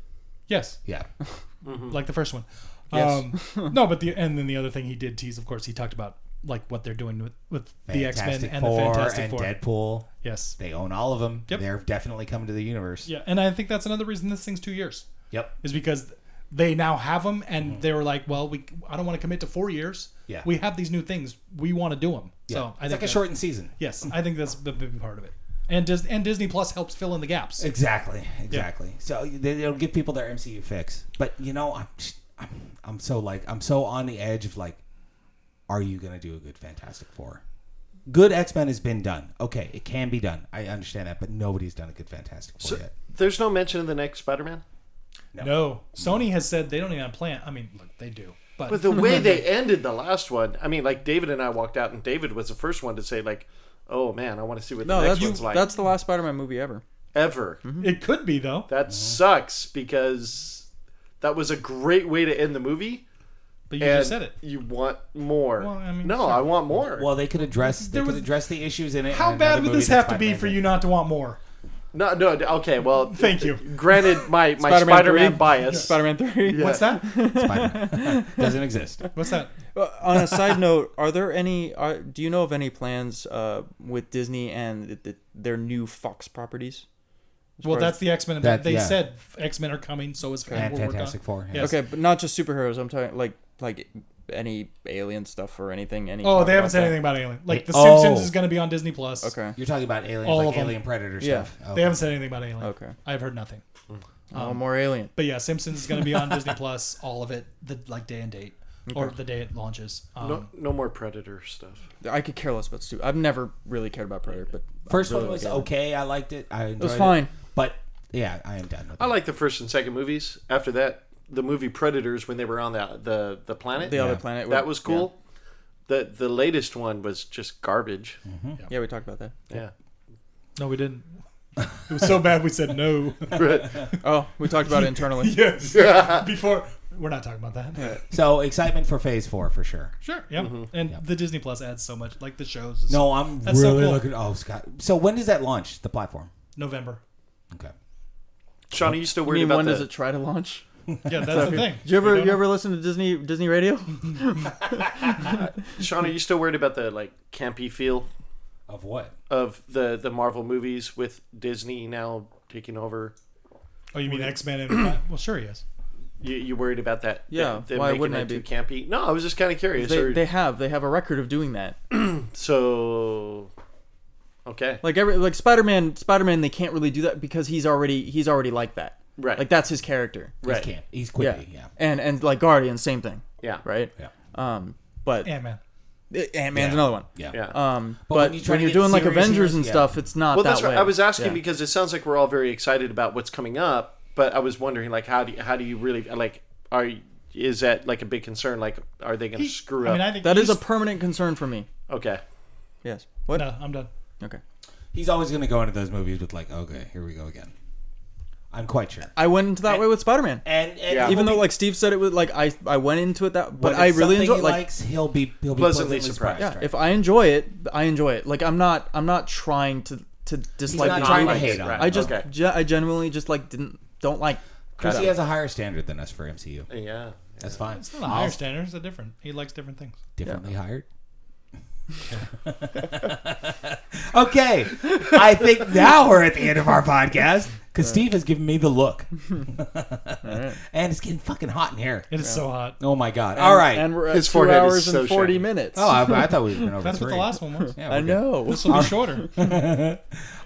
S4: Yes,
S1: Yeah.
S4: like the first one.
S2: Yes.
S4: Um, no, but the and then the other thing he did tease, of course, he talked about like what they're doing with with the X Men
S1: Fantastic
S4: and the
S1: Four
S4: Fantastic
S1: and
S4: Four.
S1: Deadpool.
S4: Yes.
S1: They own all of them.
S4: Yep.
S1: They're definitely coming to the universe.
S4: Yeah, and I think that's another reason this thing's two years
S1: Yep.
S4: is because they now have them, and they were like, well, we I don't want to commit to four years.
S1: Mm-hmm. Yeah.
S4: We have these new things. We want to do them. So I
S1: it's
S4: think
S1: like a
S4: that-
S1: shortened season.
S4: Yes, I think that's the big part of it. And Dis- and Disney Plus helps fill in the gaps.
S1: Exactly. Exactly. So they, it'll give people their MCU fix. But you know, I'm, just, I'm I'm so like I'm so on the edge of like, are you gonna do a good Fantastic Four? Good X Men has been done. Okay, it can be done. I understand that, but nobody's done a good Fantastic Four
S3: So,
S1: yet.
S3: there's no mention of the next Spider-Man.
S4: No, Sony has said they don't even have a plan. I mean, look, they do, but,
S3: But the way they ended the last one, I mean, like David and I walked out, and David was the first one to say, like, "Oh man, I want to see what the
S2: No,
S3: next
S2: that's
S3: one's like."
S2: that's Mm-hmm. the last Spider-Man movie ever.
S3: ever.
S4: it could be though.
S3: That sucks because that was a great way to end the movie.
S4: But you
S3: and
S4: just said it.
S3: You want more?
S4: Well, I mean,
S3: no,
S4: sure.
S3: I want more.
S1: Well, they could address they
S4: There
S1: could
S4: was-
S1: address the issues in it.
S4: How
S1: in
S4: bad
S1: another
S4: would
S1: movie
S4: this
S1: that's
S4: have to be
S1: Spider-Man.
S4: for you not to want more?
S3: no, no. Okay, well,
S4: Thank you.
S3: Granted, my my Spider-Man,
S2: Spider-Man three.
S3: bias.
S2: Spider-Man three.
S3: Yeah.
S4: What's that?
S1: Spider-Man. Doesn't exist.
S4: What's that?
S2: Well, on a side note, are there any? Are, do you know of any plans uh, with Disney and th th their new Fox properties? As
S4: Well,
S2: far as-
S4: that's the X Men.
S1: That-
S4: They
S1: yeah.
S4: said X Men are coming, so is
S1: And
S4: we'll work on-
S1: Fantastic Four. yeah.
S4: Yes.
S2: okay, but not just superheroes. I'm talking like like any alien stuff or anything. Any
S4: Oh,
S2: talk
S4: they haven't
S2: about
S4: said
S2: that?
S4: anything about Alien. Like The
S1: Oh.
S4: Simpsons is going to be on Disney Plus.
S2: Okay.
S1: You're talking about aliens,
S4: All of
S1: like
S4: them.
S1: alien predator
S2: Yeah.
S1: stuff. Oh.
S4: They
S1: Okay.
S4: haven't said anything about Alien.
S2: Okay.
S4: I've heard nothing.
S2: oh, more alien.
S4: But yeah, Simpsons is going to be on Disney Plus. All of it, the like day and date, or the day it launches. Um,
S3: No, no more Predator stuff.
S2: I could care less about Stu. I've never really cared about Predator, but
S1: First
S2: I really
S1: one was
S2: like Alien.
S1: okay. I liked it. I enjoyed it
S2: was fine.
S1: But yeah, I am done with it.
S3: I like the first and second movies. After that, the movie Predators when they were on the the, the planet.
S2: The other planet.
S3: that was cool. The the latest one was just garbage.
S2: Yeah. we talked about that.
S3: Yeah.
S4: No, we didn't. It was so bad we said no.
S2: Oh, we talked about it internally.
S4: yes. Before we're not talking about that.
S1: So excitement for Phase Four for sure.
S4: Sure. Yeah. And the Disney Plus adds so much, like the shows. is
S1: Mm-hmm. No, I'm
S4: That's so
S1: really
S4: cool.
S1: looking. Oh, Scott. So when does that launch? The platform.
S4: November.
S1: Okay.
S3: Sean, are you still
S2: I
S3: worried
S2: mean,
S3: about
S2: when
S3: the,
S2: does it try to launch?
S4: Yeah, that's the thing.
S2: Do you
S4: We
S2: ever
S4: don't
S2: you
S4: know.
S2: ever listen to Disney Disney Radio?
S3: Sean, are you still worried about the like campy feel
S1: Of what?
S3: of the the Marvel movies with Disney now taking over?
S4: Oh, you mean X Men and well, sure he is.
S3: You, you worried about that?
S2: Yeah,
S3: them
S2: why
S3: making
S2: wouldn't
S3: it
S2: I be?
S3: Too campy. No, I was just kind of curious.
S2: They,
S3: or-
S2: they have they have a record of doing that.
S3: so, okay.
S2: Like every like Spider Man Spider Man they can't really do that because he's already he's already like that.
S3: Right.
S2: Like that's his character.
S3: right.
S1: Camp. He's
S2: Yeah.
S1: Quippy. Yeah.
S2: And and like Guardian, same thing.
S3: Yeah.
S2: Right.
S1: Yeah.
S2: Um. But
S4: Ant Man.
S2: Ant Man's another one.
S1: Yeah.
S3: Yeah.
S2: Um. But,
S1: when
S2: when,
S1: you try to
S2: you're
S1: get
S2: doing like
S1: serious
S2: Avengers
S1: in it,
S2: and
S1: yeah.
S2: stuff, it's not
S3: well,
S2: that
S3: that's
S2: way.
S3: right. I was asking
S2: Yeah.
S3: because it sounds like we're all very excited about what's coming up, but I was wondering like how do you, how do you really like are you- is that like a big concern? Like, are they going to screw
S4: I
S3: up?
S4: mean, I think
S2: that is a
S4: he's-
S2: permanent concern for me.
S3: okay.
S2: Yes. What?
S4: No, I'm done.
S2: Okay.
S1: He's always going to go into those movies with like, okay, here we go again. I'm quite sure.
S2: I went into that way with Spider Man.
S1: And, and
S3: Yeah.
S2: Even though, like Steve said, it was like I I went into it that,
S1: when
S2: but I
S1: it's
S2: really
S1: something
S2: enjoy
S1: he
S2: like
S1: likes, he'll be he'll be
S3: Pleasantly
S1: pleasantly, surprised.
S2: yeah.
S1: right?
S2: If I enjoy it, I enjoy it. Like I'm not I'm not trying to to dislike.
S1: not
S2: these
S1: trying to
S2: movies.
S1: hate on
S2: I
S1: them.
S2: just
S3: Okay.
S2: ge- I genuinely just like didn't don't like.
S1: Chris,
S2: crap.
S1: he has a higher standard than us for MCU.
S3: Yeah.
S1: That's fine.
S4: It's not a higher standard. It's a different. He likes different things.
S1: Differently hired. okay, I think now we're at the end of our podcast because Steve has given me the look, and it's getting fucking hot in here.
S4: It is so hot.
S1: Oh my god! All right.
S2: and we're at
S3: His
S2: two
S3: forehead is
S2: hours
S3: so
S2: and forty
S3: shiny.
S2: minutes.
S1: oh, I, I thought we'd been over
S4: That's what
S1: three.
S4: the last one was.
S1: Yeah,
S2: I
S1: we're good.
S2: know.
S4: This will be shorter.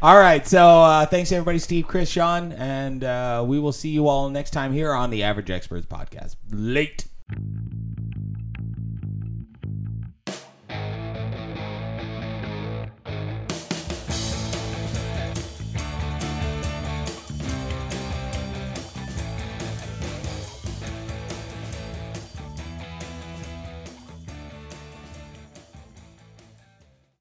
S1: All right. So uh, thanks to everybody, Steve, Chris, Sean, and uh, we will see you all next time here on the Average Experts Podcast. Late.